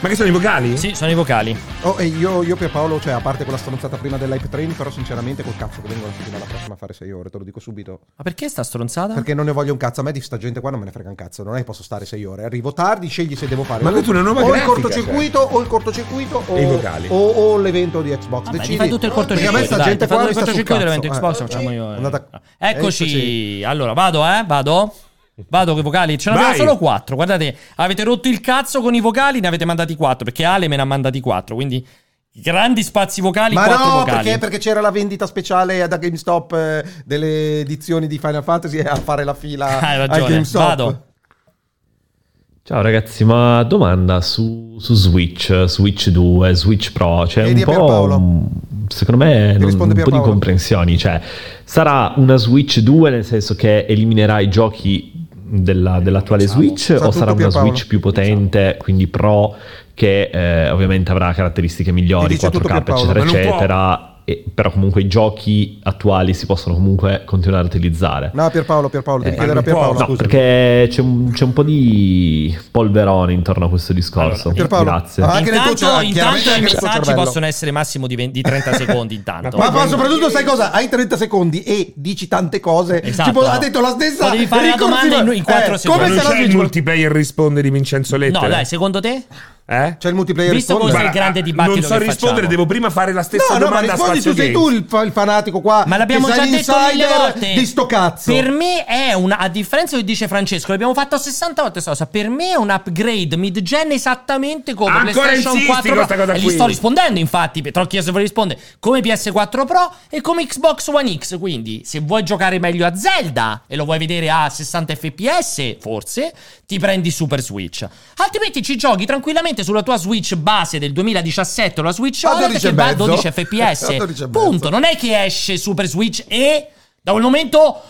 Speaker 2: Ma che sono i vocali?
Speaker 1: Sì, sono i vocali.
Speaker 3: Oh, e io, io Pierpaolo, cioè, a parte quella stronzata prima dell'hype train, però sinceramente col cazzo che vengo la settimana prossima a fare 6 ore, te lo dico subito.
Speaker 1: Ma perché sta stronzata?
Speaker 3: Perché non ne voglio un cazzo, a me di sta gente qua non me ne frega un cazzo, non è che posso stare 6 ore, arrivo tardi, scegli se devo fare
Speaker 2: Ma
Speaker 3: o-
Speaker 2: tu una nuova
Speaker 3: o il
Speaker 2: grafica, cioè.
Speaker 3: cortocircuito o il cortocircuito o,
Speaker 2: E i vocali.
Speaker 3: o, o l'evento di Xbox.
Speaker 1: Vabbè,
Speaker 3: Decidi.
Speaker 1: ti Ah, fai tutto il
Speaker 3: Perché a
Speaker 1: cortocircuito.
Speaker 3: me sta
Speaker 1: dai,
Speaker 3: gente
Speaker 1: ti fai
Speaker 3: qua
Speaker 1: tutto il
Speaker 3: mi sta sul
Speaker 1: cortocircuito
Speaker 3: cazzo.
Speaker 1: dell'evento Xbox,
Speaker 3: Eh.
Speaker 1: facciamo io.
Speaker 3: Andata-
Speaker 1: Ah, Eccoci.
Speaker 3: Eccoci.
Speaker 1: Allora, vado, eh, vado. Vado con i vocali, ce ne abbiamo
Speaker 2: Vai.
Speaker 1: solo quattro. Guardate, avete rotto il cazzo con i vocali, ne avete mandati quattro, perché Ale me ne ha mandati quattro, quindi grandi spazi vocali,
Speaker 3: Ma
Speaker 1: quattro
Speaker 3: no,
Speaker 1: vocali.
Speaker 3: perché, perché c'era la vendita speciale da GameStop eh, delle edizioni di Final Fantasy e a fare la fila
Speaker 1: Hai
Speaker 3: al
Speaker 1: ragione,
Speaker 3: GameStop.
Speaker 1: vado.
Speaker 5: Ciao ragazzi, ma domanda su, su Switch, Switch 2, Switch Pro, c'è
Speaker 3: Vedi
Speaker 5: un po'...
Speaker 3: Pierpaolo.
Speaker 5: mh, Secondo me non-
Speaker 3: risponde
Speaker 5: un po' di
Speaker 3: Pierpaolo.
Speaker 5: incomprensioni, cioè sarà una Switch 2 nel senso che eliminerà i giochi della- dell'attuale
Speaker 1: Pensavo.
Speaker 5: Switch
Speaker 3: Sa
Speaker 5: o
Speaker 3: tutto
Speaker 5: sarà una
Speaker 3: Pierpaolo.
Speaker 5: Switch più potente, quindi Pro, che eh, ovviamente avrà caratteristiche migliori,
Speaker 3: dice tutto
Speaker 5: 4K,
Speaker 3: Pierpaolo,
Speaker 5: eccetera,
Speaker 2: ma non può.
Speaker 5: eccetera, e- però comunque i giochi attuali si possono comunque continuare a utilizzare.
Speaker 3: No, Pierpaolo, Pierpaolo, devi
Speaker 5: Eh,
Speaker 3: chiedere a
Speaker 2: un po',
Speaker 3: Pierpaolo.
Speaker 5: No,
Speaker 3: scusa.
Speaker 5: perché c'è un, c'è un po' di polverone intorno a questo discorso.
Speaker 1: Allora,
Speaker 3: Pierpaolo,
Speaker 5: Grazie.
Speaker 3: ah, Anche nel tuo
Speaker 1: intanto,
Speaker 3: cervello,
Speaker 1: intanto
Speaker 3: chiaramente
Speaker 1: i
Speaker 3: anche nel tuo
Speaker 1: messaggi
Speaker 3: cervello.
Speaker 1: possono essere massimo di, 20 di 30 secondi intanto.
Speaker 3: Ma poi soprattutto sai cosa? Hai 30 secondi e dici tante cose.
Speaker 1: Esatto.
Speaker 3: Tipo, ha detto la stessa.
Speaker 1: Potevi fare la
Speaker 3: ricorsiva- Eh,
Speaker 1: domanda in- in quattro secondi.
Speaker 3: Come
Speaker 2: non
Speaker 3: se la
Speaker 2: c'è il
Speaker 3: Switch-
Speaker 2: multiplayer risponde di Vincenzo Lettera.
Speaker 1: No, dai, secondo te?
Speaker 2: Eh?
Speaker 3: C'è il multiplayer
Speaker 1: Visto
Speaker 3: risponde?
Speaker 1: cos'è il grande dibattito
Speaker 2: Non so
Speaker 1: che
Speaker 2: rispondere,
Speaker 1: facciamo.
Speaker 2: devo prima fare la stessa
Speaker 3: No, no, ma
Speaker 2: domanda a
Speaker 3: rispondi
Speaker 2: Spazio
Speaker 3: tu, sei
Speaker 2: Games.
Speaker 3: tu il, fa- il fanatico qua.
Speaker 1: Ma l'abbiamo
Speaker 3: che
Speaker 1: già
Speaker 3: sei
Speaker 1: detto mille
Speaker 3: l'insider
Speaker 1: volte.
Speaker 3: Di sto cazzo.
Speaker 1: Per me è una. A differenza che dice Francesco, l'abbiamo fatto 60 volte questa cosa. Per me è un upgrade mid-gen esattamente come
Speaker 2: Ancora
Speaker 1: PlayStation
Speaker 2: insisti
Speaker 1: 4
Speaker 2: con
Speaker 1: Pro.
Speaker 2: sta cosa
Speaker 1: E gli
Speaker 2: qui.
Speaker 1: sto rispondendo, infatti. Però chiedo se vuoi rispondere. Come PS4 Pro e come Xbox One X. Quindi, se vuoi giocare meglio a Zelda e lo vuoi vedere a 60 fps, forse, ti prendi Super Switch. Altrimenti ci giochi tranquillamente sulla tua Switch base del 2017 o la Switch
Speaker 3: A
Speaker 1: OLED
Speaker 3: 12
Speaker 1: che va a
Speaker 3: e mezzo.
Speaker 1: 12
Speaker 3: A 12
Speaker 1: fps.
Speaker 3: e mezzo.
Speaker 1: Punto. Non è che esce Super Switch e da quel momento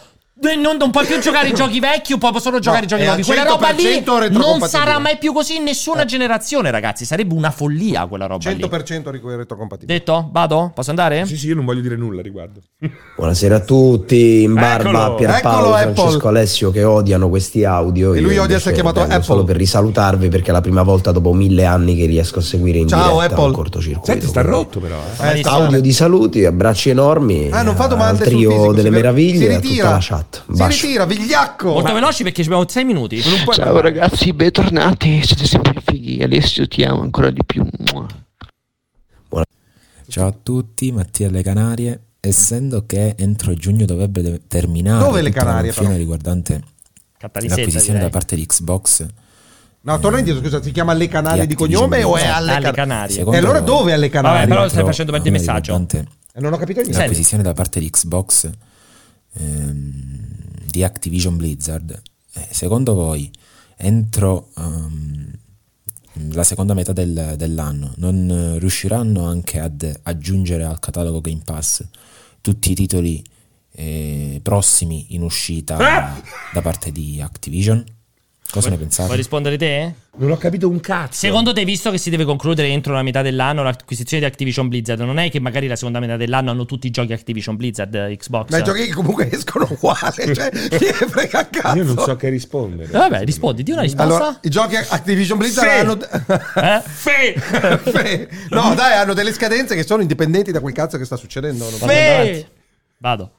Speaker 1: eh, non, non puoi più giocare i giochi vecchi, puoi solo giocare i giochi
Speaker 3: è al
Speaker 1: nuovi. Quella roba lì
Speaker 3: 100%
Speaker 1: non
Speaker 3: retrocompatibile. Eh.
Speaker 1: sarà mai più così in nessuna generazione, ragazzi. Sarebbe una follia quella roba lì.
Speaker 3: 100% ric- retrocompatibile.
Speaker 1: Detto? Vado? Posso andare?
Speaker 2: Sì, sì, io non voglio dire nulla al riguardo.
Speaker 6: Buonasera a tutti, in barba
Speaker 2: Eccolo,
Speaker 6: Pierpaolo
Speaker 3: eccolo,
Speaker 6: Francesco
Speaker 3: Apple.
Speaker 6: Alessio che odiano questi audio.
Speaker 3: E lui
Speaker 6: Io
Speaker 3: odia
Speaker 6: invece
Speaker 3: essere chiamato
Speaker 6: vengo
Speaker 3: Apple.
Speaker 6: Solo per risalutarvi perché è la prima volta dopo mille anni che riesco a seguire in
Speaker 3: Ciao,
Speaker 6: diretta
Speaker 3: Apple.
Speaker 6: un cortocircuito.
Speaker 2: Senti, sta
Speaker 6: Quindi,
Speaker 2: rotto però. eh.
Speaker 3: Eh,
Speaker 1: Malissimo.
Speaker 6: Audio di saluti, abbracci enormi.
Speaker 3: Ah, non fa domande
Speaker 6: al
Speaker 3: sul
Speaker 6: trio
Speaker 3: fisico,
Speaker 6: delle
Speaker 3: si- si
Speaker 6: meraviglie e a
Speaker 3: ritira.
Speaker 6: tutta la chat.
Speaker 3: Si
Speaker 6: Bacio.
Speaker 3: ritira, vigliacco.
Speaker 1: Molto veloci perché ci abbiamo 6 minuti.
Speaker 2: Non puoi
Speaker 7: Ciao
Speaker 2: parlare.
Speaker 7: ragazzi, bentornati, siete sempre fighi, Alessio ti amo ancora di più. Mua.
Speaker 8: Ciao a tutti, Mattia alle Canarie. Essendo che entro giugno dovrebbe de- terminare
Speaker 3: Dove le
Speaker 8: tutta la
Speaker 3: Canarie,
Speaker 8: confiena
Speaker 3: però?
Speaker 8: riguardante l'acquisizione
Speaker 1: Catalisetta,
Speaker 8: da parte di
Speaker 1: Eh,
Speaker 8: Xbox,
Speaker 3: No, torna indietro, scusa, si chiama Alle Canarie di cognome o è Eh, Alle
Speaker 1: Alle
Speaker 3: Canarie?
Speaker 1: Canarie.
Speaker 8: Secondo
Speaker 3: E allora
Speaker 8: me-
Speaker 3: dove Alle
Speaker 1: Vabbè,
Speaker 3: Canarie?
Speaker 1: però
Speaker 8: Entro
Speaker 1: stai facendo perdere il
Speaker 8: una
Speaker 1: messaggio.
Speaker 8: riguardante
Speaker 3: Eh, Non ho capito niente.
Speaker 8: l'acquisizione da parte di Xbox ehm, di Activision Blizzard, eh, secondo voi entro ehm, la seconda metà del- dell'anno, non eh, riusciranno anche ad aggiungere al catalogo Game Pass tutti i titoli eh, prossimi in uscita
Speaker 2: Ah!
Speaker 8: da parte di Activision? Cosa ne
Speaker 1: Vuoi
Speaker 8: pensate?
Speaker 1: rispondere te?
Speaker 2: eh. Non ho capito un cazzo.
Speaker 1: Secondo te, visto che si deve concludere entro la metà dell'anno l'acquisizione di Activision Blizzard, non è che magari la seconda metà dell'anno hanno tutti i giochi Activision Blizzard eh, Xbox?
Speaker 3: Ma i giochi che comunque escono uguali, cioè, chi ne frega un cazzo.
Speaker 2: Io non so che rispondere.
Speaker 1: Eh, Vabbè, rispondi, di una risposta.
Speaker 3: Allora, i giochi Activision Blizzard
Speaker 2: Sì.
Speaker 3: hanno...
Speaker 1: Eh?
Speaker 2: Fe!
Speaker 3: no, dai, hanno delle scadenze che sono indipendenti da quel cazzo che sta succedendo. non-
Speaker 1: Vado avanti. Vado.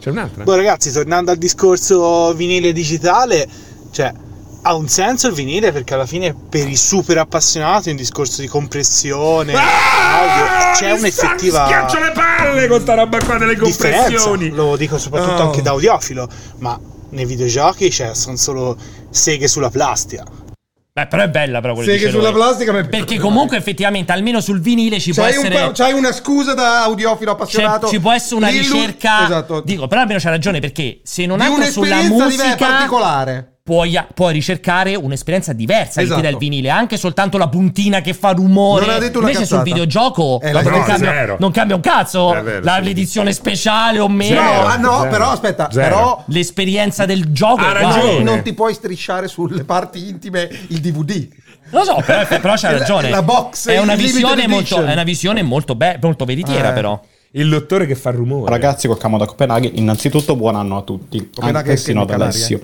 Speaker 2: C'è un'altra?
Speaker 9: Boh, ragazzi, tornando al discorso vinile digitale, cioè ha un senso il vinile perché alla fine per i super appassionati è un discorso di
Speaker 3: Eh,
Speaker 9: compressione, audio, c'è
Speaker 2: Ah, mi sa-
Speaker 9: un'effettiva
Speaker 2: mi Schiaccio le palle con sta roba qua delle
Speaker 9: differenza,
Speaker 2: compressioni.
Speaker 9: lo dico soprattutto
Speaker 2: Oh.
Speaker 9: anche da audiofilo, ma nei videogiochi cioè, sono solo seghe sulla plastica.
Speaker 1: Beh, però è bella però quella
Speaker 3: Seghe sulla plastica, ma-
Speaker 1: Perché comunque effettivamente almeno sul vinile ci può
Speaker 3: C'hai, un
Speaker 1: essere
Speaker 3: pa- c'hai una scusa da audiofilo
Speaker 1: c'è-
Speaker 3: appassionato.
Speaker 1: ci può essere una
Speaker 3: Dillu-
Speaker 1: ricerca
Speaker 3: esatto.
Speaker 1: Dico, però almeno c'ha ragione perché se non
Speaker 3: di
Speaker 1: altro sulla
Speaker 3: un'esperienza
Speaker 1: musica
Speaker 3: diversa, particolare.
Speaker 1: Puoi, puoi ricercare un'esperienza diversa
Speaker 3: Esatto.
Speaker 1: che ti dà il vinile, anche soltanto la puntina che fa rumore.
Speaker 3: Non ha detto una
Speaker 1: Invece sul
Speaker 3: cazzata.
Speaker 1: videogioco
Speaker 3: Eh, la
Speaker 1: non,
Speaker 3: verità è
Speaker 1: cambia,
Speaker 2: zero.
Speaker 1: non cambia un cazzo
Speaker 2: È vero,
Speaker 1: la-
Speaker 2: sì.
Speaker 1: l'edizione speciale o meno.
Speaker 3: No,
Speaker 2: Zero.
Speaker 3: ah, no,
Speaker 2: Zero.
Speaker 3: però aspetta,
Speaker 2: Zero.
Speaker 3: però
Speaker 1: L'esperienza del gioco
Speaker 2: Ha
Speaker 1: è
Speaker 2: ragione.
Speaker 1: uguale.
Speaker 3: non ti puoi strisciare sulle parti intime il DVD.
Speaker 1: Lo so, però, però c'ha
Speaker 3: La-
Speaker 1: ragione.
Speaker 3: la box
Speaker 1: è una,
Speaker 3: limited
Speaker 1: visione molto,
Speaker 3: edition.
Speaker 1: è una visione molto, be- molto veritiera,
Speaker 3: Eh.
Speaker 1: però.
Speaker 2: Il dottore che fa rumore.
Speaker 10: Ragazzi, col Camo da Copenaghen, innanzitutto buon anno a tutti,
Speaker 3: Copenaghen
Speaker 10: anche se
Speaker 3: che
Speaker 10: no
Speaker 3: mica
Speaker 10: ad Alessio.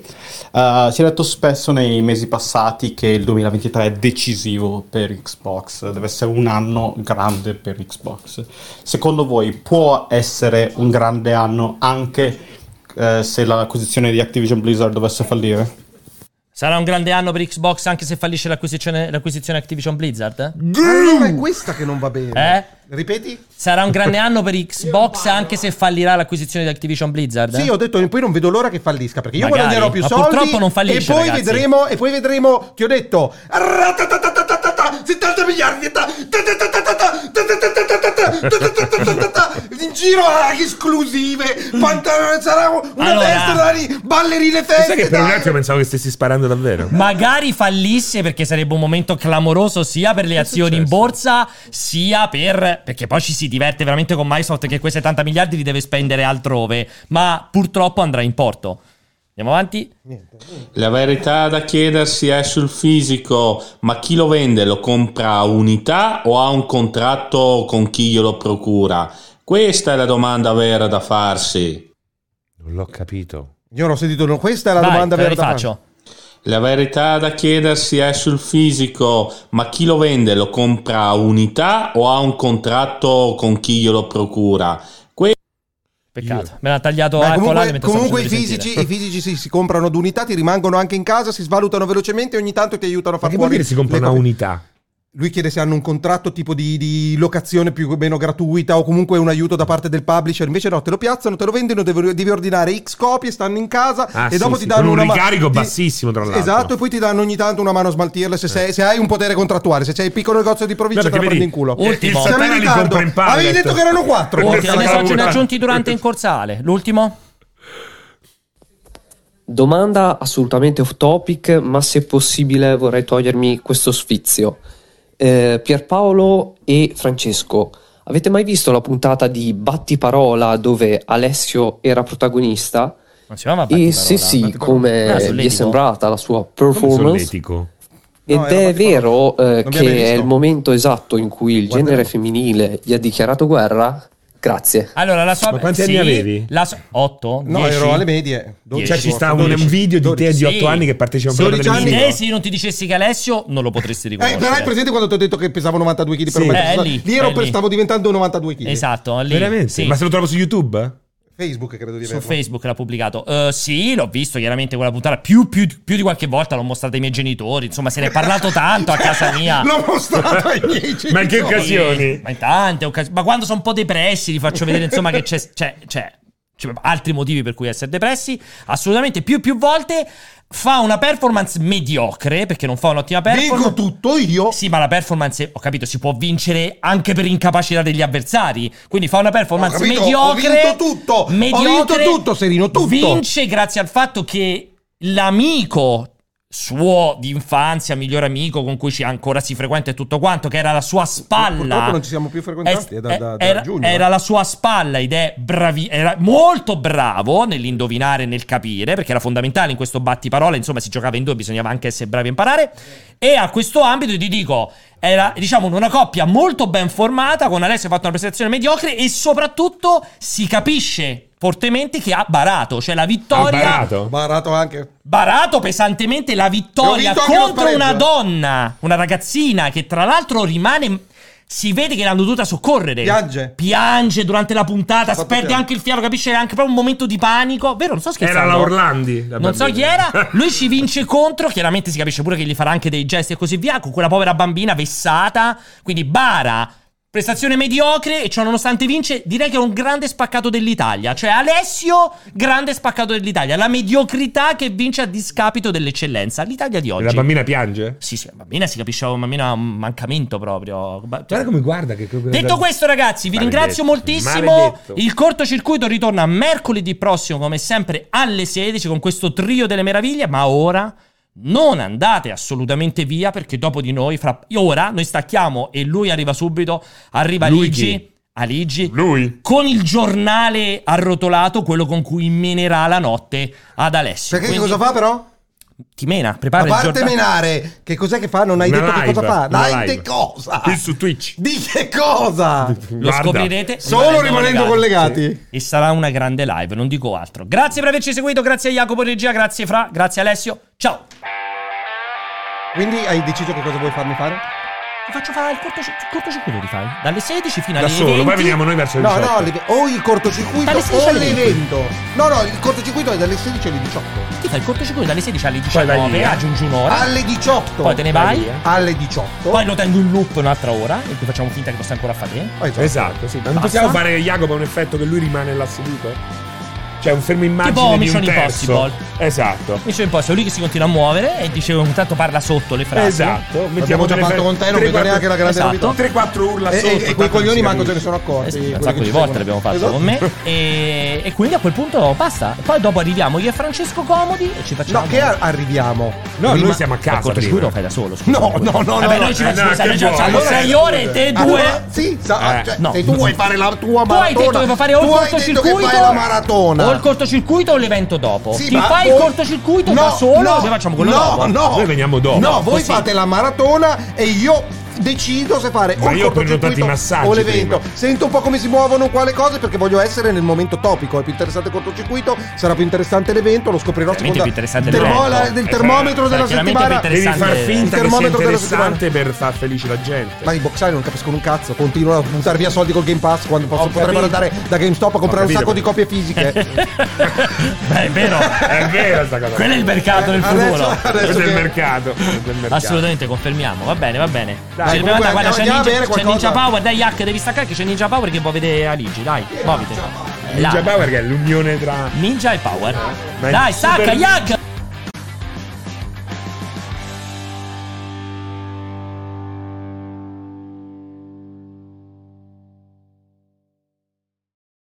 Speaker 10: Eh, si è detto spesso nei mesi passati che il 2023 è decisivo per Xbox, deve essere un anno grande per Xbox. Secondo voi può essere un grande anno anche eh, se l'acquisizione di Activision Blizzard dovesse fallire?
Speaker 1: Sarà un grande anno per Xbox anche se fallisce l'acquisizione, l'acquisizione Activision Blizzard?
Speaker 3: Allora è questa che non va bene.
Speaker 1: Eh?
Speaker 3: Ripeti?
Speaker 1: Sarà un grande anno per Xbox anche se fallirà l'acquisizione di Activision Blizzard?
Speaker 3: Sì, ho detto poi non vedo l'ora che fallisca perché io
Speaker 1: Magari,
Speaker 3: guadagnerò più
Speaker 1: ma
Speaker 3: soldi.
Speaker 1: purtroppo non fallisce,
Speaker 3: e poi
Speaker 1: ragazzi.
Speaker 3: vedremo e poi vedremo, ti ho detto 70 miliardi ta- ta- ta- ta- ta- ta- ta- ta- ta- ta- ta- ta- ta- ta- ta- ta- ta- ta- ta- in giro ah, esclusive, pantalone sarà una
Speaker 1: Allora.
Speaker 3: festa dai, ballerine
Speaker 2: Sai che
Speaker 3: feste.
Speaker 2: per un
Speaker 3: dai.
Speaker 2: attimo pensavo che stessi sparando davvero.
Speaker 1: Magari fallisse perché sarebbe un momento clamoroso sia per le azioni in borsa, sia per. perché poi ci si diverte veramente con Microsoft che quei 70 miliardi li deve spendere altrove. Ma purtroppo andrà in porto. Andiamo avanti.
Speaker 11: La verità da chiedersi è sul fisico, ma chi lo vende lo compra a unità o ha un contratto con chi glielo procura? Questa è la domanda vera da farsi.
Speaker 2: Non l'ho capito.
Speaker 3: Io non ho sentito no, questa è la
Speaker 1: Vai,
Speaker 3: domanda
Speaker 1: te la
Speaker 3: vera da fare.
Speaker 1: rifaccio.
Speaker 11: La verità da chiedersi è sul fisico, ma chi lo vende lo compra a unità o ha un contratto con chi glielo procura?
Speaker 1: Peccato. Me l'ha tagliato
Speaker 3: Ma
Speaker 1: a colate
Speaker 3: comunque,
Speaker 1: mentre stavo
Speaker 3: comunque i
Speaker 1: facendo risentire.
Speaker 3: fisici, i fisici sì, si comprano ad unità, ti rimangono anche in casa, si svalutano velocemente e ogni tanto ti aiutano
Speaker 2: Ma
Speaker 3: a far
Speaker 2: che vuol
Speaker 3: fuori
Speaker 2: dire si compra
Speaker 3: le
Speaker 2: una
Speaker 3: copie.
Speaker 2: unità?
Speaker 3: Lui chiede se hanno un contratto tipo di, di locazione più o meno gratuita o comunque un aiuto da parte del publisher. Invece no, te lo piazzano, te lo vendono, devi, devi ordinare X copie, stanno in casa
Speaker 2: Ah,
Speaker 3: e
Speaker 2: sì,
Speaker 3: dopo
Speaker 2: sì,
Speaker 3: ti danno
Speaker 2: con un
Speaker 3: una ma-
Speaker 2: ricarico
Speaker 3: ti-
Speaker 2: bassissimo, tra l'altro. Eh.
Speaker 3: Esatto, e poi ti danno ogni tanto una mano a smaltirle se, sei- se hai un potere contrattuale. Se c'hai il piccolo negozio di provincia
Speaker 2: No,
Speaker 3: te la
Speaker 2: perché
Speaker 3: prendi in
Speaker 2: vedi,
Speaker 3: culo.
Speaker 2: il- il
Speaker 1: Ultimo.
Speaker 3: Siamo in
Speaker 2: satana li
Speaker 3: ritardo.
Speaker 2: compra in pallet.
Speaker 3: Avevi detto che erano quattro.
Speaker 2: Perché questa
Speaker 1: Ultimo, Oh, ne
Speaker 2: cavolo-
Speaker 1: sono aggiunti durante in corsale. L'ultimo?
Speaker 11: Domanda assolutamente off topic, ma se possibile vorrei togliermi questo sfizio. Eh, Pierpaolo e Francesco, avete mai visto la puntata di Battiparola dove Alessio era protagonista?
Speaker 1: Non si chiama
Speaker 11: E
Speaker 1: Battiparola,
Speaker 11: se Eh, sì,
Speaker 1: Battiparola. Ah,
Speaker 11: come vi è
Speaker 1: solletico.
Speaker 11: sembrata la sua
Speaker 2: Come
Speaker 11: performance?
Speaker 2: solletico. Cioè,
Speaker 11: Ed
Speaker 3: No, era
Speaker 11: è
Speaker 3: Battiparola.
Speaker 11: vero eh,
Speaker 3: Non mi avevi
Speaker 11: che è
Speaker 3: visto.
Speaker 11: il momento esatto in cui il
Speaker 3: Guarderò.
Speaker 11: genere femminile gli ha dichiarato guerra? Grazie.
Speaker 1: Allora, la sua.
Speaker 2: Ma quanti
Speaker 1: sì,
Speaker 2: anni avevi?
Speaker 1: La sua- 8?
Speaker 3: No, ero alle medie.
Speaker 1: Dieci.
Speaker 2: Cioè, ci stava un video di te di 8 anni che partecipa a un programma
Speaker 3: 12 anni.
Speaker 2: televisivo.
Speaker 1: Eh, se io non ti dicessi che Alessio, non lo potresti
Speaker 3: Eh,
Speaker 1: riconoscere.
Speaker 3: però hai presente quando ti ho detto che pesavo 92 kg per
Speaker 2: Sì.
Speaker 3: un
Speaker 1: Eh,
Speaker 3: metro?
Speaker 1: lì,
Speaker 3: lì ero
Speaker 1: eh,
Speaker 3: per-
Speaker 1: lì.
Speaker 3: stavo diventando 92 kg.
Speaker 1: Esatto, lì.
Speaker 2: Veramente?
Speaker 1: Sì.
Speaker 2: Ma se lo trovo su YouTube?
Speaker 3: Facebook credo di
Speaker 1: Su
Speaker 3: averlo.
Speaker 1: Facebook l'ha pubblicato. Eh, sì, l'ho visto chiaramente quella puntata. Più, più- più di qualche volta l'ho mostrata ai miei genitori. Insomma, se ne è parlato tanto a casa mia.
Speaker 3: L'ho mostrato ai miei genitori.
Speaker 2: Ma in che
Speaker 1: Sì,
Speaker 2: occasioni?
Speaker 1: Ma in tante occasioni. Ma quando sono un po' depressi, li faccio vedere, insomma, che c'è. c'è, c'è- c'è altri motivi per cui essere depressi. Assolutamente più e più volte. Fa una performance mediocre perché non fa un'ottima performance.
Speaker 3: Vinco tutto io.
Speaker 1: Sì, ma la performance, ho capito, si può vincere anche per incapacità degli avversari. Quindi fa una performance
Speaker 3: Ho capito,
Speaker 1: mediocre.
Speaker 3: ho vinto tutto, ho
Speaker 1: mediocre,
Speaker 3: vinto tutto, Serino, tutto.
Speaker 1: Vince grazie al fatto che l'amico suo di infanzia, miglior amico con cui ci- ancora si frequenta e tutto quanto, che era alla sua
Speaker 3: Purtroppo
Speaker 1: spalla.
Speaker 3: non ci siamo più frequentati
Speaker 1: È-
Speaker 3: è da, da- da
Speaker 1: era,
Speaker 3: giugno. eh.
Speaker 1: era alla sua spalla ed è bravi- era molto bravo nell'indovinare e nel capire, perché era fondamentale in questo battiparola, insomma si giocava in due, bisognava anche essere bravi a imparare. E a questo ambito ti dico, era diciamo una coppia molto ben formata, con Alessio ha fatto una prestazione mediocre e soprattutto si capisce fortemente che ha barato, cioè la vittoria...
Speaker 3: Barato anche.
Speaker 1: Barato pesantemente la vittoria
Speaker 3: Ho vinto anche lo
Speaker 1: contro una
Speaker 3: spareggio.
Speaker 1: donna, una ragazzina che tra l'altro rimane. Si vede che l'hanno dovuta soccorrere.
Speaker 3: Piange.
Speaker 1: Piange durante la puntata,
Speaker 3: Fatto
Speaker 1: perde
Speaker 3: piano.
Speaker 1: anche il fiato, capisce? È Anche proprio un momento di panico. Vero, non so scherzando.
Speaker 2: Era la Orlandi. la
Speaker 1: Non so chi
Speaker 2: bambina.
Speaker 1: era, lui ci vince contro, chiaramente si capisce pure che gli farà anche dei gesti e così via, con quella povera bambina vessata, quindi bara, prestazione mediocre e ciò nonostante vince, direi che è un grande spaccato dell'Italia, cioè Alessio, grande spaccato dell'Italia, la mediocrità che vince a discapito dell'eccellenza, l'Italia di oggi.
Speaker 2: La bambina piange?
Speaker 1: Sì, sì, la bambina si capisce, la bambina ha un mancamento proprio. Ba-
Speaker 2: Guarda come guarda che...
Speaker 1: Detto questo, ragazzi, vi
Speaker 2: Maledetto,
Speaker 1: ringrazio moltissimo.
Speaker 2: maledetto.
Speaker 1: Il cortocircuito ritorna mercoledì prossimo, come sempre, alle 16 con questo trio delle meraviglie. Ma ora non andate assolutamente via, perché dopo di noi, fra ora noi stacchiamo e lui arriva subito. Arriva
Speaker 2: Lui
Speaker 1: Luigi.
Speaker 2: chi?
Speaker 1: Aligi
Speaker 2: Lui?
Speaker 1: con il giornale arrotolato, quello con cui menerà la notte ad Alessio.
Speaker 3: Perché che
Speaker 1: Quindi
Speaker 3: cosa fa però?
Speaker 1: Ti mena, prepara
Speaker 3: A
Speaker 1: il
Speaker 3: parte
Speaker 1: giornale.
Speaker 3: menare, che cos'è che fa? Non hai
Speaker 2: Una
Speaker 3: detto che
Speaker 2: live,
Speaker 3: cosa fa?
Speaker 2: una
Speaker 3: Dai,
Speaker 2: live.
Speaker 3: di cosa?
Speaker 2: Qui su Twitch.
Speaker 3: Di che cosa?
Speaker 1: Lo
Speaker 2: Guarda.
Speaker 1: scoprirete
Speaker 3: Solo rimanendo collegati.
Speaker 1: E sarà una grande live, non dico altro. Grazie per averci seguito, grazie a Jacopo in Regia, grazie Fra, grazie Alessio. Ciao.
Speaker 3: Quindi hai deciso che cosa vuoi farmi fare?
Speaker 1: Ti faccio fare il cortocir- il cortocircuito li fai? Dalle 16 fino alle
Speaker 2: Da solo,
Speaker 1: 20.
Speaker 2: poi veniamo noi verso il
Speaker 3: No, no,
Speaker 2: 18.
Speaker 3: le- o il cortocircuito
Speaker 1: Dalle 16
Speaker 3: o
Speaker 1: alle 20.
Speaker 3: l'evento. No, no, il cortocircuito è dalle 16 alle 18.
Speaker 1: Ti fai il cortocircuito dalle 16 alle
Speaker 2: vai
Speaker 1: 19,
Speaker 2: via.
Speaker 1: aggiungi un'ora.
Speaker 3: Alle 18.
Speaker 1: Poi te ne vai.
Speaker 2: via.
Speaker 3: Alle 18.
Speaker 1: Poi lo tengo in loop un'altra ora e poi facciamo finta che lo stai ancora a fare.
Speaker 3: Poi-
Speaker 2: Esatto, sì. Ma non
Speaker 1: Basta.
Speaker 2: possiamo fare che Jacopo ha un effetto che lui rimane là seduto? Cioè un fermo
Speaker 1: Tipo
Speaker 2: immagine di un
Speaker 1: Mission
Speaker 2: terzo.
Speaker 1: Impossible.
Speaker 2: Esatto.
Speaker 1: Mi sono imposto, lui che si continua a muovere e dicevo intanto parla sotto le frasi.
Speaker 2: Esatto.
Speaker 3: Abbiamo già fatto con te, non vedo neanche la grande
Speaker 1: Esatto.
Speaker 3: novità.
Speaker 2: 3-4 urla
Speaker 3: E,
Speaker 2: sotto.
Speaker 3: e- e quei
Speaker 2: tanto non
Speaker 3: coglioni
Speaker 2: si
Speaker 3: manco se ne
Speaker 2: capisce.
Speaker 3: sono
Speaker 1: Eh
Speaker 3: accorti.
Speaker 1: sì, un
Speaker 3: quelli
Speaker 1: sacco
Speaker 3: che
Speaker 1: di
Speaker 3: ci
Speaker 1: volte
Speaker 3: seguono.
Speaker 1: l'abbiamo fatto
Speaker 3: Esatto.
Speaker 1: con me e, e quindi a quel punto basta E poi dopo arriviamo io e Francesco comodi e ci facciamo
Speaker 3: No, che ar- arriviamo?
Speaker 2: No,
Speaker 3: Prima-
Speaker 2: noi siamo a
Speaker 1: Al
Speaker 2: casa.
Speaker 1: corto
Speaker 2: prima.
Speaker 1: sicuro fai da solo scusa.
Speaker 3: No, no, no,
Speaker 1: Vabbè,
Speaker 3: no.
Speaker 1: noi ci
Speaker 2: Eh, no,
Speaker 1: facciamo
Speaker 2: che
Speaker 1: noi ci
Speaker 2: vuoi?
Speaker 1: facciamo
Speaker 2: Allora-
Speaker 1: sei ore e te due
Speaker 3: Allora, sì, sa-
Speaker 2: Eh,
Speaker 3: cioè,
Speaker 1: no.
Speaker 3: se tu vuoi fare la tua
Speaker 1: tu hai
Speaker 3: maratona,
Speaker 1: detto che vuoi fare o il
Speaker 3: tu hai detto che
Speaker 1: cortocircuito
Speaker 3: fai la maratona.
Speaker 1: o il cortocircuito o l'evento dopo
Speaker 3: Sì,
Speaker 1: ti
Speaker 3: ma
Speaker 1: fai il
Speaker 3: voi-
Speaker 1: cortocircuito
Speaker 3: No,
Speaker 1: da solo
Speaker 3: no,
Speaker 1: noi facciamo quello
Speaker 3: no,
Speaker 1: dopo
Speaker 3: No,
Speaker 2: Noi veniamo dopo.
Speaker 3: No, voi
Speaker 1: Così.
Speaker 3: fate la maratona e io decido se fare
Speaker 2: Ma
Speaker 3: o il
Speaker 2: io ho prenotato
Speaker 3: cortocircuito
Speaker 2: i massaggi
Speaker 3: o l'evento.
Speaker 2: prima.
Speaker 3: Sento un po' come si muovono quale cose perché voglio essere nel momento topico. È più interessante il cortocircuito, sarà più interessante l'evento, lo scoprirò a
Speaker 1: Chiaramente è più
Speaker 3: seconda
Speaker 1: interessante
Speaker 3: del
Speaker 1: l'evento.
Speaker 3: termo- del
Speaker 2: Eh,
Speaker 3: termometro
Speaker 1: sarà
Speaker 3: della
Speaker 1: chiaramente
Speaker 3: settimana.
Speaker 1: più
Speaker 2: Devi far finta
Speaker 1: Interessante.
Speaker 3: Il
Speaker 2: che sia
Speaker 3: termometro della
Speaker 2: interessante per far felice la gente.
Speaker 3: Ma i boxai non capiscono un cazzo, continuano a buttare via soldi col Game Pass quando posso-
Speaker 2: Ho
Speaker 3: potrebbero
Speaker 2: capito.
Speaker 3: andare da GameStop a comprare un
Speaker 2: capito.
Speaker 3: sacco di copie fisiche.
Speaker 1: Beh, è vero
Speaker 2: È vero sta cosa.
Speaker 1: quello è il mercato del futuro
Speaker 3: Adesso- adesso
Speaker 2: Questo è il
Speaker 3: che-
Speaker 2: mercato. questo è il mercato.
Speaker 1: Assolutamente confermiamo, va bene, va bene.
Speaker 2: Dai,
Speaker 1: Ci dobbiamo
Speaker 3: comunque
Speaker 1: andare, guarda, c'è,
Speaker 3: andiamo a
Speaker 1: Ninja,
Speaker 3: bere
Speaker 1: c'è Ninja
Speaker 3: qualcosa.
Speaker 1: Power, dai Yak, devi staccare che c'è Ninja Power che può vedere Aligi, dai, muoviti. Là.
Speaker 2: Ninja Power che è l'unione tra...
Speaker 1: Ninja e Power.
Speaker 2: Ma è
Speaker 1: Dai,
Speaker 2: super-
Speaker 1: stacca Yak!